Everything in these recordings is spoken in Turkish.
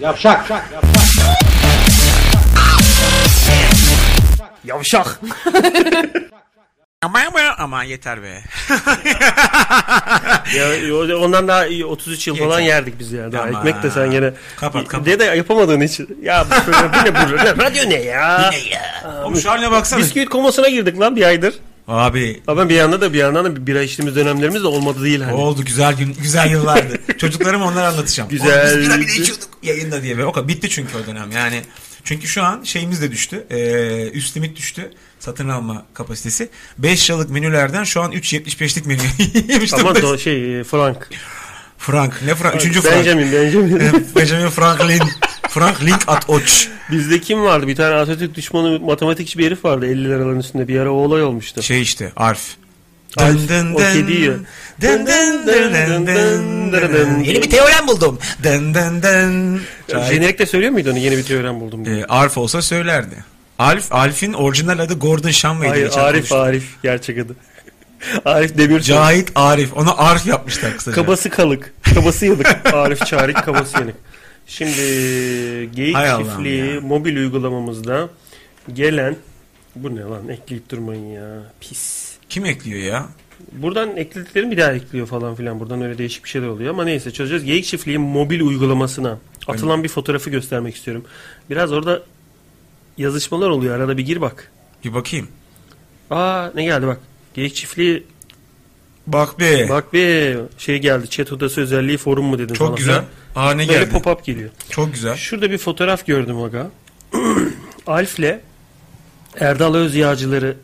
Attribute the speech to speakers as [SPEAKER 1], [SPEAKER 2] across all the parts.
[SPEAKER 1] Yavşak.
[SPEAKER 2] Yavşak. Ama ama ama yeter be.
[SPEAKER 3] Ya, yo- ondan daha iyi 33 yıl falan yerdik biz yani. Daha
[SPEAKER 2] Tamam.
[SPEAKER 3] ekmek de sen gene.
[SPEAKER 2] Kapat, kapat.
[SPEAKER 3] De de yapamadığın için. Ya bu bu ne bu? Ne- Radyo ne ya?
[SPEAKER 2] Oğlum şu haline baksana.
[SPEAKER 3] Bisküvit komasına girdik lan bir aydır.
[SPEAKER 2] Abi
[SPEAKER 3] Ama bir yanda da bir yandan da bir bira içtiğimiz dönemlerimiz de olmadı değil hani.
[SPEAKER 2] oldu güzel gün güzel yıllardı. Çocuklarıma onları anlatacağım.
[SPEAKER 3] Güzel.
[SPEAKER 2] Oğlum Biz bira bile içiyorduk yayında diye. Ve o kadar bitti çünkü o dönem yani. Çünkü şu an şeyimiz de düştü. Ee, üst limit düştü. Satın alma kapasitesi. 5 yıllık menülerden şu an 3.75'lik menü yemiştim.
[SPEAKER 3] Ama do- şey e, Frank.
[SPEAKER 2] Frank. Ne Frank? Üçüncü Frank.
[SPEAKER 3] Benjamin, Benjamin.
[SPEAKER 2] Benjamin Franklin. Frank Link at Oç.
[SPEAKER 3] Bizde kim vardı? Bir tane Atatürk düşmanı matematikçi bir herif vardı 50 liraların üstünde. Bir ara o olay olmuştu.
[SPEAKER 2] Şey işte Arf.
[SPEAKER 3] Arf, o kedi yiyor.
[SPEAKER 2] Dın dın dın dın dın dın dın. Yeni bir teorem buldum. Dın dın dın. Şahit,
[SPEAKER 3] Jenerik de söylüyor muydu onu? Yeni bir teorem buldum. diye.
[SPEAKER 2] e, Arf olsa söylerdi. Alf, Alf'in orijinal adı Gordon Shumway diye
[SPEAKER 3] Hayır
[SPEAKER 2] geçen
[SPEAKER 3] Arif
[SPEAKER 2] konuştum.
[SPEAKER 3] Arif gerçek adı. Arif Demirçoğlu.
[SPEAKER 2] Cahit Arif. Ona Arf yapmışlar kısaca.
[SPEAKER 3] Kabası kalık. Kabası yılık. Arif Çarik kabası yanık. Şimdi geyik
[SPEAKER 2] Hay Allah'ım ya.
[SPEAKER 3] çiftliği mobil uygulamamızda gelen bu ne lan ekleyip durmayın ya pis.
[SPEAKER 2] Kim ekliyor ya?
[SPEAKER 3] Buradan eklediklerini bir daha ekliyor falan filan. Buradan öyle değişik bir şeyler oluyor ama neyse çözeceğiz. Geyik çiftliği mobil uygulamasına atılan bir fotoğrafı göstermek istiyorum. Biraz orada yazışmalar oluyor. Arada bir gir bak.
[SPEAKER 2] Bir bakayım.
[SPEAKER 3] Aa ne geldi bak. Geyik çiftliği
[SPEAKER 2] Bak be.
[SPEAKER 3] bak bir şey geldi. Chat odası özelliği forum mu dedin
[SPEAKER 2] Çok
[SPEAKER 3] falan.
[SPEAKER 2] güzel. Aa ne
[SPEAKER 3] Böyle
[SPEAKER 2] geldi.
[SPEAKER 3] pop-up geliyor.
[SPEAKER 2] Çok güzel.
[SPEAKER 3] Şurada bir fotoğraf gördüm aga. Alf'le Erdal Öz Yağcıları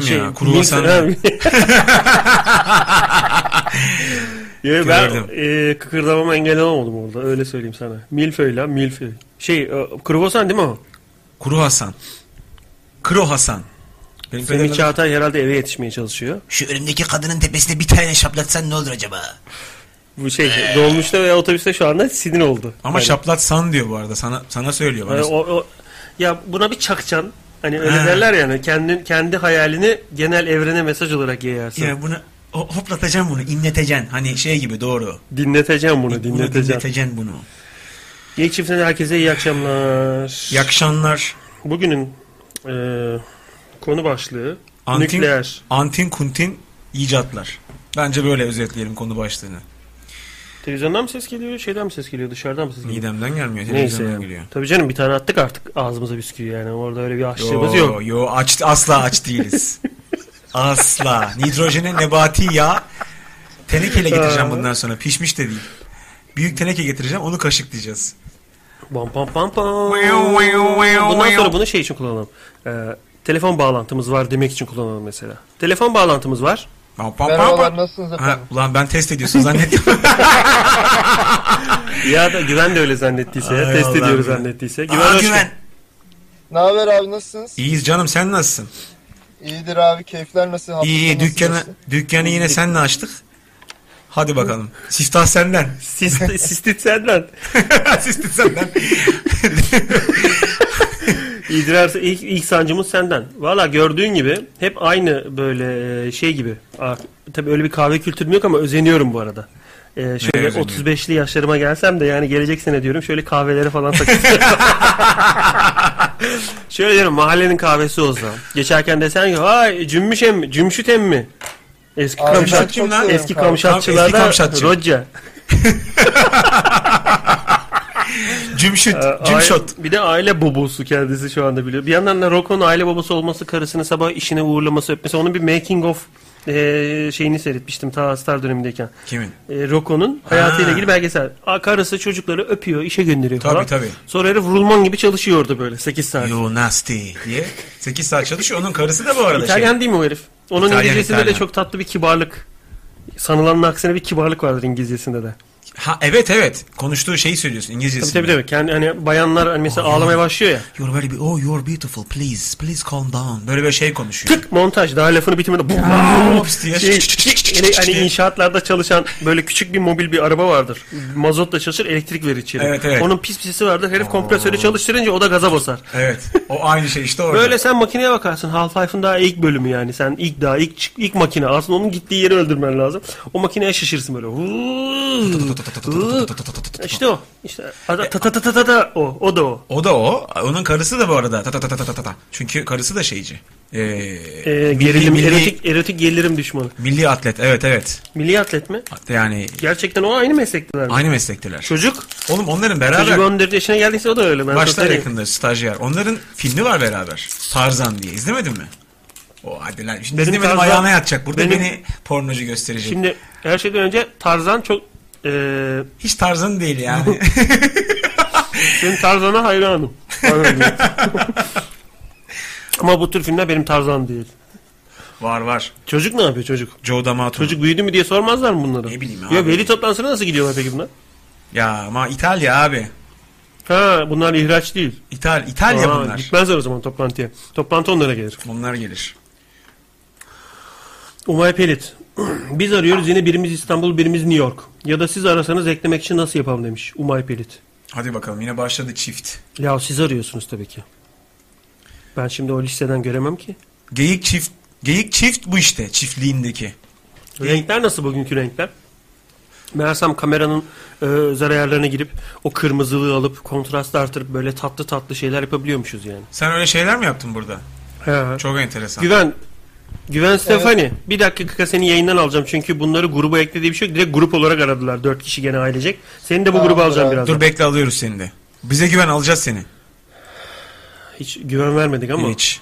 [SPEAKER 3] e, şey,
[SPEAKER 2] ya. Kruvasan.
[SPEAKER 3] Lincoln- Ya ben
[SPEAKER 2] Gördüm.
[SPEAKER 3] e, kıkırdamama engel olamadım orada. Öyle söyleyeyim sana. Milföy lan milföy. Şey e, kruvasan değil mi o?
[SPEAKER 2] Kuru Hasan. Kro Hasan. Benim
[SPEAKER 3] Semih
[SPEAKER 2] pederim-
[SPEAKER 3] Çağatay herhalde eve yetişmeye çalışıyor.
[SPEAKER 4] Şu önümdeki kadının tepesine bir tane şaplatsan ne olur acaba? Ee.
[SPEAKER 3] Bu şey dolmuşta veya otobüste şu anda sinir oldu.
[SPEAKER 2] Ama
[SPEAKER 3] Yani,
[SPEAKER 2] şaplatsan diyor bu arada. Sana sana söylüyor.
[SPEAKER 3] e,
[SPEAKER 2] Bana.
[SPEAKER 3] o- o- ya buna bir çakçan. Hani öyle
[SPEAKER 2] Ha.
[SPEAKER 3] derler yani kendi kendi hayalini genel evrene mesaj olarak yayarsın.
[SPEAKER 2] Ya bunu o- hoplatacağım bunu, inleteceksin. Hani şey gibi doğru.
[SPEAKER 3] Dinleteceğim bunu,
[SPEAKER 2] Bunu
[SPEAKER 3] dinleteceğim.
[SPEAKER 2] dinleteceksin bunu.
[SPEAKER 3] Geyik çiftliğinden herkese iyi akşamlar.
[SPEAKER 2] Yakşanlar
[SPEAKER 3] Bugünün e, konu başlığı
[SPEAKER 2] Antin-
[SPEAKER 3] nükleer.
[SPEAKER 2] antin kuntin icatlar. Bence böyle özetleyelim konu başlığını.
[SPEAKER 3] Televizyondan mı ses geliyor, şeyden mi ses geliyor, dışarıdan mı ses geliyor?
[SPEAKER 2] Midemden gelmiyor,
[SPEAKER 3] Neyse
[SPEAKER 2] televizyondan
[SPEAKER 3] yani.
[SPEAKER 2] geliyor.
[SPEAKER 3] Tabii canım bir tane attık artık ağzımıza bisküvi yani. Orada öyle bir açlığımız yok.
[SPEAKER 2] Yo, yo aç, asla aç değiliz. asla. Nitrojene nebati yağ. Tenekeyle getireceğim bundan sonra. Pişmiş de değil. Büyük teneke getireceğim onu kaşıklayacağız.
[SPEAKER 3] Bam pam pam pam. Bundan sonra bunu şey için kullanalım. Ee, telefon bağlantımız var demek için kullanalım mesela. Telefon bağlantımız var.
[SPEAKER 2] Pam, pam, pam,
[SPEAKER 5] Merhabalar
[SPEAKER 2] pam.
[SPEAKER 5] nasılsınız
[SPEAKER 2] Ha,
[SPEAKER 5] efendim?
[SPEAKER 2] ulan ben test ediyorsun zannettim.
[SPEAKER 3] Ya da güven de öyle zannettiyse,
[SPEAKER 2] Ay
[SPEAKER 3] test
[SPEAKER 2] Allah'ım
[SPEAKER 3] ediyoruz
[SPEAKER 2] ya.
[SPEAKER 3] zannettiyse. Güven
[SPEAKER 2] Aa,
[SPEAKER 3] hoş
[SPEAKER 2] güven.
[SPEAKER 5] Ne haber abi nasılsınız?
[SPEAKER 2] İyiyiz canım sen nasılsın?
[SPEAKER 5] İyidir abi keyifler nasıl? Hafta
[SPEAKER 2] İyi iyi
[SPEAKER 5] nasıl
[SPEAKER 2] dükkanı,
[SPEAKER 5] geçti?
[SPEAKER 2] dükkanı yine senle açtık. Hadi bakalım. Siftah senden.
[SPEAKER 3] geldin. Sis- Sistit senden.
[SPEAKER 2] Sistah senden.
[SPEAKER 3] İdrar ilk, ilk sancımız senden. Valla gördüğün gibi hep aynı böyle e, şey gibi. Aa, Tabii öyle bir kahve kültürüm yok ama özeniyorum bu arada. Ee, şöyle
[SPEAKER 2] özeniyorsun?
[SPEAKER 3] 35'li yaşlarıma gelsem de yani gelecek sene diyorum şöyle kahvelere falan takılsam. şöyle diyorum mahallenin kahvesi olsa. Geçerken desen ki vay cümmüş emmi, cümşüt emmi. Eski
[SPEAKER 5] Abi ben
[SPEAKER 3] kamşat,
[SPEAKER 5] çok
[SPEAKER 2] kim lan?
[SPEAKER 5] severim
[SPEAKER 3] eski
[SPEAKER 5] kahve.
[SPEAKER 2] Eski
[SPEAKER 3] kamşatçılarda
[SPEAKER 2] kamşatçı.
[SPEAKER 3] Roca.
[SPEAKER 2] Cümşüt.
[SPEAKER 3] Ee,
[SPEAKER 2] Cümşot.
[SPEAKER 3] aile- Bir de aile babası kendisi şu anda biliyor. Bir yandan da Rocco'nun aile babası olması, karısını sabah işine uğurlaması, öpmesi. Onun bir making of eee, şeyini seyretmiştim ta Star dönemindeyken.
[SPEAKER 2] Kimin?
[SPEAKER 3] Eee, Rocco'nun hayatıyla ilgili belgesel. Aa, karısı çocukları öpüyor, işe gönderiyor
[SPEAKER 2] Tabii,
[SPEAKER 3] falan.
[SPEAKER 2] tabii.
[SPEAKER 3] Sonra herif rulman gibi çalışıyor orada böyle 8 saat.
[SPEAKER 2] You nasty diye 8 saat çalışıyor. Onun karısı da bu arada
[SPEAKER 3] İtalyan
[SPEAKER 2] şey.
[SPEAKER 3] değil mi o herif? Onun
[SPEAKER 2] İtalyan,
[SPEAKER 3] İngilizcesinde
[SPEAKER 2] İtalyan.
[SPEAKER 3] de çok tatlı bir kibarlık. Sanılanın aksine bir kibarlık vardır İngilizcesinde de.
[SPEAKER 2] Ha evet evet. Konuştuğu şeyi söylüyorsun
[SPEAKER 3] Tabii
[SPEAKER 2] İngilizcesinde.
[SPEAKER 3] tabii tabii. Kendi, hani bayanlar hani mesela ağlamaya başlıyor ya.
[SPEAKER 2] You're very be- oh you're beautiful please please calm down. Böyle bir şey konuşuyor.
[SPEAKER 3] Tık montaj daha lafını bitirmeden bum,
[SPEAKER 2] Hops diye.
[SPEAKER 3] şey, hani, hani inşaatlarda çalışan böyle küçük bir mobil bir araba vardır. Mazotla çalışır elektrik verir içeri.
[SPEAKER 2] Evet, evet.
[SPEAKER 3] Onun pis pisisi vardır. Herif kompresörü çalıştırınca o da gaza basar.
[SPEAKER 2] Evet. O aynı şey işte orada.
[SPEAKER 3] Böyle sen makineye bakarsın. Half-Life'ın daha ilk bölümü yani. Sen ilk daha ilk çık- ilk makine. Aslında onun gittiği yeri öldürmen lazım. O makineye şişirsin böyle. Huuu, huuu. İşte o. İşte
[SPEAKER 2] E,
[SPEAKER 3] ada- ta ta ta ta ta ta o. O da o.
[SPEAKER 2] O da o. Onun karısı da bu arada. Ta ta ta ta ta ta ta. Çünkü karısı da şeyci. Ee,
[SPEAKER 3] Ee,
[SPEAKER 2] milli-
[SPEAKER 3] gerilim,
[SPEAKER 2] milli,
[SPEAKER 3] erotik, erotik gerilim düşmanı.
[SPEAKER 2] milli atlet. Evet evet.
[SPEAKER 3] Milli atlet mi?
[SPEAKER 2] Yani
[SPEAKER 3] Gerçekten o aynı meslekteler mi?
[SPEAKER 2] aynı meslekteler.
[SPEAKER 3] Çocuk,
[SPEAKER 2] Oğlum onların
[SPEAKER 3] çocuk
[SPEAKER 2] beraber
[SPEAKER 3] 14 yaşına geldiyse o da öyle. Ben sana
[SPEAKER 2] başlar
[SPEAKER 3] söyleyeyim.
[SPEAKER 2] yakında stajyer. Onların filmi var beraber. Tarzan diye. İzlemedin mi? O hadi lan. Şimdi
[SPEAKER 3] Benim
[SPEAKER 2] izlemedim
[SPEAKER 3] Tarzan-
[SPEAKER 2] ayağına yatacak. Burada
[SPEAKER 3] benim-
[SPEAKER 2] beni pornocu gösterecek.
[SPEAKER 3] Şimdi her şeyden önce Tarzan çok... E,
[SPEAKER 2] Hiç Tarzan değil yani.
[SPEAKER 3] benim Tarzan'a hayranım. Hayranım. Ama bu tür filmler benim Tarzan değil.
[SPEAKER 2] var var.
[SPEAKER 3] Çocuk ne yapıyor çocuk?
[SPEAKER 2] Joe D'Amato.
[SPEAKER 3] Çocuk büyüdü mü diye sormazlar mı bunları?
[SPEAKER 2] Ne bileyim
[SPEAKER 3] Ya
[SPEAKER 2] abi.
[SPEAKER 3] veli toplantısına nasıl gidiyorlar peki bunlar?
[SPEAKER 2] Ya ama İtalya abi.
[SPEAKER 3] Ha bunlar ihraç değil.
[SPEAKER 2] İtal İtalya
[SPEAKER 3] Aa,
[SPEAKER 2] bunlar.
[SPEAKER 3] Gitmezler o zaman toplantıya. Toplantı onlara gelir.
[SPEAKER 2] Bunlar gelir.
[SPEAKER 3] Umay Pelit. Biz arıyoruz yine birimiz İstanbul birimiz New York. Ya da siz arasanız eklemek için nasıl yapalım demiş Umay Pelit.
[SPEAKER 2] Hadi bakalım yine başladı çift.
[SPEAKER 3] Ya siz arıyorsunuz tabii ki. Ben şimdi o listeden göremem ki.
[SPEAKER 2] Geyik çift Geyik çift bu işte çiftliğindeki.
[SPEAKER 3] Renkler nasıl bugünkü renkler? Meğersem kameranın e, özel ayarlarına girip o kırmızılığı alıp kontrastı artırıp böyle tatlı tatlı şeyler yapabiliyormuşuz yani.
[SPEAKER 2] Sen öyle şeyler mi yaptın burada?
[SPEAKER 3] He.
[SPEAKER 2] Çok enteresan.
[SPEAKER 3] Güven Güven Stefani. Bir dakika seni yayından alacağım çünkü bunları gruba eklediği bir şey yok. Direkt grup olarak aradılar. Dört kişi gene ailecek. Seni de bu
[SPEAKER 5] Tamamdır
[SPEAKER 3] gruba alacağım
[SPEAKER 5] abi.
[SPEAKER 3] birazdan.
[SPEAKER 2] Dur bekle alıyoruz seni de. Bize güven alacağız seni.
[SPEAKER 3] Hiç güven vermedik ama.
[SPEAKER 2] Hiç.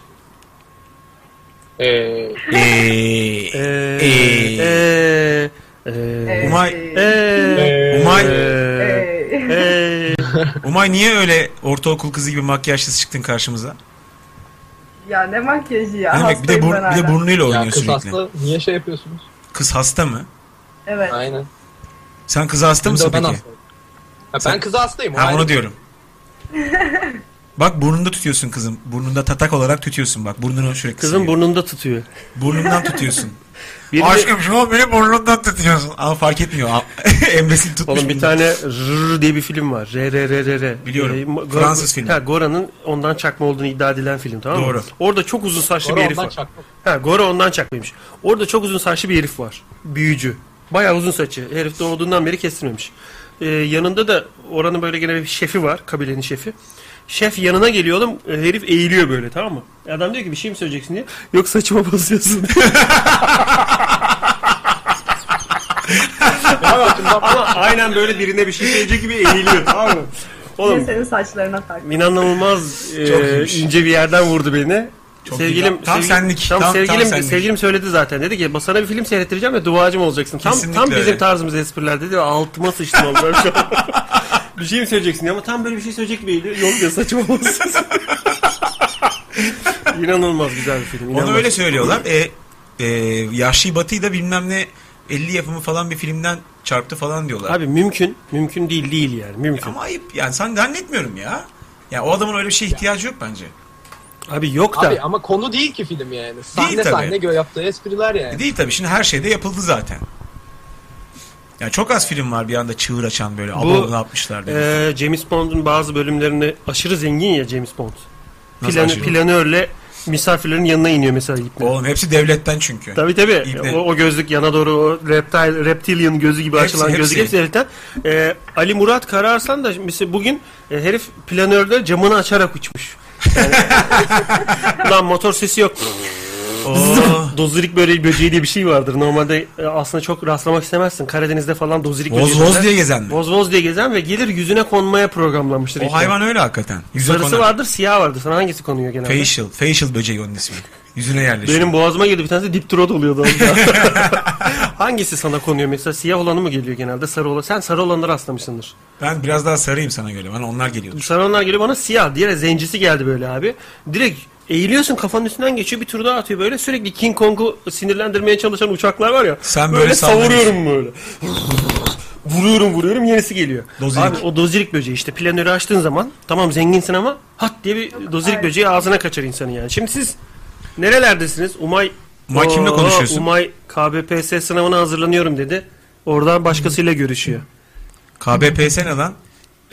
[SPEAKER 1] Ee,
[SPEAKER 2] Ee,
[SPEAKER 3] Ee,
[SPEAKER 2] Ee.
[SPEAKER 3] ee, ee,
[SPEAKER 2] Umay,
[SPEAKER 3] ee,
[SPEAKER 2] Umay,
[SPEAKER 3] ee, ee.
[SPEAKER 2] Umay niye öyle ortaokul kızı gibi makyajsız çıktın karşımıza?
[SPEAKER 6] Ya ne makyajı ya.
[SPEAKER 2] Ne demek? Bir de,
[SPEAKER 6] Hastayım
[SPEAKER 2] burn-
[SPEAKER 6] ben
[SPEAKER 2] bir de
[SPEAKER 6] hala.
[SPEAKER 2] burnuyla oynuyor
[SPEAKER 1] ya kız
[SPEAKER 2] sürekli.
[SPEAKER 1] hasta niye şey yapıyorsunuz?
[SPEAKER 2] Kız hasta mı?
[SPEAKER 6] Evet.
[SPEAKER 1] Aynen.
[SPEAKER 2] Sen kız hasta
[SPEAKER 1] Bir de
[SPEAKER 2] mısın
[SPEAKER 1] ben
[SPEAKER 2] peki?
[SPEAKER 1] hastayım. Ha, ben kız hastayım. o
[SPEAKER 2] Ha
[SPEAKER 1] ayrı.
[SPEAKER 2] onu diyorum. Bak burnunda tutuyorsun kızım. Burnunda tatak olarak tutuyorsun bak. Burnunu sürekli
[SPEAKER 3] Kızın
[SPEAKER 2] siliyor.
[SPEAKER 3] burnunda tutuyor.
[SPEAKER 2] Burnundan tutuyorsun.
[SPEAKER 3] Bir de-
[SPEAKER 2] Aşkım şu an beni burnundan tutuyorsun. Ama fark etmiyor. Al- Emresil tutmuş.
[SPEAKER 3] Oğlum bir
[SPEAKER 2] bunu.
[SPEAKER 3] tane rrr diye bir film var. R R R R R.
[SPEAKER 2] Biliyorum.
[SPEAKER 3] Ee, Go-
[SPEAKER 2] Fransız filmi.
[SPEAKER 3] Ha, Gora'nın ondan çakma olduğunu iddia edilen film tamam mı?
[SPEAKER 2] Doğru.
[SPEAKER 3] Orada çok uzun saçlı
[SPEAKER 1] Sonra
[SPEAKER 3] bir herif
[SPEAKER 1] ondan
[SPEAKER 3] var.
[SPEAKER 1] çakmak.
[SPEAKER 3] Ha Gora ondan çaklıymış. Orada çok uzun saçlı bir herif var. Büyücü. Bayağı uzun saçı. Herif doğduğundan beri kestirmemiş. Ee, yanında da oranın böyle gene bir şefi var. Kabilenin şefi. Şef yanına geliyor oğlum. e, Herif eğiliyor böyle tamam mı? Adam diyor ki bir şey mi söyleyeceksin diye. Yok saçıma basıyorsun. Ama aynen böyle birine bir şey söyleyecek gibi eğiliyor tamam mı?
[SPEAKER 6] Bir de
[SPEAKER 3] Oğlum
[SPEAKER 6] senin saçlarına tak.
[SPEAKER 3] İnanılmaz e,
[SPEAKER 2] Çok iyiymiş.
[SPEAKER 3] ince bir yerden vurdu beni.
[SPEAKER 2] Çok
[SPEAKER 3] sevgilim,
[SPEAKER 2] iyi. Tam
[SPEAKER 3] sevgilim-
[SPEAKER 2] senlik,
[SPEAKER 3] Tam,
[SPEAKER 2] tam- tam
[SPEAKER 3] sevgilim,
[SPEAKER 2] senlik.
[SPEAKER 3] sevgilim söyledi zaten. Dedi ki "Bak sana bir film seyrettireceğim ve duacım olacaksın. Tam
[SPEAKER 2] Kesinlikle
[SPEAKER 3] tam bizim
[SPEAKER 2] öyle.
[SPEAKER 3] tarzımız espriler dedi. ve Altıma sıçtım oğlum. Ben şu an. bir şey mi söyleyeceksin ama tam böyle bir şey söyleyecek gibi geliyor. Yol diyor saçma olmasın. İnanılmaz güzel bir film.
[SPEAKER 2] Onu
[SPEAKER 3] inanılmaz.
[SPEAKER 2] öyle söylüyorlar. E, e, Yahşi Batı'yı da bilmem ne 50 yapımı falan bir filmden çarptı falan diyorlar.
[SPEAKER 3] Abi mümkün, mümkün değil değil yani mümkün.
[SPEAKER 2] Ama ayıp yani sen zannetmiyorum ya. Yani o adamın öyle bir şeye ihtiyacı yok bence.
[SPEAKER 3] Abi yok da.
[SPEAKER 1] Abi ama konu değil ki film yani. Sahne
[SPEAKER 2] Değil tabii.
[SPEAKER 1] sahne gö yaptığı espriler
[SPEAKER 2] E
[SPEAKER 1] yani.
[SPEAKER 2] Değil tabii şimdi her şeyde yapıldı zaten. Yani çok az film var bir anda çığır açan böyle. Abla ne yapmışlar diye.
[SPEAKER 3] Ee, James Bond'un bazı bölümlerini aşırı zengin ya James Bond.
[SPEAKER 2] Nasıl
[SPEAKER 3] Planı,
[SPEAKER 2] aşırı?
[SPEAKER 3] planörle misafirlerin yanına iniyor mesela gitme.
[SPEAKER 2] Oğlum hepsi devletten çünkü.
[SPEAKER 3] e, Tabii tabii.
[SPEAKER 2] İbne.
[SPEAKER 3] O, o gözlük yana doğru o reptile, reptilian gözü gibi
[SPEAKER 2] Hepsi,
[SPEAKER 3] açılan gözlük
[SPEAKER 2] hepsi.
[SPEAKER 3] hepsi heriften. Ee, Ali Murat Kararsan da mesela bugün e, herif planörde camını açarak uçmuş. Yani, lan motor sesi yok.
[SPEAKER 2] Oo.
[SPEAKER 3] Dozirik böreği böceği diye bir şey vardır. Normalde e, aslında çok rastlamak istemezsin. Karadeniz'de falan dozirik
[SPEAKER 2] Voz
[SPEAKER 3] böceği-
[SPEAKER 2] voz diye gezen mi?
[SPEAKER 3] Voz voz diye gezen ve gelir yüzüne konmaya programlanmıştır.
[SPEAKER 2] O
[SPEAKER 3] ilk
[SPEAKER 2] hayvan öyle hakikaten. Yüzü
[SPEAKER 3] Sarısı
[SPEAKER 2] konar.
[SPEAKER 3] vardır, siyah vardır. Sana hangisi konuyor genelde?
[SPEAKER 2] Facial. Facial böceği onun ismi. Yüzüne yerleşiyor.
[SPEAKER 3] Benim boğazıma girdi bir tanesi diptrot oluyordu orada. hangisi sana konuyor mesela? Siyah olanı mı geliyor genelde? Sarı olan. Sen sarı olanlara rastlamışsındır.
[SPEAKER 2] Ben biraz daha sarayım sana göre. Bana onlar geliyordu.
[SPEAKER 3] Sarı olanlar geliyor bana siyah. Diğer zencisi geldi böyle abi. Direkt eğiliyorsun kafanın üstünden geçiyor bir tur daha atıyor böyle sürekli King Kong'u sinirlendirmeye çalışan uçaklar var ya
[SPEAKER 2] Sen böyle
[SPEAKER 3] böyle
[SPEAKER 2] sallanıyorsun.
[SPEAKER 3] savuruyorum böyle Vuruyorum vuruyorum yenisi geliyor.
[SPEAKER 2] Dozirik.
[SPEAKER 3] Abi o dozirik böceği işte planörü açtığın zaman tamam zenginsin ama hat diye bir dozirik
[SPEAKER 6] aynen.
[SPEAKER 3] böceği ağzına kaçar insanı yani. Şimdi siz nerelerdesiniz? Umay
[SPEAKER 2] Umay kimle
[SPEAKER 3] Oo,
[SPEAKER 2] konuşuyorsun?
[SPEAKER 3] Umay KBPS sınavına hazırlanıyorum dedi. Oradan başkasıyla görüşüyor.
[SPEAKER 2] KBPS ne lan?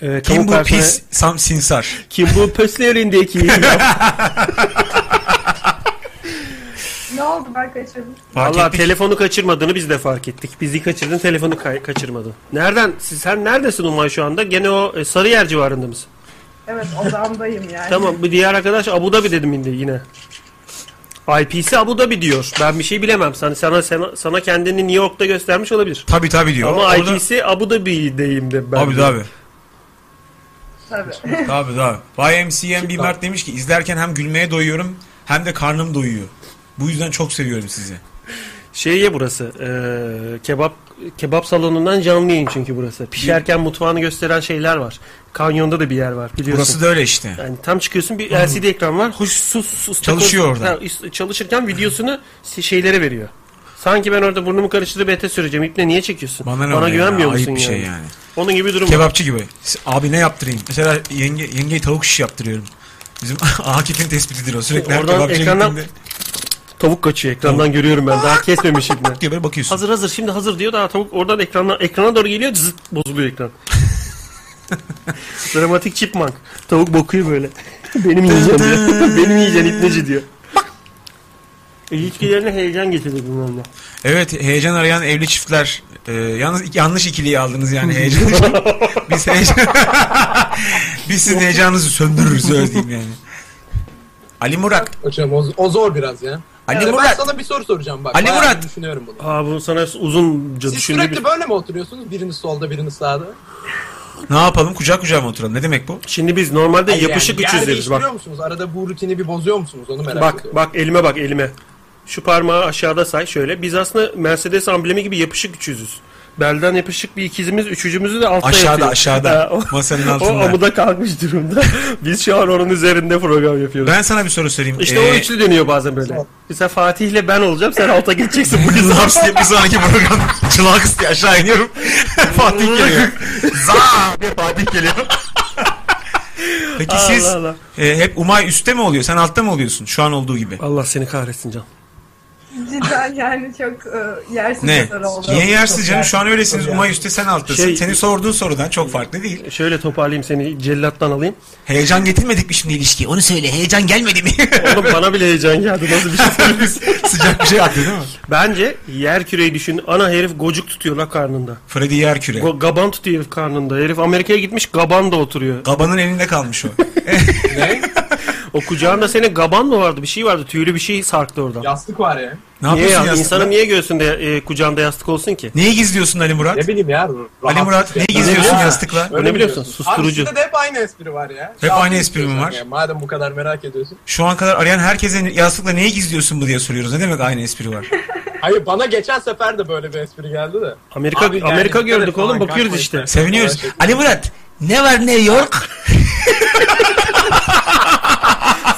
[SPEAKER 3] Ee, kamu
[SPEAKER 2] Kim bu
[SPEAKER 3] personel-
[SPEAKER 2] pis Sam Sinsar?
[SPEAKER 3] Kim bu personelindeki?
[SPEAKER 6] Ne oldu ben kaçırdım.
[SPEAKER 2] Fark
[SPEAKER 3] Valla
[SPEAKER 2] ettik.
[SPEAKER 3] telefonu kaçırmadığını biz de fark ettik. Bizi kaçırdın telefonu kay- kaçırmadın. Nereden? siz- Sen neredesin Umay şu anda? Gene o e, Sarıyer civarında mısın?
[SPEAKER 6] Evet odamdayım yani.
[SPEAKER 3] Tamam bu diğer arkadaş Abu Dhabi dedim şimdi yine. IP'si Abu Dhabi diyor. Ben bir şey bilemem. Sana sana sana, sana kendini New York'ta göstermiş olabilir.
[SPEAKER 2] Tabii tabii diyor.
[SPEAKER 3] Ama
[SPEAKER 2] Orada-
[SPEAKER 3] IP'si Abu Dhabi'deyim de ben.
[SPEAKER 2] Abi abi.
[SPEAKER 6] Tabii.
[SPEAKER 2] Tabii tabii. YMCMB Mert demiş ki izlerken hem gülmeye doyuyorum hem de karnım doyuyor. Bu yüzden çok seviyorum sizi.
[SPEAKER 3] Şeye burası. eee, kebap kebap salonundan canlı yayın çünkü burası. Pişerken mutfağını gösteren şeyler var. Kanyonda da bir yer var biliyorsun.
[SPEAKER 2] Burası da öyle işte.
[SPEAKER 3] Yani tam çıkıyorsun bir LCD ekran var. Huş sus sus.
[SPEAKER 2] Çalışıyor
[SPEAKER 3] takoz-
[SPEAKER 2] orada.
[SPEAKER 3] Ha, is- çalışırken videosunu si- şeylere veriyor. Sanki ben orada burnumu karıştırıp ete süreceğim. İple niye çekiyorsun?
[SPEAKER 2] Bana ne oluyor ya?
[SPEAKER 3] güvenmiyor
[SPEAKER 2] Ayıp
[SPEAKER 3] musun
[SPEAKER 2] bir şey
[SPEAKER 3] yani?
[SPEAKER 2] yani.
[SPEAKER 3] Onun gibi durum var.
[SPEAKER 2] Kebapçı gibi. S- Abi ne yaptırayım? Mesela yenge, yengeye tavuk şiş yaptırıyorum. Bizim Akif'in tespitidir o. Sürekli her
[SPEAKER 3] Oradan
[SPEAKER 2] kebapçıya
[SPEAKER 3] ekrandan-
[SPEAKER 2] gittiğimde
[SPEAKER 3] Tavuk kaçıyor ekrandan görüyorum ben. Daha kesmemişim ben.
[SPEAKER 2] diye böyle bakıyorsun.
[SPEAKER 3] hazır hazır şimdi hazır diyor daha tavuk oradan ekrana ekrana doğru geliyor zıt bozuluyor ekran. Dramatik chipmunk. Tavuk bakıyor böyle. Benim yiyeceğim diyor. Benim yiyeceğim ipneci diyor. İlişkilerine heyecan getirdi bunlarla.
[SPEAKER 2] Evet heyecan arayan evli çiftler. Ee, yalnız iki- yanlış ikiliyi aldınız yani heyecan. Biz heyecan... Biz sizin heyecanınızı söndürürüz öyle diyeyim yani. Ali Murat.
[SPEAKER 1] Hocam o, o zor biraz ya.
[SPEAKER 2] Ali
[SPEAKER 1] Yani
[SPEAKER 2] Murat.
[SPEAKER 1] Ben sana bir soru soracağım bak.
[SPEAKER 2] Ali
[SPEAKER 1] Bayağı
[SPEAKER 2] Murat.
[SPEAKER 1] Düşünüyorum bunu.
[SPEAKER 3] Aa bunu sana uzunca
[SPEAKER 1] Siz
[SPEAKER 3] düşündü
[SPEAKER 1] sürekli
[SPEAKER 3] bir...
[SPEAKER 1] böyle mi oturuyorsunuz? Birini solda, birini sağda.
[SPEAKER 2] Ne yapalım? Kucak kucağa mı oturalım? Ne demek bu?
[SPEAKER 3] Şimdi biz normalde
[SPEAKER 1] Hayır
[SPEAKER 3] yapışık
[SPEAKER 1] yani,
[SPEAKER 3] üç
[SPEAKER 1] yer
[SPEAKER 3] yüzleriz bak.
[SPEAKER 1] değiştiriyor musunuz? Arada bu rutini bir bozuyor musunuz? Onu merak
[SPEAKER 3] Bak
[SPEAKER 1] ediyorum.
[SPEAKER 3] bak elime bak elime. Şu parmağı aşağıda say şöyle. Biz aslında Mercedes amblemi gibi yapışık üç yüzüz. Belden yapışık bir ikizimiz, üçücümüzü de altta
[SPEAKER 2] Aşağıda,
[SPEAKER 3] yatıyor.
[SPEAKER 2] aşağıda.
[SPEAKER 3] Şey Ha, o-
[SPEAKER 2] Masanın
[SPEAKER 3] O
[SPEAKER 2] altında.
[SPEAKER 3] amuda kalkmış durumda. Biz şu an onun üzerinde program yapıyoruz.
[SPEAKER 2] Ben sana bir soru sorayım.
[SPEAKER 3] İşte o
[SPEAKER 2] Ee,
[SPEAKER 3] üçlü dönüyor bazen böyle. Mesela Fatih'le ben olacağım sen alta geçeceksin. Bugün
[SPEAKER 2] Zaps diye bir sonraki program çılaks diye aşağı iniyorum. Fatih geliyor. Zaps diye Fatih geliyor. Peki
[SPEAKER 3] Allah
[SPEAKER 2] siz
[SPEAKER 3] Allah.
[SPEAKER 2] e, hep Umay üstte mi oluyor? Sen altta mı oluyorsun? Şu an olduğu gibi.
[SPEAKER 3] Allah seni kahretsin can.
[SPEAKER 6] Cidden yani çok e, yersiz
[SPEAKER 2] Ne?
[SPEAKER 6] bir soru oldu.
[SPEAKER 2] Niye
[SPEAKER 6] Çok
[SPEAKER 2] yersiz canım?
[SPEAKER 6] yersiz.
[SPEAKER 2] Şu an öylesiniz. Umay üstte sen alttasın.
[SPEAKER 3] Şey-
[SPEAKER 2] Senin sorduğun sorudan çok farklı değil.
[SPEAKER 3] Şöyle toparlayayım seni cellattan alayım.
[SPEAKER 2] Heyecan getirmedik mi şimdi?
[SPEAKER 4] İlişki onu söyle heyecan gelmedi mi?
[SPEAKER 3] Oğlum bana bile heyecan geldi. Nasıl bir şey söylüyorsun?
[SPEAKER 2] Sıcak bir şey attı değil mi?
[SPEAKER 3] Bence yer küreyi düşün. Ana herif gocuk tutuyor la karnında.
[SPEAKER 2] Freddy Yerküre.
[SPEAKER 3] Go- Gaban tutuyor herif karnında. Herif Amerika'ya gitmiş gabanda oturuyor.
[SPEAKER 2] Gabanın elinde kalmış o.
[SPEAKER 3] O kucağında senin gaban mı vardı? Bir şey vardı. Tüylü bir şey sarktı oradan.
[SPEAKER 1] Yastık var ya.
[SPEAKER 2] Ne
[SPEAKER 3] niye
[SPEAKER 2] yapıyorsun
[SPEAKER 3] ya?
[SPEAKER 2] ya?
[SPEAKER 3] İnsanın niye göğsünde e, kucağında yastık olsun ki?
[SPEAKER 2] Neyi gizliyorsun Ali Murat?
[SPEAKER 1] Ne bileyim ya.
[SPEAKER 2] Ali
[SPEAKER 1] rahat
[SPEAKER 2] Murat
[SPEAKER 1] bir
[SPEAKER 2] neyi
[SPEAKER 1] şey.
[SPEAKER 2] gizliyorsun
[SPEAKER 3] Ya.
[SPEAKER 2] yastıkla?
[SPEAKER 3] Öyle
[SPEAKER 1] Öyle
[SPEAKER 3] biliyorsun,
[SPEAKER 1] biliyorsun.
[SPEAKER 3] susturucu.
[SPEAKER 1] Abi sizde de hep aynı espri var ya.
[SPEAKER 2] Hep
[SPEAKER 1] Ya
[SPEAKER 2] aynı
[SPEAKER 1] siz
[SPEAKER 2] espri mi
[SPEAKER 1] diyorsun
[SPEAKER 2] var?
[SPEAKER 1] ya, madem bu kadar merak ediyorsun.
[SPEAKER 2] Şu an kadar arayan herkese yastıkla neyi gizliyorsun bu diye soruyoruz. Ne demek aynı espri var?
[SPEAKER 1] Hayır bana geçen sefer de böyle bir espri geldi de.
[SPEAKER 3] Amerika
[SPEAKER 1] Abi yani
[SPEAKER 3] Amerika
[SPEAKER 1] dikkat
[SPEAKER 3] gördük
[SPEAKER 1] et falan,
[SPEAKER 3] oğlum bakıyoruz
[SPEAKER 1] kalkma
[SPEAKER 3] işte.
[SPEAKER 1] işte.
[SPEAKER 2] Seviniyoruz.
[SPEAKER 4] Ali Murat ne var New York?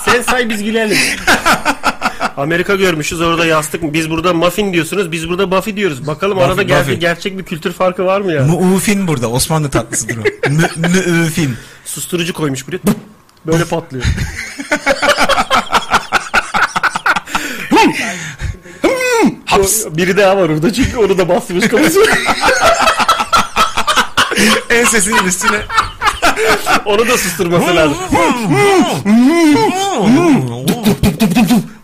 [SPEAKER 3] Sen say biz gülelim. Amerika görmüşüz orada yastık mı? Biz burada muffin diyorsunuz biz burada Buffy diyoruz. Bakalım
[SPEAKER 2] Buffy,
[SPEAKER 3] arada gerçek,
[SPEAKER 2] Buffy.
[SPEAKER 3] gerçek bir kültür farkı var mı ya?
[SPEAKER 2] Muufin burada. Osmanlı tatlısıdır o. Mü- Muufin.
[SPEAKER 3] Susturucu koymuş buraya. Böyle patlıyor. Hmm! Haps. Biri daha var orada çünkü onu da basmış kafası.
[SPEAKER 2] Ensesinin üstüne.
[SPEAKER 3] onu da susturması lazım.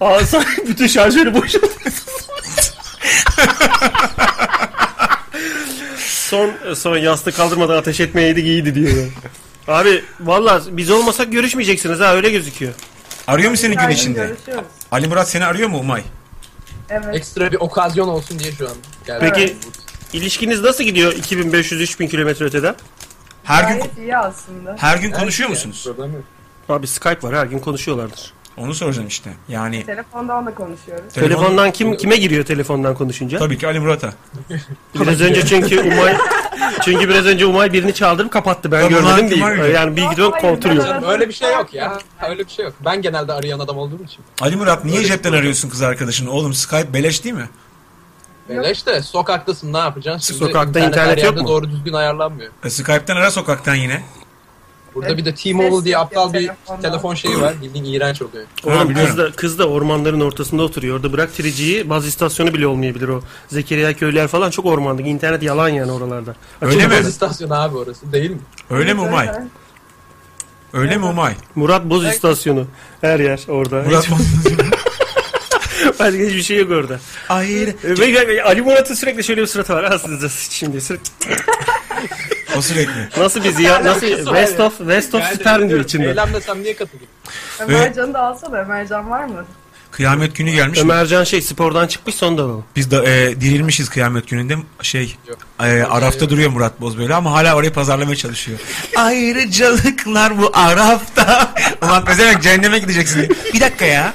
[SPEAKER 3] Ağzı bütün şarjörü boşaltıyor. son son yastık kaldırmadan ateş etmeyeydi iyiydi diyor. Abi vallahi biz olmasak görüşmeyeceksiniz ha öyle gözüküyor.
[SPEAKER 2] Arıyor mu seni gün
[SPEAKER 6] Yani
[SPEAKER 2] içinde? E,
[SPEAKER 6] Görüşüyoruz.
[SPEAKER 2] Ali Murat seni arıyor mu Umay?
[SPEAKER 6] Evet.
[SPEAKER 1] Ekstra bir okazyon olsun diye şu an. geldi.
[SPEAKER 3] Peki ilişkiniz nasıl gidiyor 2500-3000 kilometre öteden?
[SPEAKER 2] Her gün
[SPEAKER 6] Gayet iyi aslında.
[SPEAKER 2] her gün konuşuyor musunuz?
[SPEAKER 1] Problem yok.
[SPEAKER 3] Abi Skype var her gün konuşuyorlardır.
[SPEAKER 2] Onu soracağım işte. Yani
[SPEAKER 6] Telefonda onunla konuşuyoruz.
[SPEAKER 2] telefon-
[SPEAKER 3] Telefondan kim kime giriyor telefondan konuşunca?
[SPEAKER 2] Tabii ki Ali Murat'a.
[SPEAKER 3] Biraz önce çünkü Umay çünkü biraz önce Umay birini çaldırıp kapattı ben
[SPEAKER 2] Tabii,
[SPEAKER 3] görmedim
[SPEAKER 2] Umay
[SPEAKER 3] değil.
[SPEAKER 2] kim arıyor?
[SPEAKER 3] Yani bir gidiyor
[SPEAKER 6] Hayır,
[SPEAKER 3] kontrol yok.
[SPEAKER 6] ben-
[SPEAKER 1] Canım, öyle bir şey yok ya. Öyle bir şey yok. Ben genelde arayan adam olduğum için.
[SPEAKER 2] Ali Murat niye
[SPEAKER 1] Öyle
[SPEAKER 2] cepten arıyorsun kız arkadaşını? Oğlum Skype beleş değil mi?
[SPEAKER 1] Beleş de sokaktasın ne yapacaksın? Şimdi
[SPEAKER 3] Sokakta internet
[SPEAKER 1] her
[SPEAKER 3] yok
[SPEAKER 1] yerde
[SPEAKER 3] mu?
[SPEAKER 1] Doğru düzgün ayarlanmıyor.
[SPEAKER 2] E, Skype'ten ara sokaktan yine.
[SPEAKER 1] Burada
[SPEAKER 6] Evet.
[SPEAKER 1] bir de T-Mobile diye
[SPEAKER 6] Ses
[SPEAKER 1] aptal bir
[SPEAKER 6] yapıyor telefonda.
[SPEAKER 1] telefon şeyi var. Bildiğin iğrenç oluyor.
[SPEAKER 2] Ha,
[SPEAKER 3] Oğlum
[SPEAKER 2] biliyorum.
[SPEAKER 3] kız da, kız da ormanların ortasında oturuyor. Orada bırak 3G'yi baz istasyonu bile olmayabilir o. Zekeriya köyler falan çok ormanlık. İnternet yalan yani oralarda.
[SPEAKER 2] Öyle mi?
[SPEAKER 1] Baz istasyonu abi orası değil mi?
[SPEAKER 2] Öyle mi Umay?
[SPEAKER 6] Evet.
[SPEAKER 2] Öyle mi Umay?
[SPEAKER 3] Murat Boz istasyonu. Her yer orada.
[SPEAKER 2] Murat
[SPEAKER 3] Başka hiçbir şey yok orada.
[SPEAKER 2] Hayır.
[SPEAKER 3] Ve- ve- ve Ali Murat'ın sürekli şöyle bir suratı var. Aslında şimdi sırf-
[SPEAKER 2] O sürekli.
[SPEAKER 3] Nasıl bir ziya nasıl West of West of Stern diyor içinde.
[SPEAKER 1] Eğlenmesem niye katılayım?
[SPEAKER 6] Ömercan'ı da alsana. Ömercan var mı?
[SPEAKER 2] Kıyamet günü gelmiş.
[SPEAKER 3] Ömercan şey spordan çıkmış sonra da alalım.
[SPEAKER 2] Biz de e, dirilmişiz kıyamet gününde. Şey
[SPEAKER 1] Yok.
[SPEAKER 2] e, Araf'ta duruyor Murat Boz böyle ama hala orayı pazarlamaya çalışıyor.
[SPEAKER 4] Ayrıcalıklar bu Araf'ta.
[SPEAKER 2] Ulan pezevenk cehenneme gideceksin. Bir dakika ya.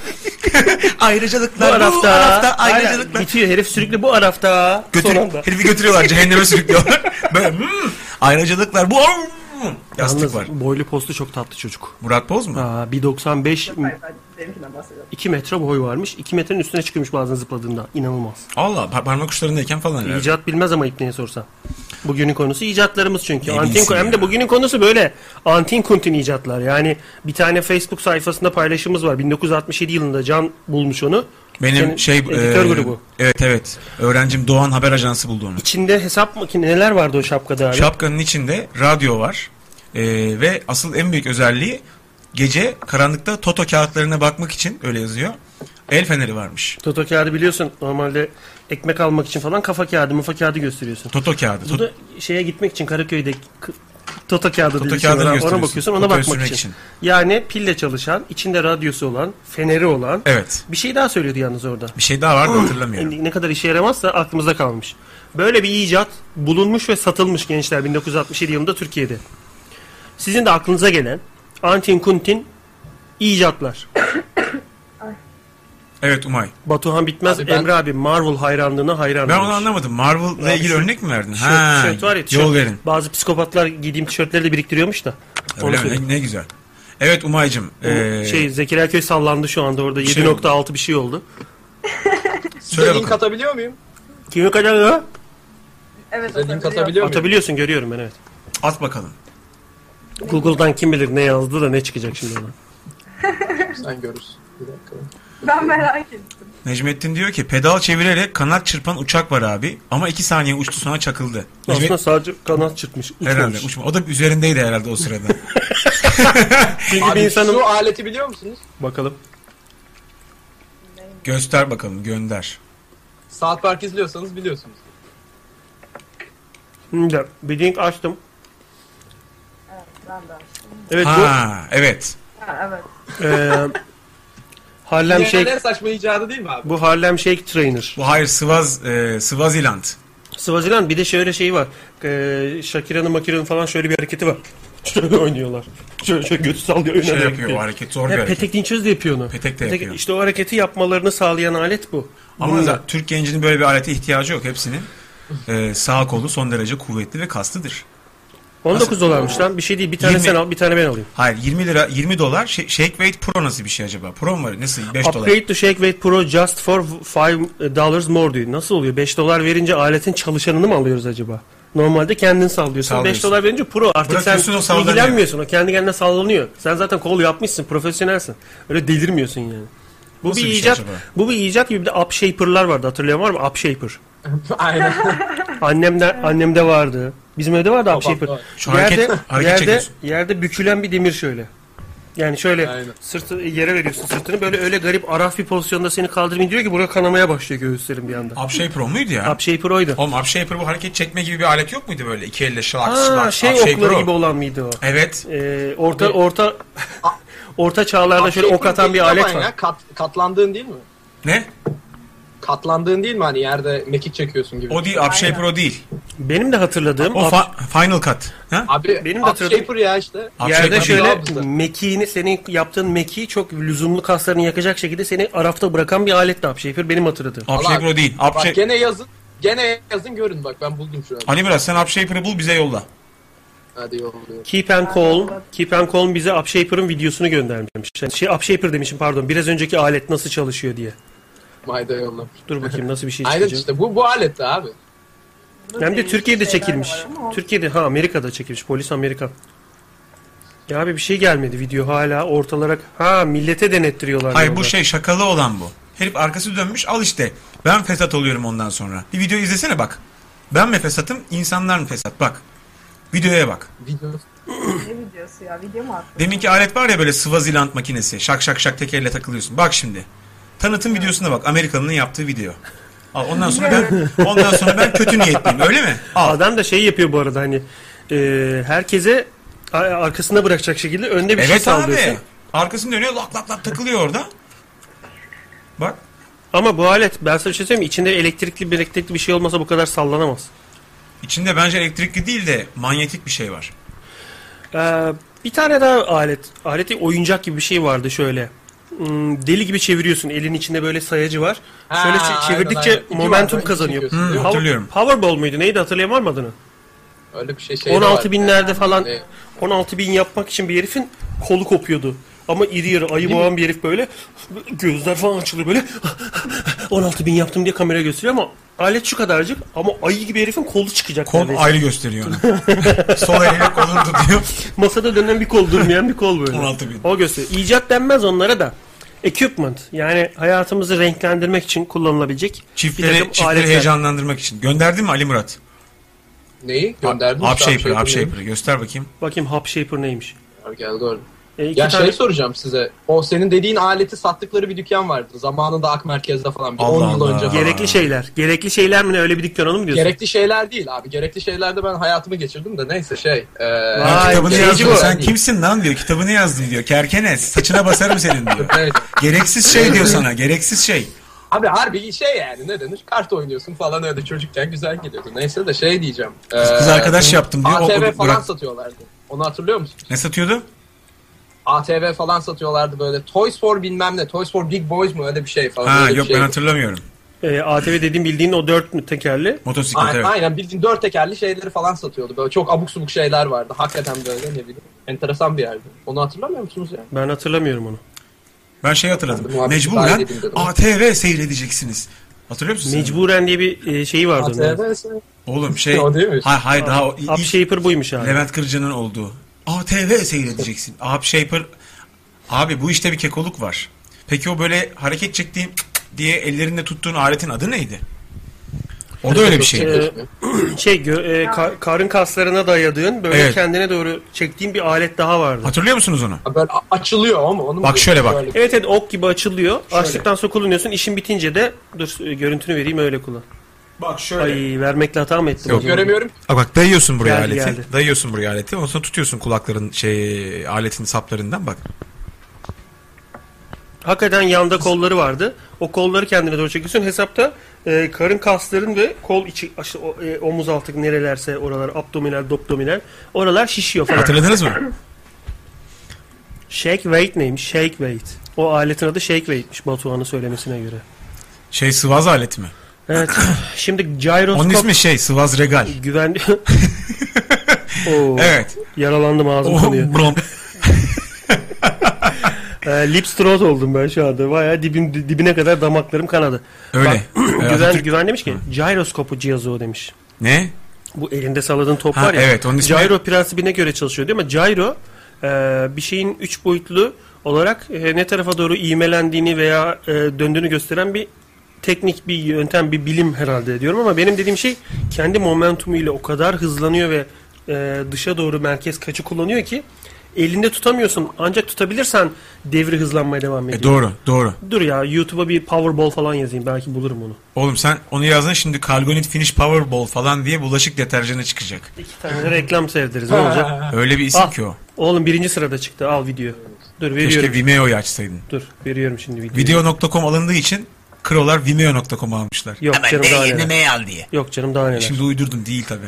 [SPEAKER 4] Ayrıcalıklar
[SPEAKER 3] Bu arafta,
[SPEAKER 4] ayrıcalıklar.
[SPEAKER 3] bitiyor herif sürekli bu arafta.
[SPEAKER 2] Götür,
[SPEAKER 3] Son anda.
[SPEAKER 2] herifi götürüyorlar cehenneme sürüklüyorlar. Böyle hmm, ayrıcalıklar bu. hmm, Yastık
[SPEAKER 3] Yalnız
[SPEAKER 2] var.
[SPEAKER 3] boylu postu çok tatlı çocuk.
[SPEAKER 2] Murat Boz mu?
[SPEAKER 3] Aa, 1.95
[SPEAKER 6] Hayır ben benimkinden bahsediyorum.
[SPEAKER 3] 2 metre boy varmış. 2 metrenin üstüne çıkmış bazen zıpladığında. İnanılmaz.
[SPEAKER 2] Allah par- parmak uçlarındayken falan herhalde.
[SPEAKER 3] İcat bilmez ama ipneye sorsan. Bugünün konusu icatlarımız çünkü.
[SPEAKER 2] Ne
[SPEAKER 3] Antin
[SPEAKER 2] bilsin
[SPEAKER 3] hem de
[SPEAKER 2] ya.
[SPEAKER 3] bugünün konusu böyle. Antin kuntin icatlar. Yani bir tane Facebook sayfasında paylaşımız var. 1967 yılında Can bulmuş onu.
[SPEAKER 2] Benim
[SPEAKER 3] Senin
[SPEAKER 2] şey
[SPEAKER 3] editör
[SPEAKER 2] e,
[SPEAKER 3] grubu.
[SPEAKER 2] Evet evet. Öğrencim Doğan Haber Ajansı buldu onu.
[SPEAKER 3] İçinde hesap makine neler vardı o şapkada abi?
[SPEAKER 2] Şapkanın içinde radyo var. E, ve asıl en büyük özelliği gece karanlıkta Toto kağıtlarına bakmak için öyle yazıyor. El feneri varmış.
[SPEAKER 3] Toto kağıdı biliyorsun normalde ekmek almak için falan kafa kağıdı, mufa kağıdı gösteriyorsun.
[SPEAKER 2] Toto kağıdı.
[SPEAKER 3] Bu
[SPEAKER 2] Tot-
[SPEAKER 3] da şeye gitmek için Karaköy'de k- Toto kağıdı diye
[SPEAKER 2] Toto
[SPEAKER 3] bir şey var.
[SPEAKER 2] kağıdını
[SPEAKER 3] Ona
[SPEAKER 2] gösteriyorsun.
[SPEAKER 3] bakıyorsun, ona
[SPEAKER 2] Toto'yu
[SPEAKER 3] bakmak
[SPEAKER 2] sürmek
[SPEAKER 3] için.
[SPEAKER 2] için.
[SPEAKER 3] Yani pille çalışan, içinde radyosu olan, feneri olan.
[SPEAKER 2] Evet.
[SPEAKER 3] Bir şey daha söylüyordu yalnız orada.
[SPEAKER 2] Bir şey daha var da hatırlamıyorum.
[SPEAKER 3] Yani ne kadar işe yaramazsa aklımızda kalmış. Böyle bir icat bulunmuş ve satılmış gençler 1967 yılında Türkiye'de. Sizin de aklınıza gelen antin kuntin icatlar.
[SPEAKER 2] Evet Umay.
[SPEAKER 3] Batuhan Bitmez,
[SPEAKER 1] Abi ben-
[SPEAKER 3] Emre abi Marvel hayranlığına hayran.
[SPEAKER 2] Ben
[SPEAKER 3] olmuş.
[SPEAKER 2] onu anlamadım. Marvel'la
[SPEAKER 3] Abi
[SPEAKER 2] ilgili
[SPEAKER 3] şu-
[SPEAKER 2] örnek mi verdin?
[SPEAKER 3] Tişört,
[SPEAKER 2] ha,
[SPEAKER 3] tişört var ya tişört.
[SPEAKER 2] Yol verin.
[SPEAKER 3] Bazı psikopatlar giydiğim tişörtleri de biriktiriyormuş da. Onu
[SPEAKER 2] Öyle mi?
[SPEAKER 3] söyleyeyim.
[SPEAKER 2] Ne, ne güzel. Evet Umay'cım.
[SPEAKER 3] Bu
[SPEAKER 2] ee,
[SPEAKER 3] şey Zekeriya Köy sallandı şu anda orada.
[SPEAKER 2] şey
[SPEAKER 3] 7.6 bir şey oldu.
[SPEAKER 1] Size
[SPEAKER 2] bakalım.
[SPEAKER 1] link atabiliyor muyum?
[SPEAKER 3] Kimi kadar ya?
[SPEAKER 6] Evet
[SPEAKER 1] Size link
[SPEAKER 6] atabiliyor.
[SPEAKER 1] atabiliyor muyum?
[SPEAKER 3] Atabiliyorsun görüyorum ben evet.
[SPEAKER 2] at bakalım.
[SPEAKER 3] Google'dan kim bilir ne yazdı da ne çıkacak şimdi ona.
[SPEAKER 1] Sen görürsün. Bir dakika.
[SPEAKER 6] Ben merak ettim.
[SPEAKER 2] Necmettin diyor ki pedal çevirerek kanat çırpan uçak var abi ama iki saniye uçtu sonra çakıldı. Necmet-
[SPEAKER 3] Aslında sadece kanat çırpmış.
[SPEAKER 2] herhalde
[SPEAKER 3] Uçmamış.
[SPEAKER 2] uçma. O da üzerindeydi herhalde o sırada.
[SPEAKER 3] Çünkü
[SPEAKER 1] Abi
[SPEAKER 3] bir insanın...
[SPEAKER 1] şu aleti biliyor musunuz?
[SPEAKER 3] Bakalım.
[SPEAKER 2] Göster bakalım gönder.
[SPEAKER 1] South Park izliyorsanız biliyorsunuz.
[SPEAKER 3] Şimdi bir link açtım.
[SPEAKER 6] Ben de.
[SPEAKER 3] Evet
[SPEAKER 2] Ha evet.
[SPEAKER 6] Ha, evet.
[SPEAKER 3] bu eee Harlem
[SPEAKER 1] Dünyanın
[SPEAKER 3] Shake
[SPEAKER 1] en saçma icadı değil mi abi?
[SPEAKER 3] bu Harlem Shake Trainer.
[SPEAKER 2] Bu hayır Sivaz e, Swaziland.
[SPEAKER 3] Swaziland bir de şöyle şeyi var. Ee, Shakira'nın Makira'nın falan şöyle bir hareketi var. Şöyle oynuyorlar. Şöyle şöyle götü sallıyor. öne
[SPEAKER 2] Şey
[SPEAKER 3] doğru
[SPEAKER 2] yapıyor o
[SPEAKER 3] gidiyor.
[SPEAKER 2] hareket zor bir
[SPEAKER 3] Ya,
[SPEAKER 2] hareket.
[SPEAKER 3] Petek Dinçöz de yapıyor onu.
[SPEAKER 2] Petek de yapıyor.
[SPEAKER 3] İşte o hareketi yapmalarını sağlayan alet bu.
[SPEAKER 2] Ama
[SPEAKER 3] Bununla.
[SPEAKER 2] zaten Türk gencinin böyle bir alete ihtiyacı yok. Hepsinin e, sağ kolu son derece kuvvetli ve kaslıdır.
[SPEAKER 3] 19 dolarmış lan. Bir şey değil. Bir tane
[SPEAKER 2] 20.
[SPEAKER 3] sen al, bir tane ben alayım.
[SPEAKER 2] Hayır 20 lira 20 dolar şey, Shake Weight Pro nasıl bir şey acaba? Pro mu var? Nasıl 5 dolar?
[SPEAKER 3] Upgrade to Shake Weight Pro just for 5 dollars more diyor. Nasıl oluyor? 5 dolar verince aletin çalışanını mı alıyoruz acaba? Normalde kendin sallıyorsun. 5
[SPEAKER 2] Sallıyorsun.
[SPEAKER 3] dolar verince pro artık sen
[SPEAKER 2] Bırakıyorsun, o sallanıyor.
[SPEAKER 3] ilgilenmiyorsun. O kendi kendine sallanıyor. Sen zaten kol yapmışsın, profesyonelsin. Öyle delirmiyorsun yani. Bu
[SPEAKER 2] Nasıl
[SPEAKER 3] bir,
[SPEAKER 2] bir şey
[SPEAKER 3] icat.
[SPEAKER 2] acaba?
[SPEAKER 3] bu bir icat gibi bir de upshaper'lar vardı. Hatırlayan var mı? Upshaper.
[SPEAKER 1] Aynen.
[SPEAKER 3] Annemde annemde vardı. Bizim evde vardı
[SPEAKER 1] Babam
[SPEAKER 3] upshaper.
[SPEAKER 1] da var.
[SPEAKER 2] Şu hareket-
[SPEAKER 3] yerde,
[SPEAKER 2] hareket
[SPEAKER 3] yerde,
[SPEAKER 2] çekiyorsun.
[SPEAKER 3] yerde bükülen bir demir şöyle. Yani şöyle
[SPEAKER 1] Aynen.
[SPEAKER 3] sırtı yere veriyorsun sırtını böyle öyle garip araf bir pozisyonda seni kaldırmayın diyor ki buraya kanamaya başlıyor göğüslerim bir anda. şey
[SPEAKER 2] Upshape Pro muydu ya?
[SPEAKER 3] Upshaper oydu.
[SPEAKER 2] Oğlum upshaper bu hareket çekme gibi bir alet yok muydu böyle? İki elle şılak
[SPEAKER 3] Aa,
[SPEAKER 2] şılak.
[SPEAKER 3] şey
[SPEAKER 2] upshaper
[SPEAKER 3] okları
[SPEAKER 2] o.
[SPEAKER 3] gibi olan mıydı o?
[SPEAKER 2] Evet.
[SPEAKER 3] Ee, orta orta orta çağlarda şöyle
[SPEAKER 1] Şey,
[SPEAKER 3] ok atan bir
[SPEAKER 1] değil
[SPEAKER 3] alet
[SPEAKER 1] ama
[SPEAKER 3] var.
[SPEAKER 1] ya, kat- katlandığın değil mi?
[SPEAKER 2] Ne?
[SPEAKER 1] Katlandığın değil mi hani yerde mekik çekiyorsun gibi.
[SPEAKER 2] O değil. Upshaper o değil.
[SPEAKER 3] Benim de hatırladığım
[SPEAKER 2] O
[SPEAKER 3] up-
[SPEAKER 2] fa- Final Cut. Ha?
[SPEAKER 1] Abi
[SPEAKER 3] Benim
[SPEAKER 1] Benim
[SPEAKER 3] de
[SPEAKER 1] de
[SPEAKER 3] hatırladım.
[SPEAKER 1] Upshaper ya işte.
[SPEAKER 2] Upshaper
[SPEAKER 3] yerde
[SPEAKER 2] şey değil.
[SPEAKER 3] şöyle
[SPEAKER 1] Abi de.
[SPEAKER 3] mekiğini senin yaptığın mekiği çok lüzumlu kaslarını yakacak şekilde seni arafta bırakan bir alet de upshaper benim hatırladığım.
[SPEAKER 2] Upshaper o değil.
[SPEAKER 1] Bak
[SPEAKER 2] Upshaper.
[SPEAKER 1] gene yazın. Gene yazın görün bak ben buldum şu an.
[SPEAKER 2] Ali Miras Hani sen Upshaper'ı bul bize yolla.
[SPEAKER 1] Hadi yolluyorum.
[SPEAKER 3] Keep and Call, Keep and Call bize Upshaper'ın videosunu göndermiş. Yani Şey Upshaper demişim pardon. Biraz önceki alet nasıl çalışıyor diye.
[SPEAKER 1] Mayda yolla.
[SPEAKER 3] Dur bakayım nasıl bir şey
[SPEAKER 1] Aynen
[SPEAKER 3] çıkacak.
[SPEAKER 1] işte bu bu alette abi.
[SPEAKER 3] Hem de Türkiye'de
[SPEAKER 6] şey Şeyler
[SPEAKER 3] çekilmiş.
[SPEAKER 6] var ama o-
[SPEAKER 3] Türkiye'de ha Amerika'da çekilmiş. Polis Amerika. Ya abi bir şey gelmedi video hala ortalarak. Ha millete denettiriyorlar.
[SPEAKER 2] Hayır
[SPEAKER 3] yolda.
[SPEAKER 2] bu şey şakalı olan bu. Herif arkası dönmüş al işte. Ben fesat oluyorum ondan sonra. Bir video izlesene bak. Ben mi fesatım insanlar mı fesat bak. Videoya bak.
[SPEAKER 1] Video
[SPEAKER 6] Ne videosu ya? Video mu attın?
[SPEAKER 2] Deminki alet var ya böyle Swaziland makinesi. Şak şak şak tekerle takılıyorsun. Bak şimdi. Tanıtım videosuna bak. Amerikalı'nın yaptığı video. Al ondan sonra ben ondan sonra ben kötü niyetliyim öyle mi? Al.
[SPEAKER 3] Adam da şey yapıyor bu arada hani e, herkese a- arkasına bırakacak şekilde önde bir şey
[SPEAKER 2] Evet abi.
[SPEAKER 3] sallıyorsun.
[SPEAKER 2] Arkasını dönüyor lak lak lak takılıyor orada. Bak.
[SPEAKER 3] Ama bu alet ben sana bir şey söyleyeyim mi? İçinde elektrikli bir elektrikli bir şey olmasa bu kadar sallanamaz.
[SPEAKER 2] İçinde bence elektrikli değil de manyetik bir şey var.
[SPEAKER 3] Ee, bir tane daha alet. Aleti oyuncak gibi bir şey vardı şöyle. Hmm, Deli gibi çeviriyorsun. Elin içinde böyle sayacı var.
[SPEAKER 1] Ha,
[SPEAKER 3] Şöyle çe- çevirdikçe
[SPEAKER 1] aynen, aynen. İki
[SPEAKER 3] momentum
[SPEAKER 1] var, iki
[SPEAKER 3] kazanıyor.
[SPEAKER 1] çekiyorsun,
[SPEAKER 2] değil mi?
[SPEAKER 3] Power-
[SPEAKER 2] Hatırlıyorum.
[SPEAKER 3] Powerball muydu neydi hatırlayamam mı adını?
[SPEAKER 1] öyle bir şey şey de
[SPEAKER 3] 16
[SPEAKER 1] var.
[SPEAKER 3] binlerde falan
[SPEAKER 1] Evet.
[SPEAKER 3] 16 bin yapmak için bir herifin kolu kopuyordu. Ama iri yarı ayı boğan bir herif böyle gözler falan açılıyor böyle 16 bin yaptım diye kamera gösteriyor ama alet şu kadarcık ama ayı gibi herifin kolu çıkacak.
[SPEAKER 2] Kol
[SPEAKER 3] neredeyse.
[SPEAKER 2] ayrı gösteriyor onu. Sol eliyle kolunu tutuyor.
[SPEAKER 3] Masada dönen bir kol durmayan bir kol böyle.
[SPEAKER 2] 16 bin.
[SPEAKER 3] O gösteriyor. İcat denmez onlara da. Equipment yani hayatımızı renklendirmek için kullanılabilecek bir
[SPEAKER 2] Çiftleri,
[SPEAKER 3] takım
[SPEAKER 2] çiftleri
[SPEAKER 3] aletler.
[SPEAKER 2] heyecanlandırmak için. Gönderdin mi Ali Murat?
[SPEAKER 1] Neyi? Gönderdin mi?
[SPEAKER 2] Up Shaper,
[SPEAKER 1] Upshaper'ı.
[SPEAKER 2] Up Shaper'ı. Göster bakayım.
[SPEAKER 3] Bakayım Hub Shaper neymiş.
[SPEAKER 1] Geldi orada.
[SPEAKER 3] E, iki
[SPEAKER 1] Ya
[SPEAKER 3] tane
[SPEAKER 1] şey soracağım size. O senin dediğin aleti sattıkları bir dükkan vardı. Zamanında Ak Merkez'de falan. Bir
[SPEAKER 2] Allah
[SPEAKER 1] 10 yıl
[SPEAKER 2] Allah.
[SPEAKER 1] önce falan.
[SPEAKER 3] gerekli şeyler. Gerekli şeyler mi ne öyle bir dükkan onu mu diyorsun?
[SPEAKER 1] Gerekli şeyler değil abi. Gerekli şeylerde ben hayatımı geçirdim de neyse şey. E,
[SPEAKER 2] Ben
[SPEAKER 3] Vay,
[SPEAKER 2] kitabını
[SPEAKER 3] şeyci
[SPEAKER 2] yazdım.
[SPEAKER 3] bu.
[SPEAKER 2] Sen kimsin lan diyor. Kitabını yazdım diyor. Kerkenes. Saçına basarım senin diyor.
[SPEAKER 1] evet.
[SPEAKER 2] Gereksiz şey diyor sana. Gereksiz şey.
[SPEAKER 1] Abi harbi şey yani ne denir? Kart oynuyorsun falan öyle çocukken güzel gidiyordu. Neyse de şey diyeceğim. E,
[SPEAKER 2] kız arkadaş yaptım diyor, o-
[SPEAKER 1] ATV
[SPEAKER 2] o-
[SPEAKER 1] falan
[SPEAKER 2] bırak.
[SPEAKER 1] satıyorlardı. Onu hatırlıyor musun?
[SPEAKER 2] Ne satıyordu?
[SPEAKER 1] ATV falan satıyorlardı böyle. Toys for bilmem ne. Toys for big boys mu öyle bir şey falan.
[SPEAKER 2] Ha
[SPEAKER 1] öyle bir
[SPEAKER 2] yok
[SPEAKER 1] şey.
[SPEAKER 2] ben hatırlamıyorum.
[SPEAKER 3] E, ATV dediğim bildiğin o dört tekerli.
[SPEAKER 2] Motosiklet
[SPEAKER 1] Aynen,
[SPEAKER 2] evet.
[SPEAKER 1] aynen bildiğin dört tekerli şeyleri falan satıyordu. Böyle çok abuk subuk şeyler vardı. Hakikaten böyle ne bileyim. Enteresan bir yerdi. Onu hatırlamıyor musunuz ya?
[SPEAKER 3] Ben hatırlamıyorum onu.
[SPEAKER 2] Ben şey hatırladım.
[SPEAKER 1] Muhabbeti dahil
[SPEAKER 2] Mecburen
[SPEAKER 1] edin dedim.
[SPEAKER 2] ATV seyredeceksiniz. Hatırlıyor musun? sen?
[SPEAKER 3] Mecburen diye bir e, şeyi vardı. onun.
[SPEAKER 1] ATV
[SPEAKER 2] Oğlum şey.
[SPEAKER 1] O değil mi?
[SPEAKER 2] Hayır hayır daha o-
[SPEAKER 3] Up
[SPEAKER 2] ilk-
[SPEAKER 3] Shaper buymuş abi.
[SPEAKER 2] Levent Kırca'nın olduğu. ATV seyredeceksin. Up Shaper. Abi bu işte bir kekoluk var. Peki o böyle hareket çektiğin cık cık diye ellerinde tuttuğun aletin adı neydi? O da öyle bir şey.
[SPEAKER 3] Ee, şey gö- e, ka- karın kaslarına dayadığın böyle
[SPEAKER 2] Evet.
[SPEAKER 3] kendine doğru çektiğin bir alet daha vardı.
[SPEAKER 2] Hatırlıyor musunuz onu?
[SPEAKER 1] Böyle a- açılıyor ama onu mu
[SPEAKER 2] Bak şöyle bak.
[SPEAKER 1] diyorsun?
[SPEAKER 3] Evet evet ok gibi açılıyor. Açtıktan sonra kullanıyorsun. İşin bitince de dur e, görüntünü vereyim öyle kullan.
[SPEAKER 2] Bak şöyle.
[SPEAKER 3] Ay vermekle hata mı ettim?
[SPEAKER 2] Yok,
[SPEAKER 3] acaba?
[SPEAKER 1] Göremiyorum.
[SPEAKER 2] Bak, bak dayıyorsun buraya
[SPEAKER 3] Geldi,
[SPEAKER 2] aleti.
[SPEAKER 3] geldi.
[SPEAKER 2] Dayıyorsun buraya aleti. Ondan sonra tutuyorsun kulakların şey aletin saplarından bak.
[SPEAKER 3] Hakikaten yanda kolları vardı. O kolları kendine doğru çekiyorsun. Hesapta e, karın kasların ve kol içi aşı- o- e, omuz altı nerelerse oralar abdominal, dopdominal oralar şişiyor falan.
[SPEAKER 2] Hatırladınız mı?
[SPEAKER 3] Shake weight neymiş? Shake weight. O aletin adı shake weight'miş Batuhan'ın söylemesine göre.
[SPEAKER 2] Şey sıvaz aleti mi?
[SPEAKER 3] Evet. Şimdi
[SPEAKER 2] Onun
[SPEAKER 3] gyroskop
[SPEAKER 2] ismi şey sıvaz regal.
[SPEAKER 3] güven... Oo,
[SPEAKER 2] Evet.
[SPEAKER 3] Yaralandım ağzım
[SPEAKER 2] Oh,
[SPEAKER 3] kanıyor.
[SPEAKER 2] brom.
[SPEAKER 3] Ee, lip throat oldum ben şu anda. Bayağı dibim, dibine kadar damaklarım kanadı.
[SPEAKER 2] Öyle.
[SPEAKER 3] Güven,
[SPEAKER 2] Ee, Atatürk-
[SPEAKER 3] güven demiş ki gyroskopu cihazı o demiş.
[SPEAKER 2] Ne?
[SPEAKER 3] Bu elinde salladığın top
[SPEAKER 2] Ha,
[SPEAKER 3] var ya.
[SPEAKER 2] evet, onun ismi-
[SPEAKER 3] Gyro prensibine göre çalışıyor değil mi? Gyro e, bir şeyin üç boyutlu olarak e, ne tarafa doğru iğmelendiğini veya e, döndüğünü gösteren bir teknik bir yöntem bir bilim herhalde diyorum ama benim dediğim şey kendi momentumuyla o kadar hızlanıyor ve e, dışa doğru merkez kaçı kullanıyor ki elinde tutamıyorsun ancak tutabilirsen devri hızlanmaya devam ediyor.
[SPEAKER 2] E, doğru doğru.
[SPEAKER 3] Dur ya YouTube'a bir Powerball falan yazayım belki bulurum onu.
[SPEAKER 2] Oğlum sen onu yazdın şimdi Kalgonit Finish Powerball falan diye bulaşık deterjanı çıkacak.
[SPEAKER 3] İki tane de reklam seyrederiz ne olacak?
[SPEAKER 2] Öyle bir isim
[SPEAKER 3] Ah,
[SPEAKER 2] ki o.
[SPEAKER 3] Oğlum birinci sırada çıktı. Al video. Dur veriyorum.
[SPEAKER 2] Keşke Vimeo'yu açsaydın.
[SPEAKER 3] Dur veriyorum şimdi videoyu.
[SPEAKER 2] Video.com alındığı için Krolar Vimeo.com almışlar.
[SPEAKER 3] Yok
[SPEAKER 4] Ama
[SPEAKER 3] canım daha neler.
[SPEAKER 4] değinime al diye.
[SPEAKER 3] Yok canım daha neler.
[SPEAKER 2] Şimdi uydurdum değil tabi.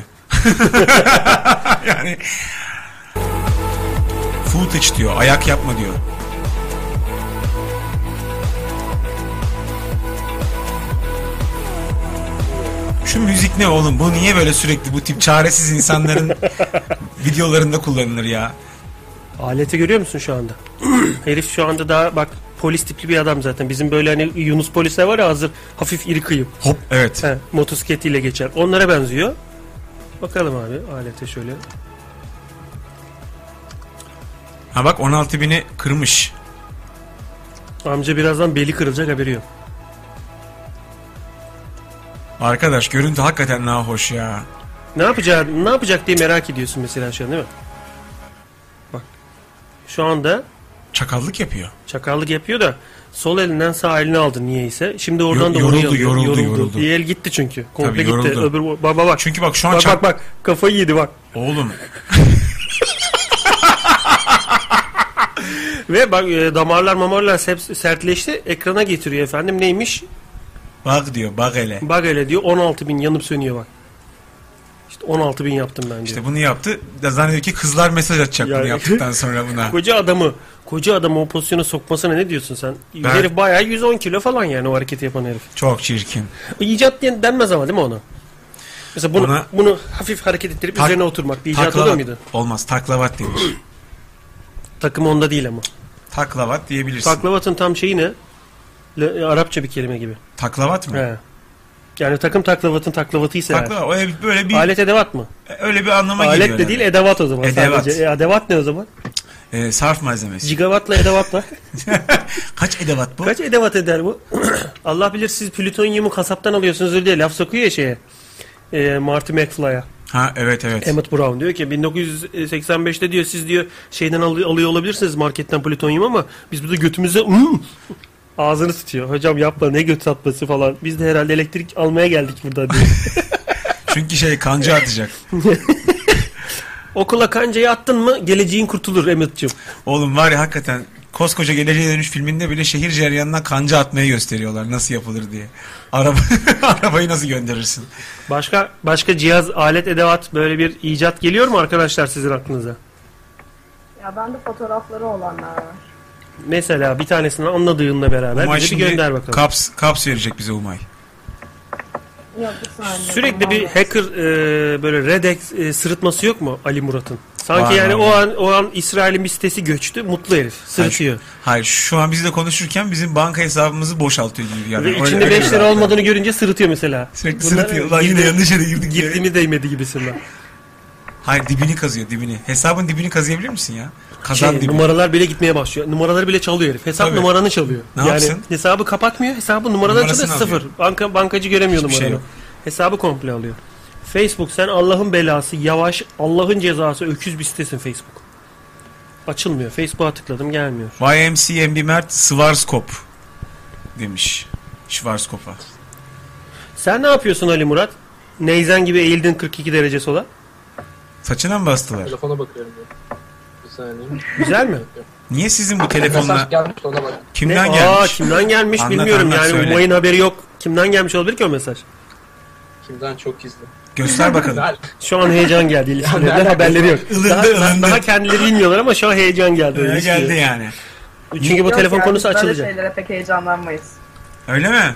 [SPEAKER 2] yani footage diyor, ayak yapma diyor. Şu müzik ne oğlum? Bu niye böyle sürekli bu tip çaresiz insanların videolarında kullanılır ya?
[SPEAKER 3] Aleti görüyor musun şu anda? Herif şu anda daha bak polis tipli bir adam zaten. Bizim böyle hani Yunus polisler var ya hazır hafif iri kıyım.
[SPEAKER 2] Hop evet.
[SPEAKER 3] He, motosikletiyle geçer. Onlara benziyor. Bakalım abi alete şöyle.
[SPEAKER 2] Ha bak 16 bini kırmış.
[SPEAKER 3] Amca birazdan beli kırılacak haberi yok.
[SPEAKER 2] Arkadaş görüntü hakikaten nahoş ya.
[SPEAKER 3] Ne yapacak, ne yapacak diye merak ediyorsun mesela şu an değil mi? Bak. Şu anda
[SPEAKER 2] Çakallık yapıyor.
[SPEAKER 3] çakallık yapıyor da sol elinden sağ elini aldı niyeyse. Şimdi oradan
[SPEAKER 2] Yo-
[SPEAKER 3] da
[SPEAKER 2] yoruldu,
[SPEAKER 3] oraya alıyor.
[SPEAKER 2] yoruldu, yoruldu.
[SPEAKER 3] Bir el gitti çünkü. Komple
[SPEAKER 2] Tabii,
[SPEAKER 3] gitti.
[SPEAKER 2] yoruldu.
[SPEAKER 3] Öbür baba bak.
[SPEAKER 2] Çünkü bak şu an
[SPEAKER 3] Bak
[SPEAKER 2] çak...
[SPEAKER 3] bak bak. Kafayı yedi bak.
[SPEAKER 2] Oğlum
[SPEAKER 3] Ve bak e, damarlar mamarlar sep- sertleşti. Ekrana getiriyor efendim. Neymiş?
[SPEAKER 2] bak diyor bak hele.
[SPEAKER 3] Bak hele diyor 16 bin yanıp sönüyor bak. İşte 16 bin yaptım bence.
[SPEAKER 2] İşte bunu yaptı. Da Zannediyor ki kızlar mesaj atacak bunu
[SPEAKER 3] Yani-
[SPEAKER 2] yaptıktan sonra buna.
[SPEAKER 3] Koca adamı koca adamı o pozisyona sokmasına ne diyorsun sen?
[SPEAKER 2] Ben-
[SPEAKER 3] Herif bayağı 110 kilo falan yani o hareketi yapan herif.
[SPEAKER 2] Çok çirkin.
[SPEAKER 3] İcat diye denmez ama değil mi ona? Mesela bunu,
[SPEAKER 2] Ona-
[SPEAKER 3] bunu hafif hareket ettirip
[SPEAKER 2] Tak-
[SPEAKER 3] üzerine oturmak bir icat oluyor muydu?
[SPEAKER 2] Olmaz taklavat demiş.
[SPEAKER 3] Takım onda değil ama.
[SPEAKER 2] taklavat diyebilirsin.
[SPEAKER 3] Taklavatın tam şeyi ne? Le- e, Arapça bir kelime gibi.
[SPEAKER 2] taklavat mı?
[SPEAKER 3] He. Yani takım taklavatın taklavatıysa eğer.
[SPEAKER 2] Taklavat. O ev- böyle bir
[SPEAKER 3] Alet edevat mı?
[SPEAKER 2] öyle bir anlama geliyor.
[SPEAKER 3] Alet de
[SPEAKER 2] herhalde.
[SPEAKER 3] değil e- edevat o zaman.
[SPEAKER 2] Edevat.
[SPEAKER 3] Sadece. E, edevat ne o zaman?
[SPEAKER 2] Ee, sarf malzemesi.
[SPEAKER 3] Gigavatla edevatla.
[SPEAKER 2] Kaç edevat bu?
[SPEAKER 3] Kaç edevat eder bu? Allah bilir siz plütonyumu kasaptan alıyorsunuz diye laf sokuyor ya şeye. E, Marty McFly'a.
[SPEAKER 2] Ha evet evet.
[SPEAKER 3] Emmett Brown diyor ki 1985'te diyor siz diyor şeyden al- alıyor olabilirsiniz marketten plütonyum ama biz burada götümüze "Hmm!" ağzını tutuyor. Hocam yapma ne göt satması falan. Biz de herhalde elektrik almaya geldik burada diyor.
[SPEAKER 2] Çünkü şey kanca atacak.
[SPEAKER 3] Okula kancayı attın mı geleceğin kurtulur Emmett'ciğim.
[SPEAKER 2] Oğlum var ya hakikaten koskoca Geleceğe Dönüş filminde bile şehir ceryanına kanca atmayı gösteriyorlar nasıl yapılır diye. Araba, arabayı nasıl gönderirsin?
[SPEAKER 3] Başka başka cihaz, alet, edevat böyle bir icat geliyor mu arkadaşlar sizin aklınıza?
[SPEAKER 6] Ya bende fotoğrafları olanlar var.
[SPEAKER 3] Mesela bir tanesini anladığınla beraber
[SPEAKER 2] Umay
[SPEAKER 3] bize bir
[SPEAKER 2] şimdi
[SPEAKER 3] gönder bakalım.
[SPEAKER 2] Kaps, kaps verecek bize Umay.
[SPEAKER 6] Yok bir saniye.
[SPEAKER 3] Sürekli bir
[SPEAKER 6] Tamam.
[SPEAKER 3] hacker e, böyle redex e, sırıtması yok mu Ali Murat'ın? Sanki
[SPEAKER 2] Var,
[SPEAKER 3] yani
[SPEAKER 2] var,
[SPEAKER 3] o
[SPEAKER 2] var.
[SPEAKER 3] an o an İsrail'in bir sitesi göçtü. Mutlu herif. Sırıtıyor.
[SPEAKER 2] Hayır şu an bizle konuşurken bizim banka hesabımızı boşaltıyor gibi. Yani.
[SPEAKER 3] Ve
[SPEAKER 2] Öyle-
[SPEAKER 3] içinde
[SPEAKER 2] öyle
[SPEAKER 3] 5
[SPEAKER 2] bir- şey
[SPEAKER 3] lira olmadığını görünce sırıtıyor mesela.
[SPEAKER 2] Sürekli
[SPEAKER 3] Bunlar
[SPEAKER 2] sırıtıyor. Ulan yine
[SPEAKER 3] girdi-
[SPEAKER 2] yanlış yere girdik. diye.
[SPEAKER 3] Girdiğini değmedi gibisinden.
[SPEAKER 2] Hayır dibini kazıyor dibini. Hesabın dibini kazıyabilir misin ya? Kazan
[SPEAKER 3] Şey,
[SPEAKER 2] dibi.
[SPEAKER 3] numaralar bile gitmeye başlıyor. Numaraları bile çalıyor herif. Hesap
[SPEAKER 2] Tabii.
[SPEAKER 3] numaranı çalıyor.
[SPEAKER 2] Ne
[SPEAKER 3] yani
[SPEAKER 2] yapsın?
[SPEAKER 3] hesabı kapatmıyor. Hesabı numaradan
[SPEAKER 2] Numarasını
[SPEAKER 3] çalıyor. Sıfır.
[SPEAKER 2] alıyor.
[SPEAKER 3] Banka, bankacı göremiyor
[SPEAKER 2] Hiçbir şey
[SPEAKER 3] numaranı.
[SPEAKER 2] yok.
[SPEAKER 3] hesabı komple alıyor. Facebook sen Allah'ın belası, yavaş, Allah'ın cezası, öküz bir sitesin Facebook. Açılmıyor. Facebook'a tıkladım gelmiyor.
[SPEAKER 2] YMCMB Mert Svarskop demiş. Schwarzkopf'a.
[SPEAKER 3] Sen ne yapıyorsun Ali Murat? Neyzen gibi eğildin 42 derece sola.
[SPEAKER 2] Saçına mı bastılar?
[SPEAKER 1] Telefona bakıyorum. ya. Bir saniye.
[SPEAKER 3] Güzel mi?
[SPEAKER 2] Niye sizin bu
[SPEAKER 1] Mesaj
[SPEAKER 2] telefonla
[SPEAKER 1] gelmiş ona bak.
[SPEAKER 2] kimden
[SPEAKER 3] Ne? Aa,
[SPEAKER 2] gelmiş?
[SPEAKER 3] kimden gelmiş
[SPEAKER 2] Anlat,
[SPEAKER 3] bilmiyorum
[SPEAKER 2] anlat,
[SPEAKER 3] yani.
[SPEAKER 2] söyle.
[SPEAKER 3] Umay'ın haberi yok. Kimden gelmiş olabilir ki o mesaj?
[SPEAKER 1] Kimden çok gizli.
[SPEAKER 2] Göster bakalım.
[SPEAKER 1] Güzel.
[SPEAKER 3] Şu an heyecan geldi. İlişkilerden
[SPEAKER 1] nereden
[SPEAKER 3] haberleri yok.
[SPEAKER 2] Ilındı,
[SPEAKER 3] daha, daha-
[SPEAKER 2] ılındı.
[SPEAKER 3] daha kendileri bilmiyorlar ama şu an heyecan geldi.
[SPEAKER 2] Öyle
[SPEAKER 3] İlişkiler.
[SPEAKER 2] geldi yani.
[SPEAKER 3] Çünkü bu
[SPEAKER 6] Yok
[SPEAKER 3] telefon
[SPEAKER 6] ya, biz
[SPEAKER 3] konusu
[SPEAKER 6] böyle
[SPEAKER 3] açılacak.
[SPEAKER 6] şeylere pek heyecanlanmayız.
[SPEAKER 2] Öyle mi?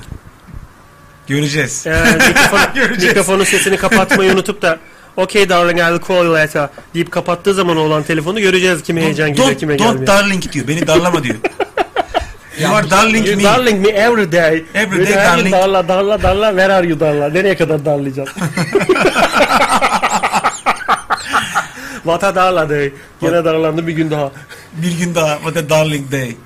[SPEAKER 2] Göreceğiz.
[SPEAKER 6] şey-
[SPEAKER 3] Ee, mikrofon,
[SPEAKER 2] Göreceğiz.
[SPEAKER 3] mikrofonun sesini kapatmayı unutup da Okay darling I'll call you later deyip kapattığı zaman olan telefonu göreceğiz kime heyecan geliyor kime
[SPEAKER 2] don't, don't
[SPEAKER 3] gelmiyor.
[SPEAKER 2] darling diyor. Beni darlama diyor. you are darling
[SPEAKER 3] You
[SPEAKER 2] me.
[SPEAKER 3] darling me every day.
[SPEAKER 2] Every
[SPEAKER 3] Beni
[SPEAKER 2] day
[SPEAKER 3] her gün
[SPEAKER 2] darling.
[SPEAKER 3] Darla darla darla where are you darla. Nereye kadar darlayacağız? What a darla day. Yine darlandı bir gün daha.
[SPEAKER 2] Bir gün daha. What a darling day.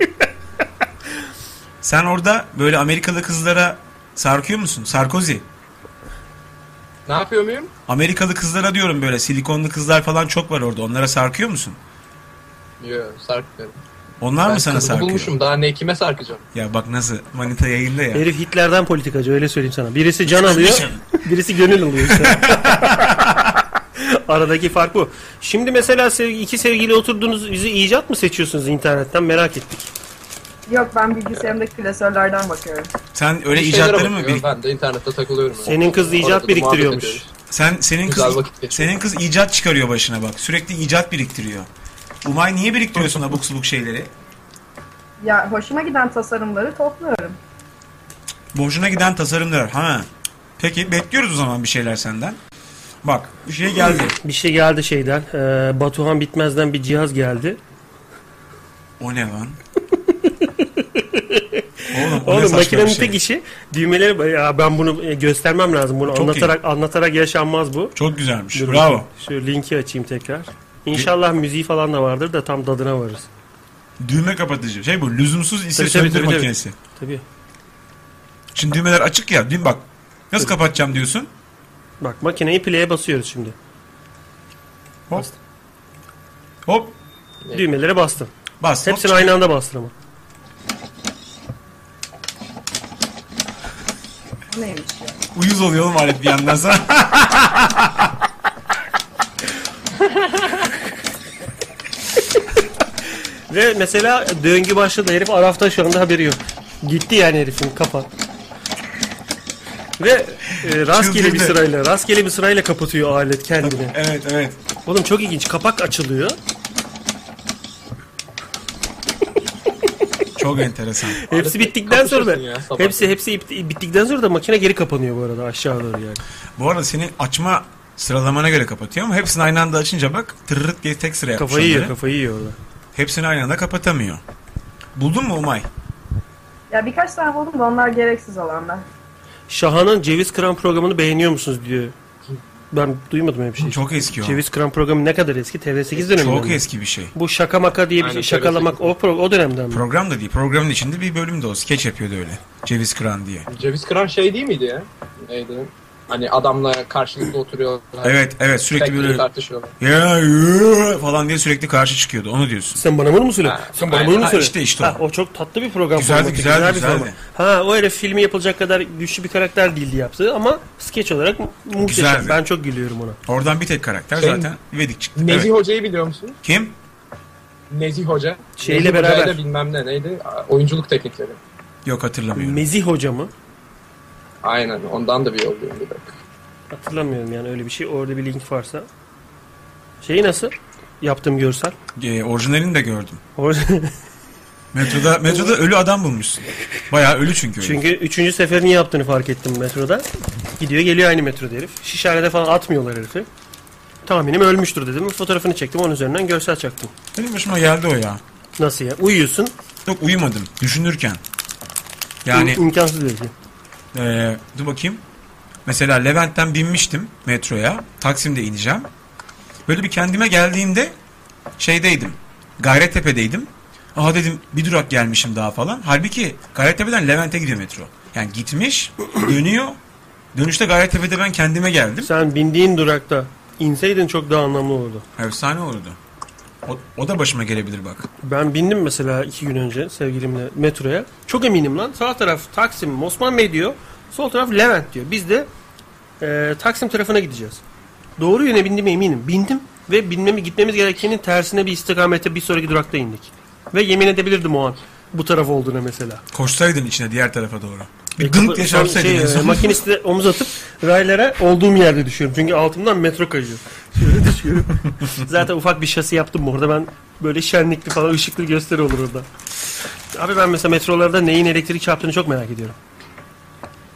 [SPEAKER 2] Sen orada böyle Amerikalı kızlara sarkıyor musun? Sarkozy.
[SPEAKER 1] Ne yapıyor muyum?
[SPEAKER 2] Amerikalı kızlara diyorum böyle silikonlu kızlar falan çok var orada. Onlara sarkıyor musun?
[SPEAKER 1] Yok sarkıyorum.
[SPEAKER 2] Onlar
[SPEAKER 1] Ben
[SPEAKER 2] mı sana
[SPEAKER 1] kızı
[SPEAKER 2] sarkıyor?
[SPEAKER 1] bulmuşum daha ne kime sarkacağım?
[SPEAKER 2] Ya bak nasıl manita yayında ya.
[SPEAKER 3] Herif Hitler'den politikacı öyle söyleyeyim sana. Birisi can alıyor, birisi gönül alıyor işte. Aradaki fark bu. Şimdi mesela sevgi, iki sevgili oturduğunuz bizi icat mı seçiyorsunuz internetten merak ettik.
[SPEAKER 6] Yok ben bilgisayarımdaki klasörlerden bakıyorum.
[SPEAKER 2] Sen öyle
[SPEAKER 1] Bir şeylere
[SPEAKER 2] icatları mı
[SPEAKER 1] bakıyorum.
[SPEAKER 2] bil?
[SPEAKER 1] Ben de internette takılıyorum. yani.
[SPEAKER 3] Senin kız icat
[SPEAKER 1] Orada da
[SPEAKER 3] biriktiriyormuş.
[SPEAKER 1] muhabbet ediyoruz.
[SPEAKER 2] Sen senin
[SPEAKER 1] Güzel
[SPEAKER 2] kız
[SPEAKER 1] vakit geçiyor.
[SPEAKER 2] senin kız icat çıkarıyor başına bak. Sürekli icat biriktiriyor. Umay niye biriktiriyorsun abuk subuk şeyleri?
[SPEAKER 6] Ya hoşuma giden tasarımları topluyorum.
[SPEAKER 2] Boşuna giden tasarımlar. Ha. Peki bekliyoruz o zaman bir şeyler senden. Bak bir şey geldi.
[SPEAKER 3] Bir şey geldi şeyden. eee, Batuhan Bitmez'den bir cihaz geldi.
[SPEAKER 2] O ne lan? Oğlum, o ne
[SPEAKER 3] Oğlum
[SPEAKER 2] saçma bir
[SPEAKER 3] makinenin
[SPEAKER 2] şey.
[SPEAKER 3] tek işi düğmeleri ya ben bunu e, göstermem lazım bunu
[SPEAKER 2] Çok iyi.
[SPEAKER 3] anlatarak anlatarak yaşanmaz bu.
[SPEAKER 2] Çok güzelmiş.
[SPEAKER 3] Dur
[SPEAKER 2] Bravo.
[SPEAKER 3] bakayım, Şu linki açayım tekrar. İnşallah müziği falan da vardır da tam tadına varırız.
[SPEAKER 2] Düğme kapatıcı. Şey bu lüzumsuz ise
[SPEAKER 3] tabii,
[SPEAKER 2] söndür
[SPEAKER 3] tabii, tabii.
[SPEAKER 2] makinesi.
[SPEAKER 3] Tabii.
[SPEAKER 2] Şimdi düğmeler açık ya. Düğüm bak. Nasıl kapatacağım diyorsun.
[SPEAKER 3] Bak makineyi play'e basıyoruz şimdi.
[SPEAKER 2] Hop. Hop.
[SPEAKER 3] Düğmelere bastım.
[SPEAKER 2] Bas.
[SPEAKER 3] Hepsini
[SPEAKER 2] hop.
[SPEAKER 3] aynı anda bastın ama.
[SPEAKER 6] Bu neymiş ya?
[SPEAKER 2] Uyuz oluyor oğlum alet bir yandan sana.
[SPEAKER 3] Ve mesela döngü başladı herif Araf'ta şu anda haberi yok. Gitti yani herifin kafa. Ve e, rastgele bir
[SPEAKER 2] Çıldırdı.
[SPEAKER 3] sırayla, rastgele bir sırayla kapatıyor alet kendini.
[SPEAKER 2] evet evet.
[SPEAKER 3] Oğlum çok ilginç. Kapak açılıyor.
[SPEAKER 2] Çok enteresan.
[SPEAKER 3] Hepsi bittikten sonra da
[SPEAKER 1] kapışırsın ya sabah.
[SPEAKER 3] hepsi hepsi ip- bittikten sonra da makine geri kapanıyor bu arada aşağı doğru yani.
[SPEAKER 2] Bu arada senin açma sıralamana göre kapatıyor ama hepsini aynı anda açınca bak tırırt diye tek sıra yapmış
[SPEAKER 3] Kafayı yiyor,
[SPEAKER 2] onları.
[SPEAKER 3] kafayı yiyor orada.
[SPEAKER 2] Hepsini aynı anda kapatamıyor. Buldun mu Umay?
[SPEAKER 6] Ya birkaç tane buldum da onlar gereksiz olanlar.
[SPEAKER 3] Şahan'ın ceviz kıran programını beğeniyor musunuz diyor. Ben duymadım öyle bir şey.
[SPEAKER 2] Çok eski o.
[SPEAKER 3] Ceviz kıran programı ne kadar eski? TV8 döneminden.
[SPEAKER 2] Çok
[SPEAKER 3] mi?
[SPEAKER 2] eski bir şey.
[SPEAKER 3] Bu şaka maka diye bir
[SPEAKER 1] Aynen,
[SPEAKER 3] şey şakalamak o, pro- o dönemden mi?
[SPEAKER 2] Program da değil. Programın içinde bir bölüm de o. Skeç yapıyordu öyle. Ceviz kıran diye.
[SPEAKER 1] Ceviz kıran şey değil miydi ya? Neydi? Hani adamla karşılıklı oturuyorlar.
[SPEAKER 2] Evet evet sürekli
[SPEAKER 1] Sürekli
[SPEAKER 2] böyle
[SPEAKER 1] tartışıyorlar.
[SPEAKER 2] ya, ya falan diye sürekli karşı çıkıyordu. Onu diyorsun.
[SPEAKER 3] Sen bana bunu mu söyle?
[SPEAKER 1] Ha,
[SPEAKER 3] Sen bana
[SPEAKER 1] aynen.
[SPEAKER 3] bunu mu
[SPEAKER 2] Ha,
[SPEAKER 3] söyle?
[SPEAKER 2] işte, işte o.
[SPEAKER 3] Ha, o çok tatlı bir program.
[SPEAKER 2] Güzeldi,
[SPEAKER 3] formatı,
[SPEAKER 2] güzeldi,
[SPEAKER 3] güzel bir
[SPEAKER 2] güzeldi.
[SPEAKER 3] format. Ha o herif filmi yapılacak kadar güçlü bir karakter değildi yaptığı ama skeç olarak mu- muhteşem.
[SPEAKER 2] Güzeldi.
[SPEAKER 3] Ben çok gülüyorum ona.
[SPEAKER 2] Oradan bir tek karakter
[SPEAKER 1] Şey-
[SPEAKER 2] zaten Vedik çıktı. Evet.
[SPEAKER 1] Nezih Hoca'yı biliyor musun?
[SPEAKER 2] Kim?
[SPEAKER 1] Nezih Hoca.
[SPEAKER 3] Şeyle
[SPEAKER 1] Nezih Hoca'yla
[SPEAKER 3] beraber.
[SPEAKER 1] bilmem ne neydi? Aa, Oyunculuk teknikleri.
[SPEAKER 2] Yok hatırlamıyorum.
[SPEAKER 3] Mezih Hoca mı?
[SPEAKER 1] Aynen ondan da bir yol bir dakika.
[SPEAKER 3] Hatırlamıyorum yani öyle bir şey. Orada bir link varsa. Şeyi nasıl? Yaptım görsel.
[SPEAKER 2] Ee, orijinalini de gördüm.
[SPEAKER 3] Orada-
[SPEAKER 2] Metroda metroda ölü adam bulmuşsun. Bayağı ölü çünkü. Çünkü
[SPEAKER 3] Çünkü üçüncü seferini yaptığını fark ettim metroda. Gidiyor geliyor aynı metroda herif. Şişhanede falan atmıyorlar herifi. Tahminim ölmüştür dedim. Fotoğrafını çektim onun üzerinden görsel çaktım.
[SPEAKER 2] Benim başıma geldi o ya.
[SPEAKER 3] Nasıl ya? Uyuyorsun.
[SPEAKER 2] Yok uyumadım. Düşünürken.
[SPEAKER 3] Yani...
[SPEAKER 2] Yani
[SPEAKER 3] imkansız bir şey.
[SPEAKER 2] Ee, dur bakayım. Mesela Levent'ten binmiştim metroya. Taksim'de ineceğim. Böyle bir kendime geldiğimde şeydeydim. Gayrettepe'deydim. Aha dedim bir durak gelmişim daha falan. Halbuki Gayrettepe'den Levent'e gidiyor metro. Yani gitmiş, dönüyor. Dönüşte Gayrettepe'de ben kendime geldim.
[SPEAKER 3] Sen bindiğin durakta inseydin çok daha anlamlı olurdu.
[SPEAKER 2] Efsane olurdu. O, o da başıma gelebilir bak.
[SPEAKER 3] Ben bindim mesela iki gün önce sevgilimle metroya. Çok eminim lan. Sağ taraf Taksim, Osman Bey diyor. Sol taraf Levent diyor. Biz de e, Taksim tarafına gideceğiz. Doğru yöne bindiğime eminim. Bindim ve binmemi gitmemiz gerekenin tersine bir istikamete bir sonraki durakta indik. Ve yemin edebilirdim o an bu taraf olduğuna mesela.
[SPEAKER 2] Koşsaydın içine diğer tarafa doğru.
[SPEAKER 3] E,
[SPEAKER 2] Bir gınk
[SPEAKER 3] kapı-
[SPEAKER 2] diye çarpsaydın.
[SPEAKER 3] şey,
[SPEAKER 2] en
[SPEAKER 3] e,
[SPEAKER 2] son.
[SPEAKER 3] makiniste omuz atıp raylara olduğum yerde düşüyorum. Çünkü altımdan metro kayıyor. Şöyle düşüyorum. Zaten ufak bir şasi yaptım orada ben böyle şenlikli falan ışıklı gösteri olur orada. Abi ben mesela metrolarda neyin elektrik çarptığını çok merak ediyorum.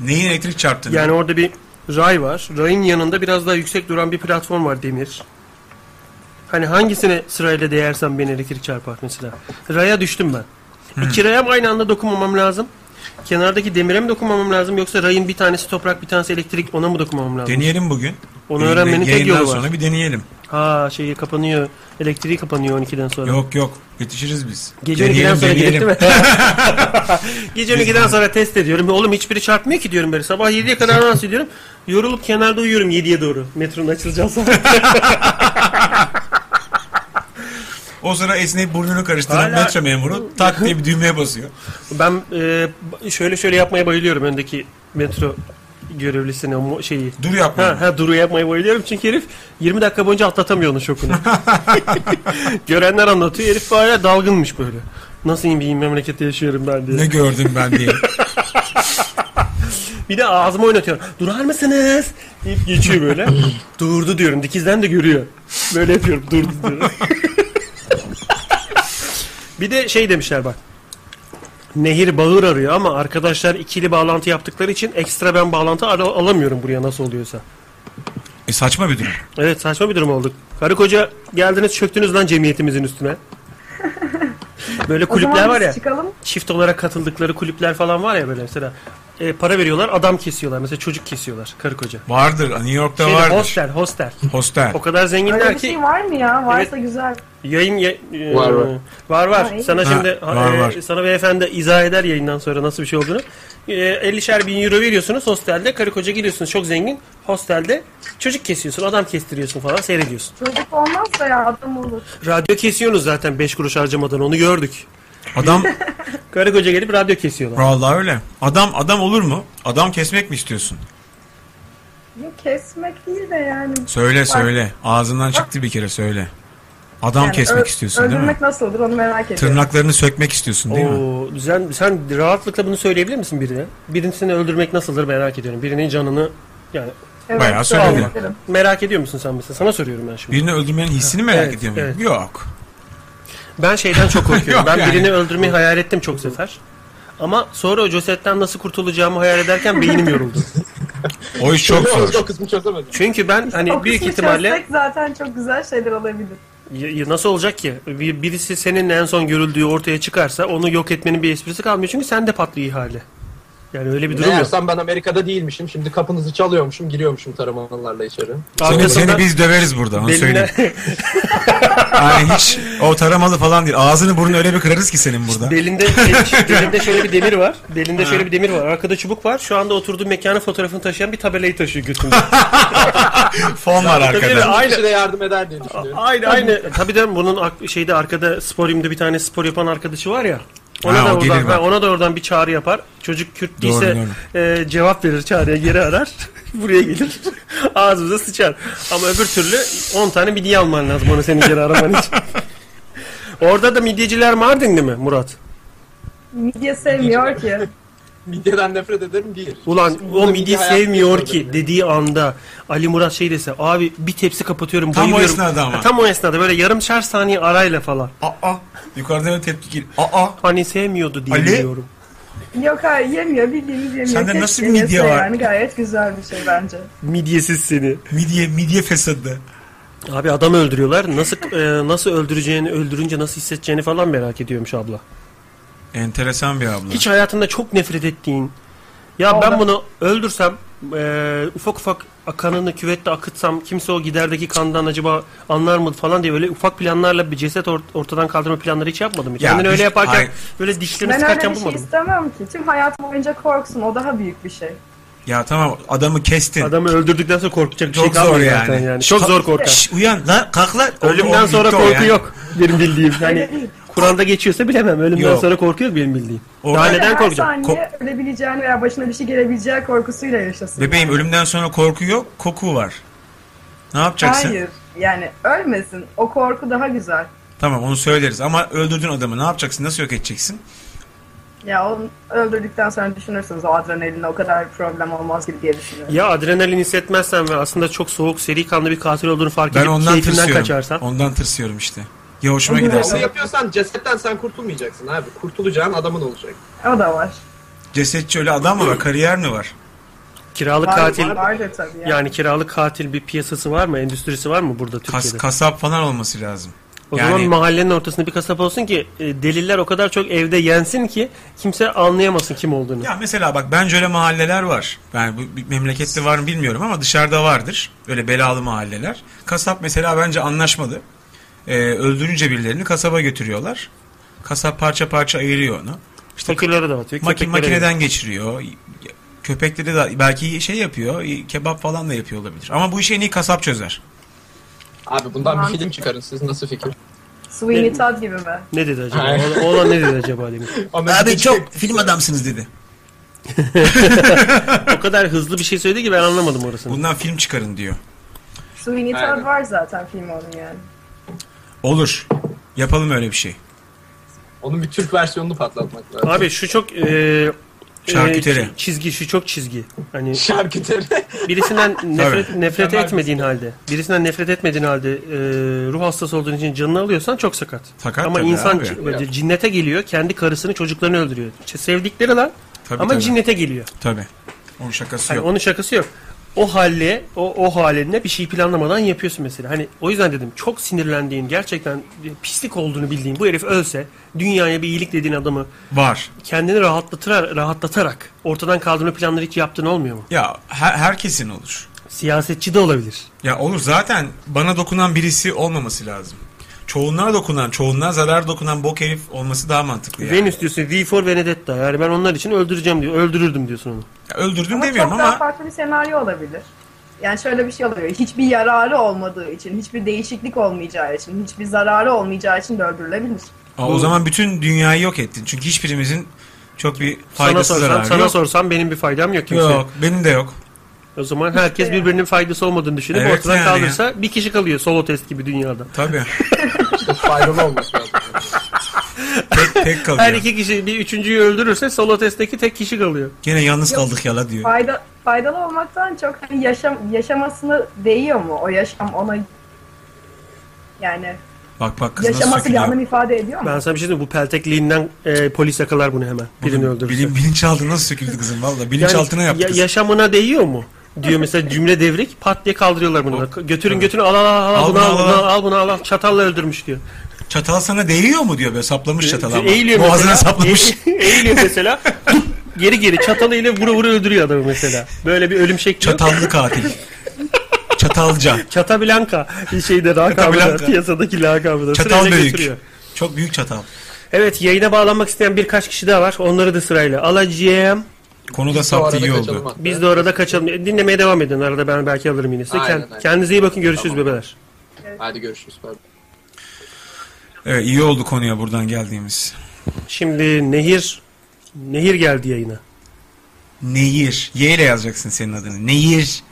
[SPEAKER 2] Neyin elektrik çarptığını.
[SPEAKER 3] Yani orada bir ray var. Rayın yanında biraz daha yüksek duran bir platform var demir. Hani hangisine sırayla değersem beni elektrik çarpar mesela. Raya düştüm ben.
[SPEAKER 2] Hmm.
[SPEAKER 3] İki raya mı aynı anda dokunmamam lazım? Kenardaki demire mi dokunmamam lazım yoksa rayın bir tanesi toprak bir tanesi elektrik ona mı dokunmamam lazım?
[SPEAKER 2] Deneyelim bugün.
[SPEAKER 3] Onu
[SPEAKER 2] Yayında-
[SPEAKER 3] öğrenmenin tek
[SPEAKER 2] yayından
[SPEAKER 3] yolu var.
[SPEAKER 2] sonra bir deneyelim.
[SPEAKER 3] Ha şeyi kapanıyor. Elektriği kapanıyor 12'den sonra.
[SPEAKER 2] Yok yok yetişiriz biz.
[SPEAKER 3] Gece 12'den
[SPEAKER 2] Deneyelim,
[SPEAKER 3] sonra
[SPEAKER 2] deneyelim.
[SPEAKER 3] gidelim mi? Gece 12'den sonra test ediyorum. Oğlum hiçbiri çarpmıyor ki diyorum böyle. Sabah 7'ye kadar nasıl ediyorum. Yorulup kenarda uyuyorum 7'ye doğru. Metronun açılacağı zaman.
[SPEAKER 2] O sıra esneyip burnunu karıştıran
[SPEAKER 3] Hala-
[SPEAKER 2] metro memuru tak diye bir düğmeye basıyor.
[SPEAKER 3] Ben e, şöyle şöyle yapmaya bayılıyorum öndeki metro görevlisine o mu- şeyi.
[SPEAKER 2] Dur yapma.
[SPEAKER 3] Ha, ha duru yapmayı bayılıyorum çünkü herif 20 dakika boyunca atlatamıyor onun şokunu. Görenler anlatıyor. Herif bayağı dalgınmış böyle. Nasıl iyi bir memlekette yaşıyorum ben diye.
[SPEAKER 2] Ne gördüm ben diye.
[SPEAKER 3] Bir de ağzıma oynatıyor. Durar mısınız? deyip geçiyor böyle. Durdu diyorum. Dikizden de görüyor. Böyle yapıyorum. Durdu diyorum. bir de şey demişler bak. Nehir bağır arıyor ama arkadaşlar ikili bağlantı yaptıkları için ekstra ben bağlantı ara- alamıyorum buraya nasıl oluyorsa.
[SPEAKER 2] E saçma bir durum.
[SPEAKER 3] Evet saçma bir durum olduk. Karı koca geldiniz çöktünüz lan cemiyetimizin üstüne. Böyle
[SPEAKER 6] O
[SPEAKER 3] kulüpler
[SPEAKER 6] zaman
[SPEAKER 3] var
[SPEAKER 6] biz
[SPEAKER 3] ya.
[SPEAKER 6] çıkalım.
[SPEAKER 3] Çift olarak katıldıkları kulüpler falan var ya böyle mesela. E, para veriyorlar adam kesiyorlar. Mesela çocuk kesiyorlar karı koca.
[SPEAKER 2] Vardır. Hani New York'ta
[SPEAKER 3] Şeyde,
[SPEAKER 2] Şey vardır.
[SPEAKER 3] hostel hostel.
[SPEAKER 2] Hostel.
[SPEAKER 3] O kadar
[SPEAKER 6] Öyle
[SPEAKER 3] zenginler
[SPEAKER 6] bir
[SPEAKER 3] ki
[SPEAKER 6] şey var mı ya? Varsa güzel.
[SPEAKER 3] yayın ya- e,
[SPEAKER 1] Var, var.
[SPEAKER 3] var. var.
[SPEAKER 6] Ay.
[SPEAKER 3] Sana
[SPEAKER 2] Ha,
[SPEAKER 3] şimdi ha,
[SPEAKER 2] var,
[SPEAKER 3] e,
[SPEAKER 2] var.
[SPEAKER 3] sana beyefendi izah eder yayından sonra nasıl bir şey olduğunu. E, 50'şer bin euro veriyorsunuz hostelde karı koca giriyorsunuz çok zengin hostelde çocuk kesiyorsun adam kestiriyorsun falan seyrediyorsun.
[SPEAKER 6] Çocuk olmazsa ya adam olur.
[SPEAKER 3] Radyo kesiyorsunuz zaten 5 kuruş harcamadan onu gördük.
[SPEAKER 2] Adam
[SPEAKER 3] Karı koca gelip radyo kesiyorlar.
[SPEAKER 2] vallahi öyle. Adam adam olur mu? Adam kesmek mi istiyorsun?
[SPEAKER 6] Yok kesmek değil de yani.
[SPEAKER 2] Söyle söyle. Ağzından çıktı bir kere söyle. Adam
[SPEAKER 6] yani
[SPEAKER 2] kesmek
[SPEAKER 6] ö-
[SPEAKER 2] istiyorsun değil mi?
[SPEAKER 6] Öldürmek nasıl olur onu merak ediyorum.
[SPEAKER 2] Tırnaklarını sökmek istiyorsun değil mi?
[SPEAKER 3] Oo, sen, sen rahatlıkla bunu söyleyebilir misin birine? Birisini öldürmek nasıldır merak ediyorum. Birinin canını yani
[SPEAKER 6] Evet,
[SPEAKER 2] Bayağı
[SPEAKER 6] doğru.
[SPEAKER 2] söyledi.
[SPEAKER 6] Ederim.
[SPEAKER 3] merak ediyor musun sen mesela? Sana soruyorum ben şimdi.
[SPEAKER 2] Birini öldürmenin hissini merak
[SPEAKER 3] Evet,
[SPEAKER 2] ediyor muyum?
[SPEAKER 3] evet.
[SPEAKER 2] Yok.
[SPEAKER 3] Ben şeyden çok korkuyorum.
[SPEAKER 2] Yok
[SPEAKER 3] ben
[SPEAKER 2] yani.
[SPEAKER 3] birini öldürmeyi hayal ettim çok sefer. Ama sonra o cesetten nasıl kurtulacağımı hayal ederken beynim yoruldu.
[SPEAKER 2] O iş çok zor.
[SPEAKER 1] O kısmı çözemedim.
[SPEAKER 3] Çünkü ben
[SPEAKER 6] o
[SPEAKER 3] hani büyük
[SPEAKER 6] kısmı
[SPEAKER 3] ihtimalle
[SPEAKER 6] çözsek zaten çok güzel şeyler olabilir.
[SPEAKER 3] Ya- ya nasıl olacak ki? Bir- Birisi seninle en son görüldüğü ortaya çıkarsa onu yok etmenin bir esprisi kalmıyor. Çünkü sen de patlıyor ihale. Yani öyle bir durum yok.
[SPEAKER 1] Meğersem ben Amerika'da değilmişim. Şimdi kapınızı çalıyormuşum, giriyormuşum taramalarla içeri.
[SPEAKER 2] Seni,
[SPEAKER 3] Arkasından
[SPEAKER 2] seni biz döveriz burada onu söyleyeyim.
[SPEAKER 3] beline,
[SPEAKER 2] Yani Hani hiç o taramalı falan değil. Ağzını burnunu öyle bir kırarız ki senin burada.
[SPEAKER 3] belinde, belinde şöyle bir demir var. Belinde şöyle bir demir var. Arkada çubuk var. Şu anda oturduğu mekanın fotoğrafını taşıyan bir tabelayı taşıyor götünde.
[SPEAKER 2] Fon var
[SPEAKER 3] Tabii,
[SPEAKER 2] arkada.
[SPEAKER 1] Bir
[SPEAKER 3] Aynı,
[SPEAKER 1] kişi de yardım eder diye düşünüyorum.
[SPEAKER 3] Aynı aynı. Tabii de bunun ak- şeyde arkada sporyumda bir tane spor yapan arkadaşı var ya. Ona
[SPEAKER 2] Ha,
[SPEAKER 3] da
[SPEAKER 2] o gelir
[SPEAKER 3] oradan,
[SPEAKER 2] bak.
[SPEAKER 3] ha, ona da oradan bir çağrı yapar. Çocuk Kürt değilse e, cevap verir çağrıya geri arar. Buraya gelir. Ağzımıza sıçar. Ama öbür türlü 10 tane midye alman lazım onu senin geri araman için. Orada da midyeciler Mardinli mi Murat?
[SPEAKER 6] Midye sevmiyor ki.
[SPEAKER 1] Midyeden nefret ederim bir.
[SPEAKER 3] Ulan o
[SPEAKER 1] Burada
[SPEAKER 3] midye
[SPEAKER 1] midye hayatım
[SPEAKER 3] sevmiyor
[SPEAKER 1] yok
[SPEAKER 3] ki dediği anda Ali Murat şey dese abi bir tepsi kapatıyorum
[SPEAKER 2] Tam o
[SPEAKER 3] bayılıyorum.
[SPEAKER 2] esnada ama.
[SPEAKER 3] Ha, Tam o esnada böyle yarım çar saniye arayla falan.
[SPEAKER 2] Aa. Yukarıdan öyle tepki gel. Aa.
[SPEAKER 3] Hani sevmiyordu diye
[SPEAKER 2] Ali?
[SPEAKER 3] biliyorum.
[SPEAKER 6] Yok hayır yemiyor bildiğimiz yemiyor.
[SPEAKER 2] Sende
[SPEAKER 6] Keşke
[SPEAKER 2] nasıl bir midye
[SPEAKER 6] yese
[SPEAKER 2] var?
[SPEAKER 6] Yani gayet güzel bir şey bence.
[SPEAKER 3] Midyesiz seni.
[SPEAKER 2] Midye, midye fesadı.
[SPEAKER 3] Abi adam öldürüyorlar. Nasıl e, nasıl öldüreceğini, öldürünce nasıl hissedeceğini falan merak ediyormuş abla.
[SPEAKER 2] Enteresan bir abla.
[SPEAKER 3] Hiç hayatında çok nefret ettiğin. Ya ben bunu öldürsem e, ufak ufak kanını küvette akıtsam kimse o giderdeki kandan acaba anlar mı falan diye böyle ufak planlarla bir ceset or- ortadan kaldırma planları hiç yapmadım.
[SPEAKER 2] Ya
[SPEAKER 3] Kendini
[SPEAKER 2] biz-
[SPEAKER 3] öyle yaparken
[SPEAKER 2] Hayır.
[SPEAKER 3] böyle dişlerini
[SPEAKER 6] Ben öyle
[SPEAKER 3] sıkarken
[SPEAKER 6] bir şey
[SPEAKER 3] bulmadım.
[SPEAKER 6] istemem ki. Tüm hayat boyunca korksun. O daha büyük bir şey.
[SPEAKER 2] Ya tamam adamı kestin.
[SPEAKER 3] Adamı öldürdükten sonra korkacak bir
[SPEAKER 2] Çok
[SPEAKER 3] şey kalmıyor
[SPEAKER 2] zor yani.
[SPEAKER 3] zaten yani. Çok zor korkar.
[SPEAKER 2] Şş, uyan lan kalk lan.
[SPEAKER 3] Ölümden
[SPEAKER 2] O- o
[SPEAKER 3] sonra
[SPEAKER 2] bitti o
[SPEAKER 3] korku
[SPEAKER 2] yani.
[SPEAKER 3] yok benim bildiğim. Hani Kur'an'da geçiyorsa bilemem. Ölümden
[SPEAKER 2] Yok.
[SPEAKER 3] sonra korku yok benim bildiğim.
[SPEAKER 2] O-
[SPEAKER 3] Daha
[SPEAKER 2] Ben-
[SPEAKER 3] neden
[SPEAKER 6] her
[SPEAKER 3] korkacağım?
[SPEAKER 6] saniye ölebileceğini veya başına bir şey gelebileceği korkusuyla yaşasın.
[SPEAKER 2] Bebeğim ölümden sonra korku yok koku var. Ne yapacaksın?
[SPEAKER 6] Hayır. Yani ölmesin. O korku daha güzel.
[SPEAKER 2] Tamam onu söyleriz ama öldürdün adamı ne yapacaksın nasıl yok edeceksin?
[SPEAKER 6] Ya onu öldürdükten sonra düşünürsünüz o adrenalinle o kadar problem olmaz gibi diye düşünüyorum.
[SPEAKER 3] Ya adrenalin hissetmezsen ve aslında çok soğuk, seri kanlı bir katil olduğunu fark
[SPEAKER 2] Ben
[SPEAKER 3] edip
[SPEAKER 2] ondan
[SPEAKER 3] keyfinden
[SPEAKER 2] tırsıyorum.
[SPEAKER 3] kaçarsan.
[SPEAKER 2] Ondan tırsıyorum işte. Ya hoşuma
[SPEAKER 1] Onu
[SPEAKER 2] giderse.
[SPEAKER 1] yapıyorsan cesetten sen kurtulmayacaksın abi. Kurtulacağın adamın olacak.
[SPEAKER 6] O da var.
[SPEAKER 2] Cesetçi öyle adam mı var kariyer mi var?
[SPEAKER 3] Kiralık
[SPEAKER 6] Var,
[SPEAKER 3] katil
[SPEAKER 6] var, vardır tabii ya.
[SPEAKER 3] yani kiralık katil bir piyasası var mı? Endüstrisi var mı burada
[SPEAKER 2] Kas,
[SPEAKER 3] Türkiye'de?
[SPEAKER 2] kasap falan olması lazım.
[SPEAKER 3] o
[SPEAKER 2] yani-
[SPEAKER 3] zaman mahallenin ortasında bir kasap olsun ki e, deliller o kadar çok evde yensin ki kimse anlayamasın kim olduğunu.
[SPEAKER 2] Ya mesela bak bence öyle mahalleler var. Yani bu bir memlekette var mı bilmiyorum ama dışarıda vardır. Öyle belalı mahalleler. Kasap mesela bence anlaşmadı. Ee, öldürünce birilerini kasaba götürüyorlar. Kasap parça parça ayırıyor onu. İşte
[SPEAKER 3] Fakirlere dağıtıyor.
[SPEAKER 2] Maki,
[SPEAKER 3] köpeklere
[SPEAKER 2] makineden geçiriyor. Köpekleri de belki şey yapıyor. Kebap falan da yapıyor olabilir. Ama bu işi en iyi kasap çözer.
[SPEAKER 1] Abi bundan bir
[SPEAKER 6] Mantıklı.
[SPEAKER 1] film çıkarın siz nasıl fikir?
[SPEAKER 6] Sweeney Todd gibi mi?
[SPEAKER 3] Ne dedi acaba?
[SPEAKER 1] Hayır.
[SPEAKER 3] Oğlan- Oğlan ne dedi acaba demiş.
[SPEAKER 2] Abi çok film adamsınız dedi.
[SPEAKER 3] O kadar hızlı bir şey söyledi ki ben anlamadım orasını.
[SPEAKER 2] Bundan film çıkarın diyor.
[SPEAKER 6] Sweeney Todd
[SPEAKER 1] Aynen.
[SPEAKER 6] var zaten film onun yani.
[SPEAKER 2] Olur. Yapalım öyle bir şey.
[SPEAKER 1] Onun bir Türk versiyonunu patlatmak lazım.
[SPEAKER 3] Abi şu çok e,
[SPEAKER 2] Şarküteri.
[SPEAKER 3] e, çi- çizgi şu çok çizgi. Hani
[SPEAKER 1] Şarküteri.
[SPEAKER 3] birisinden nefret nefret
[SPEAKER 1] Mükemmel
[SPEAKER 3] etmediğin halde, birisinden nefret etmediğin halde e, ruh hastası olduğun için canını alıyorsan çok sakat.
[SPEAKER 2] Sakat
[SPEAKER 3] Ama
[SPEAKER 2] tabii
[SPEAKER 3] insan
[SPEAKER 2] abi.
[SPEAKER 3] ci- böyle cinnete geliyor, kendi karısını, çocuklarını öldürüyor. Ç- Sevdikleri lan
[SPEAKER 2] Tabii,
[SPEAKER 3] ama
[SPEAKER 2] tabii.
[SPEAKER 3] cinnete geliyor.
[SPEAKER 2] Tabii. Onun şakası
[SPEAKER 3] Hani
[SPEAKER 2] yok.
[SPEAKER 3] onun şakası yok. o halle o, o haline bir şey planlamadan yapıyorsun mesela. Hani o yüzden dedim çok sinirlendiğin gerçekten pislik olduğunu bildiğin bu herif ölse dünyaya bir iyilik dediğin adamı
[SPEAKER 2] Var.
[SPEAKER 3] kendini rahatlatır, rahatlatarak ortadan kaldırma planları hiç yaptın olmuyor mu?
[SPEAKER 2] Ya her- herkesin olur.
[SPEAKER 3] Siyasetçi de olabilir.
[SPEAKER 2] Ya olur zaten bana dokunan birisi olmaması lazım. Çoğunluğa dokunan, çoğunluğa zarar dokunan bok herif olması daha mantıklı yani.
[SPEAKER 3] Venüs diyorsun V for Vendetta yani ben onlar için öldüreceğim diyor. Öldürürdüm diyorsun onu.
[SPEAKER 2] Ya öldürdüm
[SPEAKER 6] Ama
[SPEAKER 2] demiyorum
[SPEAKER 6] çok daha
[SPEAKER 2] ama
[SPEAKER 6] farklı bir senaryo olabilir. Yani şöyle bir şey oluyor. Hiçbir yararı olmadığı için, hiçbir değişiklik olmayacağı için, hiçbir zararı olmayacağı için de öldürülebilir.
[SPEAKER 2] Aa, o zaman bütün dünyayı yok ettin. Çünkü hiçbirimizin çok bir
[SPEAKER 3] Sana
[SPEAKER 2] faydası
[SPEAKER 3] sorsam,
[SPEAKER 2] zararı
[SPEAKER 3] sana
[SPEAKER 2] yok.
[SPEAKER 3] sorsam benim bir şey. faydam yok kimseye.
[SPEAKER 2] Yok, benim de yok.
[SPEAKER 3] O zaman herkes
[SPEAKER 6] yani.
[SPEAKER 3] birbirinin faydası olmadığını düşünüp
[SPEAKER 2] Evet
[SPEAKER 3] ortadan
[SPEAKER 2] yani ya.
[SPEAKER 3] kaldırsa bir kişi kalıyor solo test gibi dünyada.
[SPEAKER 2] Tabii.
[SPEAKER 1] İşte faydalı olması lazım.
[SPEAKER 2] Tek, tek kalıyor.
[SPEAKER 3] Her iki kişi bir üçüncüyü öldürürse solo testteki tek kişi kalıyor.
[SPEAKER 2] Yine yalnız kaldık yala diyor.
[SPEAKER 6] Fayda, faydalı olmaktan çok hani yaşam, yaşamasını değiyor mu? O yaşam ona yani
[SPEAKER 2] Bak bak kız nasıl
[SPEAKER 6] yaşaması bir
[SPEAKER 2] sökülüyor.
[SPEAKER 6] anlam ifade ediyor mu?
[SPEAKER 3] Ben sana bir şey diyeyim mi? bu peltekliğinden e, polis yakalar bunu hemen. Birini öldürürse.
[SPEAKER 2] Bilim, bilinçaltı nasıl söküldü kızım valla. Bilinçaltına
[SPEAKER 3] ya-
[SPEAKER 2] yaptı kız.
[SPEAKER 3] yaşamına değiyor mu? Diyor mesela cümle devrik pat diye kaldırıyorlar bunu. da. Götürün götürün al al al, al,
[SPEAKER 2] Al
[SPEAKER 3] bunu
[SPEAKER 2] bunu,
[SPEAKER 3] al,
[SPEAKER 2] al,
[SPEAKER 3] bunu
[SPEAKER 2] al.
[SPEAKER 3] al al bunu al al çatalla öldürmüş diyor.
[SPEAKER 2] Çatal sana değiyor mu diyor böyle saplamış çatal ama.
[SPEAKER 3] Eğiliyor
[SPEAKER 2] Boğazına
[SPEAKER 3] mesela.
[SPEAKER 2] saplamış.
[SPEAKER 3] e- Eğiliyor mesela. geri geri çatalıyla vura vura öldürüyor adamı mesela. Böyle bir ölüm şekli. Çata...
[SPEAKER 2] Çatallı katil. Çatalca.
[SPEAKER 3] Çatablanka şeyde lakabı da,
[SPEAKER 2] Çatablanca.
[SPEAKER 3] piyasadaki lakabı da
[SPEAKER 2] Çatal
[SPEAKER 3] sırayla
[SPEAKER 2] büyük.
[SPEAKER 3] götürüyor.
[SPEAKER 2] Çok büyük çatal.
[SPEAKER 3] Evet yayına bağlanmak isteyen birkaç kişi daha var. Onları da sırayla alacağım.
[SPEAKER 2] Konuda
[SPEAKER 1] Bu arada
[SPEAKER 2] saptı iyi
[SPEAKER 1] kaçalım
[SPEAKER 2] oldu.
[SPEAKER 1] hatta.
[SPEAKER 3] Biz de orada kaçalım. E, Dinlemeye devam edin. Arada ben belki alırım yine size.
[SPEAKER 1] Aynen,
[SPEAKER 3] Kend-
[SPEAKER 1] aynen.
[SPEAKER 3] Kendinize iyi bakın. Görüşürüz
[SPEAKER 1] Tamam.
[SPEAKER 3] bebeler.
[SPEAKER 1] Hadi görüşürüz. Pardon.
[SPEAKER 2] Evet iyi oldu konuya buradan geldiğimiz.
[SPEAKER 3] Şimdi Nehir Nehir geldi yayına.
[SPEAKER 2] Nehir. Y ile yazacaksın senin adını. Nehir.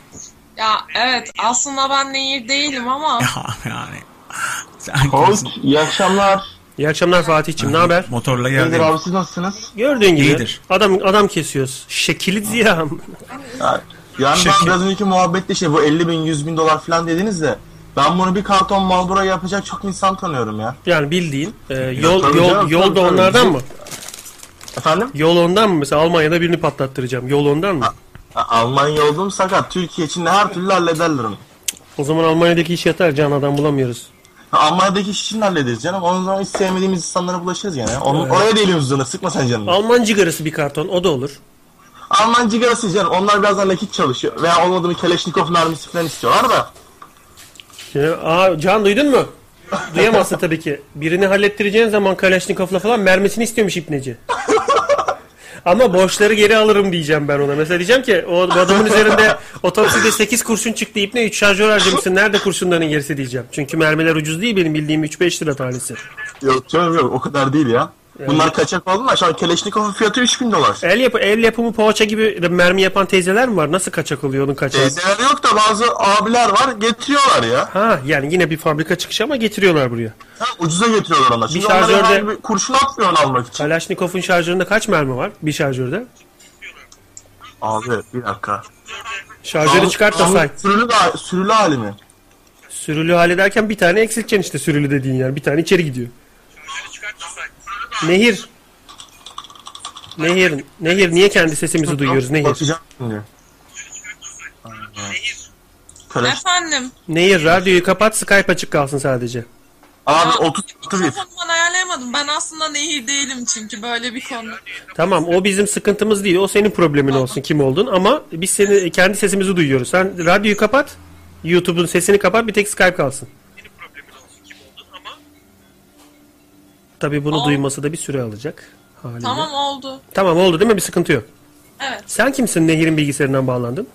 [SPEAKER 7] Ya evet aslında ben nehir değilim
[SPEAKER 3] Ah.
[SPEAKER 7] ama
[SPEAKER 2] yani. Sen
[SPEAKER 8] Hoş,
[SPEAKER 2] kimsin?
[SPEAKER 8] iyi akşamlar.
[SPEAKER 3] İyi akşamlar Fatih'ciğim. Ne haber?
[SPEAKER 2] Motorla
[SPEAKER 8] Nedir
[SPEAKER 2] geldim.
[SPEAKER 8] abi siz nasılsınız?
[SPEAKER 3] Gördüğün gibi
[SPEAKER 2] İyidir.
[SPEAKER 3] adam adam kesiyoruz. Şekili ziya.
[SPEAKER 8] Yani
[SPEAKER 2] Şaka.
[SPEAKER 8] ben biraz önceki muhabbette şey bu 50 bin 100 bin dolar falan dediniz de ben bunu bir karton Marlboro yapacak çok insan tanıyorum ya.
[SPEAKER 3] Yani bildiğin e, yol
[SPEAKER 8] tabii
[SPEAKER 3] yol
[SPEAKER 8] canım,
[SPEAKER 3] yol
[SPEAKER 8] tabii,
[SPEAKER 3] da
[SPEAKER 8] tabii.
[SPEAKER 3] onlardan mı?
[SPEAKER 8] Efendim?
[SPEAKER 3] Yol ondan mı? Mesela Almanya'da birini patlattıracağım. Yol ondan mı?
[SPEAKER 8] A- Almanya olduğum sakat. Türkiye için de her türlü hallederler onu.
[SPEAKER 3] O zaman Almanya'daki iş yeter. Can adam bulamıyoruz.
[SPEAKER 8] Ha, Almanya'daki iş için hallederiz canım. Onun zaman hiç sevmediğimiz insanlara bulaşırız yani. Onun, Oraya da elimiz uzanır. Sıkma sen canını.
[SPEAKER 3] Alman cigarası bir karton. O da olur.
[SPEAKER 8] Alman cigarası canım. Onlar biraz daha nakit çalışıyor. Veya olmadığını Kaleşnikov mermisi falan istiyorlar da.
[SPEAKER 3] Şimdi, aa, Can duydun mu? Duyamazsın tabii ki. Birini hallettireceğin zaman Kalaşnikov'la falan mermisini istiyormuş ipneci. Ama borçları geri alırım diyeceğim ben ona. Mesela diyeceğim ki o bu adamın üzerinde otopside 8 kurşun çıktı ipne 3 şarjör harcamışsın. Nerede kurşunların gerisi diyeceğim. Çünkü mermiler ucuz değil benim bildiğim 3-5 lira tanesi.
[SPEAKER 8] Yok canım yok. O kadar değil ya. Bunlar kaçak oldular. Şu an Kaleşnikov'un fiyatı 3000 dolar.
[SPEAKER 3] El, yapı, el yapımı poğaça gibi mermi yapan teyzeler mi var? Nasıl kaçak oluyor onun kaçağı?
[SPEAKER 8] Teyzeler E, yok da bazı abiler var getiriyorlar ya.
[SPEAKER 3] Ha yani yine bir fabrika çıkışı ama getiriyorlar buraya.
[SPEAKER 8] Ha, ucuza getiriyorlar onlar. Şimdi
[SPEAKER 3] Bir
[SPEAKER 8] onlara
[SPEAKER 3] şarjörde-
[SPEAKER 8] herhangi bir kurşun atmıyor almak için.
[SPEAKER 3] Kalaşnikov'un şarjöründe kaç mermi var bir şarjörde?
[SPEAKER 8] Abi bir dakika.
[SPEAKER 3] Şarjörü çıkart da
[SPEAKER 8] Ama
[SPEAKER 3] say.
[SPEAKER 8] Sürülü, da- sürülü hali mi?
[SPEAKER 3] Sürülü hali derken bir tane eksilteceksin işte sürülü dediğin yani. Bir tane içeri gidiyor. Nehir. Nehir. Nehir niye kendi sesimizi duyuyoruz? Nehir.
[SPEAKER 8] Bakacağım şimdi. Kaleş.
[SPEAKER 7] efendim
[SPEAKER 3] Nehir radyoyu kapat Skype açık kalsın sadece.
[SPEAKER 8] Abi
[SPEAKER 7] Ya,
[SPEAKER 8] 30 artı bir.
[SPEAKER 7] mikrofonumu ben ayarlayamadım. Ben aslında nehir değilim çünkü böyle bir konu.
[SPEAKER 3] Tamam o bizim sıkıntımız değil. O senin problemin olsun kim oldun ama biz seni kendi sesimizi duyuyoruz. Sen radyoyu kapat. YouTube'un sesini kapat bir tek Skype kalsın. Tabii bunu
[SPEAKER 7] Aa.
[SPEAKER 3] duyması da bir süre alacak. Haliyle.
[SPEAKER 7] Tamam oldu.
[SPEAKER 3] Tamam oldu değil mi? Bir sıkıntı yok.
[SPEAKER 7] Evet.
[SPEAKER 3] Sen kimsin? Nehir'in bilgisayarından bağlandın.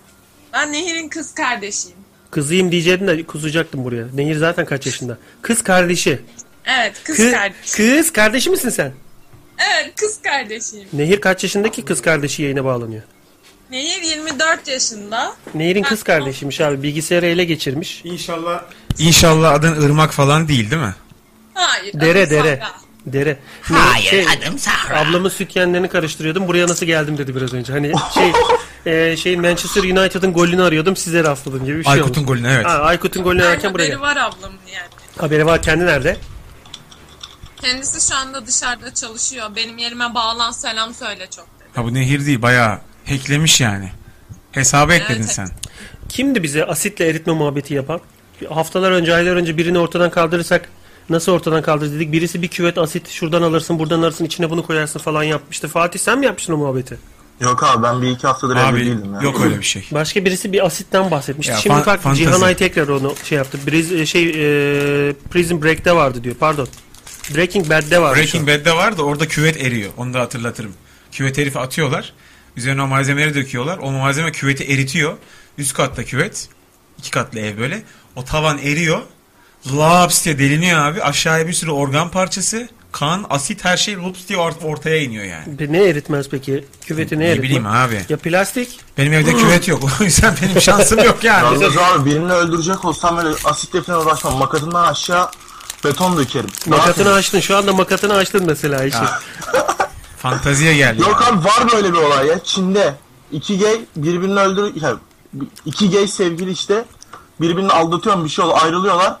[SPEAKER 7] Ben nehirin kız kardeşiyim.
[SPEAKER 3] Kızıyım diyeceğim de kusacaktım buraya. Nehir zaten kaç yaşında? Kız kardeşi.
[SPEAKER 7] Evet kız
[SPEAKER 3] Kı-
[SPEAKER 7] kardeş.
[SPEAKER 3] kız kardeşi misin sen?
[SPEAKER 7] Evet kız kardeşiyim.
[SPEAKER 3] Nehir kaç yaşındaki kız kardeşi yayına bağlanıyor.
[SPEAKER 7] Nehir 24 yaşında.
[SPEAKER 3] Nehir'in kız kardeşiymiş abi. Bilgisayarı ele geçirmiş.
[SPEAKER 2] İnşallah. İnşallah adın ırmak falan değil değil mi?
[SPEAKER 7] Hayır.
[SPEAKER 3] Dere
[SPEAKER 7] adı
[SPEAKER 3] dere.
[SPEAKER 7] Sara.
[SPEAKER 3] Dere.
[SPEAKER 4] Hayır
[SPEAKER 3] Şey,
[SPEAKER 4] adım Sahra.
[SPEAKER 3] ablamın sütyenlerini karıştırıyordum. Buraya nasıl geldim dedi biraz önce. Hani şey e, şey Manchester United'ın golünü arıyordum. Size rastladım gibi bir şey
[SPEAKER 2] Aykut'un
[SPEAKER 3] olmuş.
[SPEAKER 2] golünü evet.
[SPEAKER 3] Ha, Aykut'un golünü ararken buraya.
[SPEAKER 7] Haberi
[SPEAKER 3] geldim.
[SPEAKER 7] var ablamın yani.
[SPEAKER 3] Haberi var kendi nerede?
[SPEAKER 7] Kendisi şu anda dışarıda çalışıyor. Benim yerime bağlan selam söyle çok dedi.
[SPEAKER 2] Ha bu nehir değil bayağı hacklemiş yani. Hesaba ekledin sen.
[SPEAKER 3] Kimdi bize asitle eritme muhabbeti yapan? Haftalar önce, aylar önce birini ortadan kaldırırsak nasıl ortadan kaldır dedik. Birisi bir küvet asit şuradan alırsın, buradan alırsın, içine bunu koyarsın falan yapmıştı. Fatih sen mi yapmıştın o muhabbeti?
[SPEAKER 8] Yok abi ben bir iki haftadır evde
[SPEAKER 2] Abi
[SPEAKER 8] değildim ya.
[SPEAKER 2] yok öyle bir şey.
[SPEAKER 3] Başka birisi bir asitten bahsetmişti.
[SPEAKER 2] Ya,
[SPEAKER 3] Şimdi
[SPEAKER 2] fan-
[SPEAKER 3] bak
[SPEAKER 2] fantezi.
[SPEAKER 3] Cihan Ay tekrar onu şey yaptı. Briz, şey e, Prison Break'te vardı diyor. Pardon. Breaking Bad'de vardı. şu an.
[SPEAKER 2] Breaking Bad'de var da orada küvet eriyor. Onu da hatırlatırım. Küvet herifi atıyorlar. Üzerine o malzemeleri döküyorlar. O malzeme küveti eritiyor. Üst katta küvet. iki katlı ev böyle. O tavan eriyor. Laps diye deliniyor abi. Aşağıya bir sürü organ parçası. Kan, asit her şey laps diye ort- ortaya iniyor yani.
[SPEAKER 3] Bir Ne eritmez peki? Küveti ne
[SPEAKER 2] Ne
[SPEAKER 3] eritmez?
[SPEAKER 2] bileyim abi.
[SPEAKER 3] Ya plastik?
[SPEAKER 2] Benim evde küvet yok. O yüzden benim şansım yok yani.
[SPEAKER 8] Yalnız abi birini öldürecek olsam böyle asitle falan uğraşmam. Makatından aşağı beton dökerim. Ne
[SPEAKER 3] Makatını
[SPEAKER 8] yapayım?
[SPEAKER 3] açtın. Şu anda makatını açtın mesela işi.
[SPEAKER 2] Ha. Fantaziye geldi.
[SPEAKER 8] Yok
[SPEAKER 2] ya.
[SPEAKER 8] abi var böyle bir olay ya. Çin'de iki gay birbirini öldür... ya, iki gay sevgili işte birbirini aldatıyor bir şey oluyor ayrılıyorlar.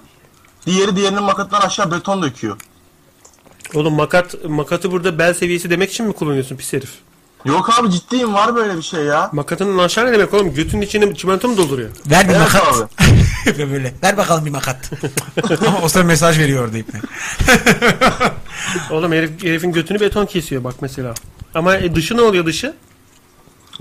[SPEAKER 8] Diğeri diğerinin makatından aşağı beton döküyor.
[SPEAKER 3] Oğlum makat makatı burada bel seviyesi demek için mi kullanıyorsun pis herif?
[SPEAKER 8] Yok abi ciddiyim var böyle bir şey ya.
[SPEAKER 3] Makatının aşağı ne demek oğlum? Götünün içine çimento mu dolduruyor?
[SPEAKER 2] Ver bir
[SPEAKER 8] Evet
[SPEAKER 2] makat.
[SPEAKER 8] abi.
[SPEAKER 2] Ve böyle. Ver bakalım bir makat. Ama o sırada mesaj veriyor orada ipne.
[SPEAKER 3] Oğlum herif, herifin götünü beton kesiyor bak mesela. Ama e, dışı ne oluyor dışı?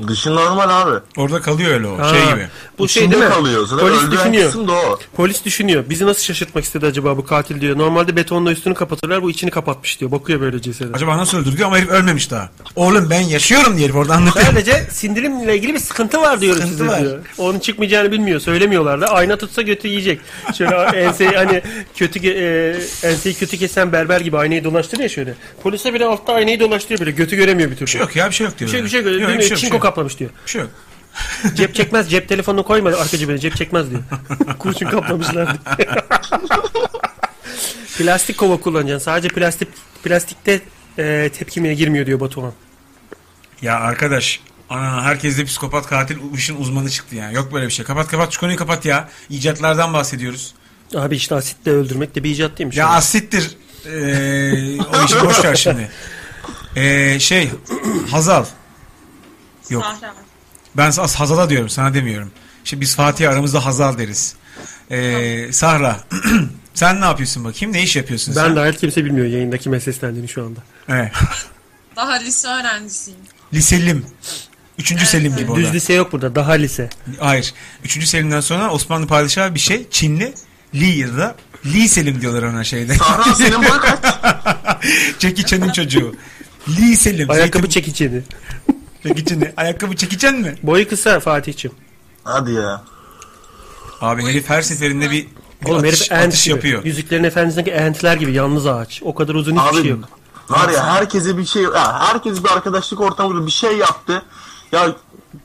[SPEAKER 8] Dışı normal abi.
[SPEAKER 2] Orada kalıyor öyle o.
[SPEAKER 3] Ha,
[SPEAKER 2] şey gibi.
[SPEAKER 3] Bu şey
[SPEAKER 8] İçinde
[SPEAKER 3] değil mi?
[SPEAKER 8] kalıyor. Zaten
[SPEAKER 3] Polis
[SPEAKER 8] öldüren
[SPEAKER 3] düşünüyor.
[SPEAKER 8] kısım da o.
[SPEAKER 3] Polis düşünüyor. Bizi nasıl şaşırtmak istedi acaba bu katil diyor. Normalde betonla üstünü kapatırlar bu içini kapatmış diyor. Bakıyor böyle cesede.
[SPEAKER 2] Acaba nasıl öldürdü diyor ama herif ölmemiş daha. Oğlum ben yaşıyorum diye herif orada anlatıyor.
[SPEAKER 3] Sadece sindirimle ilgili bir sıkıntı var diyoruz
[SPEAKER 2] Sıkıntı
[SPEAKER 3] size
[SPEAKER 2] var.
[SPEAKER 3] diyor. Onun çıkmayacağını bilmiyor. Söylemiyorlar da. Ayna tutsa götü yiyecek. Şöyle enseyi hani kötü ge- e, enseyi kötü kesen berber gibi aynayı dolaştırıyor ya şöyle. Polise bile altta aynayı dolaştırıyor böyle. Götü göremiyor bir türlü.
[SPEAKER 2] Bir şey yok ya bir şey yok
[SPEAKER 3] Bir
[SPEAKER 2] diyor.
[SPEAKER 3] şey, bir
[SPEAKER 2] böyle.
[SPEAKER 3] şey,
[SPEAKER 2] Yok,
[SPEAKER 3] göremiyor.
[SPEAKER 2] bir şey yok, bir
[SPEAKER 3] Çinko
[SPEAKER 2] şey yok.
[SPEAKER 3] kaplamış diyor.
[SPEAKER 2] Bir şey yok.
[SPEAKER 3] Cep çekmez. Cep telefonunu koyma arka cebine. Cep çekmez diyor. Kurşun kaplamışlar diyor. plastik kova kullanacaksın. Sadece plastik plastikte e, tepkimeye girmiyor diyor Batuhan.
[SPEAKER 2] Ya arkadaş Ana herkes de psikopat katil bu işin uzmanı çıktı yani. Yok böyle bir şey. Kapat kapat şu konuyu kapat ya. İcatlardan bahsediyoruz.
[SPEAKER 3] Abi işte asitle öldürmek de bir icat değilmiş.
[SPEAKER 2] Ya asittir. Ee, o işi boş ver şimdi. Ee, şey Hazal. Yok.
[SPEAKER 7] Sahra.
[SPEAKER 2] Ben as- Hazal'a diyorum sana demiyorum. Şimdi biz Fatih aramızda Hazal deriz. Ee, Sahra sen ne yapıyorsun bakayım? Ne iş yapıyorsun
[SPEAKER 3] Ben
[SPEAKER 2] sen?
[SPEAKER 3] dahil kimse bilmiyor yayındaki kime seslendiğini şu anda.
[SPEAKER 2] Evet.
[SPEAKER 7] Daha lise öğrencisiyim.
[SPEAKER 2] Liselim. Üçüncü Selim gibi o da.
[SPEAKER 3] Düz lise yok burada. Daha lise.
[SPEAKER 2] Hayır. Üçüncü Selim'den sonra Osmanlı padişahı bir şey Çinli Li ya da Li Selim diyorlar ona şeyde.
[SPEAKER 8] Sahra senin boy kaç?
[SPEAKER 2] Jackie Chan'ın çocuğu. Li Selim.
[SPEAKER 3] Ayakkabı
[SPEAKER 2] Zeytin-
[SPEAKER 3] çekiceni.
[SPEAKER 2] Jackie Chan'ı. Ayakkabı çekecen mi?
[SPEAKER 3] Boyu kısa Fatih'ciğim.
[SPEAKER 8] Hadi ya.
[SPEAKER 2] Abi herif her seferinde bir, bir
[SPEAKER 3] Oğlum
[SPEAKER 2] atış,
[SPEAKER 3] herif ant
[SPEAKER 2] atış
[SPEAKER 3] gibi.
[SPEAKER 2] yapıyor.
[SPEAKER 3] Yüzüklerin Efendisi'ndeki entler gibi yalnız ağaç. O kadar uzun hiçbir şey
[SPEAKER 8] Abi
[SPEAKER 3] yok.
[SPEAKER 8] var ya herkese bir şey ya, herkes bir arkadaşlık ortamında bir şey yaptı. Ya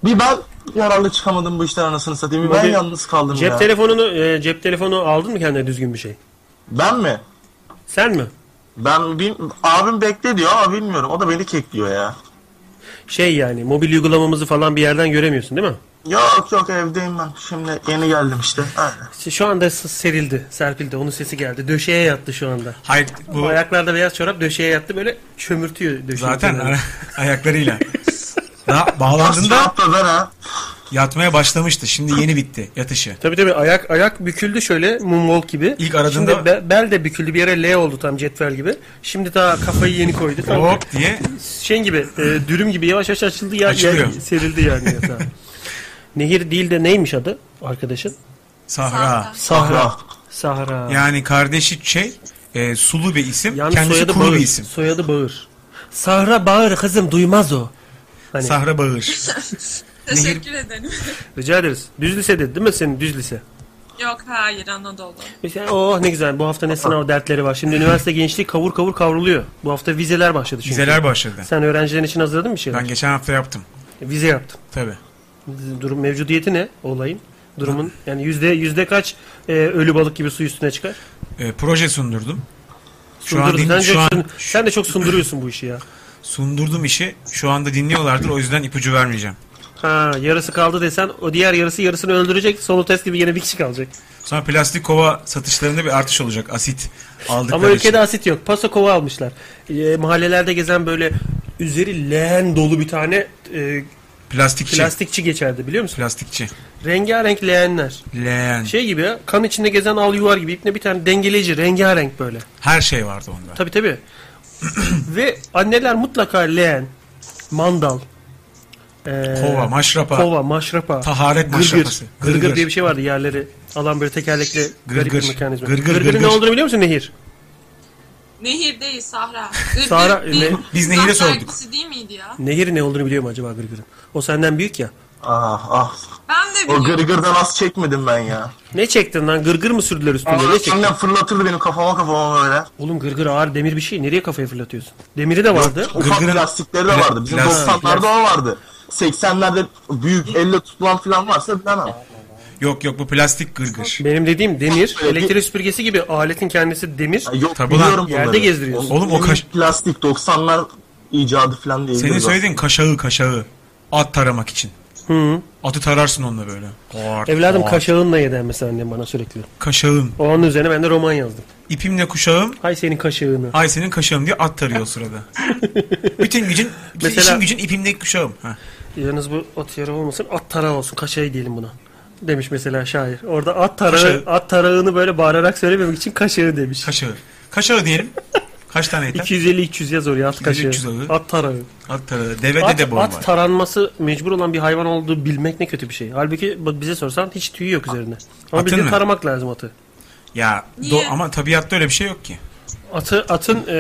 [SPEAKER 8] bir ben yararlı çıkamadım bu işten anasını satayım. Bir ben
[SPEAKER 3] Abi,
[SPEAKER 8] yalnız kaldım
[SPEAKER 3] Cep
[SPEAKER 8] ya.
[SPEAKER 3] telefonunu e, cep telefonu aldın mı kendine düzgün bir şey?
[SPEAKER 8] ben mi?
[SPEAKER 3] Sen mi?
[SPEAKER 8] Ben bil- abim bekle diyor ama bilmiyorum. O da beni kekliyor ya.
[SPEAKER 3] Şey yani mobil uygulamamızı falan bir yerden göremiyorsun değil mi?
[SPEAKER 8] Yok yok evdeyim ben. Şimdi yeni geldim işte. Aynen.
[SPEAKER 3] İşte Şu anda s- serildi, serpildi. Onun sesi geldi. Döşeye yattı şu anda.
[SPEAKER 2] Hayır bu
[SPEAKER 3] Ayaklarda beyaz çorap döşeye yattı böyle çömürtüyor döşeyi.
[SPEAKER 2] zaten
[SPEAKER 3] kenarını.
[SPEAKER 2] ara- ayaklarıyla. Daha
[SPEAKER 8] Nasıl
[SPEAKER 2] bağlandığında
[SPEAKER 8] yaptı ben ha?
[SPEAKER 2] yatmaya başlamıştı. Şimdi yeni bitti yatışı.
[SPEAKER 3] Tabii tabii ayak ayak büküldü şöyle moonwalk gibi.
[SPEAKER 2] İlk aradığında-
[SPEAKER 3] Şimdi be- bel de büküldü bir yere L oldu tam cetvel gibi. Şimdi daha kafayı yeni koydu. Tam
[SPEAKER 2] Hop diye
[SPEAKER 3] şey gibi e, dürüm gibi yavaş yavaş açıldı ya, ya
[SPEAKER 2] Açılıyor.
[SPEAKER 3] serildi yani yatağa. Nehir değil de neymiş adı arkadaşın?
[SPEAKER 2] Sahra.
[SPEAKER 3] Sahra. Sahra.
[SPEAKER 2] Yani kardeşi şey e, sulu bir isim.
[SPEAKER 3] Yani
[SPEAKER 2] kendisi
[SPEAKER 3] soyadı
[SPEAKER 2] kuru
[SPEAKER 3] Bağır.
[SPEAKER 2] bir isim.
[SPEAKER 3] Soyadı Bağır. Sahra Bağır kızım duymaz o. Hani,
[SPEAKER 2] Sahra Bağır.
[SPEAKER 7] Teşekkür ederim.
[SPEAKER 3] rica ederiz. Düz lise dedi değil mi senin düz lise?
[SPEAKER 7] Yok hayır Anadolu.
[SPEAKER 3] Mesela, oh ne güzel bu hafta ne sınav dertleri var. Şimdi üniversite gençliği kavur kavur kavruluyor. Bu hafta vizeler başladı çünkü.
[SPEAKER 2] Vizeler başladı.
[SPEAKER 3] Sen öğrencilerin için hazırladın mı bir şeyler?
[SPEAKER 2] Ben geçen hafta yaptım.
[SPEAKER 3] Vize yaptın.
[SPEAKER 2] Tabii.
[SPEAKER 3] Durum mevcudiyeti ne olayın? Durumun yani yüzde yüzde kaç e, ölü balık gibi su üstüne çıkar?
[SPEAKER 2] E, proje sundurdum. Şu an,
[SPEAKER 3] Sundurur.
[SPEAKER 2] din-
[SPEAKER 3] sen,
[SPEAKER 2] şu
[SPEAKER 3] çok
[SPEAKER 2] an
[SPEAKER 3] sun- sen de çok sunduruyorsun bu işi ya.
[SPEAKER 2] sundurdum işi. Şu anda dinliyorlardır. O yüzden ipucu vermeyeceğim.
[SPEAKER 3] Ha yarısı kaldı desen o diğer yarısı yarısını öldürecek. Solo test gibi yine bir kişi kalacak.
[SPEAKER 2] Sonra plastik kova satışlarında bir artış olacak. Asit aldıkları
[SPEAKER 3] Ama ülkede
[SPEAKER 2] için.
[SPEAKER 3] asit yok. Paso kova
[SPEAKER 2] Şey.
[SPEAKER 3] almışlar. E, mahallelerde gezen böyle üzeri leğen dolu bir tane e,
[SPEAKER 2] Plastikçi.
[SPEAKER 3] Plastikçi geçerdi biliyor musun?
[SPEAKER 2] Plastikçi.
[SPEAKER 3] Rengarenk leğenler.
[SPEAKER 2] Leğen.
[SPEAKER 3] Şey gibi ya, kan içinde gezen al yuvar gibi ipne bir tane dengeleyici rengarenk böyle.
[SPEAKER 2] Her şey vardı onda.
[SPEAKER 3] Tabi tabi. Ve anneler mutlaka leğen, mandal, ee,
[SPEAKER 2] Kova, maşrapa.
[SPEAKER 3] kova, maşrapa,
[SPEAKER 2] Taharet maşrapası.
[SPEAKER 3] gırgır, gırgır
[SPEAKER 2] Gırgır.
[SPEAKER 3] diye bir şey vardı yerleri alan böyle tekerlekli garip
[SPEAKER 2] Gırgır.
[SPEAKER 3] bir mekanizma.
[SPEAKER 2] Gırgır,
[SPEAKER 3] Gırgırın
[SPEAKER 2] gırgır.
[SPEAKER 3] ne olduğunu biliyor musun Nehir?
[SPEAKER 7] Nehir değil Sahra.
[SPEAKER 3] Sahra- ne-
[SPEAKER 2] biz nehire
[SPEAKER 7] nehire
[SPEAKER 2] sorduk.
[SPEAKER 7] değil miydi ya?
[SPEAKER 3] Nehir ne olduğunu biliyor mu acaba gırgırın? O senden büyük ya.
[SPEAKER 8] Ah ah.
[SPEAKER 7] Ben de
[SPEAKER 8] O
[SPEAKER 7] biliyorum.
[SPEAKER 8] gırgırdan az çekmedim ben ya.
[SPEAKER 3] Ne çektin lan? Gırgır mı sürdüler üstüne? Ne
[SPEAKER 8] Annem
[SPEAKER 3] çektin?
[SPEAKER 8] annem fırlatırdı benim kafama kafama böyle.
[SPEAKER 3] Oğlum gırgır ağır demir bir şey. Nereye kafayı fırlatıyorsun? Demiri de vardı.
[SPEAKER 8] Ufak
[SPEAKER 2] Gırgırın-
[SPEAKER 8] plastikleri de
[SPEAKER 2] Pla-
[SPEAKER 8] vardı. Bizim
[SPEAKER 2] plastik.
[SPEAKER 8] 90'larda o vardı. 80'lerde büyük elle tutulan falan varsa bilemem.
[SPEAKER 2] Yok yok bu plastik gırgır.
[SPEAKER 3] Benim dediğim demir. Elektrik süpürgesi gibi aletin kendisi demir.
[SPEAKER 8] Ya Yok
[SPEAKER 2] Tabii
[SPEAKER 8] biliyorum
[SPEAKER 2] lan,
[SPEAKER 8] bunları.
[SPEAKER 3] yerde gezdiriyorsun.
[SPEAKER 2] Oğlum, o
[SPEAKER 8] Benim
[SPEAKER 2] kaş-
[SPEAKER 8] Plastik 90'lar icadı falan değil.
[SPEAKER 2] Senin söylediğin kaşağı kaşağı. At taramak için.
[SPEAKER 3] Hı.
[SPEAKER 2] Atı tararsın onunla böyle. Hor,
[SPEAKER 3] Evladım
[SPEAKER 2] hor.
[SPEAKER 3] kaşağınla yeder mesela annem bana sürekli.
[SPEAKER 2] Kaşağım.
[SPEAKER 3] O onun üzerine ben de roman yazdım.
[SPEAKER 2] İpimle kuşağım.
[SPEAKER 3] Hay senin kaşığını.
[SPEAKER 2] Ay senin kaşağım diye at tarıyor o sırada. Bütün gücün, bütün
[SPEAKER 3] Mesela-
[SPEAKER 2] işin gücün ipimle kuşağım. Heh.
[SPEAKER 3] Yalnız bu at yara olmasın at tarağı olsun. Kaşayı diyelim buna. Demiş mesela şair. Orada at tarağı,
[SPEAKER 2] Kaşağı.
[SPEAKER 3] at tarağını böyle bağırarak söylememek için kaşağı demiş.
[SPEAKER 2] Kaşağı. Kaşağı diyelim. Kaç tane yeter?
[SPEAKER 3] 250-300 yaz oraya at kaşığı.
[SPEAKER 2] 250-300
[SPEAKER 3] At tarağı.
[SPEAKER 2] At tarağı. Devede
[SPEAKER 3] At,
[SPEAKER 2] de bon
[SPEAKER 3] at
[SPEAKER 2] var.
[SPEAKER 3] taranması mecbur olan bir hayvan olduğu bilmek ne kötü bir şey. Halbuki bak bize sorsan hiç tüyü yok üzerinde. Ama
[SPEAKER 2] Atın
[SPEAKER 3] bizim
[SPEAKER 2] mı?
[SPEAKER 3] taramak lazım atı.
[SPEAKER 2] ya do,
[SPEAKER 7] Niye?
[SPEAKER 2] ama tabiatta öyle bir şey yok ki.
[SPEAKER 3] Atı atın eee,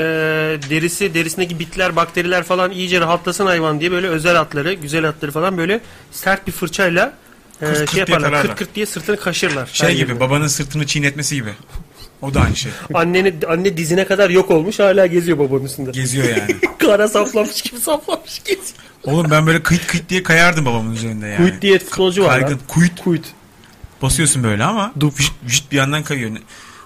[SPEAKER 3] derisi derisindeki bitler bakteriler falan iyice rahatlasın hayvan diye böyle özel atları güzel atları falan böyle sert bir fırçayla eee,
[SPEAKER 2] Kırt kırt
[SPEAKER 3] şey
[SPEAKER 2] diye
[SPEAKER 3] yaparlar
[SPEAKER 2] tararlar.
[SPEAKER 3] kırt kırt diye sırtını kaşırlar.
[SPEAKER 2] Şey
[SPEAKER 3] Her
[SPEAKER 2] gibi
[SPEAKER 3] yerine.
[SPEAKER 2] babanın sırtını çiğnetmesi gibi. O da aynı şey.
[SPEAKER 3] Anneni anne dizine kadar yok olmuş hala geziyor babanın üstünde.
[SPEAKER 2] Geziyor yani.
[SPEAKER 3] Kara saplamış gibi saplamış geziyor.
[SPEAKER 2] Oğlum ben böyle kıyt kıyt diye kayardım babamın üzerinde yani.
[SPEAKER 3] Kuyut diye futbolcu var
[SPEAKER 2] Kaygın.
[SPEAKER 3] lan.
[SPEAKER 2] Kuyut.
[SPEAKER 3] Kuyut.
[SPEAKER 2] Basıyorsun böyle ama vişt, vişt bir yandan kayıyor. Ne,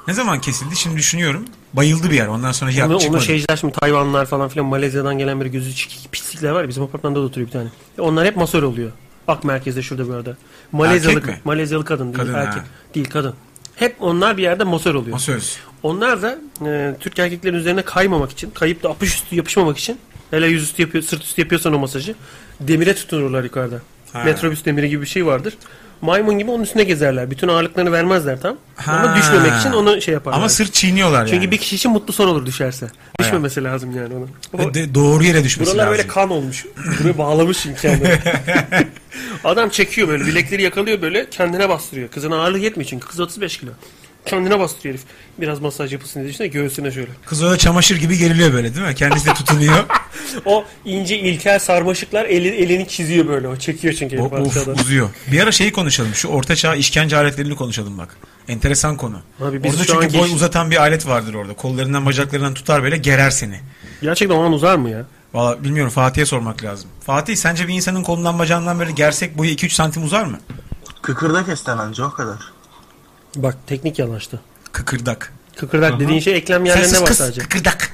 [SPEAKER 2] ne zaman kesildi şimdi düşünüyorum. Bayıldı bir yer. Ondan sonra yat
[SPEAKER 3] Onu, şey- onu
[SPEAKER 2] çıkmadı.
[SPEAKER 3] şeyciler şimdi Tayvanlar falan filan Malezya'dan gelen bir gözü çekik pislikler var ya bizim apartmanda da oturuyor bir tane. E Onlar hep masör oluyor. Ak merkezde şurada bir arada. Malezyalı,
[SPEAKER 2] Erkek mi?
[SPEAKER 3] Malezyalı kadın değil
[SPEAKER 2] Kadın,
[SPEAKER 3] erkek.
[SPEAKER 2] ha.
[SPEAKER 3] Değil kadın. Hep onlar bir yerde masör oluyor.
[SPEAKER 2] O söz.
[SPEAKER 3] Onlar da e, Türk erkeklerin üzerine kaymamak için, kayıp da apış üstü yapışmamak için hele yüzüstü yapıyor, sırt üstü yapıyorsan o masajı demire tutunurlar yukarıda.
[SPEAKER 2] Ha.
[SPEAKER 3] Metrobüs demiri gibi bir şey vardır. Maymun gibi onun üstüne gezerler. Bütün ağırlıklarını vermezler tam. Ama
[SPEAKER 2] Ha.
[SPEAKER 3] düşmemek için onu şey yaparlar.
[SPEAKER 2] Ama sırt çiğniyorlar
[SPEAKER 3] Çünkü
[SPEAKER 2] yani.
[SPEAKER 3] bir kişi için mutlu son olur düşerse. Düşmemesi lazım yani ona. O-
[SPEAKER 2] De- doğru yere düşmesi
[SPEAKER 3] buralar
[SPEAKER 2] lazım.
[SPEAKER 3] böyle kan olmuş. Buraya bağlamış kendini. Adam çekiyor böyle bilekleri yakalıyor böyle kendine bastırıyor. Kızın ağırlığı yetmiyor çünkü kız 35 kilo. Kendine bastırıyor herif. Biraz masaj yapılsın diye işte göğsüne şöyle.
[SPEAKER 2] Kız öyle çamaşır gibi geriliyor böyle değil mi? Kendisi de tutunuyor.
[SPEAKER 3] O ince ilkel sarmaşıklar eli, elini çiziyor böyle. O çekiyor çünkü
[SPEAKER 2] O-
[SPEAKER 3] elini
[SPEAKER 2] of
[SPEAKER 3] parçadan.
[SPEAKER 2] uzuyor. Bir ara şeyi konuşalım. Şu orta çağ işkence aletlerini konuşalım bak. Enteresan konu.
[SPEAKER 3] Abi biz
[SPEAKER 2] orada
[SPEAKER 3] şu
[SPEAKER 2] çünkü
[SPEAKER 3] anki
[SPEAKER 2] boy
[SPEAKER 3] iş-
[SPEAKER 2] uzatan bir alet vardır orada. Kollarından bacaklarından tutar böyle gerer seni.
[SPEAKER 3] Gerçekten olan uzar mı ya?
[SPEAKER 2] Valla bilmiyorum Fatih'e sormak lazım. Fatih sence bir insanın kolundan bacağından böyle gersek boyu 2-3 santim uzar mı?
[SPEAKER 8] Kıkırdak esten anca o kadar.
[SPEAKER 3] Bak teknik yalançtı.
[SPEAKER 2] Kıkırdak.
[SPEAKER 3] Kıkırdak dediğin şey eklem
[SPEAKER 2] Sensiz
[SPEAKER 3] yerlerine var
[SPEAKER 2] kız
[SPEAKER 3] sadece.
[SPEAKER 2] kıkırdak.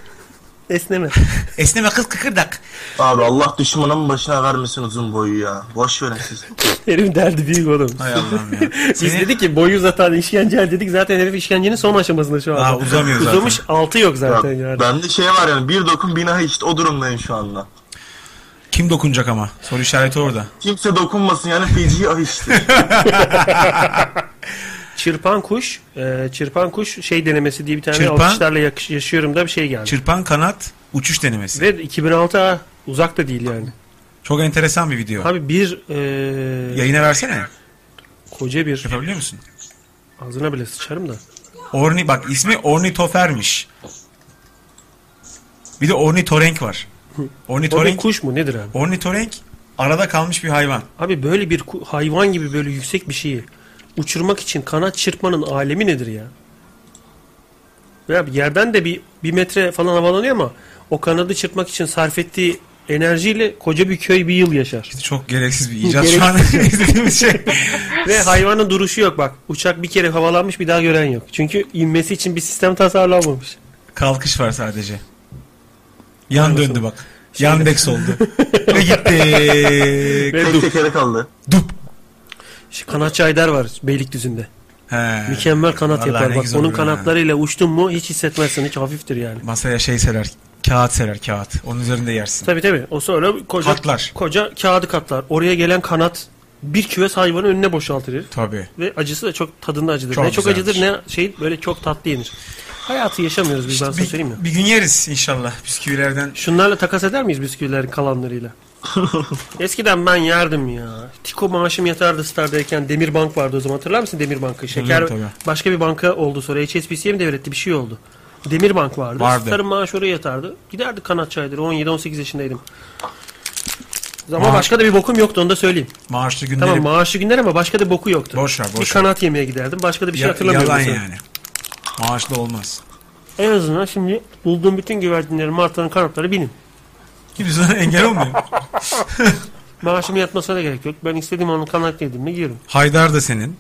[SPEAKER 3] Esneme.
[SPEAKER 2] Esneme kız kıkırdak.
[SPEAKER 8] Abi Allah düşmanın başına vermesin uzun boyu ya. Boş verin siz.
[SPEAKER 3] Herif derdi büyük oğlum.
[SPEAKER 2] Hay Allah'ım ya.
[SPEAKER 3] Biz
[SPEAKER 2] Seni...
[SPEAKER 3] dedik ki boyu uzatan işkence dedik. Zaten herif işkencenin son aşamasında şu anda.
[SPEAKER 2] Daha uzamıyor zaten.
[SPEAKER 3] Uzamış altı yok
[SPEAKER 8] Ya,
[SPEAKER 3] zaten yani.
[SPEAKER 8] Bende şey var yani bir dokun bina işte o durumdayım şu anda.
[SPEAKER 2] Kim dokunacak ama? Soru işareti orada.
[SPEAKER 8] Kimse dokunmasın yani feci ah işte.
[SPEAKER 3] Çırpan kuş, e, çırpan kuş şey denemesi diye bir tane
[SPEAKER 2] Çırpan-
[SPEAKER 3] alkışlarla yakış- yaşıyorum da bir şey geldi.
[SPEAKER 2] Çırpan kanat uçuş denemesi.
[SPEAKER 3] Ve 2006 ha, uzak da değil yani.
[SPEAKER 2] Çok enteresan bir video.
[SPEAKER 3] Abi bir e,
[SPEAKER 2] Yayına versene.
[SPEAKER 3] koca bir
[SPEAKER 2] Yapabiliyor musun?
[SPEAKER 3] ağzına bile sıçarım da.
[SPEAKER 2] Orni bak ismi Ornitofer'miş. Bir de ornitorenk var.
[SPEAKER 3] O bir
[SPEAKER 2] Ornitorenk,
[SPEAKER 3] kuş mu nedir abi?
[SPEAKER 2] ornitorenk arada kalmış bir hayvan.
[SPEAKER 3] Abi böyle bir ku- hayvan gibi böyle yüksek bir şeyi uçurmak için kanat çırpmanın alemi nedir ya? Ya yerden de bir, bir metre falan havalanıyor ama o kanadı çırpmak için sarf ettiği enerjiyle koca bir köy bir yıl yaşar.
[SPEAKER 2] Çok gereksiz bir icat şu an izlediğimiz şey.
[SPEAKER 3] Ve hayvanın duruşu yok bak. Uçak bir kere havalanmış bir daha gören yok. Çünkü inmesi için bir sistem tasarlanmamış.
[SPEAKER 2] Kalkış var sadece. Yan döndü bak. Yan beks oldu. Ve gitti.
[SPEAKER 8] Tek tekere kaldı.
[SPEAKER 2] Dup.
[SPEAKER 3] Şu kanatçı Aydar var Beylikdüzü'nde.
[SPEAKER 2] He.
[SPEAKER 3] Mükemmel kanat
[SPEAKER 2] Vallahi ne
[SPEAKER 3] yapar bak.
[SPEAKER 2] güzel
[SPEAKER 3] Onun
[SPEAKER 2] oluyor ha.
[SPEAKER 3] kanatlarıyla uçtun mu hiç hissetmezsin. Hiç hafiftir yani.
[SPEAKER 2] Masaya şey serer. Kağıt serer kağıt. Onun üzerinde yersin.
[SPEAKER 3] Tabii tabii. O sonra koca,
[SPEAKER 2] Katlar.
[SPEAKER 3] koca kağıdı katlar. Oraya gelen kanat bir küves hayvanın önüne boşaltır herif.
[SPEAKER 2] Tabii.
[SPEAKER 3] Ve acısı da çok tadında acıdır.
[SPEAKER 2] Çok
[SPEAKER 3] ne çok
[SPEAKER 2] güzelmiş.
[SPEAKER 3] acıdır ne şey böyle çok tatlı yenir. Hayatı yaşamıyoruz biz ben sana
[SPEAKER 2] Bir,
[SPEAKER 3] söyleyeyim mi?
[SPEAKER 2] bir gün yeriz inşallah bisküvilerden.
[SPEAKER 3] Şunlarla takas eder miyiz bisküvilerin kalanlarıyla? Eskiden ben yerdim ya. Tiko maaşım yeterdi Star'dayken Demirbank vardı o zaman hatırlar mısın Demirbank'ı? Şeker
[SPEAKER 2] Hatırlıyorum tabii.
[SPEAKER 3] başka bir banka oldu sonra HSBC'ye mi devretti bir şey oldu. Demirbank vardı.
[SPEAKER 2] Vardı.
[SPEAKER 3] Star'ın maaşı oraya yatardı. Giderdik kanat çayları 17-18 yaşındaydım. Ama
[SPEAKER 2] Maaş-
[SPEAKER 3] başka da bir bokum yoktu onu da söyleyeyim.
[SPEAKER 2] Maaşlı günleri.
[SPEAKER 3] Tamam maaşı günler ama başka da boku yoktu.
[SPEAKER 2] Boş ver, boş
[SPEAKER 3] bir
[SPEAKER 2] ver.
[SPEAKER 3] kanat yemeye giderdim. Başka da bir şey
[SPEAKER 2] Ya-
[SPEAKER 3] hatırlamıyorum.
[SPEAKER 2] Yalan
[SPEAKER 3] mesela.
[SPEAKER 2] yani. Maaşlı olmaz.
[SPEAKER 3] En azından şimdi bulduğum bütün güvercinlerin martanın kanatları benim.
[SPEAKER 2] Kimse sana engel olmuyor.
[SPEAKER 3] Maaşım yatmasına da gerek yok. Ben istediğim onun kanat yedim mi yiyorum.
[SPEAKER 2] Haydar da senin.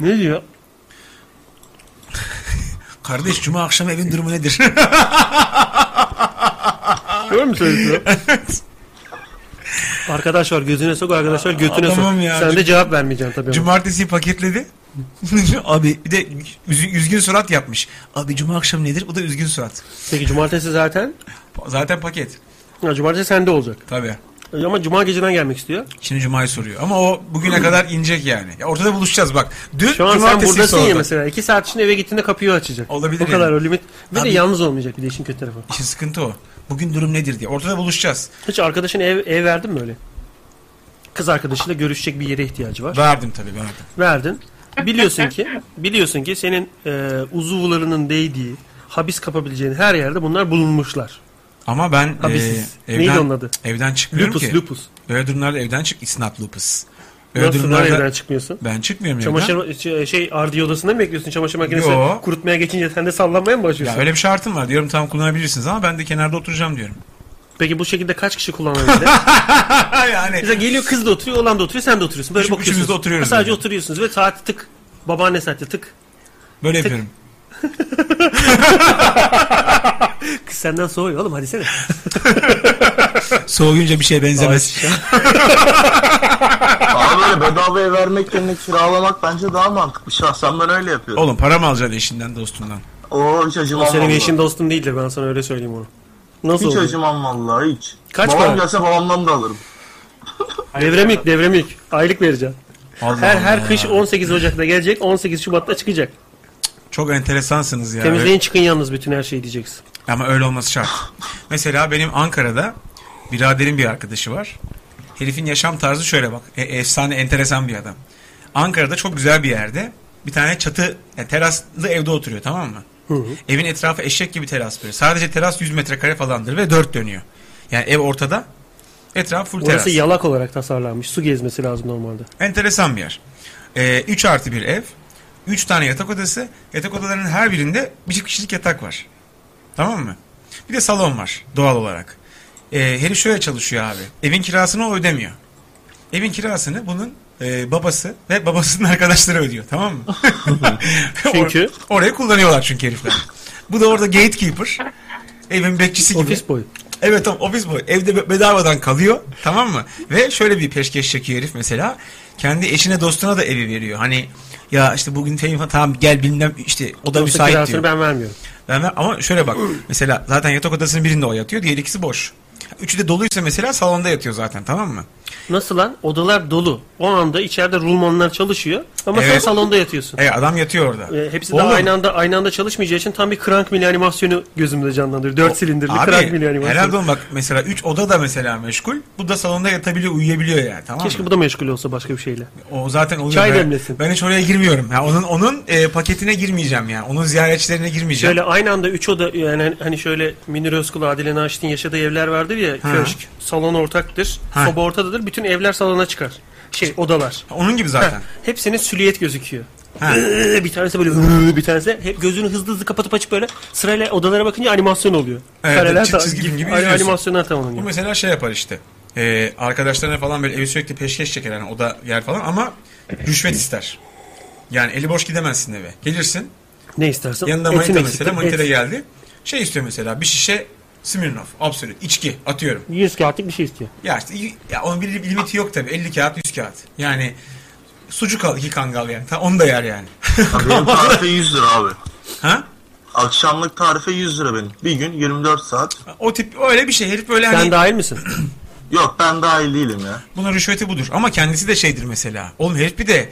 [SPEAKER 3] Ne diyor?
[SPEAKER 2] Kardeş cuma akşam evin durumu nedir?
[SPEAKER 3] Görüyor musun söylediğini? Arkadaş var gözüne sok, arkadaş var götüne sok.
[SPEAKER 2] Tamam ya.
[SPEAKER 3] Sen de cevap vermeyeceksin tabii. ama.
[SPEAKER 2] Cumartesi paketledi. Abi bir de üz- üzgün surat yapmış. Abi cuma akşam nedir? O da üzgün surat.
[SPEAKER 3] Peki cumartesi zaten.
[SPEAKER 2] Zaten paket.
[SPEAKER 3] Ya, cumartesi sende olacak.
[SPEAKER 2] Tabii.
[SPEAKER 3] E, Ama cuma geceden gelmek istiyor.
[SPEAKER 2] Şimdi Cuma'yı soruyor. Ama o bugüne kadar inecek yani. Ya ortada buluşacağız bak. Dün
[SPEAKER 3] Şu an sen
[SPEAKER 2] cumartesi
[SPEAKER 3] buradasın
[SPEAKER 2] sordu.
[SPEAKER 3] ya mesela. iki saat içinde eve gittiğinde kapıyı açacak.
[SPEAKER 2] Olabilir
[SPEAKER 3] O kadar
[SPEAKER 2] yani.
[SPEAKER 3] o limit. Ve de
[SPEAKER 2] Abi-
[SPEAKER 3] yalnız olmayacak bir de işin kötü tarafı.
[SPEAKER 2] İşin sıkıntı o. Bugün durum nedir diye. Ortada buluşacağız.
[SPEAKER 3] Hiç arkadaşın ev, ev verdin mi öyle? Kız arkadaşıyla görüşecek bir yere ihtiyacı var.
[SPEAKER 2] Verdim tabii verdim.
[SPEAKER 3] Verdin. Biliyorsun ki, biliyorsun ki senin e, uzuvlarının değdiği, habis kapabileceğin her yerde bunlar bulunmuşlar.
[SPEAKER 2] Ama ben
[SPEAKER 3] Abi
[SPEAKER 2] e,
[SPEAKER 3] siz- neydi onun
[SPEAKER 2] evden,
[SPEAKER 3] adı?
[SPEAKER 2] evden çıkmıyorum
[SPEAKER 3] Lupus,
[SPEAKER 2] ki. E,
[SPEAKER 3] lupus.
[SPEAKER 2] Öyle durumlarda evden çık. It's not lupus. Öyle
[SPEAKER 3] Nasıl lan
[SPEAKER 2] durumlarda
[SPEAKER 3] evden çıkmıyorsun?
[SPEAKER 2] ben çıkmıyorum evden.
[SPEAKER 3] Çamaşır şey- şey ardiye odasında mı bekliyorsun? Çamaşır makinesi
[SPEAKER 2] Yo.
[SPEAKER 3] kurutmaya geçince sen de sallanmaya mı
[SPEAKER 2] Ya
[SPEAKER 3] başlıyorsun?
[SPEAKER 2] öyle bir şartım var. Diyorum tamam kullanabilirsiniz ama ben de kenarda oturacağım diyorum.
[SPEAKER 3] Peki bu şekilde kaç kişi kullanabilir?
[SPEAKER 2] yani
[SPEAKER 3] Mesela geliyor kız da oturuyor, oğlan da oturuyor, sen de oturuyorsun. Böyle
[SPEAKER 2] Üçümüz
[SPEAKER 3] bakıyorsunuz.
[SPEAKER 2] de oturuyoruz
[SPEAKER 3] Sadece
[SPEAKER 2] yani.
[SPEAKER 3] oturuyorsunuz ve saat tık. Babaanne saati tık.
[SPEAKER 2] böyle yapıyorum.
[SPEAKER 3] Kız senden soğuyor oğlum hadi sen.
[SPEAKER 2] Soğuyunca bir şeye benzemez.
[SPEAKER 8] Abi böyle bedavaya vermek yerine kiralamak bence daha mantıklı. Şahsen ben öyle yapıyorum.
[SPEAKER 2] Oğlum para mı alacaksın eşinden dostundan?
[SPEAKER 8] Oo hiç acımam
[SPEAKER 3] O senin
[SPEAKER 8] vallahi.
[SPEAKER 3] eşin dostun değildir ben sana öyle söyleyeyim onu. Nasıl
[SPEAKER 8] Hiç
[SPEAKER 3] oluyor?
[SPEAKER 8] acımam vallahi hiç.
[SPEAKER 3] Kaç
[SPEAKER 8] Babam
[SPEAKER 3] para?
[SPEAKER 8] gelse babamdan da alırım.
[SPEAKER 3] Devremik devremik. Aylık vereceğim.
[SPEAKER 2] Allah
[SPEAKER 3] Her her
[SPEAKER 2] Allah.
[SPEAKER 3] kış 18 Ocak'ta gelecek 18 Şubat'ta çıkacak.
[SPEAKER 2] Çok enteresansınız ya.
[SPEAKER 3] Temizleyin çıkın yalnız bütün her şeyi diyeceksin.
[SPEAKER 2] Ama öyle olması şart. Mesela benim Ankara'da biraderin bir arkadaşı var. Herifin yaşam tarzı şöyle bak. E- efsane enteresan bir adam. Ankara'da çok güzel bir yerde bir tane çatı yani teraslı evde oturuyor tamam mı? Evin etrafı eşek gibi teras böyle. Sadece teras 100 metrekare falandır ve dört dönüyor. Yani ev ortada. Etraf full
[SPEAKER 3] Orası
[SPEAKER 2] teras.
[SPEAKER 3] yalak olarak tasarlanmış. Su gezmesi lazım normalde.
[SPEAKER 2] Enteresan bir yer. 3 artı bir ev. 3 tane yatak odası. Yatak odalarının her birinde bir çift kişilik yatak var. Tamam mı? Bir de salon var doğal olarak. Ee, herif şöyle çalışıyor abi. Evin kirasını o ödemiyor. Evin kirasını bunun e, babası ve babasının arkadaşları ödüyor. Tamam mı?
[SPEAKER 3] Çünkü-
[SPEAKER 2] Or- orayı kullanıyorlar çünkü herifler. Bu da orada gatekeeper. Evin bekçisi gibi.
[SPEAKER 3] Ofis boyu.
[SPEAKER 2] Evet tamam ofis boy. Evde be- bedavadan kalıyor. Tamam mı? Ve şöyle bir peşkeş çekiyor herif mesela. Kendi eşine dostuna da evi veriyor. Hani ya işte bugün telefon tamam gel bilmem işte o da
[SPEAKER 3] Yoksa
[SPEAKER 2] müsait
[SPEAKER 3] kirasını
[SPEAKER 2] diyor.
[SPEAKER 3] ben vermiyorum.
[SPEAKER 2] Ben ver- ama şöyle bak. mesela zaten yatak odasının birinde o yatıyor. Diğer ikisi boş. Üçü de doluysa mesela salonda yatıyor zaten tamam mı?
[SPEAKER 3] Nasıl lan? Odalar dolu. O anda içeride rulmanlar çalışıyor ama sen
[SPEAKER 2] Evet.
[SPEAKER 3] salonda yatıyorsun.
[SPEAKER 2] E adam yatıyor orada.
[SPEAKER 3] Ee, hepsi de
[SPEAKER 2] Oğlum,
[SPEAKER 3] aynı anda aynı anda çalışmayacağı için tam bir crank mili animasyonu gözümde canlandırıyor. 4 silindirli
[SPEAKER 2] Abi
[SPEAKER 3] crank mili
[SPEAKER 2] herhalde
[SPEAKER 3] animasyonu.
[SPEAKER 2] oğlum bak mesela 3 oda da mesela meşgul. Bu da salonda yatabiliyor uyuyabiliyor yani tamam mı?
[SPEAKER 3] Keşke bu da meşgul olsa başka bir şeyle.
[SPEAKER 2] O zaten oluyor.
[SPEAKER 3] Çay
[SPEAKER 2] Ben-
[SPEAKER 3] demlesin.
[SPEAKER 2] Ben hiç oraya girmiyorum. Ya onun onun e, paketine girmeyeceğim yani. Onun ziyaretçilerine girmeyeceğim.
[SPEAKER 3] Şöyle aynı anda 3 oda yani hani şöyle Münir Özkul, Adile Naşit'in yaşadığı evler vardır ya köşk, salon ortaktır,
[SPEAKER 2] Ha.
[SPEAKER 3] soba ortadadır. Bütün evler salona çıkar. Şey odalar.
[SPEAKER 2] Onun gibi
[SPEAKER 3] Heh,
[SPEAKER 2] zaten.
[SPEAKER 3] hepsinin süliyet gözüküyor.
[SPEAKER 2] Ha.
[SPEAKER 3] Ee, bir tanesi böyle ee, bir tanesi de hep gözünü hızlı hızlı kapatıp açıp böyle sırayla odalara bakınca animasyon oluyor.
[SPEAKER 2] Evet,
[SPEAKER 3] Kareler
[SPEAKER 2] çift
[SPEAKER 3] ta-
[SPEAKER 2] çizgi film gibi
[SPEAKER 3] ani-
[SPEAKER 2] izliyorsun.
[SPEAKER 3] animasyonlar
[SPEAKER 2] Bu
[SPEAKER 3] tamamlanıyor.
[SPEAKER 2] mesela şey yapar işte. E, arkadaşlarına falan böyle evi sürekli peşkeş çeker yani oda yer falan ama rüşvet ister. Yani eli boş gidemezsin eve. Gelirsin.
[SPEAKER 3] Ne istersen.
[SPEAKER 2] Yanında
[SPEAKER 3] etin
[SPEAKER 2] manita
[SPEAKER 3] eksiktir,
[SPEAKER 2] mesela. Manita da
[SPEAKER 3] et.
[SPEAKER 2] geldi. Şey istiyor mesela bir şişe Smirnoff. Absolut. içki atıyorum.
[SPEAKER 3] 100 kağıtlık bir şey istiyor.
[SPEAKER 2] Ya işte ya onun bir limiti yok tabii. 50 kağıt 100 kağıt. Yani sucuk al iki kangal yani. Ta- Onu da yer yani.
[SPEAKER 8] Ya Benim tarife 100 lira abi.
[SPEAKER 2] Ha?
[SPEAKER 8] Akşamlık tarife 100 lira benim. Bir gün 24 saat.
[SPEAKER 2] O tip öyle bir şey. Herif böyle
[SPEAKER 3] Sen
[SPEAKER 2] hani
[SPEAKER 3] dahil misin?
[SPEAKER 8] Yok ben dahil değilim ya.
[SPEAKER 2] bunun rüşveti budur. Ama kendisi de şeydir mesela. Oğlum herif bir de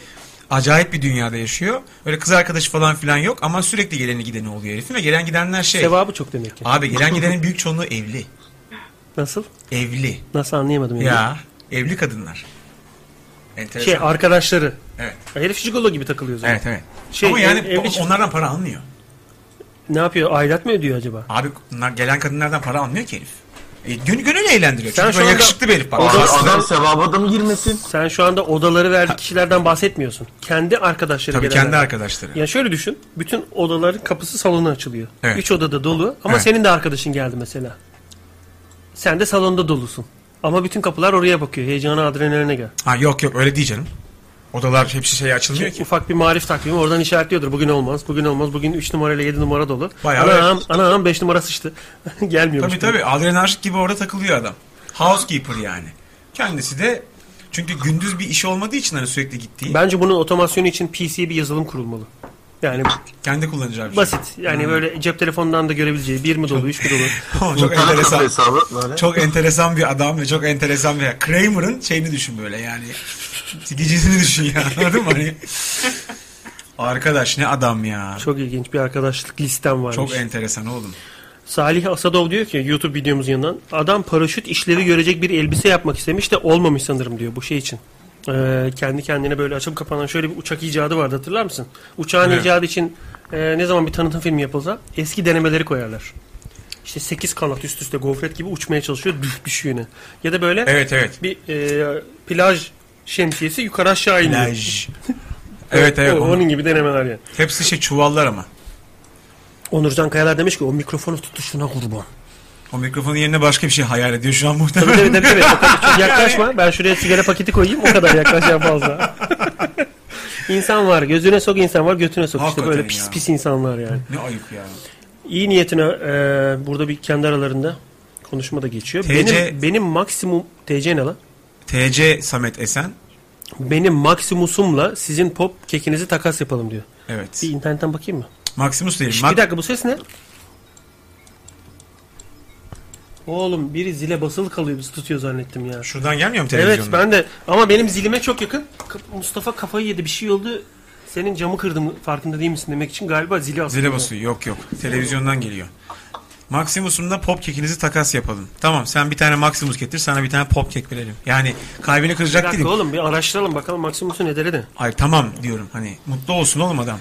[SPEAKER 2] acayip bir dünyada yaşıyor. Öyle kız arkadaşı falan filan yok ama sürekli geleni gideni oluyor herifin ve gelen gidenler şey.
[SPEAKER 3] Sevabı çok demek ki.
[SPEAKER 2] Abi gelen gidenin büyük çoğunluğu evli.
[SPEAKER 3] Nasıl?
[SPEAKER 2] Evli.
[SPEAKER 3] Nasıl anlayamadım. yani.
[SPEAKER 2] Ya. Evli kadınlar. Enteresan.
[SPEAKER 3] Şey arkadaşları.
[SPEAKER 2] evet.
[SPEAKER 3] Herif jigolo gibi takılıyor zaten.
[SPEAKER 2] Evet evet.
[SPEAKER 3] Şey,
[SPEAKER 2] ama yani
[SPEAKER 3] ev- evli
[SPEAKER 2] o-
[SPEAKER 3] çift-
[SPEAKER 2] onlardan para almıyor.
[SPEAKER 3] Ne yapıyor? Aidat mı ödüyor acaba?
[SPEAKER 2] Abi bunlar gelen kadınlardan para almıyor ki herif. E, gönül gönül eğlendiriyor.
[SPEAKER 3] Sen
[SPEAKER 2] Çünkü
[SPEAKER 3] şu
[SPEAKER 2] böyle
[SPEAKER 3] anda-
[SPEAKER 2] yakışıklı bir herif bak.
[SPEAKER 8] Abi,
[SPEAKER 2] Aslında-
[SPEAKER 8] adam sevaba da mı girmesin?
[SPEAKER 3] Sen şu anda odaları verdiği kişilerden bahsetmiyorsun. Kendi arkadaşları
[SPEAKER 2] Tabii
[SPEAKER 3] gelenler.
[SPEAKER 2] kendi arkadaşları.
[SPEAKER 3] Ya şöyle düşün. Bütün odaların kapısı salona açılıyor.
[SPEAKER 2] Evet.
[SPEAKER 3] Üç odada dolu ama
[SPEAKER 2] Evet.
[SPEAKER 3] senin de arkadaşın geldi mesela. Sen de salonda dolusun. Ama bütün kapılar oraya bakıyor. Heyecana adrenaline gel.
[SPEAKER 2] Ha yok yok öyle değil canım. Odalar hepsi şeye açılmıyor ki.
[SPEAKER 3] Ufak bir marif takvimi oradan işaretliyordur. Bugün olmaz, bugün olmaz. Bugün 3 numarayla 7 numara dolu.
[SPEAKER 2] Bayağı
[SPEAKER 3] anam, anam 5 numara sıçtı. Gelmiyormuş.
[SPEAKER 2] Tabii tabii adrenarşik gibi orada takılıyor adam. Housekeeper yani. Kendisi de çünkü gündüz bir işi olmadığı için hani sürekli gittiği.
[SPEAKER 3] Bence bunun otomasyonu için PC'ye bir yazılım kurulmalı. Yani
[SPEAKER 2] Kendi kullanacağı bir şey.
[SPEAKER 3] basit. Yani
[SPEAKER 2] Hmm.
[SPEAKER 3] böyle cep telefonundan da görebileceği bir mi dolu, üç mi dolu.
[SPEAKER 2] şey. Oğlum, çok
[SPEAKER 8] İnternet kafe
[SPEAKER 2] enteresan.
[SPEAKER 8] hesabı böyle.
[SPEAKER 2] Çok enteresan bir adam ve çok enteresan bir Kramer'ın şeyini düşün böyle yani. Sikicisini düşün ya anladın mı? Hani... Arkadaş ne adam ya. Çok,
[SPEAKER 3] Çok ilginç bir arkadaşlık listem varmış.
[SPEAKER 2] enteresan oğlum.
[SPEAKER 3] Salih Asadov diyor ki YouTube videomuzun yanından adam paraşüt işlevi görecek bir elbise yapmak istemiş de olmamış sanırım diyor bu şey için. Ee, kendi kendine böyle açıp kapanan şöyle bir uçak icadı vardı hatırlar mısın? Uçağın
[SPEAKER 2] Evet.
[SPEAKER 3] icadı için e, ne zaman bir tanıtım filmi yapılsa eski denemeleri koyarlar. İşte 8 kanat üst üste gofret gibi uçmaya çalışıyor düş düşüyor yine. Ya da böyle
[SPEAKER 2] Evet evet.
[SPEAKER 3] bir e, plaj şemsiyesi yukarı aşağı iniyor.
[SPEAKER 2] Plaj. evet evet.
[SPEAKER 3] O-
[SPEAKER 2] onun-
[SPEAKER 3] onun gibi denemeler yani.
[SPEAKER 2] Hepsi şey çuvallar ama.
[SPEAKER 3] Onurcan Kayalar demiş ki o mikrofonu tutuşuna kurban.
[SPEAKER 2] O mikrofonun yerine başka bir şey hayal ediyor şu an muhtemelen.
[SPEAKER 3] Tabii tabii tabii. O kadar çok yaklaşma. Ben şuraya sigara paketi koyayım. O kadar yaklaş ya fazla. insan var. Gözüne sok insan var. Götüne sok. işte
[SPEAKER 2] Hakikaten
[SPEAKER 3] böyle
[SPEAKER 2] ya.
[SPEAKER 3] pis pis insanlar yani.
[SPEAKER 2] Ne ayıp ya.
[SPEAKER 3] İyi niyetine e, burada bir kendi aralarında konuşma da geçiyor.
[SPEAKER 2] TC
[SPEAKER 3] Benim, benim maksimum TC ne lan?
[SPEAKER 2] TC Samet Esen.
[SPEAKER 3] Benim maksimusumla sizin pop kekinizi takas yapalım diyor.
[SPEAKER 2] Evet.
[SPEAKER 3] Bir internetten bakayım mı?
[SPEAKER 2] Maximus değil.
[SPEAKER 3] Şş,
[SPEAKER 2] Mak-
[SPEAKER 3] bir dakika bu ses ne? Oğlum biri zile basılı kalıyor bizi tutuyor zannettim ya.
[SPEAKER 2] Şuradan gelmiyor mu
[SPEAKER 3] Evet
[SPEAKER 2] televizyonda?
[SPEAKER 3] ben de ama benim zilime çok yakın. Ka- Mustafa kafayı yedi bir şey oldu. Senin camı kırdım farkında değil misin demek için galiba zili aslında.
[SPEAKER 2] Zile basıyor. Yok yok. Televizyondan geliyor. Maximus'umda pop kekinizi takas yapalım. Tamam sen bir tane Maximus getir sana bir tane pop kek verelim. Yani kalbini
[SPEAKER 3] Bir
[SPEAKER 2] kıracak
[SPEAKER 3] dakika
[SPEAKER 2] değilim.
[SPEAKER 3] oğlum bir araştıralım bakalım Maximus'u ne der de.
[SPEAKER 2] Hayır tamam diyorum hani mutlu olsun oğlum adam.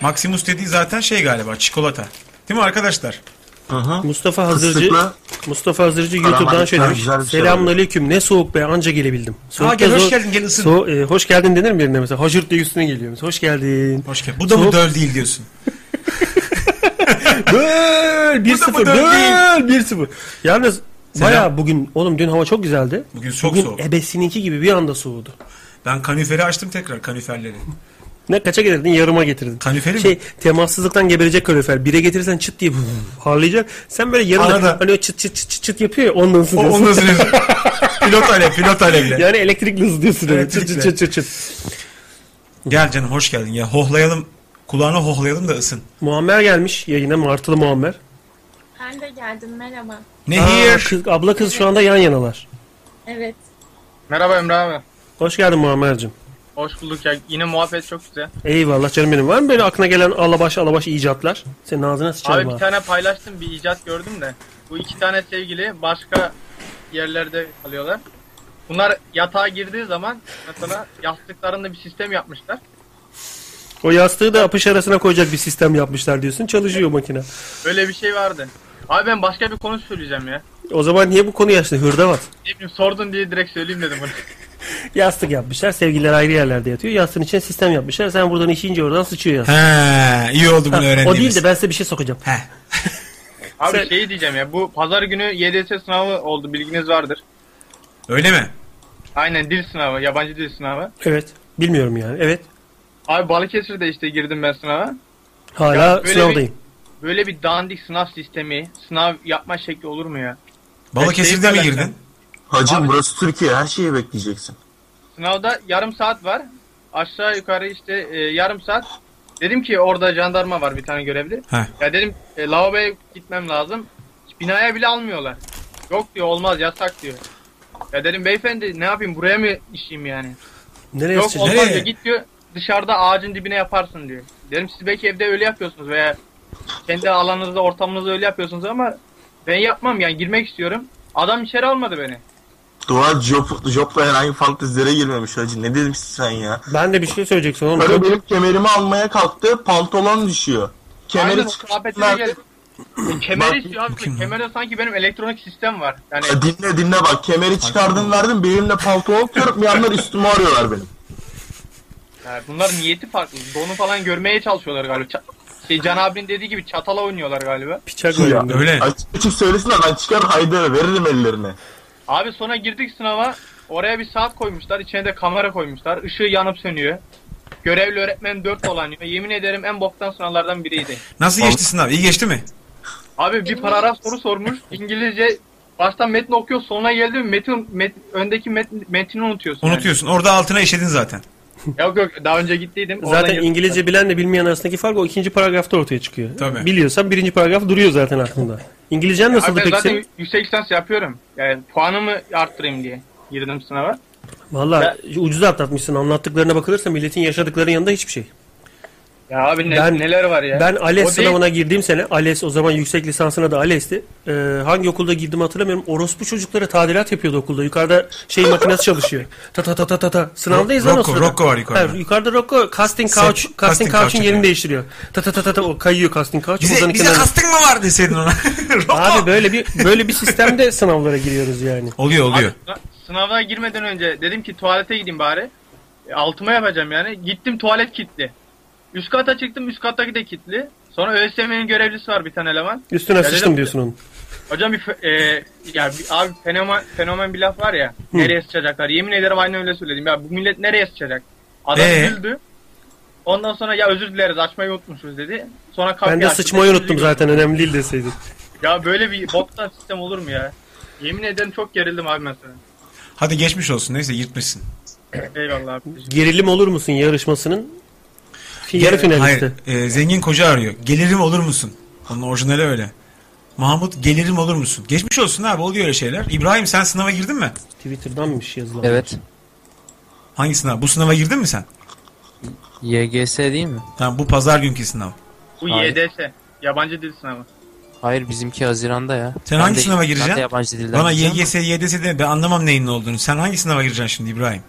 [SPEAKER 2] Maximus dediği zaten şey galiba çikolata. Değil mi arkadaşlar?
[SPEAKER 8] Hı hı.
[SPEAKER 3] Mustafa Hazırcı
[SPEAKER 8] Fıstıkla-
[SPEAKER 3] Mustafa Hazırcı
[SPEAKER 8] Karaman
[SPEAKER 3] YouTube'dan şöyle
[SPEAKER 8] güzel
[SPEAKER 3] demiş.
[SPEAKER 8] bir şey
[SPEAKER 3] Selamünaleyküm ne soğuk be anca gelebildim. Soğukta
[SPEAKER 2] gel, hoş
[SPEAKER 3] zor-
[SPEAKER 2] geldin, gel ısın.
[SPEAKER 3] So- e, hoş geldin denir mi birine mesela? Hacırt diye üstüne geliyor mesela. Hoş geldin.
[SPEAKER 2] Hoş geldin. Bu da mı
[SPEAKER 3] Soğuk-
[SPEAKER 2] döl değil diyorsun.
[SPEAKER 3] Böl 1-0
[SPEAKER 2] Bu da bu dört
[SPEAKER 3] böl 1-0. Yalnız baya bugün oğlum dün hava çok güzeldi.
[SPEAKER 2] Bugün çok
[SPEAKER 3] bugün
[SPEAKER 2] soğuk.
[SPEAKER 3] ebesininki gibi bir anda soğudu.
[SPEAKER 2] Ben kaniferi açtım tekrar kaniferleri.
[SPEAKER 3] Ne kaça getirdin? Yarıma getirdin.
[SPEAKER 2] Kaniferi
[SPEAKER 3] şey,
[SPEAKER 2] mi?
[SPEAKER 3] temassızlıktan geberecek kalorifer. Bire getirirsen çıt diye harlayacak. Sen böyle
[SPEAKER 2] Arada.
[SPEAKER 3] yarıda hani o çıt çıt çıt çıt, çıt yapıyor ya ondan
[SPEAKER 2] O,
[SPEAKER 3] ısınıyorsun.
[SPEAKER 2] onu da sinir- pilot alev, pilot alevle.
[SPEAKER 3] Yani elektrikli ısıtıyorsun öyle. Çıt çıt
[SPEAKER 2] Elektrikle.
[SPEAKER 3] çıt çıt çıt.
[SPEAKER 2] Gel canım hoş geldin. Ya hohlayalım. Kulağına hohlayalım da ısın.
[SPEAKER 3] Muammer gelmiş yayına. Martılı Muammer.
[SPEAKER 9] Ben de geldim merhaba.
[SPEAKER 3] Aa,
[SPEAKER 2] Nehir.
[SPEAKER 3] kız- abla kız şu anda yan yanalar.
[SPEAKER 9] Evet.
[SPEAKER 10] Merhaba Emre abi.
[SPEAKER 3] Hoş geldin Muammer'cim.
[SPEAKER 10] Hoş bulduk ya. Yine muhabbet çok güzel.
[SPEAKER 3] Eyvallah canım benim. Var mı böyle aklına gelen alabaş alabaş icatlar? Senin ağzına
[SPEAKER 10] Abi
[SPEAKER 3] sıçarım
[SPEAKER 10] bir
[SPEAKER 3] ha.
[SPEAKER 10] tane paylaştım bir icat gördüm de. Bu iki tane sevgili başka yerlerde kalıyorlar. Bunlar yatağa girdiği zaman mesela yastıklarında bir sistem yapmışlar.
[SPEAKER 3] O yastığı da apış arasına koyacak bir sistem yapmışlar diyorsun. Çalışıyor makine.
[SPEAKER 10] Böyle bir şey vardı. Abi ben başka bir konu söyleyeceğim ya.
[SPEAKER 3] O zaman niye bu konuyu açtın? Hırdavat.
[SPEAKER 10] Ne bileyim sordun diye direkt söyleyeyim dedim bunu.
[SPEAKER 3] Yastık yapmışlar. Sevgililer ayrı yerlerde yatıyor. Yastığın içine sistem yapmışlar. Sen buradan işince oradan sıçıyor yastık.
[SPEAKER 2] He, iyi oldu bunu öğrendiğimiz.
[SPEAKER 3] o değil de ben size bir şey sokacağım.
[SPEAKER 2] He.
[SPEAKER 10] Abi
[SPEAKER 3] Sen-
[SPEAKER 10] şeyi diyeceğim ya bu pazar günü YDS sınavı oldu bilginiz vardır.
[SPEAKER 2] Öyle mi?
[SPEAKER 10] Aynen dil sınavı, yabancı dil sınavı.
[SPEAKER 3] Evet. Bilmiyorum yani. Evet.
[SPEAKER 10] Abi Balıkesir'de işte girdim ben sınava.
[SPEAKER 3] Hala
[SPEAKER 10] Ya böyle bir-
[SPEAKER 3] sınavdayım.
[SPEAKER 10] Böyle bir dandik sınav sistemi, sınav yapma şekli olur mu ya?
[SPEAKER 2] Balıkesir'de mi
[SPEAKER 10] Şey-
[SPEAKER 2] girdin?
[SPEAKER 8] Hacım burası Türkiye her şeyi bekleyeceksin.
[SPEAKER 10] Sınavda yarım saat var. Aşağı yukarı işte e, yarım saat Dedim ki orada jandarma var bir tane görevli.
[SPEAKER 2] Heh.
[SPEAKER 10] Ya dedim e, lavaboya gitmem lazım. Binaya bile almıyorlar. Yok diyor olmaz yasak diyor. Ya dedim beyefendi ne yapayım buraya mı işeyim yani?
[SPEAKER 3] Nereye
[SPEAKER 10] Yok
[SPEAKER 3] sıçacak?
[SPEAKER 10] olmaz
[SPEAKER 3] Nereye?
[SPEAKER 10] diyor git diyor dışarıda ağacın dibine yaparsın diyor. Dedim siz belki evde öyle yapıyorsunuz veya kendi alanınızda ortamınızda öyle yapıyorsunuz ama ben yapmam yani girmek istiyorum. Adam içeri almadı beni.
[SPEAKER 8] Duvar job, jobla herhangi fantezilere girmemiş hacı. Ne dedim sen ya?
[SPEAKER 3] Ben de bir şey söyleyeceksin oğlum.
[SPEAKER 8] Karı
[SPEAKER 3] Çok-
[SPEAKER 8] benim kemerimi almaya kalktı. Pantolon düşüyor. Kemeri
[SPEAKER 10] Aynen,
[SPEAKER 8] çık-
[SPEAKER 10] muhabbetine geldim. E, Kemer istiyor abi. Kemerde sanki benim elektronik sistem var. Yani
[SPEAKER 8] Ya Dinle dinle bak. Kemeri çıkardım verdim. Benimle pantolon tutuyorum. Bir yandan üstümü arıyorlar benim.
[SPEAKER 10] Yani e, bunlar niyeti farklı. Donu falan görmeye çalışıyorlar galiba. Ça- şey, Can abinin dediği gibi çatala oynuyorlar galiba. şey
[SPEAKER 8] Ya, Açık açık söylesinler ben çıkar haydi veririm ellerine.
[SPEAKER 10] Abi sonra girdik sınava. Oraya bir saat koymuşlar. içine de kamera koymuşlar. Işığı yanıp sönüyor. Görevli öğretmen 4 dolanıyor. Yemin ederim en boktan sınavlardan biriydi.
[SPEAKER 2] Nasıl geçti sınav? İyi geçti mi?
[SPEAKER 10] Abi bir paragraf soru sormuş. İngilizce baştan metni okuyor. Sonuna geldi mi metin, met- öndeki metin, metni unutuyorsun. yani.
[SPEAKER 2] Unutuyorsun. Orada altına işedin zaten.
[SPEAKER 10] Yok yok daha önce gittiydim. oradan
[SPEAKER 3] Zaten
[SPEAKER 10] yazdım.
[SPEAKER 3] İngilizce bilenle bilmeyen arasındaki fark o ikinci paragrafta ortaya çıkıyor.
[SPEAKER 2] Tabii.
[SPEAKER 3] Biliyorsan birinci paragraf duruyor zaten aklında. İngilizcen nasıldı
[SPEAKER 10] Abi ben
[SPEAKER 3] peki
[SPEAKER 10] zaten
[SPEAKER 3] senin?
[SPEAKER 10] yüksek lisans yapıyorum. Yani puanımı arttırayım diye girdim sınava.
[SPEAKER 3] Valla ucuza atlatmışsın. Anlattıklarına bakılırsa milletin yaşadıkları yanında hiçbir şey.
[SPEAKER 10] Ya abi ne- neler var ya.
[SPEAKER 3] Ben ALES
[SPEAKER 10] O değil-
[SPEAKER 3] sınavına girdiğim sene, ALES o zaman yüksek lisansına da ALES'ti. Ee, hangi okulda girdim hatırlamıyorum. Orospu çocuklara tadilat yapıyordu okulda. Yukarıda şey makinesi çalışıyor. Ta ta ta ta ta ta. Sınavdayız lan o
[SPEAKER 2] Rocco,
[SPEAKER 3] sırada.
[SPEAKER 2] Rocco var yukarıda.
[SPEAKER 3] Ha, yukarıda Rocco casting
[SPEAKER 2] Set,
[SPEAKER 3] couch, casting,
[SPEAKER 2] casting couch'un
[SPEAKER 3] couch'un yerini
[SPEAKER 2] yani.
[SPEAKER 3] değiştiriyor. Ta ta ta ta ta o kayıyor casting couch.
[SPEAKER 2] Bize,
[SPEAKER 3] Ozan'ın
[SPEAKER 2] bize
[SPEAKER 3] kenarına-
[SPEAKER 2] kastın mı var deseydin ona.
[SPEAKER 3] Abi böyle bir böyle bir sistemde sınavlara giriyoruz yani.
[SPEAKER 2] oluyor oluyor.
[SPEAKER 10] Sınava girmeden önce dedim ki tuvalete gideyim bari. E, altıma yapacağım yani. Gittim tuvalet kilitli. Üst kata çıktım üst kattaki de kilitli. Sonra ÖSYM'nin görevlisi var bir tane eleman.
[SPEAKER 3] Üstüne
[SPEAKER 10] Ya
[SPEAKER 3] sıçtım
[SPEAKER 10] dedim,
[SPEAKER 3] diyorsun onun.
[SPEAKER 10] Hocam bir, fe- e, ya bir- abi fenomen, fenomen bir laf var ya. Nereye sıçacaklar? Yemin ederim aynen öyle söyledim. Ya bu millet nereye sıçacak? Adam
[SPEAKER 3] Ee?
[SPEAKER 10] güldü. Ondan sonra ya özür dileriz açmayı unutmuşuz dedi. Sonra kapıyı
[SPEAKER 3] Ben de
[SPEAKER 10] açtı,
[SPEAKER 3] sıçmayı
[SPEAKER 10] dedi,
[SPEAKER 3] unuttum zaten önemli değil deseydin.
[SPEAKER 10] Ya böyle bir boktan sistem olur mu ya? Yemin ederim çok gerildim abi mesela.
[SPEAKER 2] Hadi geçmiş olsun. Neyse yırtmışsın.
[SPEAKER 10] Eyvallah abi.
[SPEAKER 3] Gerilim olur musun yarışmasının? Fi- Yarı finalisti.
[SPEAKER 2] Hayır, e, zengin koca arıyor. Gelirim olur musun? Onun orijinali öyle. Mahmut gelirim olur musun? Geçmiş olsun abi oluyor öyle şeyler. İbrahim sen sınava girdin mi?
[SPEAKER 3] Twitter'danmış yazılan.
[SPEAKER 11] Evet.
[SPEAKER 2] Hangi sınav? Bu sınava girdin mi sen?
[SPEAKER 11] YGS değil mi?
[SPEAKER 2] Tamam bu pazar günkü sınav.
[SPEAKER 10] Bu
[SPEAKER 11] Hayır.
[SPEAKER 10] YDS. Yabancı dil sınavı.
[SPEAKER 11] Hayır bizimki Haziran'da ya.
[SPEAKER 2] Sen
[SPEAKER 11] Ben
[SPEAKER 2] hangi
[SPEAKER 11] de-
[SPEAKER 2] sınava
[SPEAKER 11] ben de
[SPEAKER 2] gireceksin?
[SPEAKER 11] yabancı dilden
[SPEAKER 2] Bana
[SPEAKER 11] gireceğim.
[SPEAKER 2] YGS, YDS de ben anlamam neyin ne olduğunu. Sen hangi sınava gireceksin şimdi İbrahim?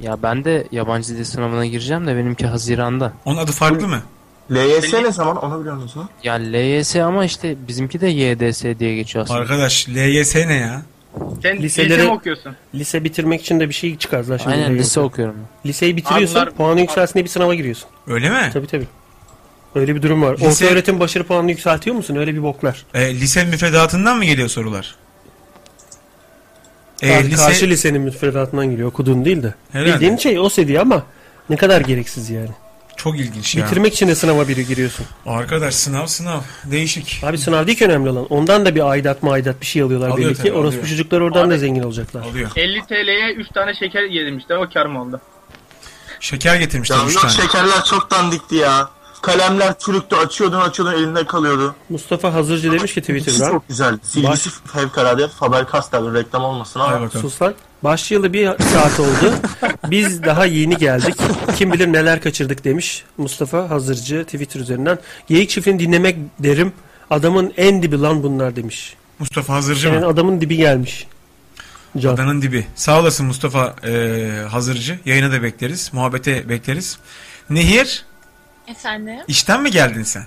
[SPEAKER 11] Ya ben de yabancı dil sınavına gireceğim de benimki Haziran'da.
[SPEAKER 2] Onun adı farklı mı?
[SPEAKER 8] LYS ne zaman onu biliyor musun?
[SPEAKER 11] Ya LYS ama işte bizimki de YDS diye geçiyor aslında.
[SPEAKER 2] Arkadaş LYS ne ya?
[SPEAKER 10] Sen
[SPEAKER 3] Liselere-
[SPEAKER 10] lise mi okuyorsun?
[SPEAKER 3] Lise bitirmek için de bir şey çıkar zaten.
[SPEAKER 11] Aynen, lise okuyorum.
[SPEAKER 3] Liseyi bitiriyorsun,
[SPEAKER 10] Abi bunlar-
[SPEAKER 3] puanı yükselsin diye bir sınava giriyorsun.
[SPEAKER 2] Öyle mi?
[SPEAKER 3] Tabii tabii. Öyle bir durum var.
[SPEAKER 2] Lise-
[SPEAKER 3] Orta öğretim başarı puanını yükseltiyor musun? Öyle bir boklar.
[SPEAKER 2] E, lise müfredatından mı geliyor sorular? E,
[SPEAKER 3] Kar-
[SPEAKER 2] lise-
[SPEAKER 3] Karşı lisenin müfredatından giriyor. Okuduğun değil de.
[SPEAKER 2] Herhalde.
[SPEAKER 3] Bildiğin şey o seviye ama ne kadar gereksiz yani.
[SPEAKER 2] Çok ilginç ya.
[SPEAKER 3] Bitirmek için de sınava biri giriyorsun.
[SPEAKER 2] Arkadaş sınav sınav. Değişik.
[SPEAKER 3] Abi sınav değil ki önemli olan. Ondan da bir aidat maidat bir şey alıyorlar
[SPEAKER 2] Alıyor
[SPEAKER 3] belli ki.
[SPEAKER 2] tabii,
[SPEAKER 3] Orospu
[SPEAKER 2] alıyor.
[SPEAKER 3] çocuklar oradan da zengin olacaklar.
[SPEAKER 2] Alıyor.
[SPEAKER 10] 50 TL'ye 3 tane şeker yedim işte o karım oldu.
[SPEAKER 2] Şeker getirmişler
[SPEAKER 8] Ya
[SPEAKER 2] üç
[SPEAKER 8] yok
[SPEAKER 2] tane.
[SPEAKER 8] şekerler çok dandikti ya. Kalemler çürüktü açıyordun açıyordun elinde kalıyordu.
[SPEAKER 3] Mustafa Hazırcı demiş ki Twitter'dan.
[SPEAKER 8] Çok güzel. Silgisi fevkalade Faber-Castell reklam olmasın ama.
[SPEAKER 3] Sus lan. Başlayalı bir saat oldu. Biz daha yeni geldik. Kim bilir neler kaçırdık demiş Mustafa Hazırcı Twitter üzerinden. Geyik çiftini dinlemek derim. Adamın en dibi lan bunlar demiş.
[SPEAKER 2] Mustafa Hazırcı
[SPEAKER 3] Senin
[SPEAKER 2] mı?
[SPEAKER 3] adamın dibi gelmiş. Can.
[SPEAKER 2] Adanın dibi. Sağ olasın Mustafa e, Hazırcı. Yayına da bekleriz. Muhabbete bekleriz. Nehir
[SPEAKER 9] Efendim?
[SPEAKER 2] işten mi geldin sen?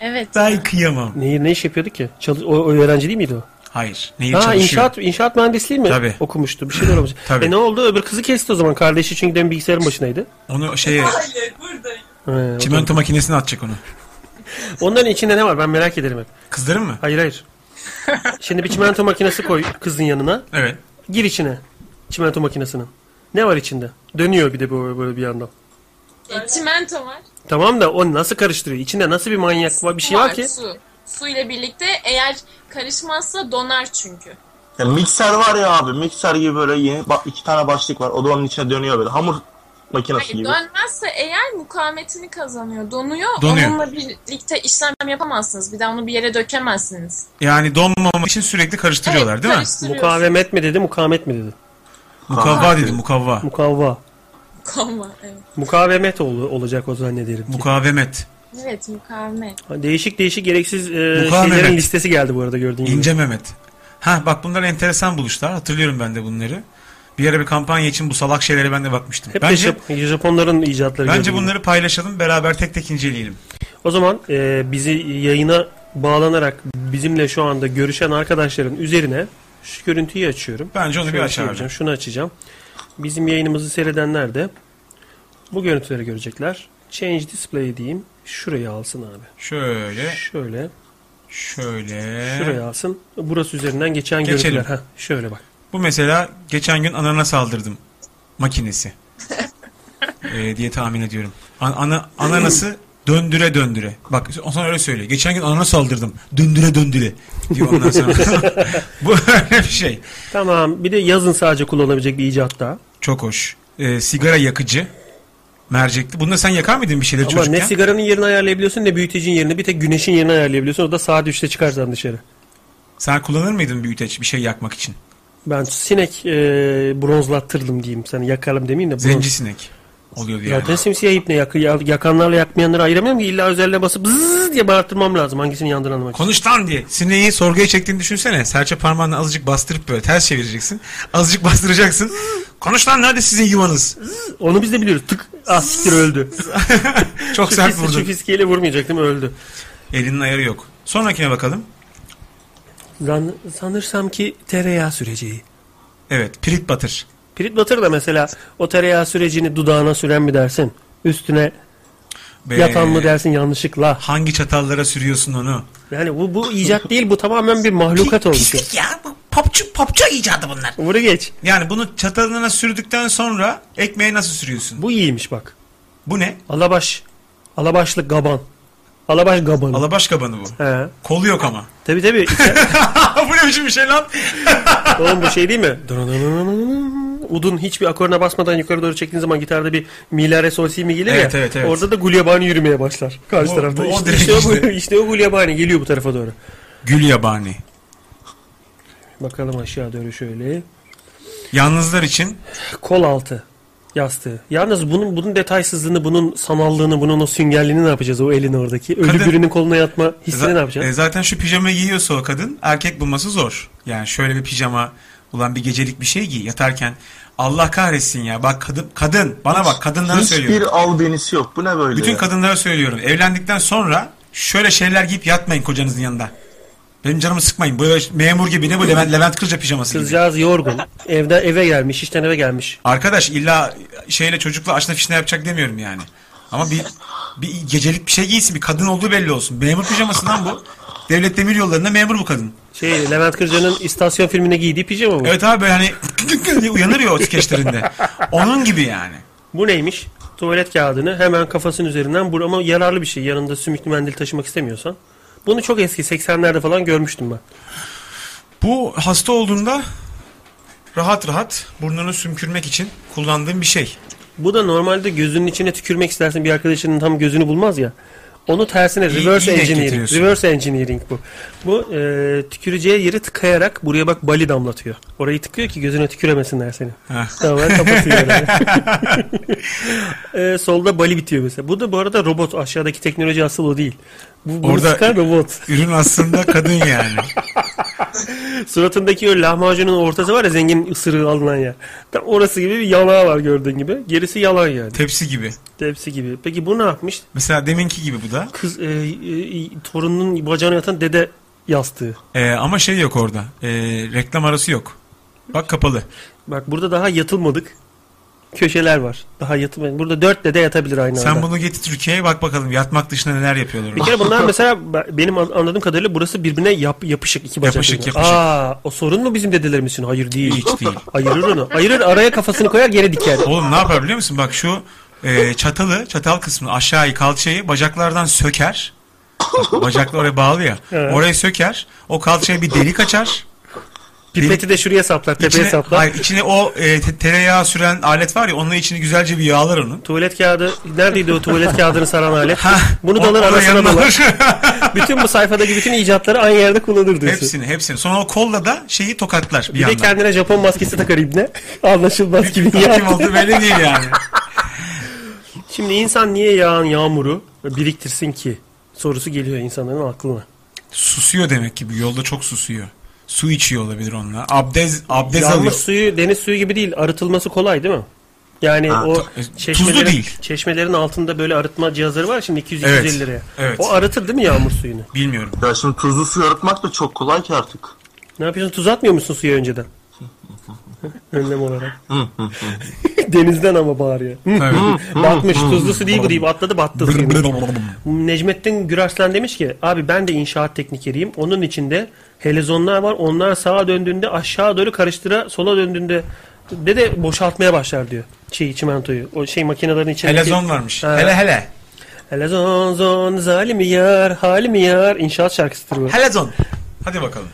[SPEAKER 9] Evet.
[SPEAKER 2] Ay kıyamam.
[SPEAKER 3] Nehir ne iş yapıyordu ki? Çalı- o, o öğrenci değil miydi o?
[SPEAKER 2] Hayır. Nehir
[SPEAKER 3] ha,
[SPEAKER 2] çalışıyor.
[SPEAKER 3] inşaat, inşaat mühendisliği mi?
[SPEAKER 2] Tabii.
[SPEAKER 3] Okumuştu. Bir şeyler olmuş.
[SPEAKER 2] Tabii.
[SPEAKER 3] E ne oldu? Öbür kızı kesti o zaman. Kardeşi çünkü demin bilgisayarın başındaydı.
[SPEAKER 2] Onu şeye
[SPEAKER 3] He, o
[SPEAKER 2] çimento makinesine atacak onu.
[SPEAKER 3] Onların içinde ne var ben merak ederim hep.
[SPEAKER 2] Kızların mı?
[SPEAKER 3] Hayır hayır. Şimdi bir çimento makinesi koy kızın yanına.
[SPEAKER 2] Evet.
[SPEAKER 3] Gir içine çimento makinesinin. Ne var içinde? Dönüyor bir de böyle, böyle bir yandan.
[SPEAKER 7] E, çimento var.
[SPEAKER 3] Tamam da o nasıl karıştırıyor? İçinde nasıl bir manyak var? Bir şey var ki.
[SPEAKER 7] Su. Su ile birlikte eğer karışmazsa donar çünkü.
[SPEAKER 8] Ya mikser var ya abi. Mikser gibi böyle yeni bak iki tane başlık var. O da onun içine dönüyor böyle. Hamur makinesi
[SPEAKER 9] Hayır,
[SPEAKER 8] gibi.
[SPEAKER 9] dönmezse eğer mukavemetini kazanıyor. Donuyor.
[SPEAKER 2] Donuyor.
[SPEAKER 9] Onunla birlikte işlem yapamazsınız. Bir daha onu bir yere dökemezsiniz.
[SPEAKER 2] Yani donmamak için sürekli karıştırıyorlar
[SPEAKER 9] Evet,
[SPEAKER 2] değil mi?
[SPEAKER 9] karıştırıyorsun.
[SPEAKER 3] Mukavemet mi dedi, mukamet mi dedi?
[SPEAKER 2] Mukavva dedim mukavva.
[SPEAKER 3] Mukavva.
[SPEAKER 9] Kalma. Evet.
[SPEAKER 3] Mukavemet ol- olacak o zannederim.
[SPEAKER 2] Mukavemet.
[SPEAKER 9] evet mukavemet.
[SPEAKER 3] Değişik değişik gereksiz e,
[SPEAKER 2] Mukavemet.
[SPEAKER 3] şeylerin listesi geldi bu arada gördüğün gibi.
[SPEAKER 2] İnce Mehmet. Ha bak bunlar enteresan buluşlar. Hatırlıyorum ben de bunları. Bir ara bir kampanya için bu salak şeylere ben de bakmıştım.
[SPEAKER 3] Hep
[SPEAKER 2] bence
[SPEAKER 3] de Jap- Japonların icatları.
[SPEAKER 2] bence
[SPEAKER 3] gördüğün gibi.
[SPEAKER 2] bunları paylaşalım beraber tek tek inceleyelim.
[SPEAKER 3] O zaman e, bizi yayına bağlanarak bizimle şu anda görüşen arkadaşların üzerine şu görüntüyü açıyorum.
[SPEAKER 2] Bence onu bir
[SPEAKER 3] Şöyle
[SPEAKER 2] aç abi.
[SPEAKER 3] yapacağım, Şunu açacağım. Bizim yayınımızı seyredenler de bu görüntüleri görecekler. Change display diyeyim. Şurayı alsın abi.
[SPEAKER 2] Şöyle.
[SPEAKER 3] Şöyle.
[SPEAKER 2] Şöyle.
[SPEAKER 3] Şuraya alsın. Burası üzerinden geçen
[SPEAKER 2] E? Geçelim.
[SPEAKER 3] görüntüler. Heh, şöyle bak.
[SPEAKER 2] Bu mesela geçen gün anana saldırdım makinesi Ee, diye tahmin ediyorum. An- ana ananası döndüre döndüre. Bak o sana öyle söylüyor. Geçen gün anana saldırdım. Döndüre döndüre diyor ondan sonra. Bu öyle bir şey.
[SPEAKER 3] Tamam. Bir de yazın sadece kullanabilecek bir icat daha.
[SPEAKER 2] Çok hoş. Ee, sigara yakıcı. Mercekli. Bunu da sen yakar mıydın bir şeyler
[SPEAKER 3] Ama
[SPEAKER 2] çocukken?
[SPEAKER 3] ne sigaranın yerini ayarlayabiliyorsun ne büyütecin yerini. Bir tek güneşin yerini ayarlayabiliyorsun. O da saat 3'te çıkarsan dışarı.
[SPEAKER 2] sen kullanır mıydın büyüteç bir şey yakmak için?
[SPEAKER 3] Ben sinek e, bronzlattırdım diyeyim. Sen yakalım demeyeyim de. Bronz.
[SPEAKER 2] Zenci sinek oluyor yani.
[SPEAKER 3] Zaten simsiyah ip ne yak, ya- yakanlarla yakmayanları ayıramıyorum ki illa özelliğe basıp bzzz diye bağırtırmam lazım hangisini yandığını anlamak için.
[SPEAKER 2] Konuş lan diye. Sineği sorguya çektiğini düşünsene. Serçe parmağını azıcık bastırıp böyle ters çevireceksin. Azıcık bastıracaksın. Konuş lan nerede sizin yuvanız?
[SPEAKER 3] Onu biz de biliyoruz. Tık ah siktir öldü.
[SPEAKER 2] Çok
[SPEAKER 3] Şu
[SPEAKER 2] sert
[SPEAKER 3] fis-
[SPEAKER 2] vurdun.
[SPEAKER 3] Şu fiskiyle vurmayacaktım öldü.
[SPEAKER 2] Elinin ayarı yok. Sonrakine bakalım.
[SPEAKER 3] Zan, sanırsam ki tereyağı süreceği.
[SPEAKER 2] Evet pirit batır.
[SPEAKER 3] Pirit Batır da mesela o tereyağı sürecini dudağına süren mi dersin? Üstüne
[SPEAKER 2] Be-
[SPEAKER 3] yatan mı dersin yanlışlıkla?
[SPEAKER 2] Hangi çatallara sürüyorsun onu?
[SPEAKER 3] Yani bu, bu icat değil bu tamamen bir mahlukat olmuş.
[SPEAKER 2] Pislik ya. Bu popçu, popçu icadı bunlar.
[SPEAKER 3] Bunu geç.
[SPEAKER 2] Yani bunu çatalına sürdükten sonra ekmeğe nasıl sürüyorsun?
[SPEAKER 3] Bu iyiymiş bak.
[SPEAKER 2] Bu ne?
[SPEAKER 3] Alabaş. Alabaşlık gaban. Alabaş gabanı.
[SPEAKER 2] Alabaş gabanı bu.
[SPEAKER 3] He.
[SPEAKER 2] Kolu yok ama.
[SPEAKER 3] Tabi tabi.
[SPEAKER 2] bu ne biçim bir şey lan?
[SPEAKER 3] Oğlum bu şey değil mi? Udun hiçbir akoruna basmadan yukarı doğru çektiğin zaman gitarda bir milare sol si mi gelir
[SPEAKER 2] Evet,
[SPEAKER 3] ya.
[SPEAKER 2] evet, evet.
[SPEAKER 3] Orada da gulyabani yürümeye başlar. Karşı
[SPEAKER 2] Bu-
[SPEAKER 3] tarafta.
[SPEAKER 2] bu o
[SPEAKER 3] işte,
[SPEAKER 2] direkt
[SPEAKER 3] işte, o,
[SPEAKER 2] işte.
[SPEAKER 3] işte o gulyabani geliyor bu tarafa doğru.
[SPEAKER 2] Gül yabani.
[SPEAKER 3] Bakalım aşağı doğru şöyle.
[SPEAKER 2] Yalnızlar için
[SPEAKER 3] Kol altı yastığı. Yalnız bunun bunun detaysızlığını, bunun sanallığını, bunun o süngerliğini ne yapacağız? O elin oradaki. Ölü
[SPEAKER 2] Kadın-
[SPEAKER 3] birinin koluna yatma hissini
[SPEAKER 2] Za-
[SPEAKER 3] ne yapacağız?
[SPEAKER 2] e, zaten şu pijama giyiyorsa o kadın erkek bulması zor. Yani şöyle bir pijama ulan bir gecelik bir şey giy yatarken Allah kahretsin ya bak kadın kadın bana bak kadınlara söylüyorum.
[SPEAKER 8] Hiçbir albenisi yok. Bu ne böyle
[SPEAKER 2] Bütün
[SPEAKER 8] ya?
[SPEAKER 2] kadınlara söylüyorum. Evlendikten sonra şöyle şeyler giyip yatmayın kocanızın yanında. Benim canımı sıkmayın. Böyle memur gibi ne bu Levent, Levent Kırca pijaması gibi.
[SPEAKER 3] Kızcağız yorgun. Evde eve gelmiş, işten eve gelmiş.
[SPEAKER 2] Arkadaş illa şeyle çocukla açna fişne yapacak demiyorum yani. Ama bir bir gecelik bir şey giysin. Bir kadın olduğu belli olsun. Memur pijaması lan bu. Devlet demir yollarında memur bu kadın.
[SPEAKER 3] Şey Levent Kırca'nın istasyon filmine giydiği pijama bu.
[SPEAKER 2] Evet abi böyle hani diye uyanır ya o skeçlerinde. Onun gibi yani.
[SPEAKER 3] Bu neymiş? Tuvalet kağıdını hemen kafasının üzerinden bur ama yararlı bir şey. Yanında sümüklü mendil taşımak istemiyorsan. Bunu çok eski 80'lerde falan görmüştüm ben.
[SPEAKER 2] Bu hasta olduğunda rahat rahat burnunu sümkürmek için kullandığım bir şey.
[SPEAKER 3] Bu da normalde gözünün içine tükürmek istersin bir arkadaşının tam gözünü bulmaz ya. Onu tersine
[SPEAKER 2] İyi-
[SPEAKER 3] reverse
[SPEAKER 2] iyi denk
[SPEAKER 3] engineering.
[SPEAKER 2] getiriyorsun.
[SPEAKER 3] Reverse engineering bu. Bu e, tüküreceği yeri tıkayarak buraya bak bali damlatıyor. Orayı tıkıyor ki gözüne tüküremesinler seni.
[SPEAKER 2] Heh.
[SPEAKER 3] Tamamen kapatıyor. yani. E, solda bali bitiyor mesela. Bu da bu arada robot. Aşağıdaki teknoloji asıl o değil. Bu, bunu
[SPEAKER 2] Orada
[SPEAKER 3] sıkan robot.
[SPEAKER 2] Ürün aslında kadın yani.
[SPEAKER 3] Suratındaki o lahmacunun ortası var ya zengin ısırığı alınan yer. Tam orası gibi bir yalağı var gördüğün gibi. Gerisi yalan yani.
[SPEAKER 2] Tepsi gibi.
[SPEAKER 3] Tepsi gibi. Peki bu ne yapmış?
[SPEAKER 2] Mesela deminki gibi bu da.
[SPEAKER 3] Kız e, e, torununun bacağına yatan dede yastığı.
[SPEAKER 2] Ee, ama şey yok orada. Ee, reklam arası yok. Bak kapalı.
[SPEAKER 3] Bak burada daha yatılmadık. Köşeler var. Daha yatılmadık. Burada dört dede yatabilir aynı
[SPEAKER 2] Sen
[SPEAKER 3] anda.
[SPEAKER 2] bunu getir Türkiye'ye bak bakalım yatmak dışında neler yapıyorlar. Ah,
[SPEAKER 3] Bir kere bunlar mesela ben- benim an- anladığım kadarıyla burası birbirine yap, yapışık iki bacak.
[SPEAKER 2] Yapışık,
[SPEAKER 3] birbirine.
[SPEAKER 2] yapışık.
[SPEAKER 3] Aa, o sorun mu bizim dedelerimiz için? Hayır değil.
[SPEAKER 2] Hiç değil.
[SPEAKER 3] Ayırır onu. Ayırır araya kafasını koyar geri diker.
[SPEAKER 2] Oğlum ne yapar biliyor musun? Bak şu e, çatalı, çatal kısmını aşağıyı, kalçayı bacaklardan söker. Bak, Bacaklar oraya bağlı ya.
[SPEAKER 3] Evet.
[SPEAKER 2] Oraya söker. O kalçaya bir delik açar.
[SPEAKER 3] Pipeti de şuraya saplar, tepeye
[SPEAKER 2] İçine-
[SPEAKER 3] saplar.
[SPEAKER 2] Hayır içine o e, te- tereyağı süren alet var ya onun içini güzelce bir yağlar onun.
[SPEAKER 3] Tuvalet kağıdı neredeydi o tuvalet kağıdını saran alet? Bunu
[SPEAKER 2] o-
[SPEAKER 3] dalar
[SPEAKER 2] o da
[SPEAKER 3] arasına
[SPEAKER 2] yanına
[SPEAKER 3] dalar. bütün bu sayfadaki bütün icatları aynı yerde kullanır diyorsun.
[SPEAKER 2] Hepsini hepsini. Sonra o kolla da şeyi tokatlar bir,
[SPEAKER 3] Bir, de
[SPEAKER 2] yandan.
[SPEAKER 3] kendine Japon maskesi takar ibne. Anlaşılmaz gibi
[SPEAKER 2] Kim
[SPEAKER 3] yani.
[SPEAKER 2] oldu belli değil yani.
[SPEAKER 3] Şimdi insan niye yağan yağmuru biriktirsin ki? Sorusu geliyor insanların aklına.
[SPEAKER 2] Susuyor demek ki bu yolda çok susuyor. Su içiyor olabilir onlar. Abdez abdez
[SPEAKER 3] Yağmur
[SPEAKER 2] alıyor.
[SPEAKER 3] suyu deniz suyu gibi değil. Arıtılması kolay değil mi? Yani
[SPEAKER 2] Ha,
[SPEAKER 3] o
[SPEAKER 2] tu- e,
[SPEAKER 3] çeşmelerin,
[SPEAKER 2] tuzlu değil.
[SPEAKER 3] çeşmelerin altında böyle arıtma cihazları var şimdi 200-250
[SPEAKER 8] Evet,
[SPEAKER 3] liraya.
[SPEAKER 8] evet.
[SPEAKER 3] O arıtır değil mi yağmur suyunu?
[SPEAKER 2] Bilmiyorum.
[SPEAKER 8] Ya şimdi tuzlu su yaratmak da çok kolay ki artık.
[SPEAKER 3] Ne yapıyorsun? Tuz atmıyor musun suya önceden? Önlem olarak.
[SPEAKER 8] Hı, hı, hı.
[SPEAKER 3] Denizden ama bağırıyor. Hmm.
[SPEAKER 8] Tabii.
[SPEAKER 3] Batmış
[SPEAKER 8] Hı, hı.
[SPEAKER 3] tuzlu su değil bu deyip atladı battı.
[SPEAKER 2] Bır,
[SPEAKER 3] suya.
[SPEAKER 2] bır, bır, bır.
[SPEAKER 3] Necmettin Gürarslan demiş ki abi ben de inşaat teknikeriyim. Onun içinde helezonlar var. Onlar sağa döndüğünde aşağı doğru karıştıra sola döndüğünde de de boşaltmaya başlar diyor. Şey çimentoyu. O şey makinelerin içinde.
[SPEAKER 2] Helezon varmış. Hele hele.
[SPEAKER 3] Helezon zon zalim yar halim yar. İnşaat şarkısıdır bu.
[SPEAKER 2] Helezon. Hadi bakalım.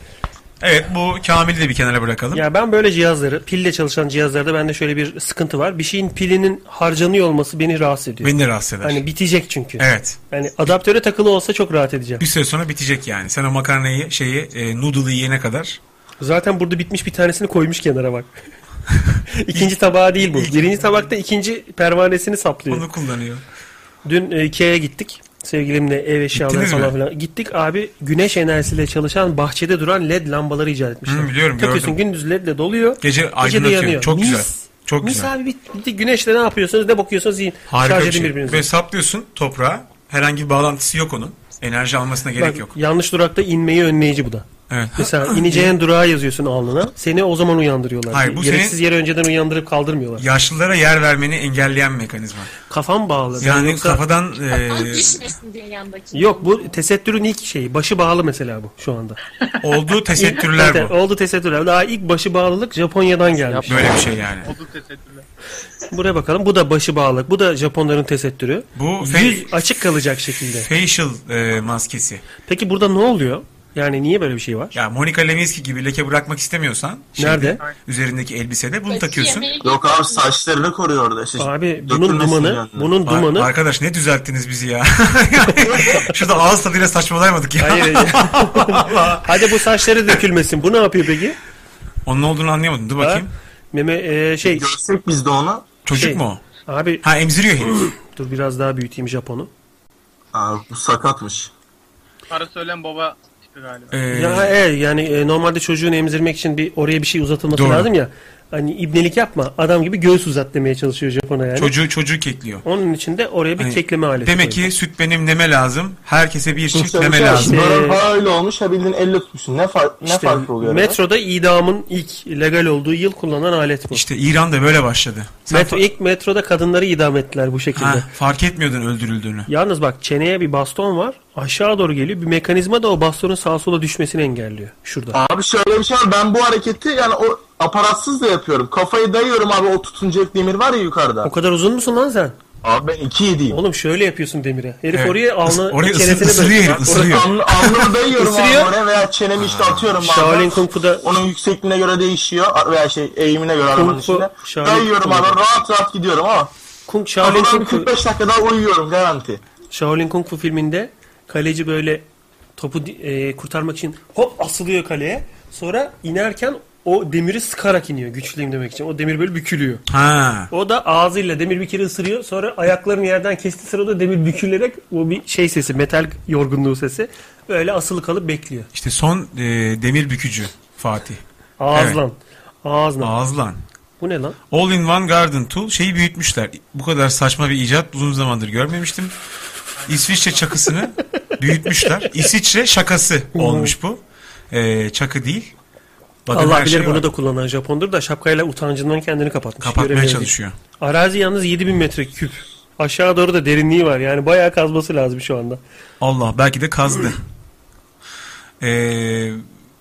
[SPEAKER 2] Evet bu Kamil'i de bir kenara bırakalım.
[SPEAKER 3] Ya ben böyle cihazları, pille çalışan cihazlarda bende şöyle bir sıkıntı var. Bir şeyin pilinin harcanıyor olması beni rahatsız ediyor.
[SPEAKER 2] Beni de rahatsız eder.
[SPEAKER 3] Hani bitecek çünkü.
[SPEAKER 2] Evet.
[SPEAKER 3] Yani adaptöre takılı olsa çok rahat edeceğim.
[SPEAKER 2] Bir süre sonra bitecek yani. Sen o makarnayı şeyi e, noodle'ı yiyene kadar.
[SPEAKER 3] Zaten burada bitmiş bir tanesini koymuş kenara bak. ikinci tabağı değil bu. Birinci tabakta ikinci pervanesini saplıyor.
[SPEAKER 2] Onu kullanıyor.
[SPEAKER 3] Dün e, Ikea'ya gittik. Sevgilimle ev eşyaları
[SPEAKER 2] Gittiniz
[SPEAKER 3] falan
[SPEAKER 2] mi?
[SPEAKER 3] filan. Gittik abi güneş enerjisiyle çalışan bahçede duran led lambaları icat etmişler.
[SPEAKER 2] Hı, biliyorum,
[SPEAKER 3] Takıyorsun
[SPEAKER 2] gördüm.
[SPEAKER 3] gündüz ledle doluyor.
[SPEAKER 2] Gece
[SPEAKER 3] gece de
[SPEAKER 2] aydınlatıyor.
[SPEAKER 3] yanıyor.
[SPEAKER 2] Çok
[SPEAKER 3] Mis.
[SPEAKER 2] güzel. Çok
[SPEAKER 3] Mis
[SPEAKER 2] güzel.
[SPEAKER 3] abi bit- bitti. Güneşle ne yapıyorsunuz ne bakıyorsunuz yiyin.
[SPEAKER 2] Harika
[SPEAKER 3] Şarj
[SPEAKER 2] bir
[SPEAKER 3] edin
[SPEAKER 2] şey.
[SPEAKER 3] birbirinizi.
[SPEAKER 2] Ve saplıyorsun toprağa. Herhangi bir bağlantısı yok onun. Enerji almasına gerek
[SPEAKER 3] Bak,
[SPEAKER 2] yok.
[SPEAKER 3] Yanlış durakta inmeyi önleyici bu da.
[SPEAKER 2] Evet.
[SPEAKER 3] Mesela ineceğin durağa yazıyorsun alnına. Seni o zaman uyandırıyorlar.
[SPEAKER 2] Hayır, bu
[SPEAKER 3] Gereksiz
[SPEAKER 2] senin-
[SPEAKER 3] yere önceden uyandırıp kaldırmıyorlar.
[SPEAKER 2] Yaşlılara yer vermeni engelleyen mekanizma.
[SPEAKER 3] Kafam bağlı.
[SPEAKER 2] Yani
[SPEAKER 3] Yoksa-
[SPEAKER 2] kafadan e,
[SPEAKER 9] Düşmesin diye yandaki.
[SPEAKER 3] Yok bu tesettürün ilk şeyi. Başı bağlı mesela bu şu anda.
[SPEAKER 2] olduğu tesettürler
[SPEAKER 3] Evet,
[SPEAKER 2] bu.
[SPEAKER 3] Oldu tesettürler. Daha ilk başı bağlılık Japonya'dan gelmiş.
[SPEAKER 2] Böyle bir şey yani.
[SPEAKER 3] Buraya bakalım. Bu da başı bağlılık. Bu da Japonların tesettürü.
[SPEAKER 2] Bu
[SPEAKER 3] Yüz açık kalacak şekilde.
[SPEAKER 2] Facial e, maskesi.
[SPEAKER 3] Peki burada ne oluyor? Yani niye böyle bir şey var?
[SPEAKER 2] Ya Monica Lewinsky gibi leke bırakmak istemiyorsan
[SPEAKER 3] Nerede?
[SPEAKER 2] Üzerindeki elbisede bunu takıyorsun.
[SPEAKER 8] Yok abi saçlarını koruyor orada. Şey,
[SPEAKER 3] Abi bunun
[SPEAKER 8] dökülmesin
[SPEAKER 3] dumanı,
[SPEAKER 8] yani.
[SPEAKER 3] bunun dumanı
[SPEAKER 2] Ar- arkadaş ne düzelttiniz bizi ya? Şurada ağız tadıyla saçmalayamadık ya.
[SPEAKER 3] Hayır. Hadi bu saçları dökülmesin. Bu ne yapıyor peki?
[SPEAKER 2] Onun olduğunu anlayamadım. Dur bakayım.
[SPEAKER 3] Meme e, şey.
[SPEAKER 8] Görsek biz de onu.
[SPEAKER 2] Çocuk mu
[SPEAKER 3] o? Abi.
[SPEAKER 2] Ha emziriyor herif.
[SPEAKER 3] Dur biraz daha büyüteyim Japon'u.
[SPEAKER 8] Abi bu sakatmış.
[SPEAKER 10] Karı söylen baba tipi galiba.
[SPEAKER 2] Ee,
[SPEAKER 3] Ya e, yani e, normalde çocuğun emzirmek için bir oraya bir şey uzatılması
[SPEAKER 2] Doğru.
[SPEAKER 3] lazım ya. Hani ibnelik yapma. Adam gibi göğüs uzat demeye çalışıyor Japon'a yani.
[SPEAKER 2] Çocuğu çocuğu kekliyor.
[SPEAKER 3] Onun için de oraya bir
[SPEAKER 2] Hani
[SPEAKER 3] kekleme aleti.
[SPEAKER 2] Demek ki süt benim neme lazım. Herkese bir çift neme
[SPEAKER 3] şey
[SPEAKER 8] Böyle
[SPEAKER 2] lazım.
[SPEAKER 8] şey, öyle olmuş ha bildiğin elle tutmuşsun. Ne, fark, ne
[SPEAKER 3] İşte
[SPEAKER 8] fark oluyor? arada?
[SPEAKER 3] metroda idamın ilk legal olduğu yıl kullanılan alet bu.
[SPEAKER 2] İşte İran'da böyle başladı. Sen
[SPEAKER 3] Metro, ilk metroda kadınları idam ettiler bu şekilde.
[SPEAKER 2] Ha, fark etmiyordun öldürüldüğünü.
[SPEAKER 3] Yalnız bak çeneye bir baston var. Aşağı doğru geliyor. Bir mekanizma da o bastonun sağa sola düşmesini engelliyor. Şurada.
[SPEAKER 8] Abi şöyle bir şey var. Ben bu hareketi yani o aparatsız da yapıyorum. Kafayı dayıyorum abi o tutunacak demir var ya yukarıda.
[SPEAKER 3] O kadar uzun musun lan sen?
[SPEAKER 8] Abi ben 2.7'yim.
[SPEAKER 3] Oğlum şöyle yapıyorsun demire. Herif
[SPEAKER 8] Evet.
[SPEAKER 3] oraya alnı
[SPEAKER 8] Is- oraya ısı-
[SPEAKER 3] çenesini
[SPEAKER 8] ısırıyor
[SPEAKER 3] bırakıyor.
[SPEAKER 8] herif, ısırıyor. Alnı- alnımı dayıyorum abi
[SPEAKER 3] Isırıyor.
[SPEAKER 8] oraya veya çenemi işte atıyorum bazen.
[SPEAKER 3] Shaolin Kung Fu'da
[SPEAKER 8] Onun yüksekliğine göre değişiyor veya şey eğimine göre
[SPEAKER 3] Kung
[SPEAKER 8] arabanın
[SPEAKER 3] Fu,
[SPEAKER 8] içinde.
[SPEAKER 3] Shaolin
[SPEAKER 8] Dayıyorum
[SPEAKER 3] Kung
[SPEAKER 8] abi
[SPEAKER 3] Fu.
[SPEAKER 8] rahat rahat gidiyorum ama.
[SPEAKER 3] Kung Shaolin
[SPEAKER 8] Shaolin
[SPEAKER 3] Kung Fu-
[SPEAKER 8] 45 dakika daha uyuyorum garanti.
[SPEAKER 3] Shaolin Kung Fu filminde kaleci böyle topu di- e, kurtarmak için hop asılıyor kaleye. Sonra inerken o demiri sıkarak iniyor güçlüyüm demek için. O demir böyle bükülüyor.
[SPEAKER 2] Ha.
[SPEAKER 3] O da ağzıyla demir bir kere ısırıyor. Sonra ayaklarını yerden kesti sırada demir bükülerek o bir şey sesi, metal yorgunluğu sesi. Böyle asılı kalıp bekliyor.
[SPEAKER 2] İşte son e, demir bükücü Fatih.
[SPEAKER 3] Ağızlan.
[SPEAKER 2] Evet.
[SPEAKER 3] Ağızlan.
[SPEAKER 2] Ağızlan.
[SPEAKER 3] Bu ne lan?
[SPEAKER 2] All in One Garden Tool şeyi büyütmüşler. Bu kadar saçma bir icat uzun zamandır görmemiştim. İsviçre çakısını büyütmüşler. İsviçre şakası olmuş bu. Ee, çakı değil. Bakın
[SPEAKER 3] Allah
[SPEAKER 2] her
[SPEAKER 3] bilir
[SPEAKER 2] şey
[SPEAKER 3] bunu
[SPEAKER 2] var.
[SPEAKER 3] da kullanan Japondur da şapkayla utancından kendini kapatmış.
[SPEAKER 2] Kapatmaya
[SPEAKER 3] Göremiyor diye.
[SPEAKER 2] çalışıyor.
[SPEAKER 3] Arazi yalnız 7000 metreküp. Aşağı doğru da derinliği var. Yani bayağı kazması lazım şu anda.
[SPEAKER 2] Allah belki de kazdı. ee,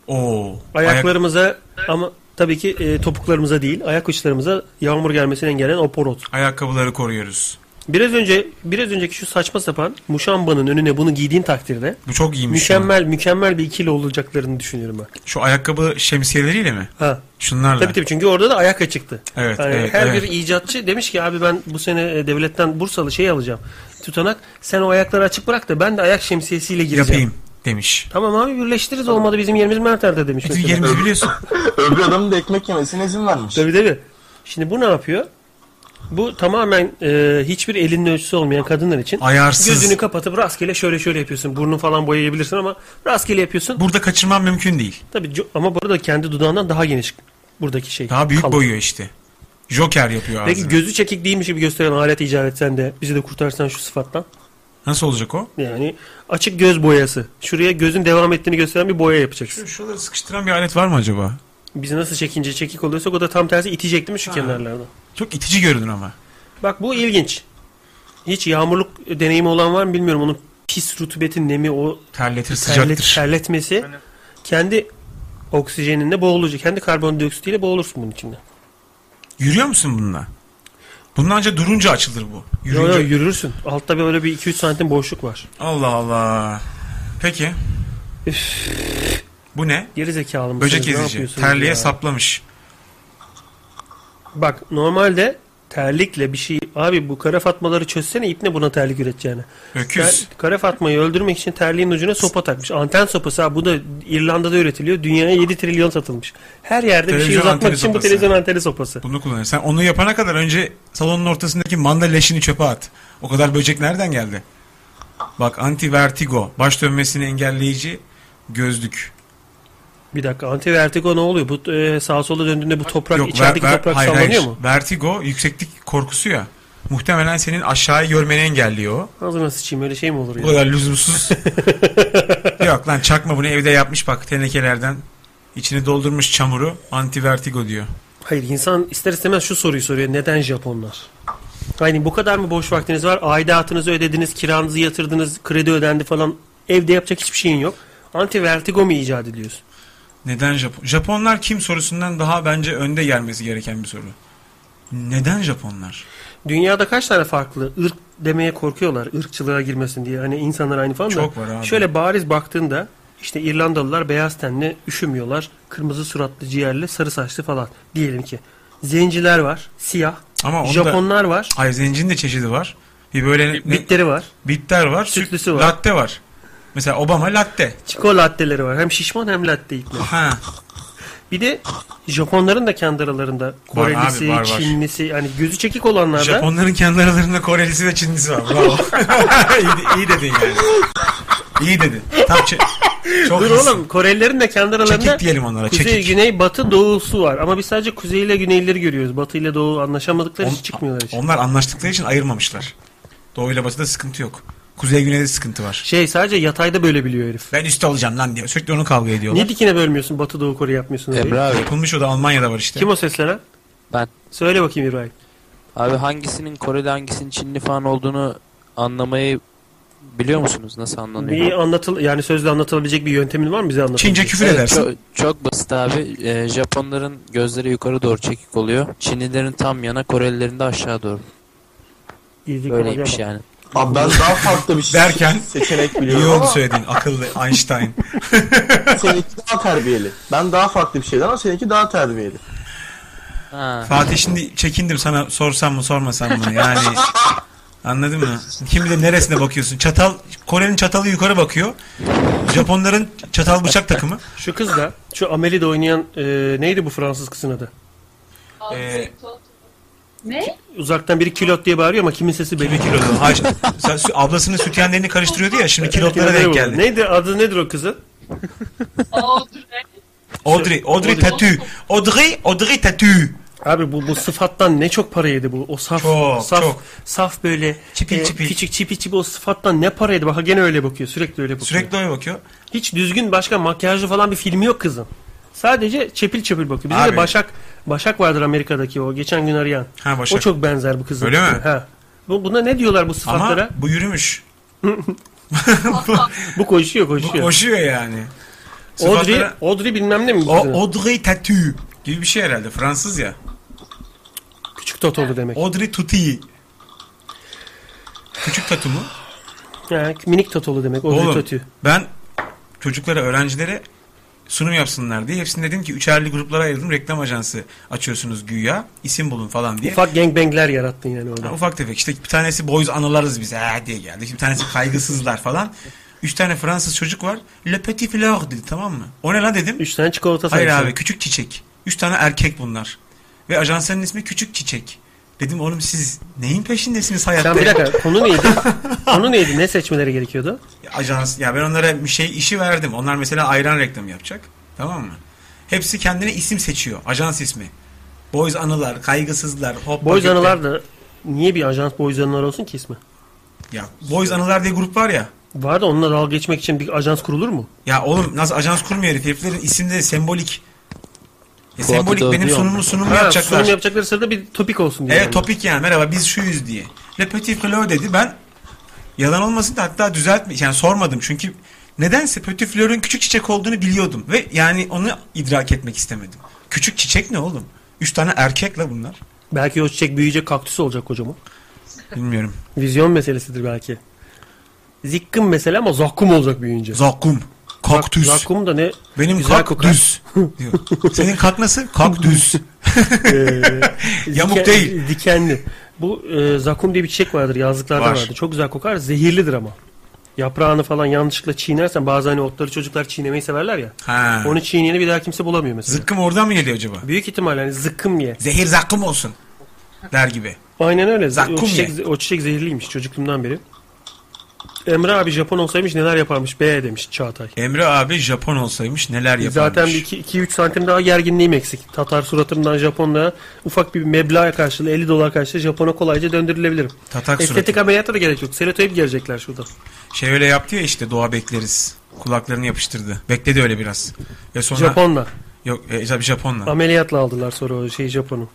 [SPEAKER 2] o
[SPEAKER 3] Ayaklarımıza ama tabii ki e, topuklarımıza değil, ayak uçlarımıza yağmur gelmesini engelleyen o porot.
[SPEAKER 2] ayakkabıları koruyoruz.
[SPEAKER 3] Biraz önce biraz önceki şu saçma sapan muşambanın önüne bunu giydiğin takdirde
[SPEAKER 2] Bu çok iyiymiş.
[SPEAKER 3] mükemmel mükemmel bir ikili olacaklarını düşünüyorum ben.
[SPEAKER 2] Şu ayakkabı şemsiyeleriyle mi?
[SPEAKER 3] Ha.
[SPEAKER 2] Şunlarla.
[SPEAKER 3] Tabii tabii çünkü orada da ayak açıktı.
[SPEAKER 2] Evet,
[SPEAKER 3] Yani
[SPEAKER 2] evet,
[SPEAKER 3] her
[SPEAKER 2] evet.
[SPEAKER 3] bir icatçı demiş ki abi ben bu sene e, devletten Bursalı şey alacağım. Tutanak sen o ayakları açık bırak da ben de ayak şemsiyesiyle gireceğim.
[SPEAKER 2] Yapayım demiş.
[SPEAKER 3] Tamam abi birleştiririz olmadı bizim yerimiz Merter'de demiş.
[SPEAKER 2] E, Bizim yerimizi biliyorsun.
[SPEAKER 8] Öbür adamın da ekmek yemesine izin vermiş.
[SPEAKER 3] Tabii tabii. Şimdi bu ne yapıyor? Bu tamamen e, hiçbir elinin ölçüsü olmayan kadınlar için
[SPEAKER 2] Ayarsız.
[SPEAKER 3] gözünü kapatıp rastgele şöyle şöyle yapıyorsun. Burnu falan boyayabilirsin ama rastgele yapıyorsun.
[SPEAKER 2] Burada kaçırman mümkün değil.
[SPEAKER 3] Tabii co- ama burada kendi dudağından daha geniş buradaki şey.
[SPEAKER 2] Daha büyük
[SPEAKER 3] Kalın.
[SPEAKER 2] boyuyor işte. Joker yapıyor
[SPEAKER 3] Peki
[SPEAKER 2] ağzını.
[SPEAKER 3] gözü çekik değilmiş gibi gösteren alet icat etsen de bizi de kurtarsan şu sıfattan.
[SPEAKER 2] Nasıl olacak o?
[SPEAKER 3] Yani açık göz boyası. Şuraya gözün devam ettiğini gösteren bir boya yapacaksın.
[SPEAKER 2] Şuraları sıkıştıran bir alet var mı acaba?
[SPEAKER 3] Biz nasıl çekince çekik oluyorsak o da tam tersi itecek değil mi şu kenarlardan?
[SPEAKER 2] Çok itici görünür ama.
[SPEAKER 3] Bak bu ilginç. Hiç yağmurluk deneyimi olan var mı bilmiyorum. Onun pis rutubetin nemi o
[SPEAKER 2] terletir
[SPEAKER 3] sıcaktır. terletmesi kendi oksijeninle boğulucu. Kendi karbondioksitiyle boğulursun bunun içinde.
[SPEAKER 2] Yürüyor musun bununla? Bundan önce durunca açılır bu.
[SPEAKER 3] Yo,
[SPEAKER 2] Yürüyünce-
[SPEAKER 3] yo, yürürsün. Altta böyle bir 2-3 santim boşluk var.
[SPEAKER 2] Allah Allah. Peki. Bu ne?
[SPEAKER 3] Geri zekalı mısınız?
[SPEAKER 2] Böcek
[SPEAKER 3] Ne
[SPEAKER 2] ezici.
[SPEAKER 3] yapıyorsunuz
[SPEAKER 2] Terliğe
[SPEAKER 3] ya?
[SPEAKER 2] saplamış.
[SPEAKER 3] Bak normalde terlikle bir şey abi bu kara fatmaları çözsene ipne buna terlik üreteceğine.
[SPEAKER 2] Öküz.
[SPEAKER 3] Ter- kara fatmayı öldürmek için terliğin ucuna sopa takmış. Anten sopası ha bu da İrlanda'da üretiliyor. Dünyaya 7 trilyon satılmış. Her yerde bir şey
[SPEAKER 2] Televizyon
[SPEAKER 3] uzatmak
[SPEAKER 2] anteni
[SPEAKER 3] için bu
[SPEAKER 2] sopası.
[SPEAKER 3] televizyon anteni sopası.
[SPEAKER 2] Bunu kullanır. Sen onu yapana kadar önce salonun ortasındaki manda leşini çöpe at. O kadar böcek nereden geldi? Bak anti-vertigo. Baş dönmesini engelleyici gözlük.
[SPEAKER 3] Bir dakika antivertigo ne oluyor? Bu e, sağa sola döndüğünde bu toprak
[SPEAKER 2] Yok, ver-
[SPEAKER 3] içerideki
[SPEAKER 2] ver-
[SPEAKER 3] toprak
[SPEAKER 2] hayır,
[SPEAKER 3] sallanıyor
[SPEAKER 2] hayır.
[SPEAKER 3] mu?
[SPEAKER 2] Vertigo yükseklik korkusu ya. Muhtemelen senin aşağıyı görmeni engelliyor. o.
[SPEAKER 3] Ağzına sıçayım öyle şey mi olur
[SPEAKER 2] Bu
[SPEAKER 3] ya?
[SPEAKER 2] kadar lüzumsuz. Yok lan çakma bunu evde yapmış bak tenekelerden. İçini doldurmuş çamuru. Anti-vertigo diyor.
[SPEAKER 3] Hayır insan ister istemez şu soruyu soruyor. Neden Japonlar? Hani bu kadar mı boş vaktiniz var? Aidatınızı ödediniz, kiranızı yatırdınız, kredi ödendi falan. Evde yapacak hiçbir şeyin yok. Anti vertigo mu icat ediyorsun?
[SPEAKER 2] Neden Japon? Japonlar kim sorusundan daha bence önde gelmesi gereken bir soru. Neden Japonlar?
[SPEAKER 3] Dünyada kaç tane farklı ırk demeye korkuyorlar ırkçılığa girmesin diye. Hani insanlar aynı falan da.
[SPEAKER 2] Çok var abi.
[SPEAKER 3] Şöyle bariz baktığında işte İrlandalılar beyaz tenli üşümüyorlar. Kırmızı suratlı ciğerli sarı saçlı falan diyelim ki. Zenciler var siyah.
[SPEAKER 2] Ama onu da-
[SPEAKER 3] Japonlar var.
[SPEAKER 2] Hayır zencinin de çeşidi var. Bir böyle ne-
[SPEAKER 3] Bitleri var.
[SPEAKER 2] Bitter var.
[SPEAKER 3] Sütlüsü var.
[SPEAKER 2] Latte var. Mesela Obama latte.
[SPEAKER 3] Çikolatteleri var. Hem şişman hem latte ipler.
[SPEAKER 2] Ha.
[SPEAKER 3] Bir de Japonların da kendi aralarında Korelisi,
[SPEAKER 2] abi, var, var.
[SPEAKER 3] Çinlisi yani gözü çekik olanlar da
[SPEAKER 2] Japonların kendi aralarında Korelisi ve Çinlisi var. Bravo. iyi, de- iyi dedin yani. İyi dedin. Tam çe- çok
[SPEAKER 3] Dur
[SPEAKER 2] iyisin.
[SPEAKER 3] oğlum Korelilerin de kendi aralarında
[SPEAKER 2] Çekik diyelim onlara,
[SPEAKER 3] Kuzey,
[SPEAKER 2] çekik.
[SPEAKER 3] güney, batı, doğusu var. Ama biz sadece kuzeyiyle güneyleri görüyoruz. Batı ile doğu anlaşamadıkları için çıkmıyorlar hiç.
[SPEAKER 2] Onlar anlaştıkları için ayırmamışlar. Doğuyla batıda sıkıntı yok. Kuzey güneyde sıkıntı var.
[SPEAKER 3] Şey sadece yatayda böyle biliyor herif.
[SPEAKER 2] Ben üstte olacağım lan diyor. Sürekli onu kavga ediyorlar.
[SPEAKER 3] Niye dikine bölmüyorsun batı doğu Kore yapmıyorsun? orayı?
[SPEAKER 2] Yapılmış o da Almanya'da var işte.
[SPEAKER 3] Kim o seslenen?
[SPEAKER 11] Ben.
[SPEAKER 3] Söyle bakayım İbrahim.
[SPEAKER 11] Abi hangisinin Koreli hangisinin Çinli falan olduğunu anlamayı biliyor musunuz? Nasıl anlanıyor?
[SPEAKER 3] Bir anlatıl yani sözle anlatılabilecek bir yöntemin var mı bize anlat?
[SPEAKER 11] Evet, Çok, çok basit abi. Ee, Japonların gözleri yukarı doğru çekik oluyor. Çinlilerin tam yana, Korelilerin de aşağı doğru. Böyleymiş yani.
[SPEAKER 8] Abi ben daha farklı bir şey
[SPEAKER 2] Derken
[SPEAKER 8] seçenek biliyorum
[SPEAKER 2] iyi oldu
[SPEAKER 8] ama
[SPEAKER 2] söylediğin akıllı Einstein.
[SPEAKER 8] seninki daha terbiyeli. Ben daha farklı bir şeyden ama seninki daha terbiyeli.
[SPEAKER 2] Fatih şimdi çekindim sana sorsam mı sormasam mı yani anladın mı? Kim bilir neresine bakıyorsun? Çatal Kore'nin çatalı yukarı bakıyor. Japonların çatal bıçak takımı.
[SPEAKER 3] Şu kız da şu Amelie'de oynayan e, neydi bu Fransız kızın adı?
[SPEAKER 2] Ee,
[SPEAKER 9] Ne?
[SPEAKER 3] Uzaktan biri kilot diye bağırıyor ama kimin sesi belli.
[SPEAKER 2] kilot? Hayır, sen sü- ablasının sütyenlerini karıştırıyordu ya şimdi kilotlara denk geldi.
[SPEAKER 3] Neydi adı nedir o kızın?
[SPEAKER 2] Audrey, Audrey Tatü. Audrey, Audrey Tatü.
[SPEAKER 3] Abi bu bu sıfattan ne çok para yedi bu. O saf
[SPEAKER 2] Çok,
[SPEAKER 3] saf
[SPEAKER 2] çok.
[SPEAKER 3] saf böyle
[SPEAKER 2] Çipil,
[SPEAKER 3] e,
[SPEAKER 2] çipil.
[SPEAKER 3] küçük çipi çipi o sıfattan ne para yedi. Bak gene öyle bakıyor. Sürekli öyle bakıyor.
[SPEAKER 2] Sürekli öyle bakıyor.
[SPEAKER 3] Hiç düzgün başka makyajlı falan bir filmi yok kızın. Sadece çepil çepil bakıyor. Bizde
[SPEAKER 2] Abi.
[SPEAKER 3] de Başak Başak vardır Amerika'daki o geçen gün arayan.
[SPEAKER 2] Ha, Başak.
[SPEAKER 3] O çok benzer bu kızın.
[SPEAKER 2] Öyle mi?
[SPEAKER 3] Ha. Bu, buna ne diyorlar bu sıfatlara?
[SPEAKER 2] Ama bu yürümüş.
[SPEAKER 3] bu koşuyor koşuyor.
[SPEAKER 2] Bu koşuyor yani.
[SPEAKER 3] Audrey, Audrey bilmem ne mi?
[SPEAKER 2] O, Audrey Tatü gibi bir şey herhalde. Fransız ya.
[SPEAKER 3] Küçük Totolu demek.
[SPEAKER 2] Audrey Tuti. Küçük tatu mu?
[SPEAKER 3] Ha, minik totolu demek. O
[SPEAKER 2] Oğlum,
[SPEAKER 3] bir totü.
[SPEAKER 2] Ben çocuklara, öğrencilere sunum yapsınlar diye hepsini dedim ki üçerli gruplara ayırdım. Reklam ajansı açıyorsunuz güya. isim bulun falan diye.
[SPEAKER 3] Ufak gangbangler yarattın yani orada.
[SPEAKER 2] Ha, ufak tefek işte bir tanesi boys analarız biz ha diye geldi. İşte bir tanesi kaygısızlar falan. Üç tane Fransız çocuk var. Le petit fleur dedi tamam mı? O ne lan dedim.
[SPEAKER 3] Üç tane çikolata
[SPEAKER 2] Hayır
[SPEAKER 3] sayısı.
[SPEAKER 2] abi küçük çiçek. Üç tane erkek bunlar. Ve ajansının ismi küçük çiçek. Dedim oğlum siz neyin peşindesiniz hayatta?
[SPEAKER 3] Sen bir dakika konu neydi? konu neydi? Ne seçmeleri gerekiyordu?
[SPEAKER 2] ajans ya ben onlara bir şey işi verdim. Onlar mesela ayran reklamı yapacak. Tamam mı? Hepsi kendine isim seçiyor. Ajans ismi. Boys Anılar, Kaygısızlar, Hop
[SPEAKER 3] Boys
[SPEAKER 2] Paketler.
[SPEAKER 3] Anılar da niye bir ajans Boys Anılar olsun ki ismi?
[SPEAKER 2] Ya Boys Anılar diye grup var ya.
[SPEAKER 3] Var da onunla dalga geçmek için bir ajans kurulur mu?
[SPEAKER 2] Ya oğlum nasıl ajans kurmuyor herif? Heriflerin isimleri sembolik. E,
[SPEAKER 3] Kuatı
[SPEAKER 2] sembolik benim
[SPEAKER 3] dövüyor
[SPEAKER 2] sunumu
[SPEAKER 3] mu?
[SPEAKER 2] sunumu
[SPEAKER 3] Ha,
[SPEAKER 2] yapacaklar.
[SPEAKER 3] sunum yapacakları sırada bir topik olsun diye.
[SPEAKER 2] Evet
[SPEAKER 3] yani.
[SPEAKER 2] topik yani merhaba biz şuyuz diye. Le Petit Fleur dedi ben yalan olmasın da hatta düzeltme yani sormadım çünkü nedense Petit Fleur'ün küçük çiçek olduğunu biliyordum ve yani onu idrak etmek istemedim. Küçük çiçek ne oğlum? Üç tane erkek la bunlar.
[SPEAKER 3] Belki o çiçek büyüyecek kaktüs olacak kocaman.
[SPEAKER 2] Bilmiyorum.
[SPEAKER 3] Vizyon meselesidir belki. Zikkum mesela ama zakkum olacak büyüyünce.
[SPEAKER 2] Zakkum. Kaktüs.
[SPEAKER 3] Zakkum da ne
[SPEAKER 2] Benim
[SPEAKER 3] güzel kokar.
[SPEAKER 2] kaktüs. diyor. Senin kak nasıl? Kaktüs.
[SPEAKER 3] Ee,
[SPEAKER 2] Yamuk
[SPEAKER 3] Diken-
[SPEAKER 2] değil.
[SPEAKER 3] Dikenli. Bu e, zakum diye bir çiçek vardır yazlıklarda
[SPEAKER 2] Var.
[SPEAKER 3] vardı. Çok güzel kokar. Zehirlidir ama. Yaprağını falan yanlışlıkla çiğnersen bazı hani otları çocuklar çiğnemeyi severler ya.
[SPEAKER 2] Ha.
[SPEAKER 3] Onu çiğneyeni bir daha kimse bulamıyor mesela.
[SPEAKER 2] Zıkkım oradan mı geliyor acaba?
[SPEAKER 3] Büyük ihtimalle hani zıkkım diye.
[SPEAKER 2] Zehir zakkım olsun der gibi.
[SPEAKER 3] Aynen öyle.
[SPEAKER 2] Zakkum
[SPEAKER 3] o, çiçek, o çiçek zehirliymiş çocukluğumdan beri. Emre abi Japon olsaymış neler yaparmış be demiş Çağatay.
[SPEAKER 2] Emre abi Japon olsaymış neler yaparmış.
[SPEAKER 3] Zaten 2-3 santim daha gerginliğim eksik. Tatar suratımdan Japon'da ufak bir meblağa karşılığı 50 dolar karşılığı Japon'a kolayca döndürülebilirim.
[SPEAKER 2] Tatak
[SPEAKER 3] Estetik
[SPEAKER 2] suratı.
[SPEAKER 3] ameliyata da gerek yok. Seloteyip gelecekler şurada.
[SPEAKER 2] Şey öyle yaptı ya işte doğa bekleriz. Kulaklarını yapıştırdı. Bekledi öyle biraz. Ve sonra...
[SPEAKER 3] Japonla.
[SPEAKER 2] Yok e, tabii Japonla.
[SPEAKER 3] Ameliyatla aldılar sonra o şeyi Japon'u.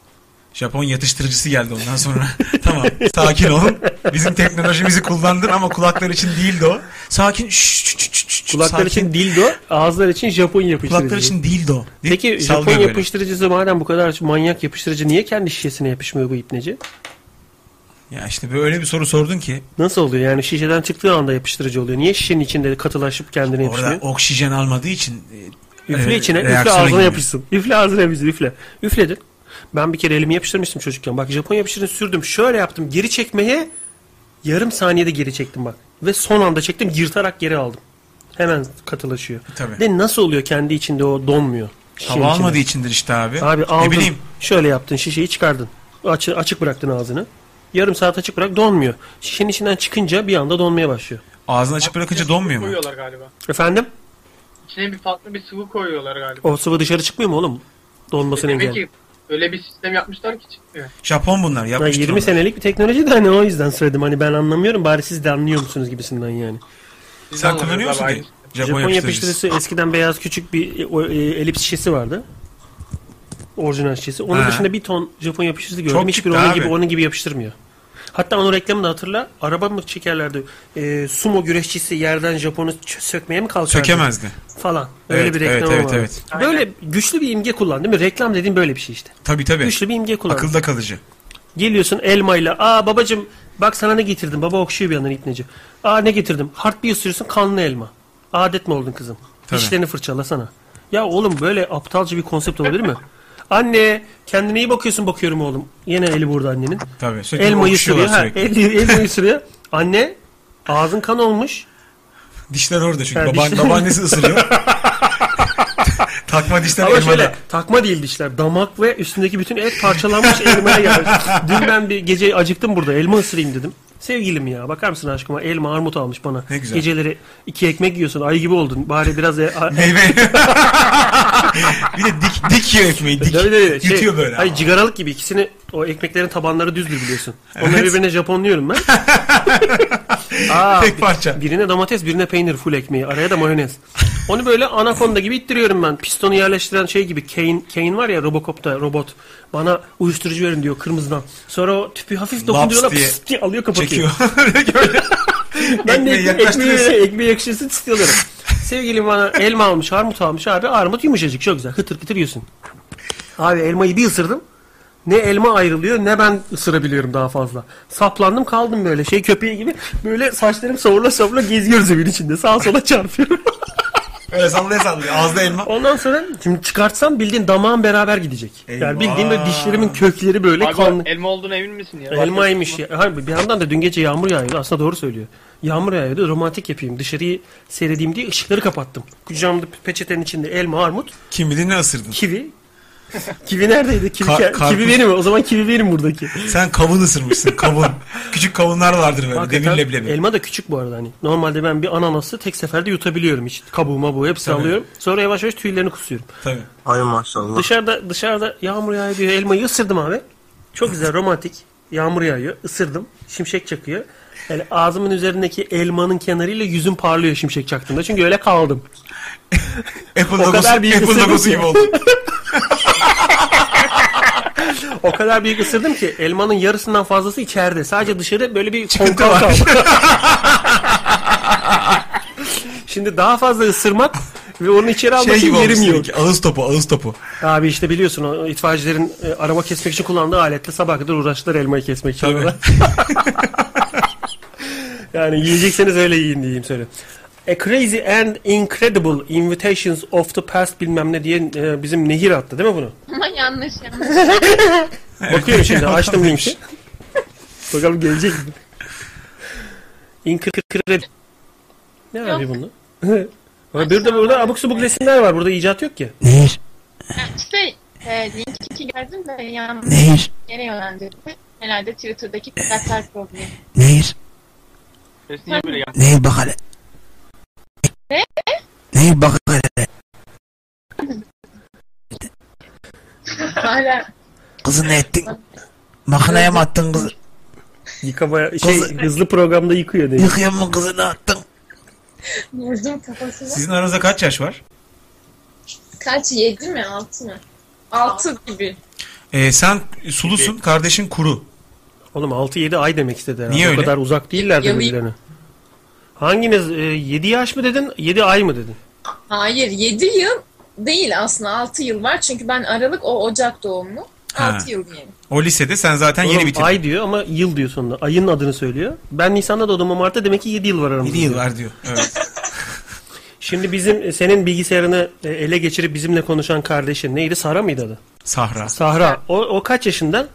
[SPEAKER 2] Japon yatıştırıcısı geldi ondan sonra. tamam sakin olun. Bizim teknolojimizi kullandın ama kulaklar için değildi o. Sakin. Şşş, şşş, şşş, şşş,
[SPEAKER 3] Kulaklar
[SPEAKER 2] sakin.
[SPEAKER 3] için dildo, ağızlar için Japon yapıştırıcı.
[SPEAKER 2] Kulaklar için dildo.
[SPEAKER 3] Peki
[SPEAKER 2] Sallıyor
[SPEAKER 3] Japon
[SPEAKER 2] böyle.
[SPEAKER 3] yapıştırıcısı madem bu kadar manyak yapıştırıcı niye kendi şişesine yapışmıyor bu ipneci?
[SPEAKER 2] Ya işte böyle bir soru sordun ki.
[SPEAKER 3] Nasıl oluyor yani şişeden çıktığı anda yapıştırıcı oluyor. Niye şişenin içinde katılaşıp kendine yapışmıyor?
[SPEAKER 2] Orada oksijen almadığı için. e,
[SPEAKER 3] Üfle
[SPEAKER 2] e,
[SPEAKER 3] içine, üfle
[SPEAKER 2] reaksiyona
[SPEAKER 3] ağzına
[SPEAKER 2] giriyor.
[SPEAKER 3] yapışsın. Üfle ağzına yapışsın, üfle. Üfledin. Ben bir kere elimi yapıştırmıştım çocukken. Bak Japon yapıştırını sürdüm. Şöyle yaptım. Geri çekmeye yarım saniyede geri çektim bak. Ve son anda çektim. Yırtarak geri aldım. Hemen katılaşıyor.
[SPEAKER 2] E, Tabii.
[SPEAKER 3] De nasıl oluyor kendi içinde o donmuyor? Şişenin
[SPEAKER 2] Hava almadığı
[SPEAKER 3] içinde.
[SPEAKER 2] içindir işte abi.
[SPEAKER 3] Şey Abi aldın.
[SPEAKER 2] Ne bileyim.
[SPEAKER 3] Şöyle yaptın şişeyi çıkardın. Açı, açık bıraktın ağzını. Yarım saat açık bırak donmuyor. Şişenin içinden çıkınca bir anda donmaya başlıyor.
[SPEAKER 2] Ağzını açık bırakınca donmuyor mu?
[SPEAKER 10] Koyuyorlar galiba.
[SPEAKER 3] Efendim?
[SPEAKER 10] İçine bir farklı bir sıvı koyuyorlar galiba.
[SPEAKER 3] O sıvı dışarı çıkmıyor mu oğlum? Donmasını
[SPEAKER 10] Demek
[SPEAKER 3] engelleyen.
[SPEAKER 10] ki öyle bir sistem yapmışlar ki çıkmıyor.
[SPEAKER 2] Japon bunlar
[SPEAKER 3] Ya 20 senelik bir teknoloji de hani o yüzden söyledim. Hani ben anlamıyorum bari siz de anlıyor musunuz gibisinden yani.
[SPEAKER 2] Biz Sen anlamıyoruz kullanıyor musun abi, ki? aynı.
[SPEAKER 3] Japon,
[SPEAKER 2] Japon
[SPEAKER 3] yapıştırıcısı eskiden beyaz küçük bir e, o, e, elips şişesi vardı. Orijinal şişesi. Onun
[SPEAKER 2] He.
[SPEAKER 3] dışında bir ton Japon yapıştırıcısı gördüm.
[SPEAKER 2] Çok
[SPEAKER 3] Hiçbir
[SPEAKER 2] çıktı
[SPEAKER 3] onun
[SPEAKER 2] abi.
[SPEAKER 3] gibi onun gibi yapıştırmıyor. Hatta onun reklamını da hatırla. Araba mı çekerlerdi? E, sumo güreşçisi yerden Japon'u ç- sökmeye mi kalkardı?
[SPEAKER 2] Sökemezdi.
[SPEAKER 3] Falan. Öyle
[SPEAKER 2] Evet,
[SPEAKER 3] bir
[SPEAKER 2] evet,
[SPEAKER 3] reklam
[SPEAKER 2] evet,
[SPEAKER 3] vardı.
[SPEAKER 2] evet.
[SPEAKER 3] Böyle güçlü bir imge kullan değil mi? Reklam dediğin böyle bir şey işte.
[SPEAKER 2] Tabii tabii.
[SPEAKER 3] Güçlü bir imge kullan.
[SPEAKER 2] Akılda kalıcı.
[SPEAKER 3] Geliyorsun elmayla. Aa babacım bak sana ne getirdim. Baba okşuyor bir yandan ipneci. Aa ne getirdim. Hart bir ısırıyorsun kanlı elma. Adet mi oldun kızım?
[SPEAKER 2] Tabii.
[SPEAKER 3] Dişlerini fırçalasana. Ya oğlum böyle aptalca bir konsept olabilir mi? Anne kendine iyi bakıyorsun bakıyorum oğlum. Yine eli burada annenin.
[SPEAKER 2] Tabii. Sürekli
[SPEAKER 3] Elmayı sürüyor.
[SPEAKER 2] okşuyorlar
[SPEAKER 3] Ha,
[SPEAKER 2] sürekli.
[SPEAKER 3] el, elmayı sürüyor. Anne ağzın kan olmuş.
[SPEAKER 2] Dişler orada çünkü.
[SPEAKER 3] Ha,
[SPEAKER 2] Baban,
[SPEAKER 3] dişler-
[SPEAKER 2] babaannesi ısırıyor. Takma dişler
[SPEAKER 3] Ama
[SPEAKER 2] elmada.
[SPEAKER 3] şöyle takma değil dişler. Damak ve üstündeki bütün et parçalanmış elmaya gelmiş. Dün ben bir gece acıktım burada. Elma ısırayım dedim. Sevgilim ya bakar mısın aşkıma elma armut almış bana.
[SPEAKER 2] Ne güzel.
[SPEAKER 3] Geceleri iki ekmek yiyorsun ayı gibi oldun. Bari biraz e- a-
[SPEAKER 2] Meyve. bir de dik, dik yiyor ekmeği. Dik.
[SPEAKER 3] Tabii tabii. Şey,
[SPEAKER 2] Yutuyor böyle.
[SPEAKER 3] Hayır cigaralık gibi ikisini o ekmeklerin tabanları düzdür biliyorsun. Onları
[SPEAKER 2] Evet.
[SPEAKER 3] birbirine Japonluyorum ben. Aa,
[SPEAKER 2] Tek parça.
[SPEAKER 3] Birine domates birine peynir full ekmeği. Araya da mayonez. Onu böyle anakonda gibi ittiriyorum ben. Pistonu yerleştiren şey gibi. Kane, Kane var ya Robocop'ta robot. Bana uyuşturucu verin diyor kırmızıdan. Sonra o tüpü hafif dokunduruyorlar.
[SPEAKER 2] diye
[SPEAKER 3] Pıs diye alıyor kapatıyor.
[SPEAKER 2] çekiyor.
[SPEAKER 3] ben de
[SPEAKER 2] Ekmeği
[SPEAKER 3] ekmeği,
[SPEAKER 2] yaklaştırıyorsun.
[SPEAKER 3] ekmeği, ekmeği yakışırsın istiyorlarım. Sevgilim bana elma almış, armut almış abi. Armut yumuşacık çok güzel. Kıtır kıtır yiyorsun. Abi elmayı bir ısırdım. Ne elma ayrılıyor ne ben ısırabiliyorum daha fazla. Saplandım kaldım böyle şey köpeği gibi. Böyle saçlarım savrula savrula geziyoruz evin içinde. Sağa sola çarpıyorum.
[SPEAKER 2] Öyle sallaya sallaya ağızda elma.
[SPEAKER 3] Ondan sonra şimdi çıkartsam bildiğin damağım beraber gidecek. Yani
[SPEAKER 10] Eyvah.
[SPEAKER 3] bildiğin böyle dişlerimin kökleri böyle
[SPEAKER 10] Abi
[SPEAKER 3] kanlı.
[SPEAKER 10] elma olduğuna emin misin ya?
[SPEAKER 3] Elmaymış ya. Hayır, bir yandan da dün gece yağmur yağıyordu. Aslında doğru söylüyor. Yağmur yağıyordu. Romantik yapayım. Dışarıyı seyredeyim diye ışıkları kapattım. Kucağımda peçetenin içinde elma, armut.
[SPEAKER 2] Kim bilir ne ısırdın?
[SPEAKER 3] Kivi. kivi neredeydi? Kivi,
[SPEAKER 2] Ka-
[SPEAKER 3] ke-
[SPEAKER 2] karpuz.
[SPEAKER 3] kivi benim. O zaman kivi benim buradaki.
[SPEAKER 2] Sen kavun ısırmışsın kavun. Küçük kavunlar vardır böyle
[SPEAKER 3] Hakikaten
[SPEAKER 2] demir leblebi.
[SPEAKER 3] Elma da küçük bu arada hani. Normalde ben bir ananası tek seferde yutabiliyorum. Hiç kabuğuma bu hepsini
[SPEAKER 2] Tabii.
[SPEAKER 3] alıyorum. Sonra yavaş yavaş tüylerini kusuyorum.
[SPEAKER 2] Tabii.
[SPEAKER 8] Ay maşallah.
[SPEAKER 3] Dışarıda dışarıda yağmur yağıyor. Elmayı ısırdım abi. Çok güzel romantik. Yağmur yağıyor. Isırdım. Şimşek çakıyor. Yani ağzımın üzerindeki elmanın kenarıyla yüzüm parlıyor şimşek çaktığında. Çünkü öyle kaldım.
[SPEAKER 2] Apple
[SPEAKER 3] o kadar büyük
[SPEAKER 2] Apple
[SPEAKER 3] ısırdım
[SPEAKER 2] logosu
[SPEAKER 3] ki.
[SPEAKER 2] gibi oldu. Şey
[SPEAKER 3] o kadar büyük ısırdım ki elmanın yarısından fazlası içeride. Sadece dışarı böyle bir
[SPEAKER 2] Çıkıntı
[SPEAKER 3] konkav
[SPEAKER 2] var.
[SPEAKER 3] kaldı. Şimdi daha fazla ısırmak ve onun içeri almak
[SPEAKER 2] Şey
[SPEAKER 3] için
[SPEAKER 2] gibi olmuş
[SPEAKER 3] yerim yok.
[SPEAKER 2] seninki, ağız topu ağız topu.
[SPEAKER 3] Abi işte biliyorsun o itfaiyecilerin e, araba kesmek için kullandığı aletle sabah kadar uğraştılar elmayı kesmek için. orada. yani yiyecekseniz öyle yiyin diyeyim söyle. A Crazy and Incredible Invitations of the Past bilmem ne diye e, bizim nehir attı değil mi bunu?
[SPEAKER 9] Ama yanlış yanlış.
[SPEAKER 3] Bakıyorum şimdi açtım linki. Bakalım gelecek mi? Incredible. Ne abi bunda? Ama bir de burada abuk subuk resimler var. Burada icat yok ki.
[SPEAKER 4] Nehir.
[SPEAKER 9] işte e, link 2 geldim de yanlış
[SPEAKER 4] Nehir.
[SPEAKER 9] yere yönlendirdi. Herhalde Twitter'daki karakter problemi.
[SPEAKER 4] Nehir.
[SPEAKER 10] Sesini böyle yap.
[SPEAKER 4] Nehir bak hele.
[SPEAKER 9] Ne?
[SPEAKER 4] Nehir bak hele.
[SPEAKER 9] Hala
[SPEAKER 4] Kızı ne ettin? Makineye mi attın kızı?
[SPEAKER 3] Yıkamaya şey hızlı programda yıkıyor değil mi?
[SPEAKER 4] Yıkıyor mu kızını attın?
[SPEAKER 9] vurdum kafasına.
[SPEAKER 2] Sizin aranızda kaç yaş var?
[SPEAKER 9] Kaç yedi mi altı mı? Altı gibi.
[SPEAKER 2] Ee, sen sulusun kardeşin kuru.
[SPEAKER 3] Oğlum 6-7 ay demek istedi herhalde.
[SPEAKER 2] Niye
[SPEAKER 3] o
[SPEAKER 2] öyle?
[SPEAKER 3] kadar uzak değiller
[SPEAKER 9] Yalayım.
[SPEAKER 3] birbirlerine. Hanginiz 7 yaş mı dedin 7 ay mı dedin?
[SPEAKER 9] Hayır yedi yıl değil aslında altı yıl var. Çünkü ben Aralık o Ocak doğumlu.
[SPEAKER 2] Ha.
[SPEAKER 9] Altı yıl diyelim.
[SPEAKER 2] O lisede sen zaten
[SPEAKER 3] Oğlum
[SPEAKER 2] yeni bitirdin.
[SPEAKER 3] Ay diyor ama yıl diyor sonunda. Ayın adını söylüyor. Ben Nisan'da doğdum ama Mart'ta demek ki 7 yıl var aramızda.
[SPEAKER 2] 7 yıl var diyor. Evet.
[SPEAKER 3] Şimdi bizim e, senin bilgisayarını e, ele geçirip bizimle konuşan kardeşin neydi? Sara mıydı adı?
[SPEAKER 2] Sahra.
[SPEAKER 3] Sahra. O, o kaç yaşında?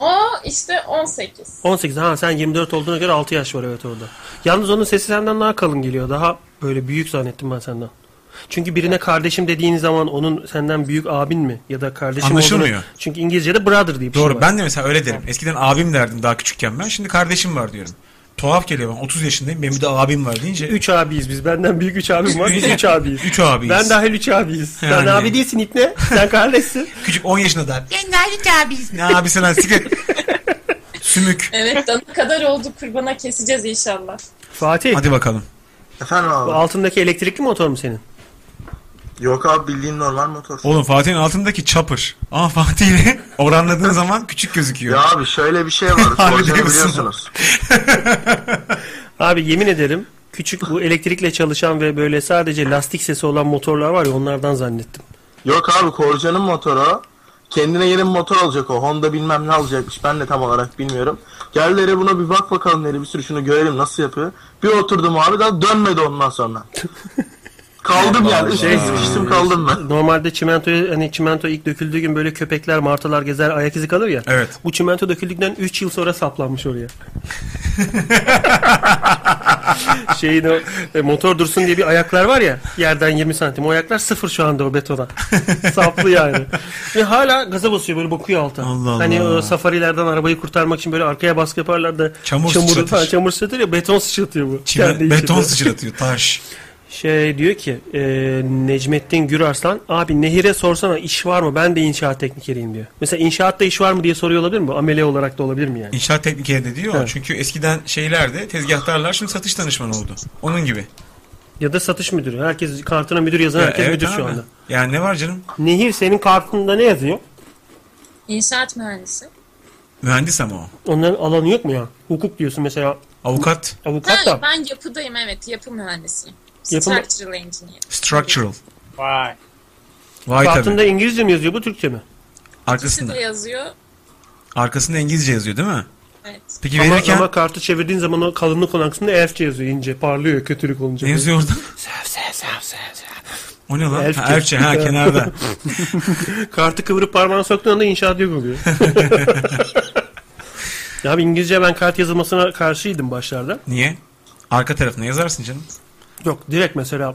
[SPEAKER 9] O işte 18.
[SPEAKER 3] 18. Ha sen 24 olduğuna göre 6 yaş var evet orada. Yalnız onun sesi senden daha kalın geliyor. Daha böyle büyük zannettim ben senden. Çünkü birine kardeşim dediğin zaman onun senden büyük abin mi ya da kardeşim
[SPEAKER 2] Anlaşılmıyor.
[SPEAKER 3] olduğunu- Çünkü İngilizce'de brother diye bir şey
[SPEAKER 2] Doğru
[SPEAKER 3] var.
[SPEAKER 2] ben de mesela öyle derim. Eskiden abim derdim daha küçükken ben. Şimdi kardeşim var diyorum. Tuhaf geliyor ben 30 yaşındayım benim bir de abim var deyince.
[SPEAKER 3] 3 abiyiz biz. Benden büyük 3 abim var. Biz 3 abiyiz.
[SPEAKER 2] 3 abiyiz.
[SPEAKER 3] Ben dahil 3 abiyiz. Sen
[SPEAKER 2] Yani.
[SPEAKER 3] abi değilsin itne. Sen kardeşsin.
[SPEAKER 2] Küçük 10 yaşında da.
[SPEAKER 9] Ben Halit abiyiz.
[SPEAKER 2] Ne abisi lan sikret. Sümük.
[SPEAKER 9] Evet dana kadar oldu kurbana keseceğiz inşallah.
[SPEAKER 3] Fatih.
[SPEAKER 2] Hadi bakalım.
[SPEAKER 8] Efendim
[SPEAKER 3] Bu
[SPEAKER 8] abi.
[SPEAKER 3] altındaki elektrikli motor mu senin?
[SPEAKER 8] Yok abi bildiğin normal motor.
[SPEAKER 2] Oğlum Fatih'in altındaki çapır. Ama Fatih ile oranladığın zaman küçük gözüküyor.
[SPEAKER 8] Ya abi şöyle bir şey var.
[SPEAKER 2] Harbi
[SPEAKER 8] Forja'yı
[SPEAKER 2] diyorsun.
[SPEAKER 8] biliyorsunuz.
[SPEAKER 3] Abi yemin ederim küçük bu elektrikle çalışan ve böyle sadece lastik sesi olan motorlar var ya onlardan zannettim.
[SPEAKER 8] Yok abi Korcan'ın motoru. o. Kendine yeni bir motor alacak o. Honda bilmem ne alacakmış. Ben de tam olarak bilmiyorum. Gel dedi buna bir bak bakalım dedi. Bir sürü şunu görelim nasıl yapıyor. Bir oturdum abi daha dönmedi ondan sonra. kaldım yani. Şey, sıkıştım kaldım ben.
[SPEAKER 3] Normalde çimentoyu hani çimento ilk döküldüğü gün böyle köpekler, martılar gezer, ayak izi kalır ya.
[SPEAKER 2] Evet.
[SPEAKER 3] Bu çimento döküldükten 3 yıl sonra saplanmış oraya. Şeyin o e, motor dursun diye bir ayaklar var ya yerden 20 santim. O ayaklar sıfır şu anda o betona. Saplı yani. Ve hala gaza basıyor böyle bakıyor alta.
[SPEAKER 2] Allah
[SPEAKER 3] Hani
[SPEAKER 2] Allah.
[SPEAKER 3] o safarilerden arabayı kurtarmak için böyle arkaya baskı yaparlar da
[SPEAKER 2] Çamur
[SPEAKER 3] çamuru
[SPEAKER 2] sıçratır.
[SPEAKER 3] falan, çamur sıçratır ya beton sıçratıyor bu.
[SPEAKER 2] Çimen-
[SPEAKER 3] Kendi
[SPEAKER 2] beton
[SPEAKER 3] içinde.
[SPEAKER 2] sıçratıyor taş.
[SPEAKER 3] Şey diyor ki e, Necmettin Gürarslan abi nehire sorsana iş var mı ben de inşaat teknikeriyim diyor. Mesela inşaatta iş var mı diye soruyor olabilir mi? Bu Amele olarak da olabilir mi yani?
[SPEAKER 2] İnşaat teknikeri de diyor.
[SPEAKER 3] Evet.
[SPEAKER 2] Çünkü eskiden şeylerde tezgahtarlar şimdi satış danışmanı oldu. Onun gibi.
[SPEAKER 3] Ya da satış müdürü. Herkes kartına müdür yazan
[SPEAKER 2] Ya
[SPEAKER 3] herkes
[SPEAKER 2] evet
[SPEAKER 3] müdür şu
[SPEAKER 2] abi.
[SPEAKER 3] anda.
[SPEAKER 2] Yani ne var canım?
[SPEAKER 3] Nehir senin kartında ne yazıyor?
[SPEAKER 9] İnşaat mühendisi.
[SPEAKER 2] Mühendis ama o.
[SPEAKER 3] Onların alanı yok mu ya? Hukuk diyorsun mesela.
[SPEAKER 2] Avukat.
[SPEAKER 3] Avukat da.
[SPEAKER 9] Ha, ben yapıdayım evet yapı mühendisiyim.
[SPEAKER 3] Yapı mü-
[SPEAKER 9] Structural engineer.
[SPEAKER 2] Structural.
[SPEAKER 10] Vay.
[SPEAKER 2] Vay tabii.
[SPEAKER 3] kartında İngilizce mi yazıyor bu Türkçe mi?
[SPEAKER 9] İkisi
[SPEAKER 2] Arkasında.
[SPEAKER 9] de yazıyor.
[SPEAKER 2] Arkasında İngilizce yazıyor değil mi?
[SPEAKER 9] Evet.
[SPEAKER 2] Peki
[SPEAKER 3] ama,
[SPEAKER 2] verirken-
[SPEAKER 3] ama kartı çevirdiğin zaman o kalınlık olan kısmında elfçe yazıyor ince parlıyor kötülük olunca.
[SPEAKER 2] Ne yazıyor orada? O ne lan? Ha, Elfçe ha kenarda.
[SPEAKER 3] Kartı kıvırıp parmağına soktuğun anda inşaat yok oluyor. ya abi İngilizce ben kart yazılmasına karşıydım başlarda.
[SPEAKER 2] Niye? Arka tarafına yazarsın canım.
[SPEAKER 3] Yok direkt mesela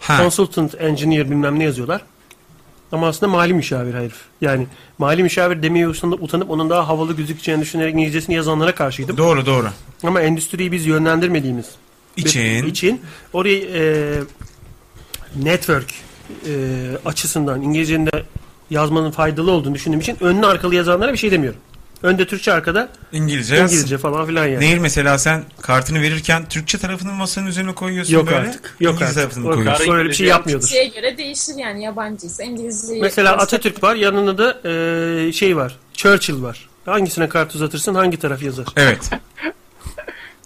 [SPEAKER 2] Ha.
[SPEAKER 3] consultant engineer bilmem ne yazıyorlar. Ama aslında mali müşavir herif. Yani mali müşavir demeye utanıp, utanıp onun daha havalı gözükeceğini düşünerek İngilizcesini yazanlara karşıydım.
[SPEAKER 2] Doğru doğru.
[SPEAKER 3] Ama endüstriyi biz yönlendirmediğimiz bir-
[SPEAKER 2] İçin.
[SPEAKER 3] için oraya e, network e, açısından İngilizcenin de yazmanın faydalı olduğunu düşündüğüm için önlü arkalı yazanlara bir şey demiyorum. Önde Türkçe arkada
[SPEAKER 2] İngilizce yazsın.
[SPEAKER 3] İngilizce falan filan yani.
[SPEAKER 2] Nehir mesela sen kartını verirken Türkçe tarafını masanın üzerine koyuyorsun
[SPEAKER 3] Yok
[SPEAKER 2] böyle.
[SPEAKER 3] artık, yok
[SPEAKER 2] İngilizce
[SPEAKER 3] artık.
[SPEAKER 2] tarafını
[SPEAKER 3] Yok
[SPEAKER 2] koyuyorsun.
[SPEAKER 3] artık, öyle bir şey yapmıyordur.
[SPEAKER 9] Şeye göre değişir yani yabancıysa İngilizceyi.
[SPEAKER 3] Mesela Atatürk var yanında da e, şey var Churchill var. Hangisine kart uzatırsın hangi taraf yazar?
[SPEAKER 2] Evet.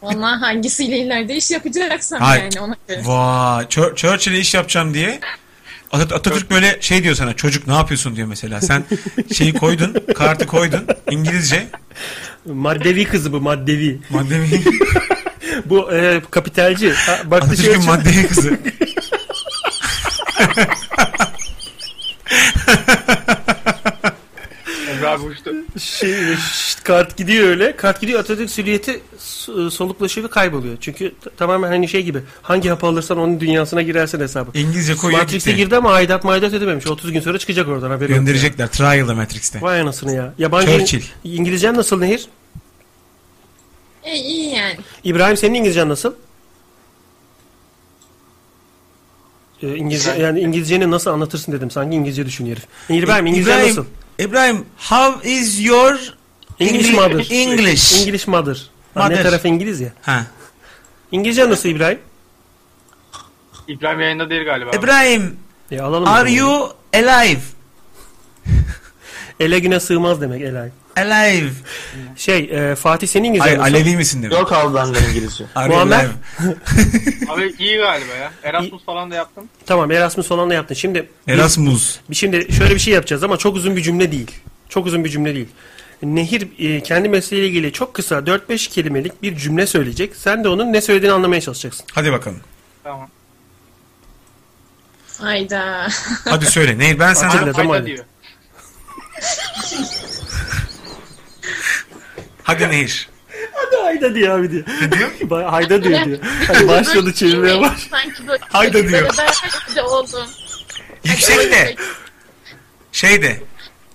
[SPEAKER 9] Valla hangisiyle ileride iş yapacaksam
[SPEAKER 2] Hayır.
[SPEAKER 9] yani ona göre.
[SPEAKER 2] Vay. Chur- Churchill'e iş yapacağım diye Atat- Atatürk böyle şey diyor sana çocuk ne yapıyorsun diyor mesela. Sen şeyi koydun, kartı koydun İngilizce.
[SPEAKER 3] Maddevi kızı bu maddevi.
[SPEAKER 2] Maddevi.
[SPEAKER 3] bu e, kapitalci. Ha, baktı
[SPEAKER 2] Atatürk'ün
[SPEAKER 3] Churchill-
[SPEAKER 2] maddevi kızı.
[SPEAKER 10] Emre abi uçtu.
[SPEAKER 3] şey, şşt, kart gidiyor öyle. Kart gidiyor Atatürk silüeti s- soluklaşıyor ve kayboluyor. Çünkü t- tamamen hani şey gibi. Hangi hapı alırsan onun dünyasına girersen hesabı.
[SPEAKER 2] İngilizce koyuyor
[SPEAKER 3] Matrix'e
[SPEAKER 2] gitti.
[SPEAKER 3] girdi ama aidat maidat ödememiş. 30 gün sonra çıkacak oradan haberi yok.
[SPEAKER 2] Gönderecekler Trial'da Matrix'te.
[SPEAKER 3] Vay anasını ya. Yabancı
[SPEAKER 2] Churchill.
[SPEAKER 3] İngilizcen nasıl Nehir?
[SPEAKER 9] E, iyi yani.
[SPEAKER 3] İbrahim senin İngilizcen nasıl? Ee, İngilizce, yani İngilizceni nasıl anlatırsın dedim. Sanki İngilizce düşünüyor herif. İbrahim
[SPEAKER 2] E,
[SPEAKER 3] İngilizcen
[SPEAKER 2] İbrahim,
[SPEAKER 3] nasıl?
[SPEAKER 2] İbrahim how is your
[SPEAKER 3] English
[SPEAKER 2] Engli-
[SPEAKER 3] mother.
[SPEAKER 2] English.
[SPEAKER 3] English mother. Anne
[SPEAKER 2] Mother.
[SPEAKER 3] tarafı İngiliz ya.
[SPEAKER 2] Ha.
[SPEAKER 3] İngilizce nasıl İbrahim?
[SPEAKER 10] İbrahim yayında değil galiba.
[SPEAKER 2] E, İbrahim
[SPEAKER 3] Ya E, alalım.
[SPEAKER 2] are
[SPEAKER 3] bunu.
[SPEAKER 2] you alive?
[SPEAKER 3] Ele güne sığmaz demek elay.
[SPEAKER 2] Alive.
[SPEAKER 3] Şey e, Fatih senin İngilizce
[SPEAKER 2] Hayır
[SPEAKER 3] nasıl?
[SPEAKER 2] Alevi misin demek.
[SPEAKER 8] Yok abi benden İngilizce.
[SPEAKER 2] Are you
[SPEAKER 3] Muammer?
[SPEAKER 2] alive?
[SPEAKER 10] Abi iyi galiba ya. Erasmus falan da yaptım.
[SPEAKER 3] Tamam Erasmus olanla yaptın. Şimdi
[SPEAKER 2] Erasmus.
[SPEAKER 3] Biz, şimdi şöyle bir şey yapacağız ama çok uzun bir cümle değil. Çok uzun bir cümle değil. Nehir e, kendi mesleğiyle ilgili çok kısa 4-5 kelimelik bir cümle söyleyecek. Sen de onun ne söylediğini anlamaya çalışacaksın.
[SPEAKER 2] Hadi bakalım.
[SPEAKER 10] Tamam.
[SPEAKER 9] Hayda.
[SPEAKER 2] Hadi söyle. Nehir ben sana...
[SPEAKER 3] Hatırladım, Hayda hadi.
[SPEAKER 10] diyor.
[SPEAKER 2] Hadi Nehir.
[SPEAKER 3] Hadi hayda diyor abi diyor. Ba- hayda diyor diyor. Hadi
[SPEAKER 9] Böyle
[SPEAKER 3] başladı şey çevirmeye
[SPEAKER 9] değil mi?
[SPEAKER 3] baş.
[SPEAKER 9] Sanki böyle
[SPEAKER 2] Hayda diyor.
[SPEAKER 9] böyle beraber de oldum.
[SPEAKER 2] Yüksek de. Şey de.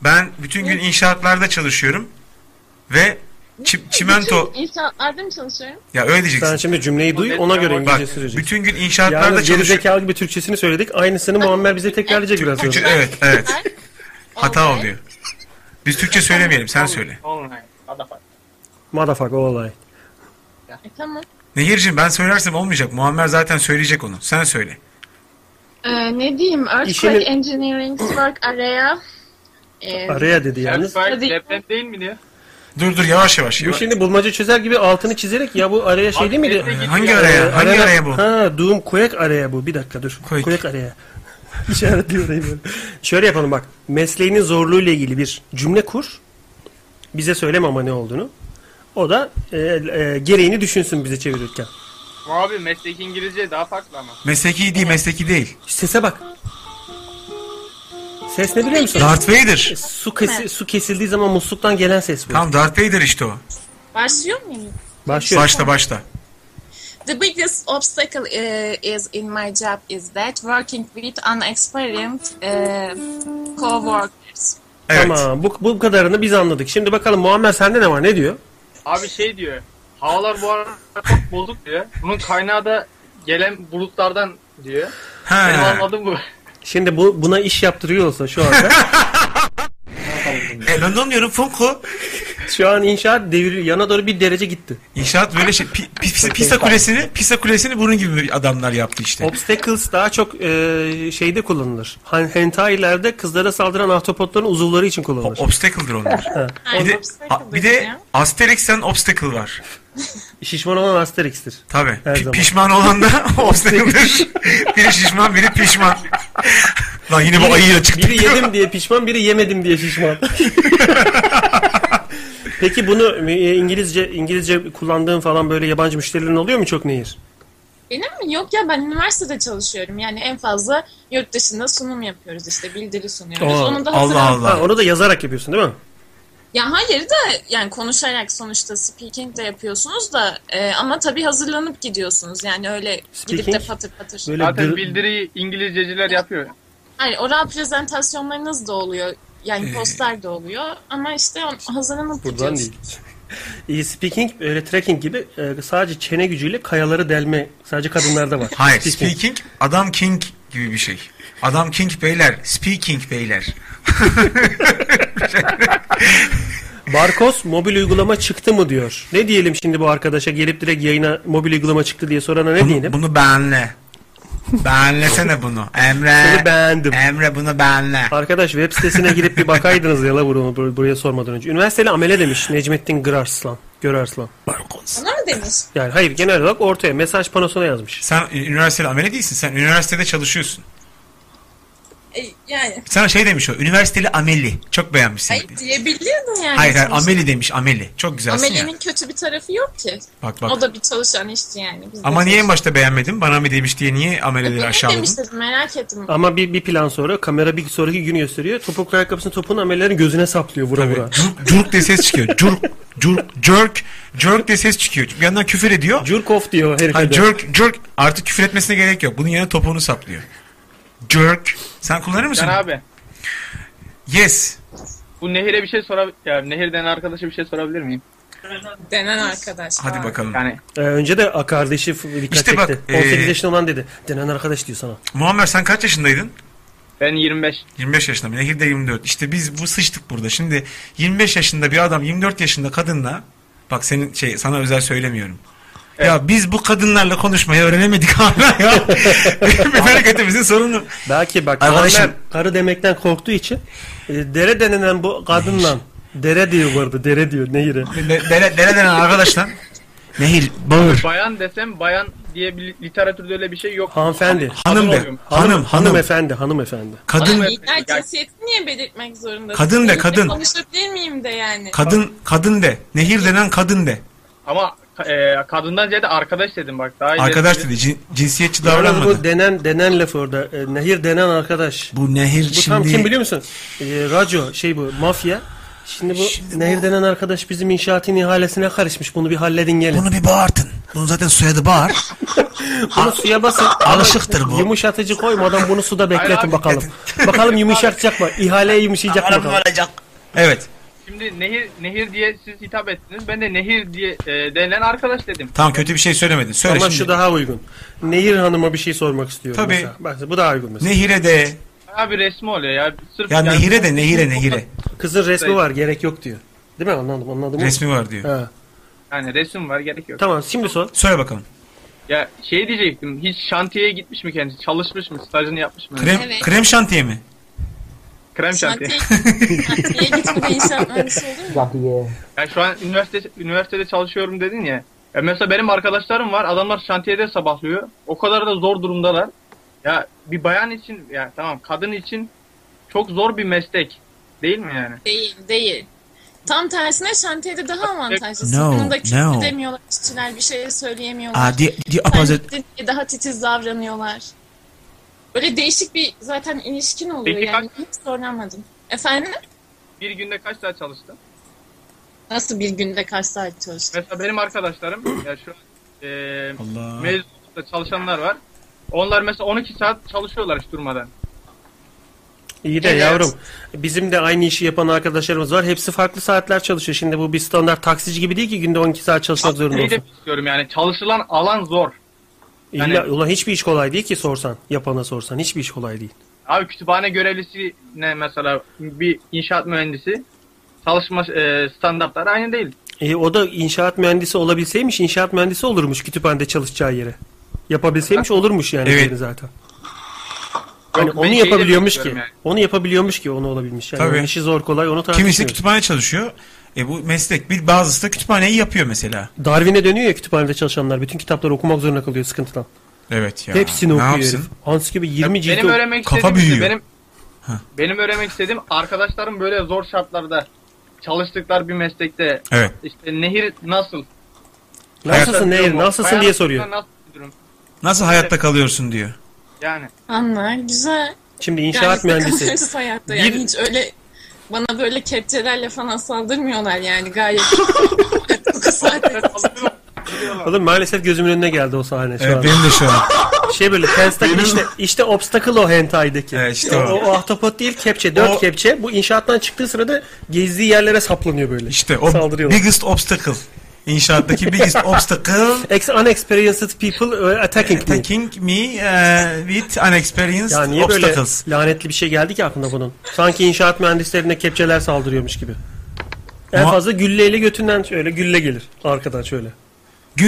[SPEAKER 2] Ben bütün gün inşaatlarda çalışıyorum. Ve çi- çimento...
[SPEAKER 9] Bütün İnşaatlarda mı çalışıyorum?
[SPEAKER 2] Ya öyle diyeceksin.
[SPEAKER 3] Sen şimdi cümleyi duy ona göre İngilizce söyleyeceksin.
[SPEAKER 2] Bütün gün inşaatlarda
[SPEAKER 3] Yalnız geri
[SPEAKER 2] çalışıyorum.
[SPEAKER 3] zekalı gibi Türkçesini söyledik. Aynısını Muammer bize tekrarlayacak biraz sonra.
[SPEAKER 2] Türkçe- evet evet. Hata oluyor. Biz Türkçe söylemeyelim sen söyle.
[SPEAKER 10] Online. Motherfucker.
[SPEAKER 3] Motherfucker o olay.
[SPEAKER 9] E, tamam.
[SPEAKER 2] Nehir'cim ben söylersem olmayacak. Muammer zaten söyleyecek onu. Sen söyle.
[SPEAKER 9] E, ne diyeyim? Earthquake
[SPEAKER 2] İşini-
[SPEAKER 9] Engineering Work Area. E,
[SPEAKER 3] Araya dedi yalnız.
[SPEAKER 10] Ertuğrul deprem değil mi diye.
[SPEAKER 2] Dur dur yavaş yavaş.
[SPEAKER 3] Bu
[SPEAKER 2] yavaş.
[SPEAKER 3] şimdi bulmaca çözer gibi altını çizerek ya bu araya şey değil miydi?
[SPEAKER 2] Ee, hangi araya? Hangi
[SPEAKER 3] araya-
[SPEAKER 2] araya bu?
[SPEAKER 3] Ha, Doom Quake araya bu. Bir dakika dur. Quake, araya. İşaretli orayı böyle. Şöyle yapalım bak. Mesleğinin zorluğuyla ilgili bir cümle kur. Bize söyleme ama ne olduğunu. O da e, e, gereğini düşünsün bize çevirirken.
[SPEAKER 10] Abi mesleki İngilizce daha farklı ama.
[SPEAKER 2] Mesleki değil mesleki değil.
[SPEAKER 3] Sese bak. Ses ne biliyor musun? E,
[SPEAKER 2] Darth Vader.
[SPEAKER 3] Su, kesi, su kesildiği zaman musluktan gelen ses bu.
[SPEAKER 2] Tam Darth Vader işte o.
[SPEAKER 9] Başlıyor muyum?
[SPEAKER 3] Başlıyor.
[SPEAKER 2] Başla başla.
[SPEAKER 9] The biggest obstacle eh, is in my job is that working with unexperienced eh, co-workers.
[SPEAKER 3] Tamam. Bu, bu kadarını biz anladık. Şimdi bakalım Muammer sende ne var? Ne diyor?
[SPEAKER 10] Abi şey diyor. Havalar bu aralar çok bozuk diyor. Bunun kaynağı da gelen bulutlardan diyor.
[SPEAKER 2] Ha.
[SPEAKER 10] Benim anladığım bu.
[SPEAKER 3] Şimdi bu buna iş yaptırıyor olsa şu anda.
[SPEAKER 2] e, ben de anlıyorum Funko.
[SPEAKER 3] Şu an inşaat deviriyor. Yana doğru bir derece gitti.
[SPEAKER 2] İnşaat böyle şey. Pi, pi- Pisa, Pisa kulesini Pisa kulesini bunun gibi adamlar yaptı işte.
[SPEAKER 3] Obstacles daha çok e, şeyde kullanılır. Han- Hentai'lerde kızlara saldıran ahtapotların uzuvları için kullanılır.
[SPEAKER 2] Obstacle'dır onlar.
[SPEAKER 3] Ha.
[SPEAKER 2] Bir de, a- bir de Asterix'ten obstacle var.
[SPEAKER 3] Şişman olan Asterix'tir.
[SPEAKER 2] Tabii.
[SPEAKER 3] Her
[SPEAKER 2] Pi-
[SPEAKER 3] zaman.
[SPEAKER 2] pişman olan da obstacle'dır. biri şişman biri pişman. Lan yine bu ayıyla çıktık.
[SPEAKER 3] Biri yedim diye pişman, biri yemedim diye şişman. Peki bunu e, İngilizce İngilizce kullandığın falan böyle yabancı müşterilerin oluyor mu çok nehir?
[SPEAKER 9] Benim mi? Yok ya ben üniversitede çalışıyorum. Yani en fazla yurt dışında sunum yapıyoruz işte. Bildiri sunuyoruz. Onu da hazır
[SPEAKER 3] Ha, onu da yazarak yapıyorsun değil mi?
[SPEAKER 9] Ya hayır da yani konuşarak sonuçta speaking de yapıyorsunuz da e, ama tabii hazırlanıp gidiyorsunuz. Yani öyle gidip de
[SPEAKER 10] Speaking?
[SPEAKER 9] patır patır.
[SPEAKER 10] Zaten bildiriyi İngilizceciler yapıyor.
[SPEAKER 9] Hayır oral prezentasyonlarınız da oluyor. Yani
[SPEAKER 2] Hmm.
[SPEAKER 3] Ee.
[SPEAKER 9] poster de oluyor ama işte on- hazırlanıp
[SPEAKER 3] Buradan
[SPEAKER 9] gidiyorsunuz.
[SPEAKER 3] değil. E, speaking, öyle trekking gibi e, sadece çene gücüyle kayaları delme sadece kadınlarda var.
[SPEAKER 2] Hayır speaking adam king gibi bir şey. Adam king beyler. Speaking beyler.
[SPEAKER 3] Barkos mobil uygulama çıktı mı diyor. Ne diyelim şimdi bu arkadaşa gelip direkt yayına mobil uygulama çıktı diye sorana ne diyelim?
[SPEAKER 2] Bunu benle. Benlesene bunu. Emre.
[SPEAKER 3] Seni beğendim.
[SPEAKER 2] Emre bunu benle.
[SPEAKER 3] Arkadaş web sitesine girip bir bakaydınız ya la bunu bur- buraya sormadan önce. Üniversiteli amele demiş Necmettin Görarslan. Görarslan.
[SPEAKER 9] Sana mı demiş?
[SPEAKER 3] Yani hayır genel olarak ortaya mesaj panosuna yazmış.
[SPEAKER 2] Sen üniversitede amele değilsin. Sen üniversitede çalışıyorsun.
[SPEAKER 9] E, yani
[SPEAKER 2] Sana şey demiş o. Üniversiteli ameli. Çok beğenmiş seni.
[SPEAKER 9] hayır diyebilirdin
[SPEAKER 2] Hayır
[SPEAKER 9] yani.
[SPEAKER 2] hayır
[SPEAKER 9] sonuçta.
[SPEAKER 2] ameli demiş ameli. Çok güzelsin ya.
[SPEAKER 9] Ameli'nin kötü bir tarafı yok ki.
[SPEAKER 2] Bak, bak.
[SPEAKER 9] O da bir çalışan işçi yani. Biz de
[SPEAKER 2] Ama niye en başta beğenmedin? Bana mı demiş diye niye ameleleri aşağıladın?
[SPEAKER 9] Demiş dedim merak ettim.
[SPEAKER 3] Ama bir, bir plan sonra kamera bir sonraki günü gösteriyor. Topuklu ayakkabısının topuğunu amelelerin gözüne saplıyor vura vura.
[SPEAKER 2] Curk diye ses çıkıyor. Curk, curk, jerk, jerk diye ses çıkıyor. Bir yandan küfür ediyor.
[SPEAKER 3] Jerk off diyor herife
[SPEAKER 2] Hayır,
[SPEAKER 3] de.
[SPEAKER 2] jerk, jerk. Artık küfür etmesine gerek yok. Bunun yerine topuğunu saplıyor. Jerk. Sen kullanır mısın?
[SPEAKER 10] Can abi
[SPEAKER 2] Yes.
[SPEAKER 10] bu Nehir'e bir şey sorabilir yani Nehir'den arkadaşa bir şey sorabilir miyim?
[SPEAKER 9] Denen arkadaş. var.
[SPEAKER 10] Yani
[SPEAKER 3] Ee, önce de a, kardeşi f- dikkat
[SPEAKER 2] İşte bak,
[SPEAKER 3] çekti. 18
[SPEAKER 2] ee,
[SPEAKER 3] yaşında olan dedi. Denen arkadaş diyor sana.
[SPEAKER 2] Muammer sen kaç yaşındaydın?
[SPEAKER 10] Ben 25.
[SPEAKER 2] 25 yaşında. Nehir de 24. İşte biz bu sıçtık burada. Şimdi 25 yaşında bir adam 24 yaşında kadınla bak senin şey sana özel söylemiyorum. Ya biz bu kadınlarla konuşmayı öğrenemedik hala ya. Memleketimizin sorunu.
[SPEAKER 3] Belki bak
[SPEAKER 2] Arkadaşım-
[SPEAKER 3] Muammer karı demekten korktuğu için e, dere denilen bu kadınla dere diyor bu arada dere diyor nehire.
[SPEAKER 2] dere, dere denen arkadaşlar. Nehir
[SPEAKER 10] bayan desem bayan diye bir literatürde öyle bir şey yok.
[SPEAKER 3] Hanımefendi.
[SPEAKER 10] Kadın oluyorum.
[SPEAKER 3] hanım, hanımefendi, hanımefendi.
[SPEAKER 9] Ama illa cinsiyetini niye belirtmek zorundasın?
[SPEAKER 2] Kadın de,
[SPEAKER 9] Benimle
[SPEAKER 2] kadın.
[SPEAKER 9] Konuşabilir miyim de yani.
[SPEAKER 2] Kadın kadın de. Nehir denen kadın de.
[SPEAKER 10] Ama e, kadından ziyade arkadaş dedim bak daha iyi
[SPEAKER 2] Arkadaş
[SPEAKER 10] dedim.
[SPEAKER 2] dedi. cin- cinsiyetçi
[SPEAKER 3] Yalnız
[SPEAKER 2] davranmadı.
[SPEAKER 3] bu denen denen lafı orada. e, nehir denen arkadaş.
[SPEAKER 2] Bu nehir
[SPEAKER 3] bu tam
[SPEAKER 2] şimdi-
[SPEAKER 3] kim biliyor musun? E, Raco şey bu mafya. Şimdi bu nehir denen arkadaş bizim inşaatın ihalesine karışmış. Bunu bir halledin gelin.
[SPEAKER 4] Bunu bir bağırtın. Bunun zaten soyadı bağır.
[SPEAKER 3] Bunu suya basın.
[SPEAKER 4] Alışıktır bu.
[SPEAKER 3] Yumuşatıcı koymadan bunu suda
[SPEAKER 10] Hayır abi,
[SPEAKER 3] bekletin bakalım. bakalım yumuşatacak mı? İhaleye yumuşayacak mı?
[SPEAKER 10] Aman
[SPEAKER 3] bakalım?
[SPEAKER 10] olacak.
[SPEAKER 2] Evet.
[SPEAKER 10] Şimdi nehir nehir diye siz hitap ettiniz. Ben de nehir diye e, denilen arkadaş dedim.
[SPEAKER 2] Tamam kötü bir şey söylemedin. Söyle
[SPEAKER 3] Ama
[SPEAKER 2] şimdi.
[SPEAKER 3] şu daha uygun. Nehir Hanım'a bir şey sormak istiyorum.
[SPEAKER 2] Tabii.
[SPEAKER 3] Mesela. Bak, bu daha uygun mesela.
[SPEAKER 2] Nehire de.
[SPEAKER 10] Abi resmi oluyor ya. Sırf
[SPEAKER 2] Ya
[SPEAKER 10] yani-
[SPEAKER 2] nehire de nehire nehire.
[SPEAKER 3] Kızın resmi var gerek yok diyor. Değil mi? Anladım anladım.
[SPEAKER 2] Resmi var diyor.
[SPEAKER 3] Ha.
[SPEAKER 10] Yani resim var gerek yok.
[SPEAKER 3] Tamam şimdi sor.
[SPEAKER 2] Söyle bakalım.
[SPEAKER 10] Ya şey diyecektim. Hiç şantiyeye gitmiş mi kendisi? Çalışmış mı? Stajını yapmış mı?
[SPEAKER 2] Krem krem şantiye mi?
[SPEAKER 10] Krem şantiye.
[SPEAKER 9] Şantiye gitmedi inşaat mühendisi olur mu?
[SPEAKER 10] Ya şu an üniversite üniversitede çalışıyorum dedin ya. Ya mesela benim arkadaşlarım var. Adamlar şantiyede sabahlıyor. O kadar da zor durumdalar. Ya bir bayan için ya tamam kadın için çok zor bir meslek. Değil mi yani?
[SPEAKER 9] Değil, değil. Tam tersine şantiyede daha avantajlısın.
[SPEAKER 2] No,
[SPEAKER 9] Bunu da küfür
[SPEAKER 2] no.
[SPEAKER 9] edemiyorlar. İşçiler bir şey söyleyemiyorlar.
[SPEAKER 2] Aa, di, di,
[SPEAKER 9] Sen
[SPEAKER 2] opposite-
[SPEAKER 9] gittin diye daha titiz davranıyorlar. Böyle değişik bir zaten ilişkin oluyor
[SPEAKER 10] Peki
[SPEAKER 9] yani. Hiç zorlanmadım. Efendim?
[SPEAKER 10] Bir günde kaç saat çalıştın?
[SPEAKER 9] Nasıl bir günde kaç saat çalıştın?
[SPEAKER 10] Mesela benim arkadaşlarım ya şu an e,
[SPEAKER 2] Allah.
[SPEAKER 10] mezunlukta çalışanlar var. Onlar mesela 12 saat çalışıyorlar hiç durmadan.
[SPEAKER 3] İyi de
[SPEAKER 10] Evet.
[SPEAKER 3] yavrum. Bizim de aynı işi yapan arkadaşlarımız var. Hepsi farklı saatler çalışıyor. Şimdi bu bir standart taksici gibi değil ki günde 12 saat çalışmak zorunda
[SPEAKER 10] Neyi de
[SPEAKER 3] olsun.
[SPEAKER 10] istiyorum yani çalışılan alan zor.
[SPEAKER 3] İlla, ulan hiçbir iş kolay değil ki sorsan. Yapana sorsan. Hiçbir iş kolay değil.
[SPEAKER 10] Abi kütüphane görevlisi ne mesela bir inşaat mühendisi çalışma e, standartları aynı değil.
[SPEAKER 3] E, o da inşaat mühendisi olabilseymiş inşaat mühendisi olurmuş kütüphanede çalışacağı yere. Yapabilseymiş olurmuş yani
[SPEAKER 2] Evet.
[SPEAKER 3] diğeri zaten. Hani
[SPEAKER 2] Yok, ben
[SPEAKER 3] onu
[SPEAKER 2] şeyi de
[SPEAKER 3] yapabiliyormuş ki.
[SPEAKER 2] bilmiyorum yani.
[SPEAKER 3] Onu yapabiliyormuş ki onu olabilmiş. Yani
[SPEAKER 2] Tabii.
[SPEAKER 3] onun işi zor kolay onu
[SPEAKER 2] Kimisi
[SPEAKER 3] tartışmıyoruz.
[SPEAKER 2] kütüphane çalışıyor. E bu meslek. Bir bazısı da kütüphaneyi yapıyor mesela.
[SPEAKER 3] Darwin'e dönüyor ya kütüphanede çalışanlar. Bütün kitapları okumak zorunda kalıyor sıkıntıdan.
[SPEAKER 2] Evet ya.
[SPEAKER 3] Hepsini
[SPEAKER 2] Ne
[SPEAKER 3] okuyor
[SPEAKER 2] yapsın?
[SPEAKER 3] herif. Hans gibi 20 cilt
[SPEAKER 10] benim
[SPEAKER 3] oku-
[SPEAKER 10] öğrenmek istediğim işte benim Benim öğrenmek istediğim arkadaşlarım böyle zor şartlarda çalıştıklar bir meslekte
[SPEAKER 2] Evet.
[SPEAKER 10] işte nehir nasıl?
[SPEAKER 3] Nasılsın Nehir? Nasılsın diye
[SPEAKER 10] Hayatında
[SPEAKER 3] soruyor.
[SPEAKER 10] Nasıl,
[SPEAKER 2] Nasıl hayatta kalıyorsun diyor.
[SPEAKER 10] yani.
[SPEAKER 9] Anlar güzel.
[SPEAKER 3] Şimdi
[SPEAKER 9] Yani biz de kalırız hayatta yani hiç öyle bana böyle kepçelerle falan saldırmıyorlar yani gayet. Bu kız
[SPEAKER 3] Oğlum maalesef gözümün önüne geldi o sahne şu
[SPEAKER 2] Evet,
[SPEAKER 3] an.
[SPEAKER 2] benim de şu an.
[SPEAKER 3] Şey böyle Tenstak
[SPEAKER 2] Benim-
[SPEAKER 3] işte, işte obstacle o hentai'deki.
[SPEAKER 2] işte
[SPEAKER 3] o.
[SPEAKER 2] o.
[SPEAKER 3] O, ahtapot değil kepçe. Dört
[SPEAKER 2] O-
[SPEAKER 3] kepçe. Bu inşaattan çıktığı sırada gezdiği yerlere saplanıyor böyle.
[SPEAKER 2] İşte o
[SPEAKER 3] Saldırıyorlar.
[SPEAKER 2] biggest obstacle. İnşaattaki biggest obstacle.
[SPEAKER 3] Ex unexperienced people were attacking,
[SPEAKER 2] E, attacking me. eh, with unexperienced
[SPEAKER 3] Ya niye böyle
[SPEAKER 2] obstacles.
[SPEAKER 3] lanetli bir şey geldi ki aklına bunun? Sanki inşaat mühendislerine kepçeler saldırıyormuş gibi. En
[SPEAKER 2] Ama-
[SPEAKER 3] fazla gülleyle götünden şöyle gülle gelir arkadan şöyle.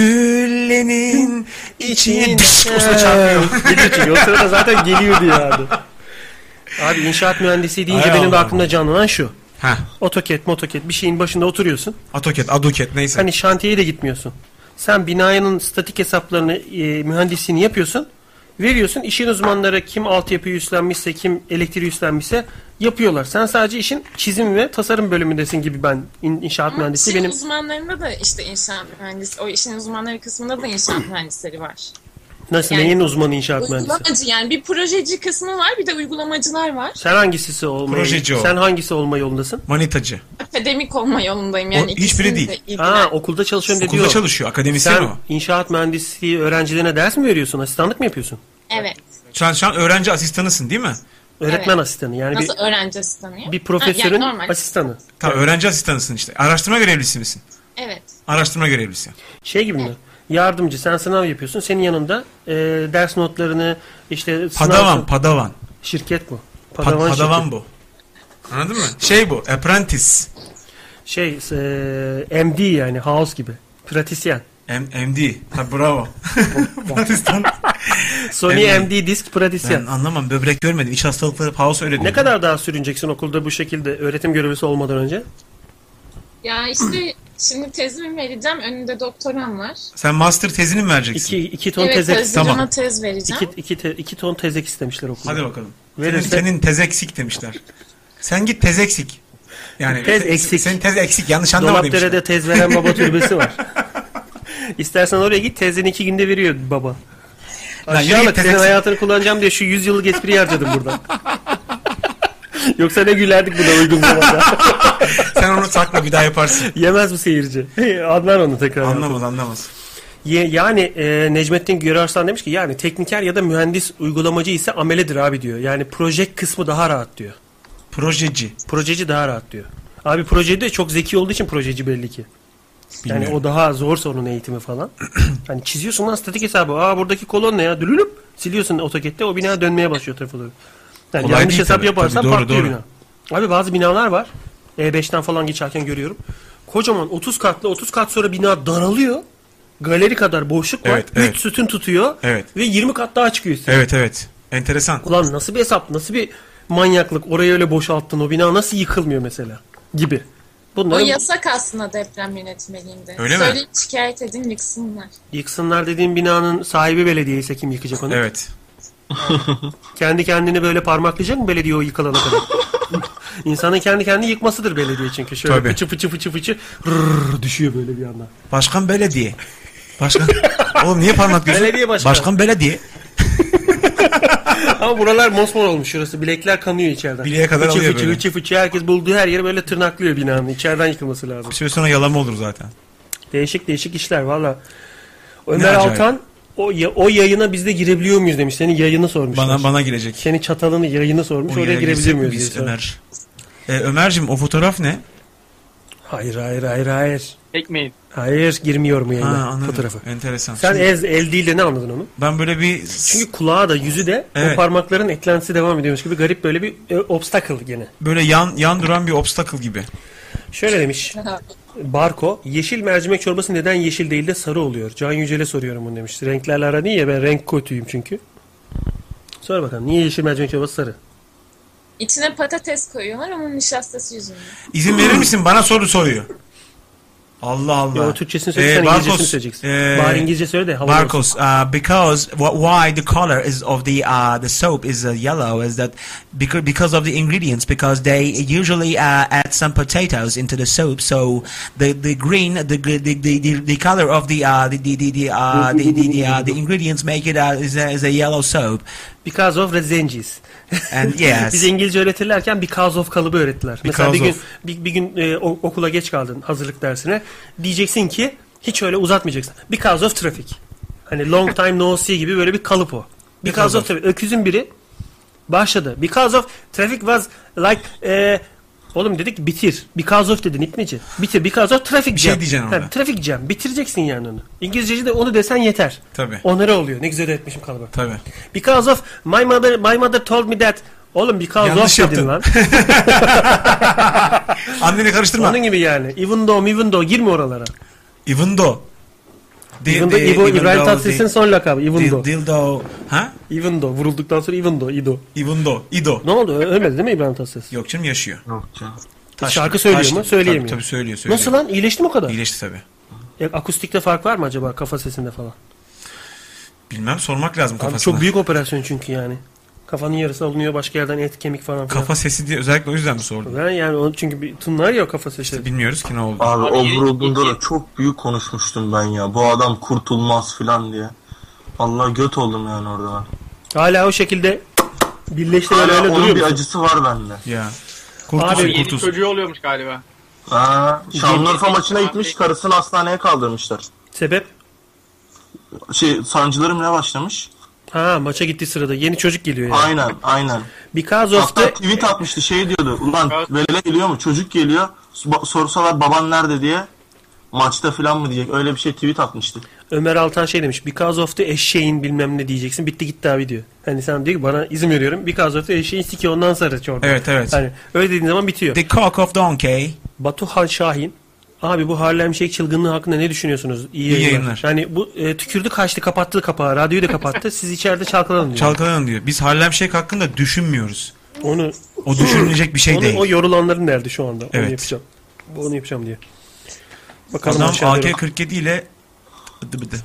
[SPEAKER 2] Güllenin
[SPEAKER 3] İçin.
[SPEAKER 2] Usta çarpıyor.
[SPEAKER 3] Geliyor çünkü o sırada zaten geliyordu yani. Abi inşaat mühendisi deyince
[SPEAKER 2] Hay
[SPEAKER 3] benim de
[SPEAKER 2] Allah'ım.
[SPEAKER 3] aklımda canlanan şu.
[SPEAKER 2] Heh.
[SPEAKER 3] Otoket, motoket bir şeyin başında oturuyorsun.
[SPEAKER 2] Atoket, aduket neyse.
[SPEAKER 3] Hani şantiyeye de gitmiyorsun. Sen binanın statik hesaplarını, e, mühendisliğini yapıyorsun. Veriyorsun işin uzmanları kim altyapıyı üstlenmişse, kim elektriği üstlenmişse yapıyorlar. Sen sadece işin çizim ve tasarım bölümündesin gibi ben in- inşaat mühendisi
[SPEAKER 9] İşin
[SPEAKER 3] benim
[SPEAKER 9] uzmanlarında da işte inşaat mühendisi, o işin uzmanları kısmında da inşaat mühendisleri var.
[SPEAKER 3] nasıl
[SPEAKER 9] yani-
[SPEAKER 3] neyin uzmanı inşaat mühendisi?
[SPEAKER 9] Uygulamacı yani bir projeci kısmı var bir de uygulamacılar var.
[SPEAKER 3] Sen hangisi olmayı?
[SPEAKER 2] Projeci o.
[SPEAKER 3] Sen hangisi olma yolundasın?
[SPEAKER 2] Manitacı.
[SPEAKER 9] Akademik olma yolundayım yani.
[SPEAKER 2] O hiçbiri
[SPEAKER 9] ikisini de
[SPEAKER 2] değil.
[SPEAKER 9] ilgilen-
[SPEAKER 3] Ha okulda çalışıyorum dedi.
[SPEAKER 2] Okulda çalışıyor, akademisyen
[SPEAKER 3] Sen
[SPEAKER 2] o.
[SPEAKER 3] inşaat mühendisliği öğrencilerine ders mi veriyorsun? Asistanlık mı yapıyorsun?
[SPEAKER 9] Evet.
[SPEAKER 2] Şu an, şu an öğrenci asistanısın değil mi?
[SPEAKER 3] Öğretmen
[SPEAKER 9] Evet.
[SPEAKER 3] asistanı yani
[SPEAKER 9] Nasıl
[SPEAKER 3] bir,
[SPEAKER 9] öğrenci asistanı ya?
[SPEAKER 3] bir
[SPEAKER 9] Ha,
[SPEAKER 3] profesörün
[SPEAKER 9] yani normal.
[SPEAKER 3] asistanı.
[SPEAKER 2] Tamam öğrenci asistanısın işte. Araştırma görevlisi misin?
[SPEAKER 9] Evet.
[SPEAKER 2] Araştırma görevlisi.
[SPEAKER 3] Şey gibi mi? Yardımcı sen sınav yapıyorsun. Senin yanında e, ders notlarını işte sınav
[SPEAKER 2] Padavan, padavan.
[SPEAKER 3] şirket bu.
[SPEAKER 2] Pa-
[SPEAKER 3] Padavan,
[SPEAKER 2] padavan
[SPEAKER 3] şirket.
[SPEAKER 2] bu. Anladın mı? Şey bu, apprentice.
[SPEAKER 3] Şey e, MD yani house gibi. Pratisyen.
[SPEAKER 2] M- MD. Ha, bravo. Pratistan.
[SPEAKER 3] Sony MD disk pratisyen.
[SPEAKER 2] Ben anlamam, böbrek görmedim. İç hastalıkları Paus öyle diyor.
[SPEAKER 3] Ne kadar daha sürüneceksin okulda bu şekilde öğretim görevlisi olmadan önce?
[SPEAKER 9] Ya işte şimdi tezimi vereceğim. Önünde doktoram var.
[SPEAKER 2] Sen master tezini mi vereceksin?
[SPEAKER 3] İki, iki ton
[SPEAKER 9] evet,
[SPEAKER 3] tezek.
[SPEAKER 9] tezlerime tez vereceğim.
[SPEAKER 3] İki, iki, te- iki ton tezek istemişler okulda.
[SPEAKER 2] Hadi bakalım. Senin,
[SPEAKER 3] Verirse-
[SPEAKER 2] senin tez eksik demişler. Sen git tez eksik. Yani
[SPEAKER 3] Tez
[SPEAKER 2] se-
[SPEAKER 3] eksik.
[SPEAKER 2] Senin tez eksik. Yanlış anlama demişler.
[SPEAKER 3] Dolapdere'de tez veren baba türbesi var. İstersen oraya git tezini iki günde veriyor baba.
[SPEAKER 2] Lan yürü
[SPEAKER 3] Aşağılık
[SPEAKER 2] git
[SPEAKER 3] tezin
[SPEAKER 2] tezin-
[SPEAKER 3] hayatını kullanacağım diye şu 100 yıllık espriyi harcadım buradan. Yoksa ne gülerdik buna uygun zamanda.
[SPEAKER 2] Sen onu sakla bir daha yaparsın.
[SPEAKER 3] Yemez bu seyirci. Anlar onu tekrar.
[SPEAKER 2] Anlamaz anlamaz.
[SPEAKER 3] Ye- yani e, Necmettin Gürarslan demiş ki yani tekniker ya da mühendis uygulamacı ise ameledir abi diyor. Yani proje kısmı daha rahat diyor.
[SPEAKER 2] Projeci.
[SPEAKER 3] Projeci daha rahat diyor. Abi projeci de çok zeki olduğu için projeci belli ki. Yani
[SPEAKER 2] Bilmiyorum.
[SPEAKER 3] o daha zor sorunun eğitimi falan. hani çiziyorsun lan statik hesabı. Aa buradaki kolon ne ya? Dülülüp siliyorsun otokette o bina dönmeye başlıyor tarafa doğru. Yani
[SPEAKER 2] Kolay
[SPEAKER 3] yanlış
[SPEAKER 2] değil
[SPEAKER 3] hesap
[SPEAKER 2] tabii.
[SPEAKER 3] yaparsan
[SPEAKER 2] Tabii doğru,
[SPEAKER 3] patlıyor
[SPEAKER 2] doğru.
[SPEAKER 3] bina. Abi bazı binalar var. E5'ten falan geçerken görüyorum. Kocaman 30 katlı 30 kat sonra bina daralıyor. Galeri kadar boşluk var.
[SPEAKER 2] Evet,
[SPEAKER 3] 3
[SPEAKER 2] evet.
[SPEAKER 3] sütun tutuyor.
[SPEAKER 2] Evet.
[SPEAKER 3] Ve 20 kat daha çıkıyor üstüne.
[SPEAKER 2] Evet evet. Enteresan.
[SPEAKER 3] Ulan nasıl bir hesap nasıl bir manyaklık orayı öyle boşalttın o bina nasıl yıkılmıyor mesela gibi.
[SPEAKER 9] O
[SPEAKER 3] Bunları
[SPEAKER 9] yasak aslında deprem yönetmeliğinde.
[SPEAKER 3] Öyle mi?
[SPEAKER 9] Söyleyin şikayet edin yıksınlar.
[SPEAKER 3] Yıksınlar dediğin binanın sahibi belediye ise kim yıkacak onu?
[SPEAKER 2] Evet.
[SPEAKER 3] kendi kendini böyle parmaklayacak mı belediye o yıkılana kadar? İnsanın kendi kendini yıkmasıdır belediye çünkü. Şöyle
[SPEAKER 2] Tabii.
[SPEAKER 3] fıçı fıçı fıçı fıçı rrrr düşüyor böyle bir yandan.
[SPEAKER 2] Başkan belediye. Başkan. Oğlum niye parmak diyorsun?
[SPEAKER 3] Belediye başkanı.
[SPEAKER 2] Başkan belediye.
[SPEAKER 3] Ama buralar mosmor olmuş şurası. Bilekler kanıyor içeriden.
[SPEAKER 2] Bileğe kadar
[SPEAKER 3] fıçı
[SPEAKER 2] alıyor
[SPEAKER 3] fıçı,
[SPEAKER 2] böyle.
[SPEAKER 3] fıçı fıçı herkes bulduğu her yeri böyle tırnaklıyor binanın. İçeriden yıkılması lazım.
[SPEAKER 2] Bir süre sonra yalama olur zaten.
[SPEAKER 3] Değişik değişik işler valla.
[SPEAKER 2] Ne
[SPEAKER 3] Ömer
[SPEAKER 2] acayip.
[SPEAKER 3] Altan o, ya- o yayına biz de girebiliyor muyuz demiş. Senin yayını sormuş.
[SPEAKER 2] Bana bana gelecek.
[SPEAKER 3] Senin çatalını yayını sormuş.
[SPEAKER 2] O
[SPEAKER 3] Şey Oraya
[SPEAKER 2] yere
[SPEAKER 3] girebiliyor
[SPEAKER 2] girsek
[SPEAKER 3] muyuz? diye
[SPEAKER 2] Biz
[SPEAKER 3] sormuş.
[SPEAKER 2] Ömer. E, Ömer'cim o fotoğraf ne?
[SPEAKER 3] Hayır hayır hayır hayır.
[SPEAKER 10] Ekmeğin.
[SPEAKER 3] Hayır girmiyor mu
[SPEAKER 2] Ha,
[SPEAKER 3] yayına
[SPEAKER 2] anladım.
[SPEAKER 3] fotoğrafı?
[SPEAKER 2] Enteresan.
[SPEAKER 3] Sen
[SPEAKER 2] Şimdi-
[SPEAKER 3] ez, el değil de ne anladın onu?
[SPEAKER 2] Ben böyle bir...
[SPEAKER 3] Çünkü kulağa da yüzü de o
[SPEAKER 2] Evet.
[SPEAKER 3] parmakların eklentisi devam ediyormuş gibi garip böyle bir e, obstacle gene.
[SPEAKER 2] Böyle yan yan duran bir obstacle gibi.
[SPEAKER 3] Şöyle demiş. Barko, yeşil mercimek çorbası neden yeşil değil de sarı oluyor? Can Yücel'e soruyorum bunu demiş. Renklerle aran iyi ya ben renk kötüyüm çünkü. Sor bakalım niye yeşil mercimek çorbası sarı?
[SPEAKER 9] İçine patates koyuyorlar onun nişastası yüzünden.
[SPEAKER 2] İzin verir misin? Bana soru soruyor. Allah Allah. E,
[SPEAKER 3] Yo, Türkçesini
[SPEAKER 2] Ee,
[SPEAKER 3] söylesen İngilizcesini söyleyeceksin. Bari İngilizce söyle de havalı
[SPEAKER 2] Marcos, uh, because wh- why the color is of the uh, the soap is uh, yellow is that because because of the ingredients because they usually uh, add some potatoes into the soap so the the green the gr- the the, the, the color of the uh, the the the the, uh, the, the, the, uh, the ingredients make it uh, is, a, is a yellow soap.
[SPEAKER 3] Because of resenges.
[SPEAKER 2] And yes.
[SPEAKER 3] Bize İngilizce öğretirlerken because of kalıbı öğrettiler. Mesela bir
[SPEAKER 2] Because
[SPEAKER 3] gün
[SPEAKER 2] of.
[SPEAKER 3] bir, bir gün e, o- okula geç kaldın hazırlık dersine. Diyeceksin ki hiç öyle uzatmayacaksın. Because of traffic. Hani long time no see gibi böyle bir kalıp o. Because,
[SPEAKER 2] Because
[SPEAKER 3] of,
[SPEAKER 2] of.
[SPEAKER 3] traffic. Öküzün biri başladı. Because of traffic was like e, Oğlum dedik ki bitir. Because of dedin İpneci. Bitir. Because of traffic
[SPEAKER 2] Bir şey
[SPEAKER 3] jam.
[SPEAKER 2] diyeceksin
[SPEAKER 3] Ha,
[SPEAKER 2] orada.
[SPEAKER 3] traffic jam. Bitireceksin yani onu. İngilizceci de onu desen yeter.
[SPEAKER 2] Tabii.
[SPEAKER 3] Onlara oluyor. Ne güzel öğretmişim kalıbı.
[SPEAKER 2] Tabii.
[SPEAKER 3] Because of my mother my mother told me that. Oğlum because
[SPEAKER 2] Yanlış
[SPEAKER 3] of dedin
[SPEAKER 2] yaptın.
[SPEAKER 3] lan.
[SPEAKER 2] Anneni karıştırma.
[SPEAKER 3] Onun gibi yani. Even though, even though girme oralara.
[SPEAKER 2] Even though. The-
[SPEAKER 3] even
[SPEAKER 2] the-
[SPEAKER 3] though, İbo-
[SPEAKER 2] even
[SPEAKER 3] İbrahim
[SPEAKER 2] though
[SPEAKER 3] Tatlıses'in
[SPEAKER 2] the-
[SPEAKER 3] son lakabı. Even
[SPEAKER 2] Dil-
[SPEAKER 3] though.
[SPEAKER 2] Dildo. Ha?
[SPEAKER 3] Even though. Vurulduktan sonra even though. İdo.
[SPEAKER 2] Even though. İdo.
[SPEAKER 3] Ne oldu? Ö- Ölmedi değil mi İbrahim Tatlıses?
[SPEAKER 2] Yok canım yaşıyor. Yok canım.
[SPEAKER 3] Şarkı söylüyor mu? Söyleyemiyor.
[SPEAKER 2] Tabii, tabii söylüyor söylüyor.
[SPEAKER 3] Nasıl lan? İyileşti mi o kadar?
[SPEAKER 2] İyileşti tabii.
[SPEAKER 3] Ya, akustikte fark var mı acaba kafa sesinde falan?
[SPEAKER 2] Bilmem sormak lazım
[SPEAKER 3] Abi
[SPEAKER 2] kafasına.
[SPEAKER 3] çok büyük operasyon çünkü yani. Kafanın yarısı alınıyor başka yerden et kemik falan filan.
[SPEAKER 2] Kafa sesi diye özellikle o yüzden mi sordun?
[SPEAKER 3] Ben yani onun çünkü bir tınlar ya o kafa sesi.
[SPEAKER 2] Bilmiyoruz ki ne oldu.
[SPEAKER 8] Abi o vurulduğunda da çok büyük konuşmuştum ben ya. Bu adam kurtulmaz filan diye. Allah göt oldum yani orada.
[SPEAKER 3] Hala o şekilde birleşti böyle
[SPEAKER 8] Hala
[SPEAKER 3] öyle
[SPEAKER 8] onun
[SPEAKER 3] duruyor
[SPEAKER 8] bir
[SPEAKER 3] musun?
[SPEAKER 8] acısı var bende.
[SPEAKER 2] Ya.
[SPEAKER 3] Abi-
[SPEAKER 10] Yedi çocuğu oluyormuş galiba.
[SPEAKER 8] Aa, Şanlıurfa maçına gitmiş karısını hastaneye kaldırmışlar.
[SPEAKER 3] Sebep?
[SPEAKER 8] Şey sancılarım ne başlamış?
[SPEAKER 3] Ha maça gittiği sırada yeni çocuk geliyor yani.
[SPEAKER 8] Aynen aynen.
[SPEAKER 3] Because of
[SPEAKER 8] Hatta
[SPEAKER 3] the...
[SPEAKER 8] tweet atmıştı şey diyordu. Ulan velele geliyor mu? Çocuk geliyor. Ba- Sorsalar baban nerede diye. Maçta filan mı diyecek. Öyle bir şey tweet atmıştı.
[SPEAKER 3] Ömer Altan şey demiş. Because of the eşeğin bilmem ne diyeceksin. Bitti gitti abi diyor. Hani sen diyor ki bana izin veriyorum. Because of the eşeğin siki ondan sonra çorba.
[SPEAKER 2] Evet, evet.
[SPEAKER 3] Hani öyle dediğin zaman bitiyor.
[SPEAKER 2] The cock of donkey.
[SPEAKER 3] Batuhan Şahin. Abi bu Harlem Shake çılgınlığı hakkında ne düşünüyorsunuz? İyi
[SPEAKER 2] İyi
[SPEAKER 3] yayınlar.
[SPEAKER 2] yayınlar.
[SPEAKER 3] Yani bu e, tükürdü kaçtı kapattı kapağı. Radyoyu da kapattı. Siz içeride çalkalanın diyor.
[SPEAKER 2] Çalkalan diyor. Biz Harlem Shake hakkında düşünmüyoruz.
[SPEAKER 3] Onu
[SPEAKER 2] O düşünülecek bir şey
[SPEAKER 3] Onu-
[SPEAKER 2] değil.
[SPEAKER 3] O yorulanların nerede şu anda? Onu
[SPEAKER 2] Evet.
[SPEAKER 3] yapacağım. Bu- Onu yapacağım diye. Bakalım
[SPEAKER 2] Adam
[SPEAKER 3] aşağıda yok.
[SPEAKER 2] AK-47 ile bıdı bıdı.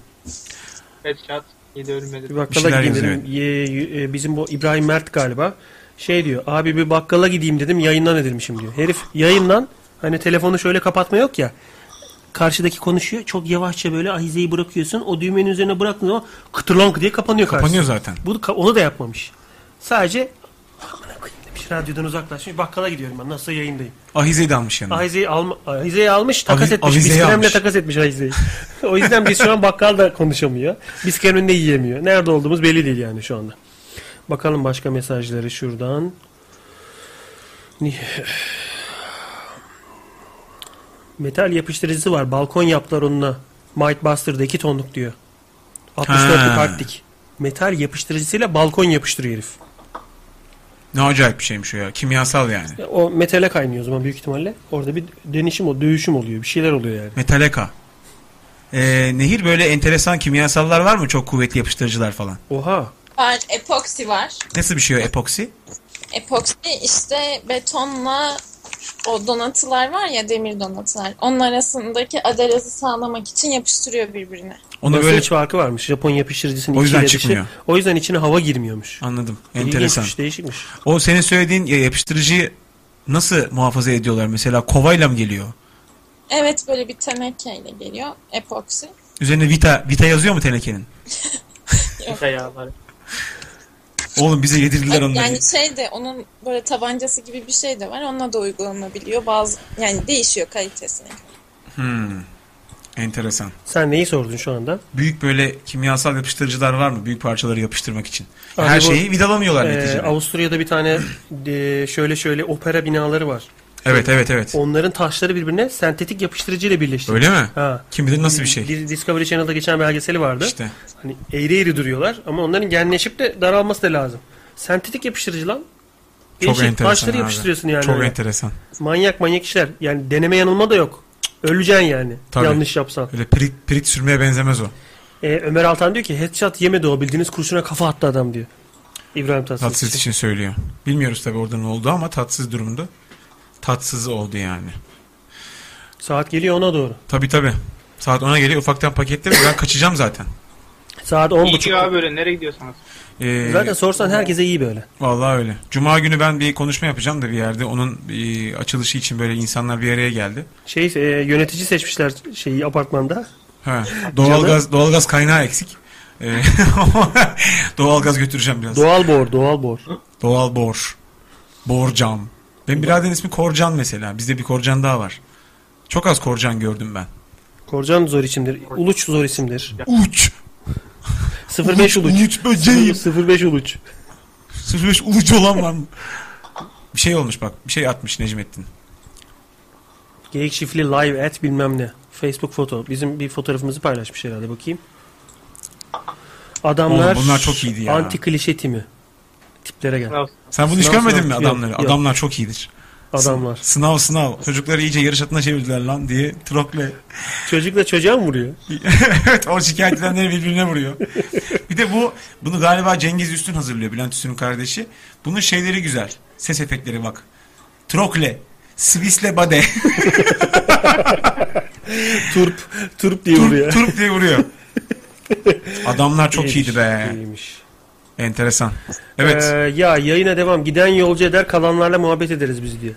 [SPEAKER 10] Headshot. Yedi ölmedi.
[SPEAKER 3] Bir
[SPEAKER 2] Bir şeyler
[SPEAKER 3] bakkala gideyim
[SPEAKER 2] yazıyor,
[SPEAKER 3] dedim. Ye- ye- e, bizim bu İbrahim Mert galiba. Şey diyor. Abi bir bakkala gideyim dedim. Yayından edilmişim diyor. Herif yayından hani telefonu şöyle kapatma yok ya. Karşıdaki konuşuyor. Çok yavaşça böyle ahizeyi bırakıyorsun. O düğmenin üzerine bıraktığın zaman kıtırlonk diye kapanıyor karşı.
[SPEAKER 2] Kapanıyor zaten.
[SPEAKER 3] Bu, ka- onu da yapmamış. Sadece "Amına koyayım," demiş, radyodan uzaklaşmış. Bakkala gidiyorum ben. Nasıl yayındayım.
[SPEAKER 2] Ahize'yi de almış yanına.
[SPEAKER 3] Ahize'yi, alma, Ahize'yi almış, takas
[SPEAKER 2] Ahi-
[SPEAKER 3] etmiş.
[SPEAKER 2] avizeyi
[SPEAKER 3] Biskremle
[SPEAKER 2] almış.
[SPEAKER 3] takas etmiş Ahize'yi. o yüzden biz şu an bakkal da konuşamıyor. Biskremin de yiyemiyor. Nerede olduğumuz belli değil yani şu anda. Bakalım başka mesajları şuradan. Ni- Metal yapıştırıcısı var. Balkon yaptılar onunla. Might Buster'da 2 tonluk diyor. 64'lük
[SPEAKER 2] Ha.
[SPEAKER 3] Arctic. Metal yapıştırıcısıyla balkon yapıştırıyor herif.
[SPEAKER 2] Ne acayip bir şeymiş o ya. Kimyasal yani.
[SPEAKER 3] Ya E, O metale kaynıyor o zaman büyük ihtimalle. Orada bir denişim o, dövüşüm oluyor. Bir şeyler oluyor yani.
[SPEAKER 2] Metaleka. Ee, nehir böyle enteresan kimyasallar var mı? Çok kuvvetli yapıştırıcılar falan.
[SPEAKER 3] Oha.
[SPEAKER 9] Var, epoksi var.
[SPEAKER 2] Nasıl bir şey o epoksi?
[SPEAKER 9] Epoksi işte betonla o donatılar var ya demir donatılar. Onun arasındaki aderezi sağlamak için yapıştırıyor birbirine.
[SPEAKER 2] Onu
[SPEAKER 3] Basınç
[SPEAKER 2] böyle-
[SPEAKER 3] farkı varmış. Japon yapıştırıcısının
[SPEAKER 2] O yüzden
[SPEAKER 3] içiyle dışı.
[SPEAKER 2] çıkmıyor.
[SPEAKER 3] O yüzden içine hava girmiyormuş.
[SPEAKER 2] Anladım. Enteresan.
[SPEAKER 3] İlginçmiş, değişikmiş.
[SPEAKER 2] O senin söylediğin ya- yapıştırıcıyı nasıl muhafaza ediyorlar? Mesela kovayla mı geliyor?
[SPEAKER 9] Evet böyle bir tenekeyle geliyor epoksi.
[SPEAKER 2] Üzerine Vita Vita yazıyor mu tenekenin? Oğlum bize yedirdiler onları.
[SPEAKER 9] Yani şey de onun böyle tabancası gibi bir şey de var. Onunla da uygulanabiliyor. Bazı yani değişiyor kalitesine.
[SPEAKER 2] Hmm. Enteresan.
[SPEAKER 3] Sen neyi sordun şu anda?
[SPEAKER 2] Büyük böyle kimyasal yapıştırıcılar var mı? Büyük parçaları yapıştırmak için.
[SPEAKER 3] Abi
[SPEAKER 2] Her
[SPEAKER 3] bu,
[SPEAKER 2] şeyi vidalamıyorlar
[SPEAKER 3] e,
[SPEAKER 2] neticede.
[SPEAKER 3] Avusturya'da bir tane e, şöyle şöyle opera binaları var.
[SPEAKER 2] Evet, evet, evet.
[SPEAKER 3] Onların taşları birbirine sentetik yapıştırıcıyla birleştirilmiş.
[SPEAKER 2] Öyle mi?
[SPEAKER 3] Ha.
[SPEAKER 2] Kim bilir nasıl bir şey.
[SPEAKER 3] Bir Discovery Channel'da geçen belgeseli vardı.
[SPEAKER 2] İşte.
[SPEAKER 3] Hani eğri eğri duruyorlar ama onların genleşip de daralması da lazım. Sentetik yapıştırıcı lan.
[SPEAKER 2] Çok
[SPEAKER 3] Değişik
[SPEAKER 2] enteresan
[SPEAKER 3] Taşları
[SPEAKER 2] abi.
[SPEAKER 3] şey, yapıştırıyorsun yani.
[SPEAKER 2] Çok
[SPEAKER 3] öyle.
[SPEAKER 2] enteresan.
[SPEAKER 3] Manyak manyak işler. Yani deneme yanılma da yok. Öleceksin yani.
[SPEAKER 2] Tabii.
[SPEAKER 3] Yanlış yapsan.
[SPEAKER 2] Öyle pirit, pirit sürmeye benzemez o.
[SPEAKER 3] Ee, Ömer Altan diyor ki headshot yemedi o bildiğiniz kurşuna kafa attı adam diyor. İbrahim Tatlıses.
[SPEAKER 2] Tatsız için söylüyor. Bilmiyoruz tabii orada ne oldu ama tatsız durumda. Tatsız oldu yani.
[SPEAKER 3] Saat geliyor ona doğru.
[SPEAKER 2] Tabii tabii. Saat 10'a geliyor ufaktan paketleri ben kaçacağım zaten.
[SPEAKER 3] Saat
[SPEAKER 10] İyi
[SPEAKER 3] 10.30.
[SPEAKER 10] abi böyle nereye gidiyorsanız.
[SPEAKER 2] Ee,
[SPEAKER 3] Zaten sorsan herkese iyi böyle.
[SPEAKER 2] Vallahi öyle. Cuma günü ben bir konuşma yapacağım da bir yerde. Onun e, açılışı için böyle insanlar bir araya geldi.
[SPEAKER 3] Şey e, yönetici seçmişler şeyi apartmanda.
[SPEAKER 2] Ha, doğalgaz doğalgaz kaynağı eksik. Ee, doğalgaz götüreceğim biraz.
[SPEAKER 3] Doğal bor, doğal bor.
[SPEAKER 2] Doğal bor. Borcam. Benim biraderin ismi Korcan mesela. Bizde bir Korcan daha var. Çok az Korcan gördüm ben.
[SPEAKER 3] Korcan zor isimdir. Uluç zor isimdir.
[SPEAKER 2] Uç.
[SPEAKER 3] 05 Uluç.
[SPEAKER 2] Uluç böceği.
[SPEAKER 3] 05 Uluç.
[SPEAKER 2] 05 Uluç olan var mı? Bir şey olmuş bak. Bir şey atmış Necmettin.
[SPEAKER 3] Geyik Şifli live at bilmem ne. Facebook foto. Bizim bir fotoğrafımızı paylaşmış herhalde bakayım. Adamlar
[SPEAKER 2] Oğlum bunlar çok iyiydi ya.
[SPEAKER 3] anti klişe timi. Tiplere gel.
[SPEAKER 2] Sen bunu hiç
[SPEAKER 3] Sınav,
[SPEAKER 2] görmedin
[SPEAKER 3] sınav,
[SPEAKER 2] mi
[SPEAKER 3] yok,
[SPEAKER 2] adamları?
[SPEAKER 3] yok.
[SPEAKER 2] Adamlar çok iyidir.
[SPEAKER 3] Adamlar.
[SPEAKER 2] Sın- Sınav sınav. Çocukları iyice yarış atına çevirdiler lan diye trokle.
[SPEAKER 3] Çocukla çocuğa mı vuruyor?
[SPEAKER 2] evet o şikayet edenleri birbirine vuruyor. bir de bu bunu galiba Cengiz Üstün hazırlıyor Bülent Üstün'ün kardeşi. Bunun şeyleri güzel. Ses efektleri bak. Trokle. Swisle bade.
[SPEAKER 3] turp. Turp diye vuruyor.
[SPEAKER 2] Turp diye vuruyor. Adamlar çok
[SPEAKER 3] İyiymiş,
[SPEAKER 2] iyiydi be. Enteresan. Evet.
[SPEAKER 3] Ee, ya yayına devam. Giden yolcu eder kalanlarla muhabbet ederiz biz diyor.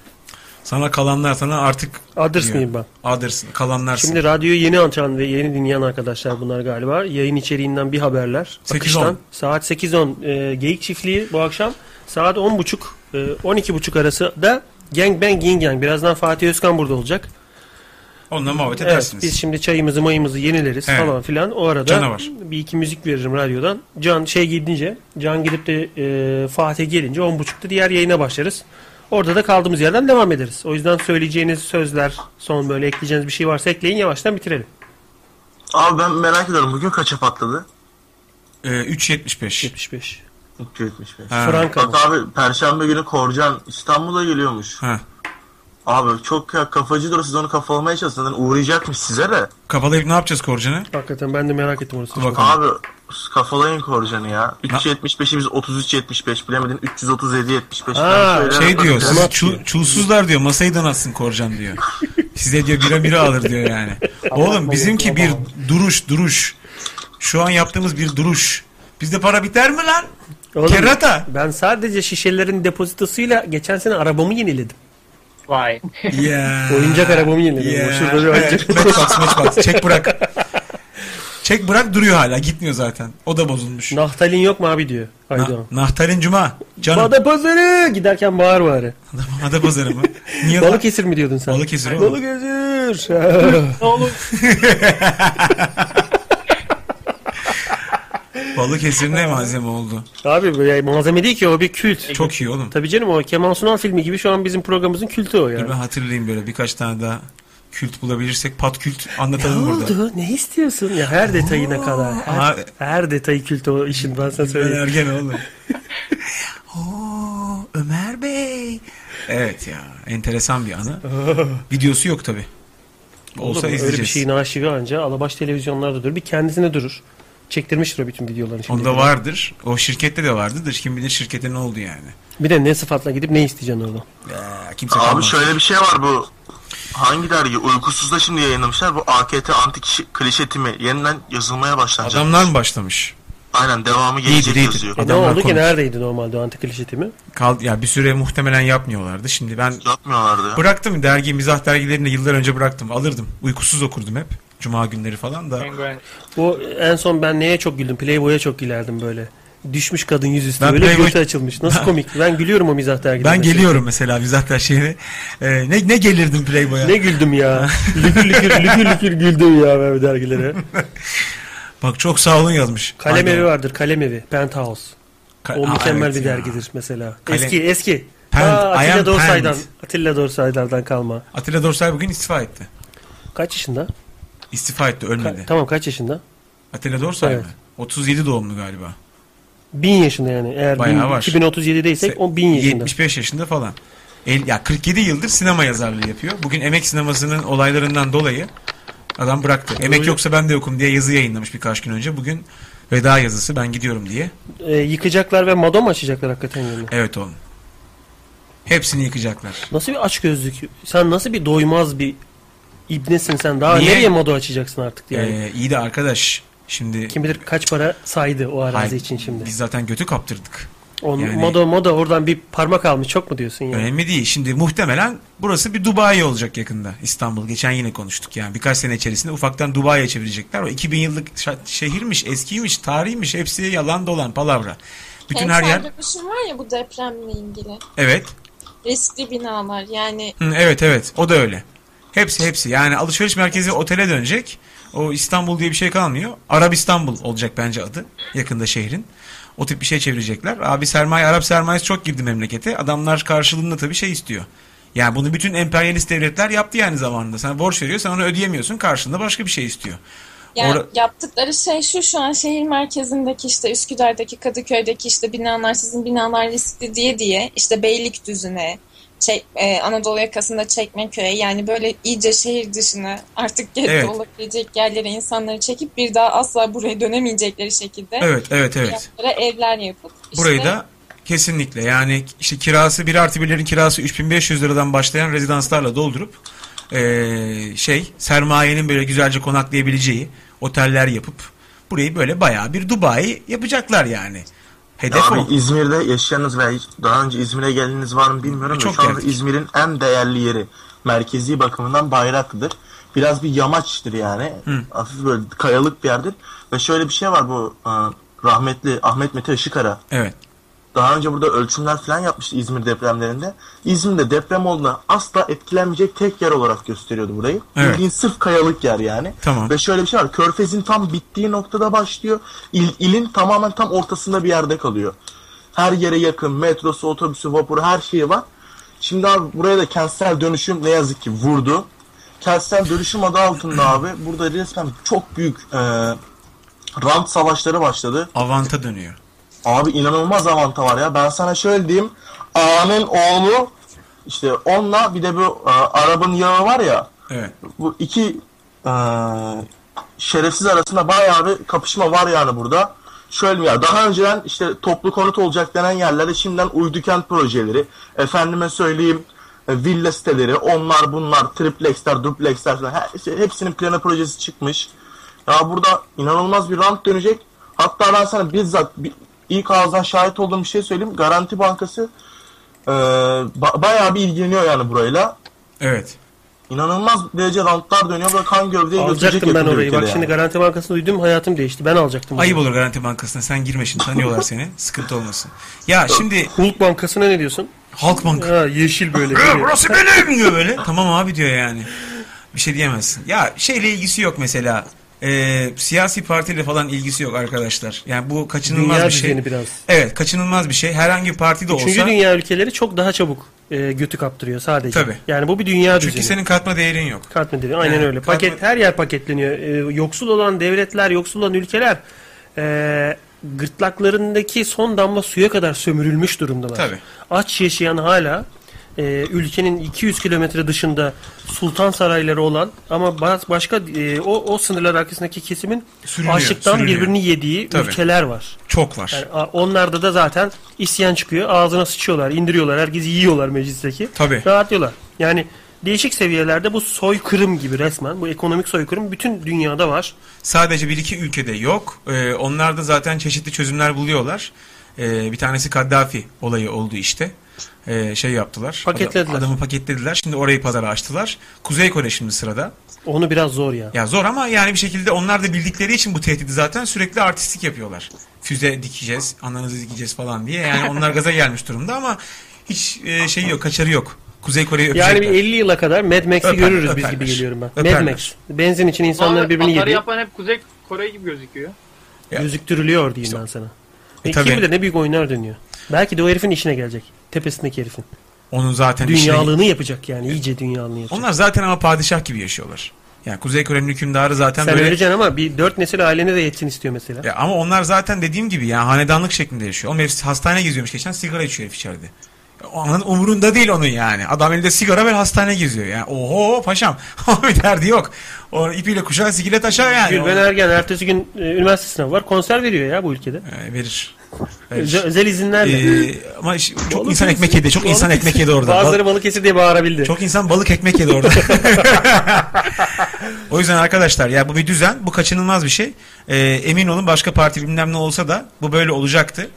[SPEAKER 2] sana kalanlar sana artık
[SPEAKER 3] Others
[SPEAKER 2] diyor.
[SPEAKER 3] mıyım ben?
[SPEAKER 2] Others. Kalanlarsın.
[SPEAKER 3] Şimdi radyoyu yeni açan ve yeni dinleyen arkadaşlar bunlar galiba. Yayın içeriğinden bir haberler.
[SPEAKER 2] 8-10.
[SPEAKER 3] Akıştan. Saat 8.10 e, Geyik Çiftliği bu akşam. Saat 10.30 e, 12.30 arası da Gang Bang Yin Yang. Birazdan Fatih Özkan burada olacak.
[SPEAKER 2] Onunla muhabbet
[SPEAKER 3] Evet,
[SPEAKER 2] edersiniz.
[SPEAKER 3] biz şimdi çayımızı mayımızı yenileriz
[SPEAKER 2] Evet.
[SPEAKER 3] falan filan. O arada
[SPEAKER 2] Canavar.
[SPEAKER 3] bir iki müzik veririm radyodan. Can şey gidince, Can gidip de e, Fatih gelince 10.30'da diğer yayına başlarız. Orada da kaldığımız yerden devam ederiz. O yüzden söyleyeceğiniz sözler, son böyle ekleyeceğiniz bir şey varsa ekleyin yavaştan bitirelim.
[SPEAKER 8] Abi ben merak ediyorum bugün kaça patladı?
[SPEAKER 2] Ee, 3.75.
[SPEAKER 3] 75.
[SPEAKER 8] 3.75.
[SPEAKER 2] Ha. Franka mı?
[SPEAKER 8] Bak abi perşembe günü Korcan İstanbul'a geliyormuş.
[SPEAKER 2] Ha.
[SPEAKER 8] Abi çok ya, kafacıdır siz onu kafalamaya çalışın. Zaten uğrayacakmış size de.
[SPEAKER 2] Kafalayıp ne yapacağız Korcan'ı?
[SPEAKER 3] Hakikaten ben de merak ettim orası.
[SPEAKER 8] Abi kafalayın Korcan'ı ya. 3.75'i biz 33.75 bilemedin 337.75.
[SPEAKER 2] Ha,
[SPEAKER 8] Ben şöyle-
[SPEAKER 2] şey diyor. Siz çu- çulsuzlar diyor. Masayı donatsın Korcan diyor. Size diyor bira bira alır diyor yani. Oğlum bizimki bir duruş duruş. Şu an yaptığımız bir duruş. Bizde para biter mi lan?
[SPEAKER 3] Oğlum,
[SPEAKER 2] Kerata.
[SPEAKER 3] Ben sadece şişelerin depozitosuyla geçen sene arabamı yeniledim.
[SPEAKER 10] Vay.
[SPEAKER 2] Ya.
[SPEAKER 3] Oyuncak arabamı yeniledim.
[SPEAKER 2] Ya.
[SPEAKER 3] Şurada bir oyuncak.
[SPEAKER 2] Evet, matchbox matchbox. Çek bırak. Çek bırak duruyor hala. Gitmiyor zaten. O da bozulmuş.
[SPEAKER 3] Nahtalin yok mu abi diyor. Aydoğan.
[SPEAKER 2] Nahtalin Cuma. Canım.
[SPEAKER 3] Bada pazarı giderken bağır bağır.
[SPEAKER 2] Ada pazarı mı? Niye lan?
[SPEAKER 3] Balıkesir mi diyordun sen?
[SPEAKER 2] Balıkesir oğlum.
[SPEAKER 3] Balıkesir.
[SPEAKER 10] Oğlum.
[SPEAKER 2] Balıkesir ne malzeme oldu?
[SPEAKER 3] Abi bu ya malzeme değil ki o bir kült.
[SPEAKER 2] Çok iyi oğlum.
[SPEAKER 3] Tabii canım o Kemal Sunal filmi gibi şu an bizim programımızın kültü o yani.
[SPEAKER 2] Dur ben hatırlayayım böyle birkaç tane daha kült bulabilirsek pat kült
[SPEAKER 3] Ne
[SPEAKER 2] anlatalım burada.
[SPEAKER 3] oldu? Ne istiyorsun? Ya her detayına kadar. Her,
[SPEAKER 2] Abi.
[SPEAKER 3] her detayı kült o işin ben sana
[SPEAKER 2] Ben
[SPEAKER 3] söyleyeyim.
[SPEAKER 2] ergen oğlum. Oo, Ömer Bey. Evet ya enteresan bir anı. Videosu yok tabi.
[SPEAKER 3] Olur mu?
[SPEAKER 2] Olsa
[SPEAKER 3] Öyle bir şey
[SPEAKER 2] izleyeceğiz.
[SPEAKER 3] şeyin arşivi anca Alabaş televizyonlarda durur. Bir kendisine durur. Çektirmiştir o bütün videolarını. şimdi.
[SPEAKER 2] Onda vardır. O şirkette de vardır. Kim bilir şirkete ne oldu yani.
[SPEAKER 3] Bir de ne sıfatla gidip ne isteyeceksin orada.
[SPEAKER 2] Ya, kimse
[SPEAKER 8] Abi
[SPEAKER 2] kalmaz.
[SPEAKER 8] şöyle bir şey var bu. Hangi dergi? Uykusuz'da şimdi yayınlamışlar. Bu AKT anti kişi- klişe timi yeniden yazılmaya başlanacak.
[SPEAKER 2] Adamlar mı başlamış?
[SPEAKER 8] Aynen devamı gelecek yazıyor.
[SPEAKER 3] E ne oldu ki neredeydi normalde o antikliş itimi?
[SPEAKER 2] Kal ya bir süre muhtemelen yapmıyorlardı. Şimdi ben
[SPEAKER 8] Yapmıyorlardı ya.
[SPEAKER 2] bıraktım dergi mizah dergilerini de yıllar önce bıraktım. Alırdım. Uykusuz okurdum hep. Cuma günleri falan da.
[SPEAKER 3] Bu en son ben neye çok güldüm? Playboy'a çok gülerdim böyle. Düşmüş kadın yüzüstü
[SPEAKER 2] Ben
[SPEAKER 3] böyle
[SPEAKER 2] Playboy-
[SPEAKER 3] göğsü açılmış. Nasıl komik. Ben gülüyorum o mizah dergilerine.
[SPEAKER 2] Ben geliyorum mesela mizah dergilerine. Ee, ne ne gelirdim Playboy'a?
[SPEAKER 3] Ne güldüm ya. lükür lükür lükür lükür güldüm ya ben bu dergilere.
[SPEAKER 2] Bak çok sağ olun yazmış.
[SPEAKER 3] Kalem
[SPEAKER 2] Aynen.
[SPEAKER 3] evi vardır. Kalem evi. Penthouse.
[SPEAKER 2] Ka-
[SPEAKER 3] o
[SPEAKER 2] Aa,
[SPEAKER 3] mükemmel
[SPEAKER 2] evet
[SPEAKER 3] bir
[SPEAKER 2] ya.
[SPEAKER 3] dergidir mesela.
[SPEAKER 2] Kalem-
[SPEAKER 3] Eski eski.
[SPEAKER 2] Pent-
[SPEAKER 3] Aa,
[SPEAKER 2] I am
[SPEAKER 3] Atilla Dorsay'dan.
[SPEAKER 2] Pent.
[SPEAKER 3] Atilla Dorsay'dan kalma.
[SPEAKER 2] Atilla Dorsay bugün istifa etti.
[SPEAKER 3] Kaç yaşında?
[SPEAKER 2] İstifa etti ölmedi.
[SPEAKER 3] Ka- tamam kaç yaşında?
[SPEAKER 2] Atilla Dorsay
[SPEAKER 3] Evet.
[SPEAKER 2] mı? 37 doğumlu galiba.
[SPEAKER 3] 1000 yaşında yani. Eğer
[SPEAKER 2] Bayağı
[SPEAKER 3] bin-
[SPEAKER 2] var.
[SPEAKER 3] 2037'deysek o 1000 yaşında.
[SPEAKER 2] 75 yaşında falan. El, ya 47 yıldır sinema yazarlığı yapıyor. Bugün emek sinemasının olaylarından dolayı adam bıraktı. Emek
[SPEAKER 3] Öyle.
[SPEAKER 2] yoksa ben de yokum diye yazı yayınlamış birkaç gün önce. Bugün veda yazısı ben gidiyorum diye.
[SPEAKER 3] Ee, yıkacaklar ve madom açacaklar hakikaten yani.
[SPEAKER 2] Evet oğlum. Hepsini yıkacaklar.
[SPEAKER 3] Nasıl bir açgözlük? Sen nasıl bir doymaz bir İbnesin sen daha
[SPEAKER 2] Niye?
[SPEAKER 3] nereye moda açacaksın artık yani.
[SPEAKER 2] Ee, iyi de arkadaş şimdi
[SPEAKER 3] Kim bilir kaç para saydı o arazi
[SPEAKER 2] Hayır,
[SPEAKER 3] için şimdi.
[SPEAKER 2] biz zaten götü kaptırdık.
[SPEAKER 3] On,
[SPEAKER 2] Yani- Ee,
[SPEAKER 3] Moda moda oradan bir parmak almış çok mu diyorsun yani?
[SPEAKER 2] Önemli değil. Şimdi muhtemelen burası bir Dubai olacak yakında. İstanbul. Geçen yine konuştuk yani. Birkaç sene içerisinde ufaktan Dubai'ye çevirecekler. O 2000 yıllık şa- şehirmiş, eskiymiş, tarihiymiş. Hepsi yalan dolan palavra. Bütün her yer...
[SPEAKER 9] Kentsel E, dönüşüm var ya bu depremle ilgili.
[SPEAKER 2] Evet.
[SPEAKER 9] Riskli binalar yani
[SPEAKER 2] Hı, evet evet. O da öyle. Hepsi hepsi. Yani alışveriş merkezi otele dönecek. O İstanbul diye bir şey kalmıyor. Arap İstanbul olacak bence adı. Yakında şehrin. O tip bir şey çevirecekler. Abi sermaye, Arap sermayesi çok girdi memlekete. Adamlar karşılığında tabii şey istiyor. Yani bunu bütün emperyalist devletler yaptı yani zamanında. Sana borç veriyor, sen onu ödeyemiyorsun. Karşılığında başka bir şey istiyor.
[SPEAKER 9] Yani
[SPEAKER 2] Ora-
[SPEAKER 9] yaptıkları şey şu şu an şehir merkezindeki işte Üsküdar'daki Kadıköy'deki işte binalar sizin binalar riskli diye diye işte Beylikdüzü'ne çek, e, Anadolu yakasında Çekmeköy'e yani böyle iyice şehir dışına artık geri
[SPEAKER 2] Evet.
[SPEAKER 9] olabilecek yerlere insanları çekip bir daha asla buraya dönemeyecekleri şekilde
[SPEAKER 2] Evet, evet, evet.
[SPEAKER 9] fiyatlara evler yapıp işte
[SPEAKER 2] Burayı da kesinlikle yani işte kirası 1 artı 1'lerin kirası 3500 liradan başlayan rezidanslarla doldurup eee, şey sermayenin böyle güzelce konaklayabileceği oteller yapıp burayı böyle bayağı bir Dubai yapacaklar yani. Hedef
[SPEAKER 8] Abi
[SPEAKER 2] o.
[SPEAKER 8] İzmir'de yaşayanız veya hiç daha önce İzmir'e geldiniz var mı bilmiyorum da
[SPEAKER 2] Çok
[SPEAKER 8] şu anda
[SPEAKER 2] geldik.
[SPEAKER 8] İzmir'in en değerli yeri merkezi bakımından Bayraklı'dır. Biraz bir yamaçtır yani.
[SPEAKER 2] Hı.
[SPEAKER 8] Hafif böyle kayalık bir yerdir. Ve şöyle bir şey var bu e, rahmetli Ahmet Mete Işıkara.
[SPEAKER 2] Evet.
[SPEAKER 8] Daha önce burada ölçümler falan yapmıştı İzmir depremlerinde. İzmir'de deprem olduğuna asla etkilenmeyecek tek yer olarak gösteriyordu burayı.
[SPEAKER 2] Evet.
[SPEAKER 8] Bildiğin sırf kayalık yer yani.
[SPEAKER 2] Tamam.
[SPEAKER 8] Ve şöyle bir şey var. Körfez'in tam bittiği noktada başlıyor. İl, ilin tamamen tam ortasında bir yerde kalıyor. Her yere yakın. Metrosu, otobüsü, vapuru her şeyi var. Şimdi abi buraya da kentsel dönüşüm ne yazık ki vurdu. Kentsel dönüşüm adı altında abi. Burada resmen çok büyük e, rant savaşları başladı.
[SPEAKER 2] Avanta dönüyor.
[SPEAKER 8] Abi inanılmaz avanta var ya. Ben sana şöyle diyeyim. Ağanın oğlu işte onunla bir de bu e, Arap'ın yağı var ya.
[SPEAKER 2] Evet.
[SPEAKER 8] Bu iki e, şerefsiz arasında bayağı bir kapışma var yani burada. Şöyle mi ya daha önceden işte toplu konut olacak denen yerlere şimdiden uydu kent projeleri, efendime söyleyeyim e, villa siteleri, onlar bunlar, triplexler, duplexler falan her, şey- hepsinin planı projesi çıkmış. Ya burada inanılmaz bir rant dönecek. Hatta ben sana bizzat bir- ilk ağızdan şahit olduğum bir şey söyleyeyim. Garanti Bankası e, ba- bayağı bir ilgileniyor yani burayla.
[SPEAKER 2] Evet.
[SPEAKER 8] İnanılmaz derece rantlar dönüyor ve kan gövdeyi götürecek
[SPEAKER 3] Alacaktım ben
[SPEAKER 8] yakında
[SPEAKER 3] orayı. Bak
[SPEAKER 8] ülkede
[SPEAKER 3] şimdi
[SPEAKER 8] yani.
[SPEAKER 3] Garanti Bankası'nı duydum hayatım değişti. Ben alacaktım.
[SPEAKER 2] Ayıp olur Garanti Bankası'na sen girme şimdi tanıyorlar seni. Sıkıntı olmasın. Ya şimdi
[SPEAKER 3] Hulk Bankası'na ne diyorsun?
[SPEAKER 2] Halk Bank.
[SPEAKER 3] Ha, yeşil böyle.
[SPEAKER 2] "Ee, burası benim diyor böyle. tamam abi diyor yani. Bir şey diyemezsin. Ya şeyle ilgisi yok mesela. Ee, siyasi partiyle falan ilgisi yok arkadaşlar. Yani bu kaçınılmaz
[SPEAKER 3] Dünya
[SPEAKER 2] bir şey.
[SPEAKER 3] düzeni biraz.
[SPEAKER 2] Evet kaçınılmaz bir şey. Herhangi bir parti de olsa.
[SPEAKER 3] Üçüncü dünya ülkeleri çok daha çabuk e, götü kaptırıyor sadece.
[SPEAKER 2] Tabii.
[SPEAKER 3] Yani bu bir dünya
[SPEAKER 2] Çünkü
[SPEAKER 3] düzeni.
[SPEAKER 2] senin katma değerin yok.
[SPEAKER 3] Katma değerin aynen
[SPEAKER 2] Yani
[SPEAKER 3] öyle.
[SPEAKER 2] katma-
[SPEAKER 3] Paket her yer paketleniyor. E, yoksul olan devletler, yoksul olan ülkeler e, gırtlaklarındaki son damla suya kadar sömürülmüş durumdalar.
[SPEAKER 2] Tabii.
[SPEAKER 3] Aç yaşayan hala e, ülkenin 200 kilometre dışında sultan sarayları olan ama bas- başka e, o, o sınırlar arkasındaki kesimin
[SPEAKER 2] Sürünüyor,
[SPEAKER 3] açlıktan
[SPEAKER 2] sürünüyor.
[SPEAKER 3] birbirini yediği
[SPEAKER 2] Tabii.
[SPEAKER 3] ülkeler var.
[SPEAKER 2] Çok var.
[SPEAKER 3] Yani a- onlarda da zaten isyan çıkıyor. Ağzına sıçıyorlar, indiriyorlar. Herkesi yiyorlar meclisteki.
[SPEAKER 2] Tabii.
[SPEAKER 3] Rahatlıyorlar. Yani değişik seviyelerde bu soykırım gibi resmen. Bu ekonomik soykırım bütün dünyada var.
[SPEAKER 2] Sadece bir iki ülkede yok. Ee, onlar da zaten çeşitli çözümler buluyorlar. Ee, bir tanesi Kaddafi olayı oldu işte. Ee, şey yaptılar.
[SPEAKER 3] Paketlediler.
[SPEAKER 2] Adam- adamı paketlediler. Şimdi orayı pazara açtılar. Kuzey Kore şimdi sırada.
[SPEAKER 3] Onu biraz zor ya.
[SPEAKER 2] Ya zor ama yani bir şekilde onlar da bildikleri için bu tehdidi zaten sürekli artistik yapıyorlar. Füze dikeceğiz, ananızı dikeceğiz falan diye. Yani onlar gaza gelmiş durumda ama hiç e, şey yok, kaçarı yok. Kuzey Kore'yi
[SPEAKER 3] Yani
[SPEAKER 2] öpecekler.
[SPEAKER 3] bir 50 yıla kadar Mad Max'i
[SPEAKER 2] Öperler,
[SPEAKER 3] görürüz
[SPEAKER 2] öperler.
[SPEAKER 3] biz gibi geliyorum ben.
[SPEAKER 2] Öperler.
[SPEAKER 3] Mad Max. Benzin için insanlar
[SPEAKER 10] Vallahi
[SPEAKER 3] birbirini yedi.
[SPEAKER 10] atarı yapan hep Kuzey Kore gibi gözüküyor.
[SPEAKER 3] Gözüktürülüyor diyeyim ben sana.
[SPEAKER 2] E,
[SPEAKER 3] E,
[SPEAKER 2] tabii.
[SPEAKER 3] kim bilir ne büyük oyunlar dönüyor. Belki de o herifin işine gelecek. Tepesindeki herifin.
[SPEAKER 2] Onun zaten işine-
[SPEAKER 3] dünyalığını yapacak yani. iyice dünyalığını yapacak.
[SPEAKER 2] Onlar zaten ama padişah gibi yaşıyorlar. Yani Kuzey Kore'nin hükümdarı zaten
[SPEAKER 3] Sen
[SPEAKER 2] böyle...
[SPEAKER 3] öleceksin ama bir dört nesil ailene de yetsin istiyor mesela.
[SPEAKER 2] Ya ama onlar zaten dediğim gibi yani hanedanlık şeklinde yaşıyor. Oğlum hepsi hastane geziyormuş geçen sigara içiyor herif içeride. Onun umurunda değil onun yani. Adam elinde sigara ve hastane geziyor. Yani oho paşam. bir derdi yok. O ipiyle kuşağı sigilet aşağı yani.
[SPEAKER 3] Gülben Ergen ertesi gün e, üniversite sınavı var. Konser veriyor ya bu ülkede.
[SPEAKER 2] e, verir.
[SPEAKER 3] Özel, özel izinlerle.
[SPEAKER 2] Ee, ama iş- çok insan ekmek yedi. Çok insan ekmek yedi orada.
[SPEAKER 3] Bazıları Balıkesir diye bağırabildi.
[SPEAKER 2] Çok insan balık ekmek yedi orada. o yüzden arkadaşlar ya bu bir düzen. Bu kaçınılmaz bir şey. Ee, emin olun başka parti bilmem ne olsa da bu böyle olacaktı.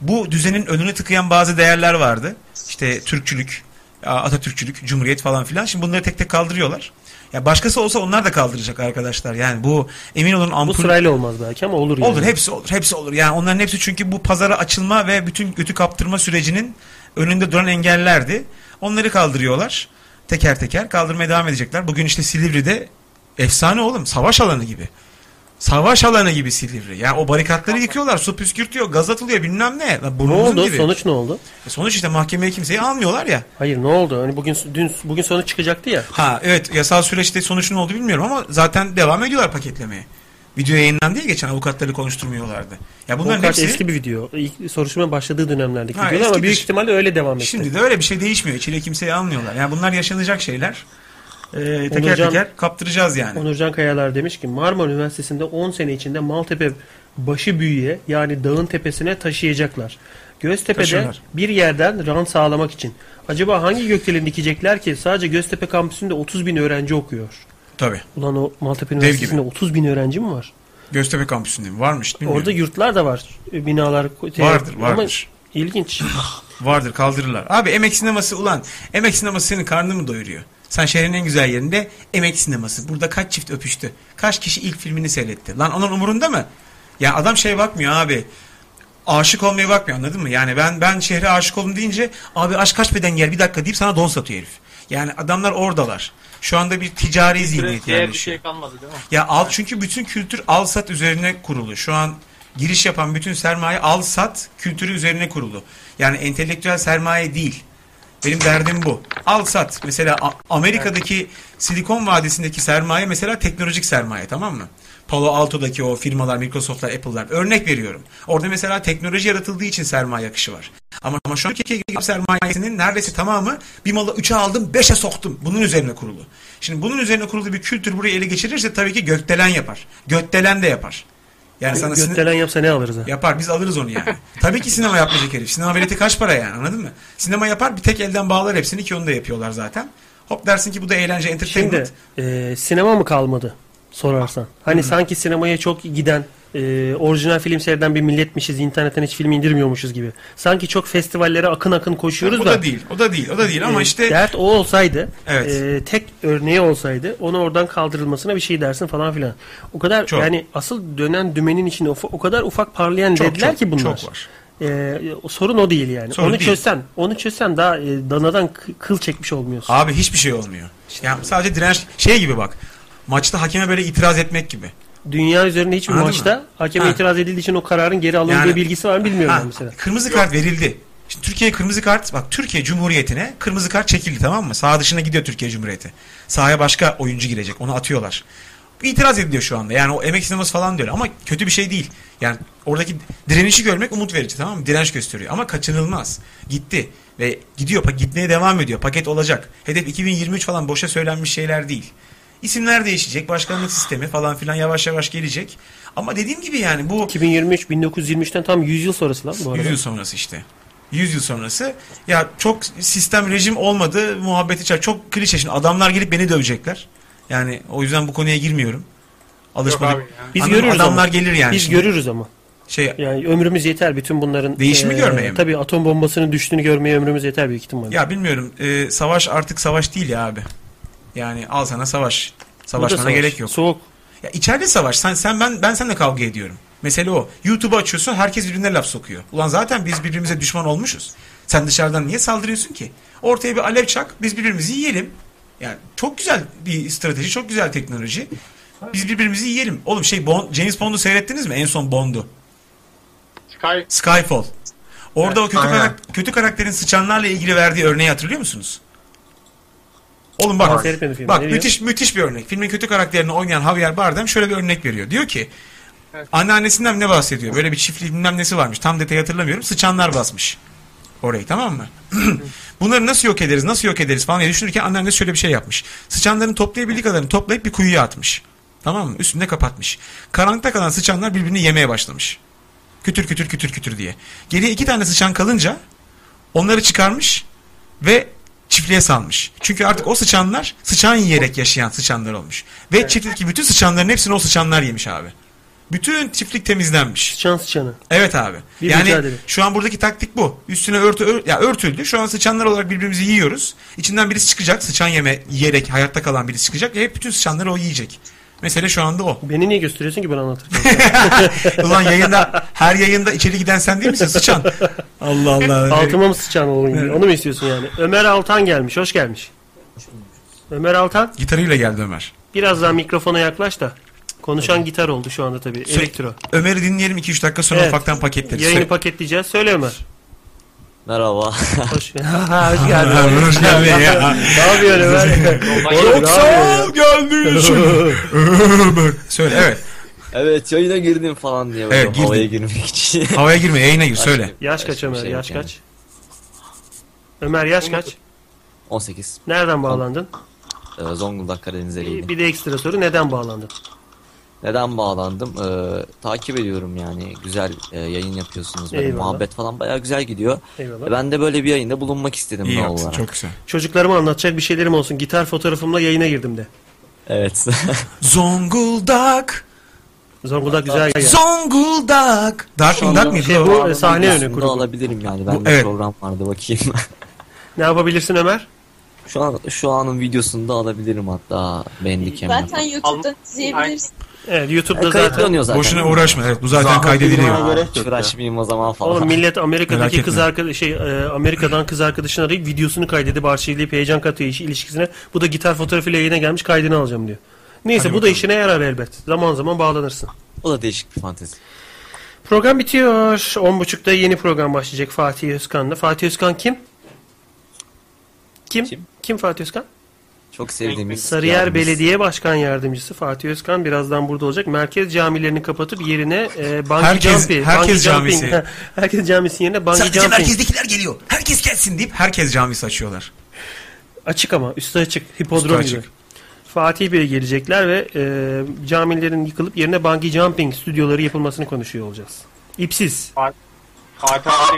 [SPEAKER 2] Bu düzenin önüne tıkayan bazı değerler vardı. İşte Türkçülük, Atatürkçülük, Cumhuriyet falan filan. Şimdi bunları tek tek kaldırıyorlar. Ya başkası olsa onlar da kaldıracak arkadaşlar. Yani bu emin olun ampul...
[SPEAKER 3] Bu sırayla olmaz belki ama olur yani.
[SPEAKER 2] Olur hepsi olur hepsi olur. Yani onların hepsi çünkü bu pazara açılma ve bütün götü kaptırma sürecinin önünde duran engellerdi. Onları kaldırıyorlar. Teker teker kaldırmaya devam edecekler. Bugün işte Silivri'de efsane oğlum savaş alanı gibi. Savaş alanı gibi Silivri. Yani o barikatları yıkıyorlar, su püskürtüyor, gaz atılıyor bilmem ne. Lan
[SPEAKER 3] Ne
[SPEAKER 2] burnumuzun
[SPEAKER 3] oldu?
[SPEAKER 2] Gibi.
[SPEAKER 3] Sonuç ne oldu?
[SPEAKER 2] sonuç işte mahkemeye kimseyi almıyorlar ya.
[SPEAKER 3] Hayır ne oldu? Hani bugün dün bugün sonuç çıkacaktı ya.
[SPEAKER 2] Ha evet yasal süreçte sonuç ne oldu bilmiyorum ama zaten devam ediyorlar paketlemeye. Video yayınlandı ya geçen avukatları konuşturmuyorlardı. Ya bunların
[SPEAKER 3] Volkart
[SPEAKER 2] hepsi
[SPEAKER 3] eski bir video. İlk soruşturma başladığı dönemlerdeki
[SPEAKER 2] Ha,
[SPEAKER 3] video ama
[SPEAKER 2] eski
[SPEAKER 3] büyük
[SPEAKER 2] bir-
[SPEAKER 3] ihtimalle öyle devam etti.
[SPEAKER 2] Şimdi de öyle bir şey değişmiyor. İçine kimseyi almıyorlar. Yani bunlar yaşanacak şeyler. Ee, teker
[SPEAKER 3] Onurcan-
[SPEAKER 2] teker kaptıracağız yani.
[SPEAKER 3] Onurcan Kayalar demiş ki Marmara Üniversitesi'nde 10 sene içinde Maltepe başı büyüye yani dağın tepesine taşıyacaklar. Göztepe'de
[SPEAKER 2] Taşıyorlar.
[SPEAKER 3] bir yerden ran sağlamak için. Acaba hangi gökdeleni dikecekler ki sadece Göztepe kampüsünde 30 bin öğrenci okuyor.
[SPEAKER 2] Tabii.
[SPEAKER 3] Ulan o Maltepe
[SPEAKER 2] Dev
[SPEAKER 3] Üniversitesi'nde 30 bin öğrenci mi var?
[SPEAKER 2] Göztepe kampüsünde mi? Varmış bilmiyorum.
[SPEAKER 3] Orada yurtlar da var. e, Binalar. ko-
[SPEAKER 2] Vardır,
[SPEAKER 3] te-
[SPEAKER 2] vardır.
[SPEAKER 3] Ama ilginç.
[SPEAKER 2] Vardır kaldırırlar. Abi emek sineması ulan. Emek sineması senin karnını mı doyuruyor? Sen şehrin en güzel yerinde emek sineması. Burada kaç çift öpüştü? Kaç kişi ilk filmini seyretti? Lan onun umurunda mı? Ya adam şey bakmıyor abi. Aşık olmaya bakmıyor anladın mı? Yani ben ben şehre aşık oldum deyince abi aşk kaç beden gel bir dakika deyip sana don satıyor herif. Yani adamlar oradalar. Şu anda bir ticari zihniyet
[SPEAKER 10] Diye bir
[SPEAKER 2] yerleşiyor.
[SPEAKER 10] şey kalmadı değil mi?
[SPEAKER 2] Ya al çünkü bütün kültür al sat üzerine kurulu. Şu an giriş yapan bütün sermaye al sat kültürü üzerine kurulu. Yani entelektüel sermaye değil. Benim derdim bu. Al sat. Mesela A- Amerika'daki Silikon Vadisi'ndeki sermaye mesela teknolojik sermaye tamam mı? Palo Alto'daki o firmalar, Microsoft'lar, Apple'lar. Örnek veriyorum. Orada mesela teknoloji yaratıldığı için sermaye akışı var. Ama, ama şu anki Türkiye'deki sermayesinin neredeyse tamamı bir malı 3'e aldım 5'e soktum. Bunun üzerine kurulu. Şimdi bunun üzerine kurulu bir kültür burayı ele geçirirse tabii ki gökdelen yapar. Gökdelen de yapar. Yani sana sinir-
[SPEAKER 3] Gökdelen yapsa ne alırız? ha?
[SPEAKER 2] Yapar biz alırız onu yani. Tabii ki sinema yapmayacak herif. Sinema bileti kaç para yani anladın mı? Sinema yapar bir tek elden bağlar hepsini ki onu da yapıyorlar zaten. Hop dersin ki bu da eğlence entertainment.
[SPEAKER 3] Şimdi e, sinema mı kalmadı sorarsan? Hani
[SPEAKER 2] Hı.
[SPEAKER 3] sanki sinemaya çok giden, e, orijinal film seyreden bir milletmişiz, internetten hiç film indirmiyormuşuz gibi. Sanki çok festivallere akın akın koşuyoruz
[SPEAKER 2] O
[SPEAKER 3] da.
[SPEAKER 2] da değil, o da değil, o da değil ama
[SPEAKER 3] E,
[SPEAKER 2] işte-
[SPEAKER 3] Dert o olsaydı,
[SPEAKER 2] Evet.
[SPEAKER 3] e, tek örneği olsaydı, onu oradan kaldırılmasına bir şey dersin falan filan. O kadar
[SPEAKER 2] Çok.
[SPEAKER 3] yani asıl dönen dümenin içinde ufa- o kadar ufak parlayan
[SPEAKER 2] Çok,
[SPEAKER 3] dediler
[SPEAKER 2] çok,
[SPEAKER 3] ki bunlar.
[SPEAKER 2] çok var.
[SPEAKER 3] E, o sorun o değil yani.
[SPEAKER 2] Sorun
[SPEAKER 3] onu
[SPEAKER 2] değil.
[SPEAKER 3] çözsen, onu çözsen daha e, danadan kı- kıl çekmiş olmuyorsun.
[SPEAKER 2] Abi hiçbir şey olmuyor. Yani sadece direnç şey gibi bak. Maçta hakeme böyle itiraz etmek gibi.
[SPEAKER 3] Dünya üzerinde hiçbir
[SPEAKER 2] Anladın
[SPEAKER 3] maçta
[SPEAKER 2] mı?
[SPEAKER 3] hakeme
[SPEAKER 2] Ha.
[SPEAKER 3] itiraz edildiği için o kararın geri alındığı
[SPEAKER 2] Yani-
[SPEAKER 3] bilgisi var mı bilmiyorum
[SPEAKER 2] Ha,
[SPEAKER 3] ben mesela.
[SPEAKER 2] Kırmızı kart verildi. Şimdi Türkiye kırmızı kart bak Türkiye Cumhuriyeti'ne kırmızı kart çekildi tamam mı? Saha dışına gidiyor Türkiye Cumhuriyeti. Sahaya başka oyuncu girecek. Onu atıyorlar. İtiraz ediliyor şu anda. Yani o emek sineması falan diyor ama kötü bir şey değil. Yani oradaki direnişi görmek umut verici tamam mı? Direnç gösteriyor ama kaçınılmaz. Gitti ve gidiyor pa- gitmeye devam ediyor. Paket olacak. Hedef 2023 falan boşa söylenmiş şeyler değil. İsimler değişecek, başkanlık sistemi falan filan yavaş yavaş gelecek. Ama dediğim gibi yani bu
[SPEAKER 3] 2023 1923'ten tam 100 yıl sonrası lan bu arada.
[SPEAKER 2] 100 yıl sonrası işte. 100 yıl sonrası. Ya çok sistem rejim olmadı muhabbeti çar. Çok klişe şimdi adamlar gelip beni dövecekler. Yani o yüzden bu konuya girmiyorum. Alışmadık.
[SPEAKER 3] Biz
[SPEAKER 2] Anladın mı?
[SPEAKER 3] görürüz
[SPEAKER 2] adamlar
[SPEAKER 3] ama.
[SPEAKER 2] gelir yani.
[SPEAKER 3] Biz
[SPEAKER 2] şimdi.
[SPEAKER 3] görürüz ama.
[SPEAKER 2] Şey
[SPEAKER 3] yani ömrümüz yeter bütün bunların e,
[SPEAKER 2] Değişimi görmeye mi?
[SPEAKER 3] Tabii atom bombasının düştüğünü görmeye ömrümüz yeter büyük ihtimalle.
[SPEAKER 2] Ya bilmiyorum. e, savaş artık savaş değil ya abi. Yani al sana savaş. Savaşmana
[SPEAKER 3] savaş.
[SPEAKER 2] gerek yok.
[SPEAKER 3] Soğuk.
[SPEAKER 2] Ya içeride savaş. Sen sen ben ben seninle kavga ediyorum. Mesele o. YouTube'u açıyorsun herkes birbirine laf sokuyor. Ulan zaten biz birbirimize düşman olmuşuz. Sen dışarıdan niye saldırıyorsun ki? Ortaya bir alev çak biz birbirimizi yiyelim. Yani çok güzel bir strateji, çok güzel teknoloji. Biz birbirimizi yiyelim. Oğlum şey Bond, James Bond'u seyrettiniz mi? En son Bond'u. Skyfall. Orada o kötü,
[SPEAKER 8] Aynen.
[SPEAKER 2] karak- kötü karakterin sıçanlarla ilgili verdiği örneği hatırlıyor musunuz? Oğlum bak,
[SPEAKER 3] Ben seyretmedim filmi.
[SPEAKER 2] bak
[SPEAKER 3] Ne
[SPEAKER 2] müthiş müthiş bir örnek. Filmin kötü karakterini oynayan Javier Bardem şöyle bir örnek veriyor. Diyor ki anneannesinden ne bahsediyor? Böyle bir çiftliği bilmem nesi varmış. Tam detayı hatırlamıyorum. Sıçanlar basmış. orayı tamam mı? Bunları nasıl yok ederiz nasıl yok ederiz falan diye düşünürken annem de şöyle bir şey yapmış. Sıçanların toplayabildiği kadarını toplayıp bir kuyuya atmış. Tamam mı? Üstünde kapatmış. Karanlıkta kalan sıçanlar birbirini yemeye başlamış. Kütür kütür kütür kütür diye. Geriye iki tane sıçan kalınca onları çıkarmış ve çiftliğe salmış. Çünkü artık o sıçanlar sıçan yiyerek yaşayan sıçanlar olmuş. Ve çiftlikteki bütün sıçanların hepsini o sıçanlar yemiş abi. Bütün çiftlik temizlenmiş.
[SPEAKER 3] Sıçan sıçanı.
[SPEAKER 2] Evet abi.
[SPEAKER 3] Bir
[SPEAKER 2] yani
[SPEAKER 3] mücadele.
[SPEAKER 2] şu an buradaki taktik bu. Üstüne örtü ör- ya örtüldü. Şu an sıçanlar olarak birbirimizi yiyoruz. İçinden birisi çıkacak. Sıçan yeme yiyerek hayatta kalan birisi çıkacak. Ve hep bütün sıçanları o yiyecek. Mesele şu anda o.
[SPEAKER 3] Beni niye gösteriyorsun ki ben anlatırken?
[SPEAKER 2] Ulan yayında her yayında içeri giden sen değil misin sıçan? Allah Allah.
[SPEAKER 3] Altıma mı sıçan oğlum gibi? Onu mu istiyorsun yani? Ömer Altan gelmiş. Hoş gelmiş. Ömer Altan.
[SPEAKER 2] Gitarıyla geldi Ömer.
[SPEAKER 3] Biraz daha mikrofona yaklaş da. Konuşan gitar oldu şu anda tabii.
[SPEAKER 2] Sö-
[SPEAKER 3] Elektro.
[SPEAKER 2] Ömer'i dinleyelim 2-3 dakika sonra
[SPEAKER 3] Evet.
[SPEAKER 2] ufaktan paketleriz.
[SPEAKER 3] Yayını
[SPEAKER 2] Sö-
[SPEAKER 3] paketleyeceğiz. Söyle Ömer.
[SPEAKER 12] Merhaba.
[SPEAKER 3] Hoş, hoş geldin.
[SPEAKER 2] Hoş geldin ya.
[SPEAKER 3] ne yapıyorsun Ömer?
[SPEAKER 12] Yoksa
[SPEAKER 2] geldin. Söyle evet.
[SPEAKER 12] Evet yayına girdim falan diye böyle
[SPEAKER 2] Evet, girdin.
[SPEAKER 12] havaya girmek için.
[SPEAKER 2] Havaya girme, yayına gir, söyle.
[SPEAKER 3] Yaş kaç
[SPEAKER 12] bir
[SPEAKER 3] Ömer?
[SPEAKER 12] şey
[SPEAKER 3] Yaş
[SPEAKER 12] yok yani.
[SPEAKER 3] kaç? Ömer yaş kaç?
[SPEAKER 12] 18.
[SPEAKER 3] Nereden bağlandın?
[SPEAKER 12] Ee, Zonguldak Karadeniz'e
[SPEAKER 3] Bir bir de ekstra soru. Neden bağlandın?
[SPEAKER 12] Neden bağlandım? Ee, takip ediyorum yani. Güzel e, yayın yapıyorsunuz. Böyle
[SPEAKER 3] Eyvallah.
[SPEAKER 12] muhabbet falan bayağı güzel gidiyor.
[SPEAKER 3] Eyvallah.
[SPEAKER 12] E, Ben de böyle bir yayında bulunmak istedim
[SPEAKER 2] İyi
[SPEAKER 12] doğal
[SPEAKER 2] yaptın,
[SPEAKER 12] olarak.
[SPEAKER 2] çok güzel.
[SPEAKER 3] Çocuklarıma anlatacak bir şeylerim olsun. Gitar fotoğrafımla yayına girdim de.
[SPEAKER 12] Evet.
[SPEAKER 2] Zonguldak.
[SPEAKER 3] Zonguldak güzel yer.
[SPEAKER 2] Zonguldak. Dark mı Dark mıydı?
[SPEAKER 3] Şey,
[SPEAKER 2] o?
[SPEAKER 3] bu e, sahne önü
[SPEAKER 12] Bunu
[SPEAKER 3] kurulu.
[SPEAKER 12] alabilirim yani. Ben
[SPEAKER 2] Bu-
[SPEAKER 12] de
[SPEAKER 2] evet.
[SPEAKER 12] program vardı bakayım.
[SPEAKER 3] Ne yapabilirsin Ömer?
[SPEAKER 12] şu an şu anın videosunu da alabilirim hatta bendikem.
[SPEAKER 9] Zaten YouTube'dan izleyebilirsin.
[SPEAKER 3] Evet YouTube'da
[SPEAKER 12] E,
[SPEAKER 3] zaten.
[SPEAKER 12] kayıtlanıyor zaten.
[SPEAKER 2] Boşuna uğraşma, evet, bu zaten kaydediliyor.
[SPEAKER 12] Hiç uğraşmayayım o zaman falan.
[SPEAKER 3] Oğlum millet
[SPEAKER 2] Merak
[SPEAKER 3] Amerika'daki
[SPEAKER 2] etme.
[SPEAKER 3] kız arkadaş şey e, Amerika'dan kız arkadaşını arayıp videosunu kaydedip arşivleyip heyecan katıyor işi ilişkisine. Bu da gitar fotoğrafıyla yayına gelmiş kaydını alacağım diyor. Neyse
[SPEAKER 12] Hadi
[SPEAKER 3] bu da
[SPEAKER 12] bakalım.
[SPEAKER 3] işine yarar elbet. Zaman zaman bağlanırsın.
[SPEAKER 12] O da değişik bir fantezi.
[SPEAKER 3] Program bitiyor. 10.30'da yeni program başlayacak Fatih Özkan'la. Fatih Özkan kim? Kim? Kim, Fatih Özkan?
[SPEAKER 12] Çok sevdiğimiz
[SPEAKER 3] Sarıyer
[SPEAKER 12] yardımcısı.
[SPEAKER 3] Belediye Başkan Yardımcısı Fatih Özkan birazdan burada olacak. Merkez camilerini kapatıp yerine e, bungee
[SPEAKER 2] Herkes-
[SPEAKER 3] jumping-
[SPEAKER 2] herkes
[SPEAKER 3] bungee jumping-
[SPEAKER 2] camisi.
[SPEAKER 3] herkes camisinin yerine bungee
[SPEAKER 2] Sadece
[SPEAKER 3] jumping.
[SPEAKER 2] merkezdekiler geliyor. Herkes gelsin deyip herkes camisi açıyorlar.
[SPEAKER 3] Açık ama üstü açık. Hipodrom
[SPEAKER 2] Üstü
[SPEAKER 3] gibi. Fatih Bey'e gelecekler ve e, camilerin yıkılıp yerine bungee jumping stüdyoları yapılmasını konuşuyor olacağız. İpsiz.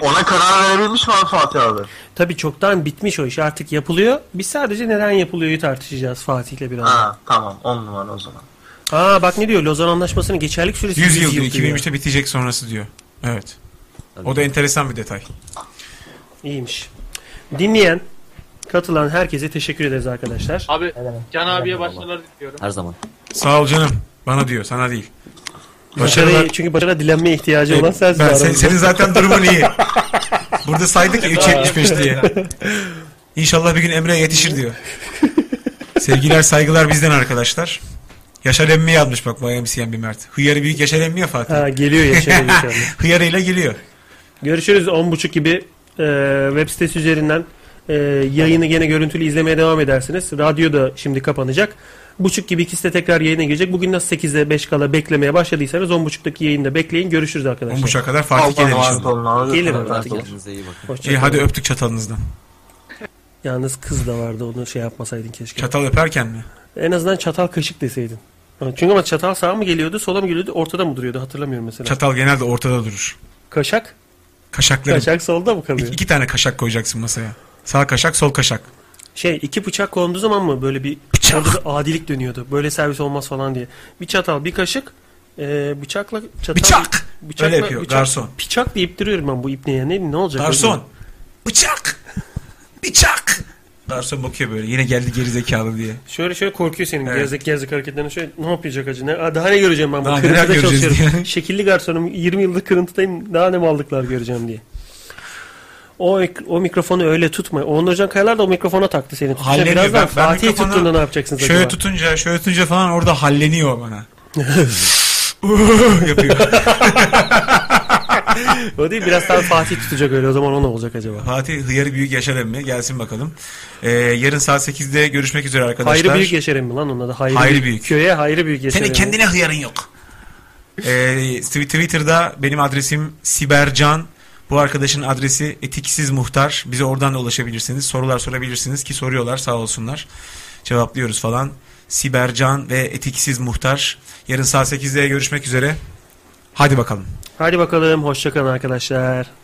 [SPEAKER 8] Ona karar verebilmiş mi abi Fatih abi?
[SPEAKER 3] Tabii çoktan bitmiş o iş artık yapılıyor. Biz sadece neden yapılıyoryu tartışacağız Fatih'le biraz. Ha.
[SPEAKER 8] Ha tamam 10 numara o zaman.
[SPEAKER 3] Aa bak ne diyor Lozan Anlaşması'nın geçerlik süresi
[SPEAKER 2] 100
[SPEAKER 3] yüz
[SPEAKER 2] yıl diyor.
[SPEAKER 3] diyor.
[SPEAKER 2] 2023'te bitecek sonrası diyor. Evet. O da enteresan bir detay.
[SPEAKER 3] İyiymiş. Dinleyen, katılan herkese teşekkür ederiz arkadaşlar.
[SPEAKER 10] Abi Can abiye başarılar diliyorum.
[SPEAKER 12] Her zaman.
[SPEAKER 2] Sağ ol canım. Bana diyor, sana değil.
[SPEAKER 3] Başarı,
[SPEAKER 2] Başarılar.
[SPEAKER 3] çünkü başarı dilenmeye ihtiyacı olan sensin.
[SPEAKER 2] Ben, sen,
[SPEAKER 3] aramızda.
[SPEAKER 2] senin zaten durumun iyi. Burada saydık ya 3.75 diye. İnşallah bir gün Emre'ye yetişir diyor. Sevgiler saygılar bizden arkadaşlar. Yaşar Emmi yazmış bak bu MCM bir Mert. Hıyarı büyük Yaşar Emmi ya Fatih.
[SPEAKER 3] Ha, geliyor Yaşar Emmi şu anda.
[SPEAKER 2] Hıyarıyla geliyor.
[SPEAKER 3] Görüşürüz 10.30 gibi e, web sitesi üzerinden e, yayını gene görüntülü izlemeye devam edersiniz. Radyo da şimdi kapanacak. Buçuk gibi ikisi de tekrar yayına girecek. Bugün nasıl 8'de 5 kala beklemeye başladıysanız 10.30'daki yayında bekleyin. Görüşürüz arkadaşlar.
[SPEAKER 2] 10.30'a kadar Fatih gelir inşallah.
[SPEAKER 3] Gelir abi,
[SPEAKER 2] Fatih
[SPEAKER 3] Fatih gelir. Hoşça
[SPEAKER 2] İyi
[SPEAKER 3] kalın.
[SPEAKER 2] hadi öptük çatalınızdan.
[SPEAKER 3] Yalnız kız da vardı onu şey yapmasaydın keşke.
[SPEAKER 2] Çatal öperken mi?
[SPEAKER 3] En azından çatal kaşık deseydin. Ha, Çünkü ama çatal sağa mı geliyordu sola mı geliyordu ortada mı duruyordu hatırlamıyorum mesela.
[SPEAKER 2] Çatal genelde ortada durur.
[SPEAKER 3] Kaşak?
[SPEAKER 2] Kaşakların.
[SPEAKER 3] Kaşak solda mı kalıyor?
[SPEAKER 2] İki, iki tane kaşak koyacaksın masaya. Sağ kaşak, sol kaşak.
[SPEAKER 3] Şey iki bıçak konduğu zaman mı böyle bir orada da adilik dönüyordu. Böyle servis olmaz falan diye. Bir çatal bir kaşık e, bıçakla çatal.
[SPEAKER 2] Bıçak!
[SPEAKER 3] Bıçakla,
[SPEAKER 2] Öyle yapıyor,
[SPEAKER 3] bıçak-
[SPEAKER 2] garson.
[SPEAKER 3] Bıçak deyip duruyorum ben bu ipneye. Ne, ne olacak?
[SPEAKER 2] Garson. Bıçak! Bıçak! Garson bakıyor böyle. Yine geldi geri zekalı diye.
[SPEAKER 3] Şöyle şöyle korkuyor senin
[SPEAKER 2] Evet.
[SPEAKER 3] gerzek gerzek hareketlerine şöyle ne yapacak acı ne Aa, daha ne göreceğim ben bu
[SPEAKER 2] Daha neler
[SPEAKER 3] kırıntıda
[SPEAKER 2] göreceğiz
[SPEAKER 3] çalışıyorum. Şekilli garsonum 20 yıllık kırıntıdayım daha ne mallıklar göreceğim diye. O, ek- o mikrofonu öyle tutma. Oğuz Hocam Kayalar da o mikrofona taktı seni.
[SPEAKER 2] Halleniyor.
[SPEAKER 3] Birazdan
[SPEAKER 2] Ben- ben
[SPEAKER 3] Fatih'i
[SPEAKER 2] mikrofonu
[SPEAKER 3] tuttuğunda ne yapacaksınız
[SPEAKER 2] Şöyle
[SPEAKER 3] acaba?
[SPEAKER 2] tutunca, şöyle tutunca falan orada halleniyor bana. yapıyor.
[SPEAKER 3] o değil biraz daha Fatih tutacak öyle o zaman o ne olacak acaba?
[SPEAKER 2] Fatih Hıyarı Büyük Yaşar emmi. Gelsin bakalım. Ee, yarın saat 8'de görüşmek üzere arkadaşlar.
[SPEAKER 3] Hayrı Büyük Yaşar'ın mı lan onun adı? Hayrı,
[SPEAKER 2] Hayrı
[SPEAKER 3] büyük.
[SPEAKER 2] Büyük.
[SPEAKER 3] Köye Hayrı Büyük Yaşar'ın
[SPEAKER 2] Senin kendine hıyarın yok. Ee, tw- Twitter'da benim adresim Sibercan. Bu arkadaşın adresi etiksiz muhtar. Bize oradan da ulaşabilirsiniz. Sorular sorabilirsiniz ki soruyorlar sağ olsunlar. Cevaplıyoruz falan. Sibercan ve etiksiz muhtar. Yarın saat 8'de görüşmek üzere. Hadi bakalım.
[SPEAKER 3] Hadi bakalım hoşçakalın arkadaşlar.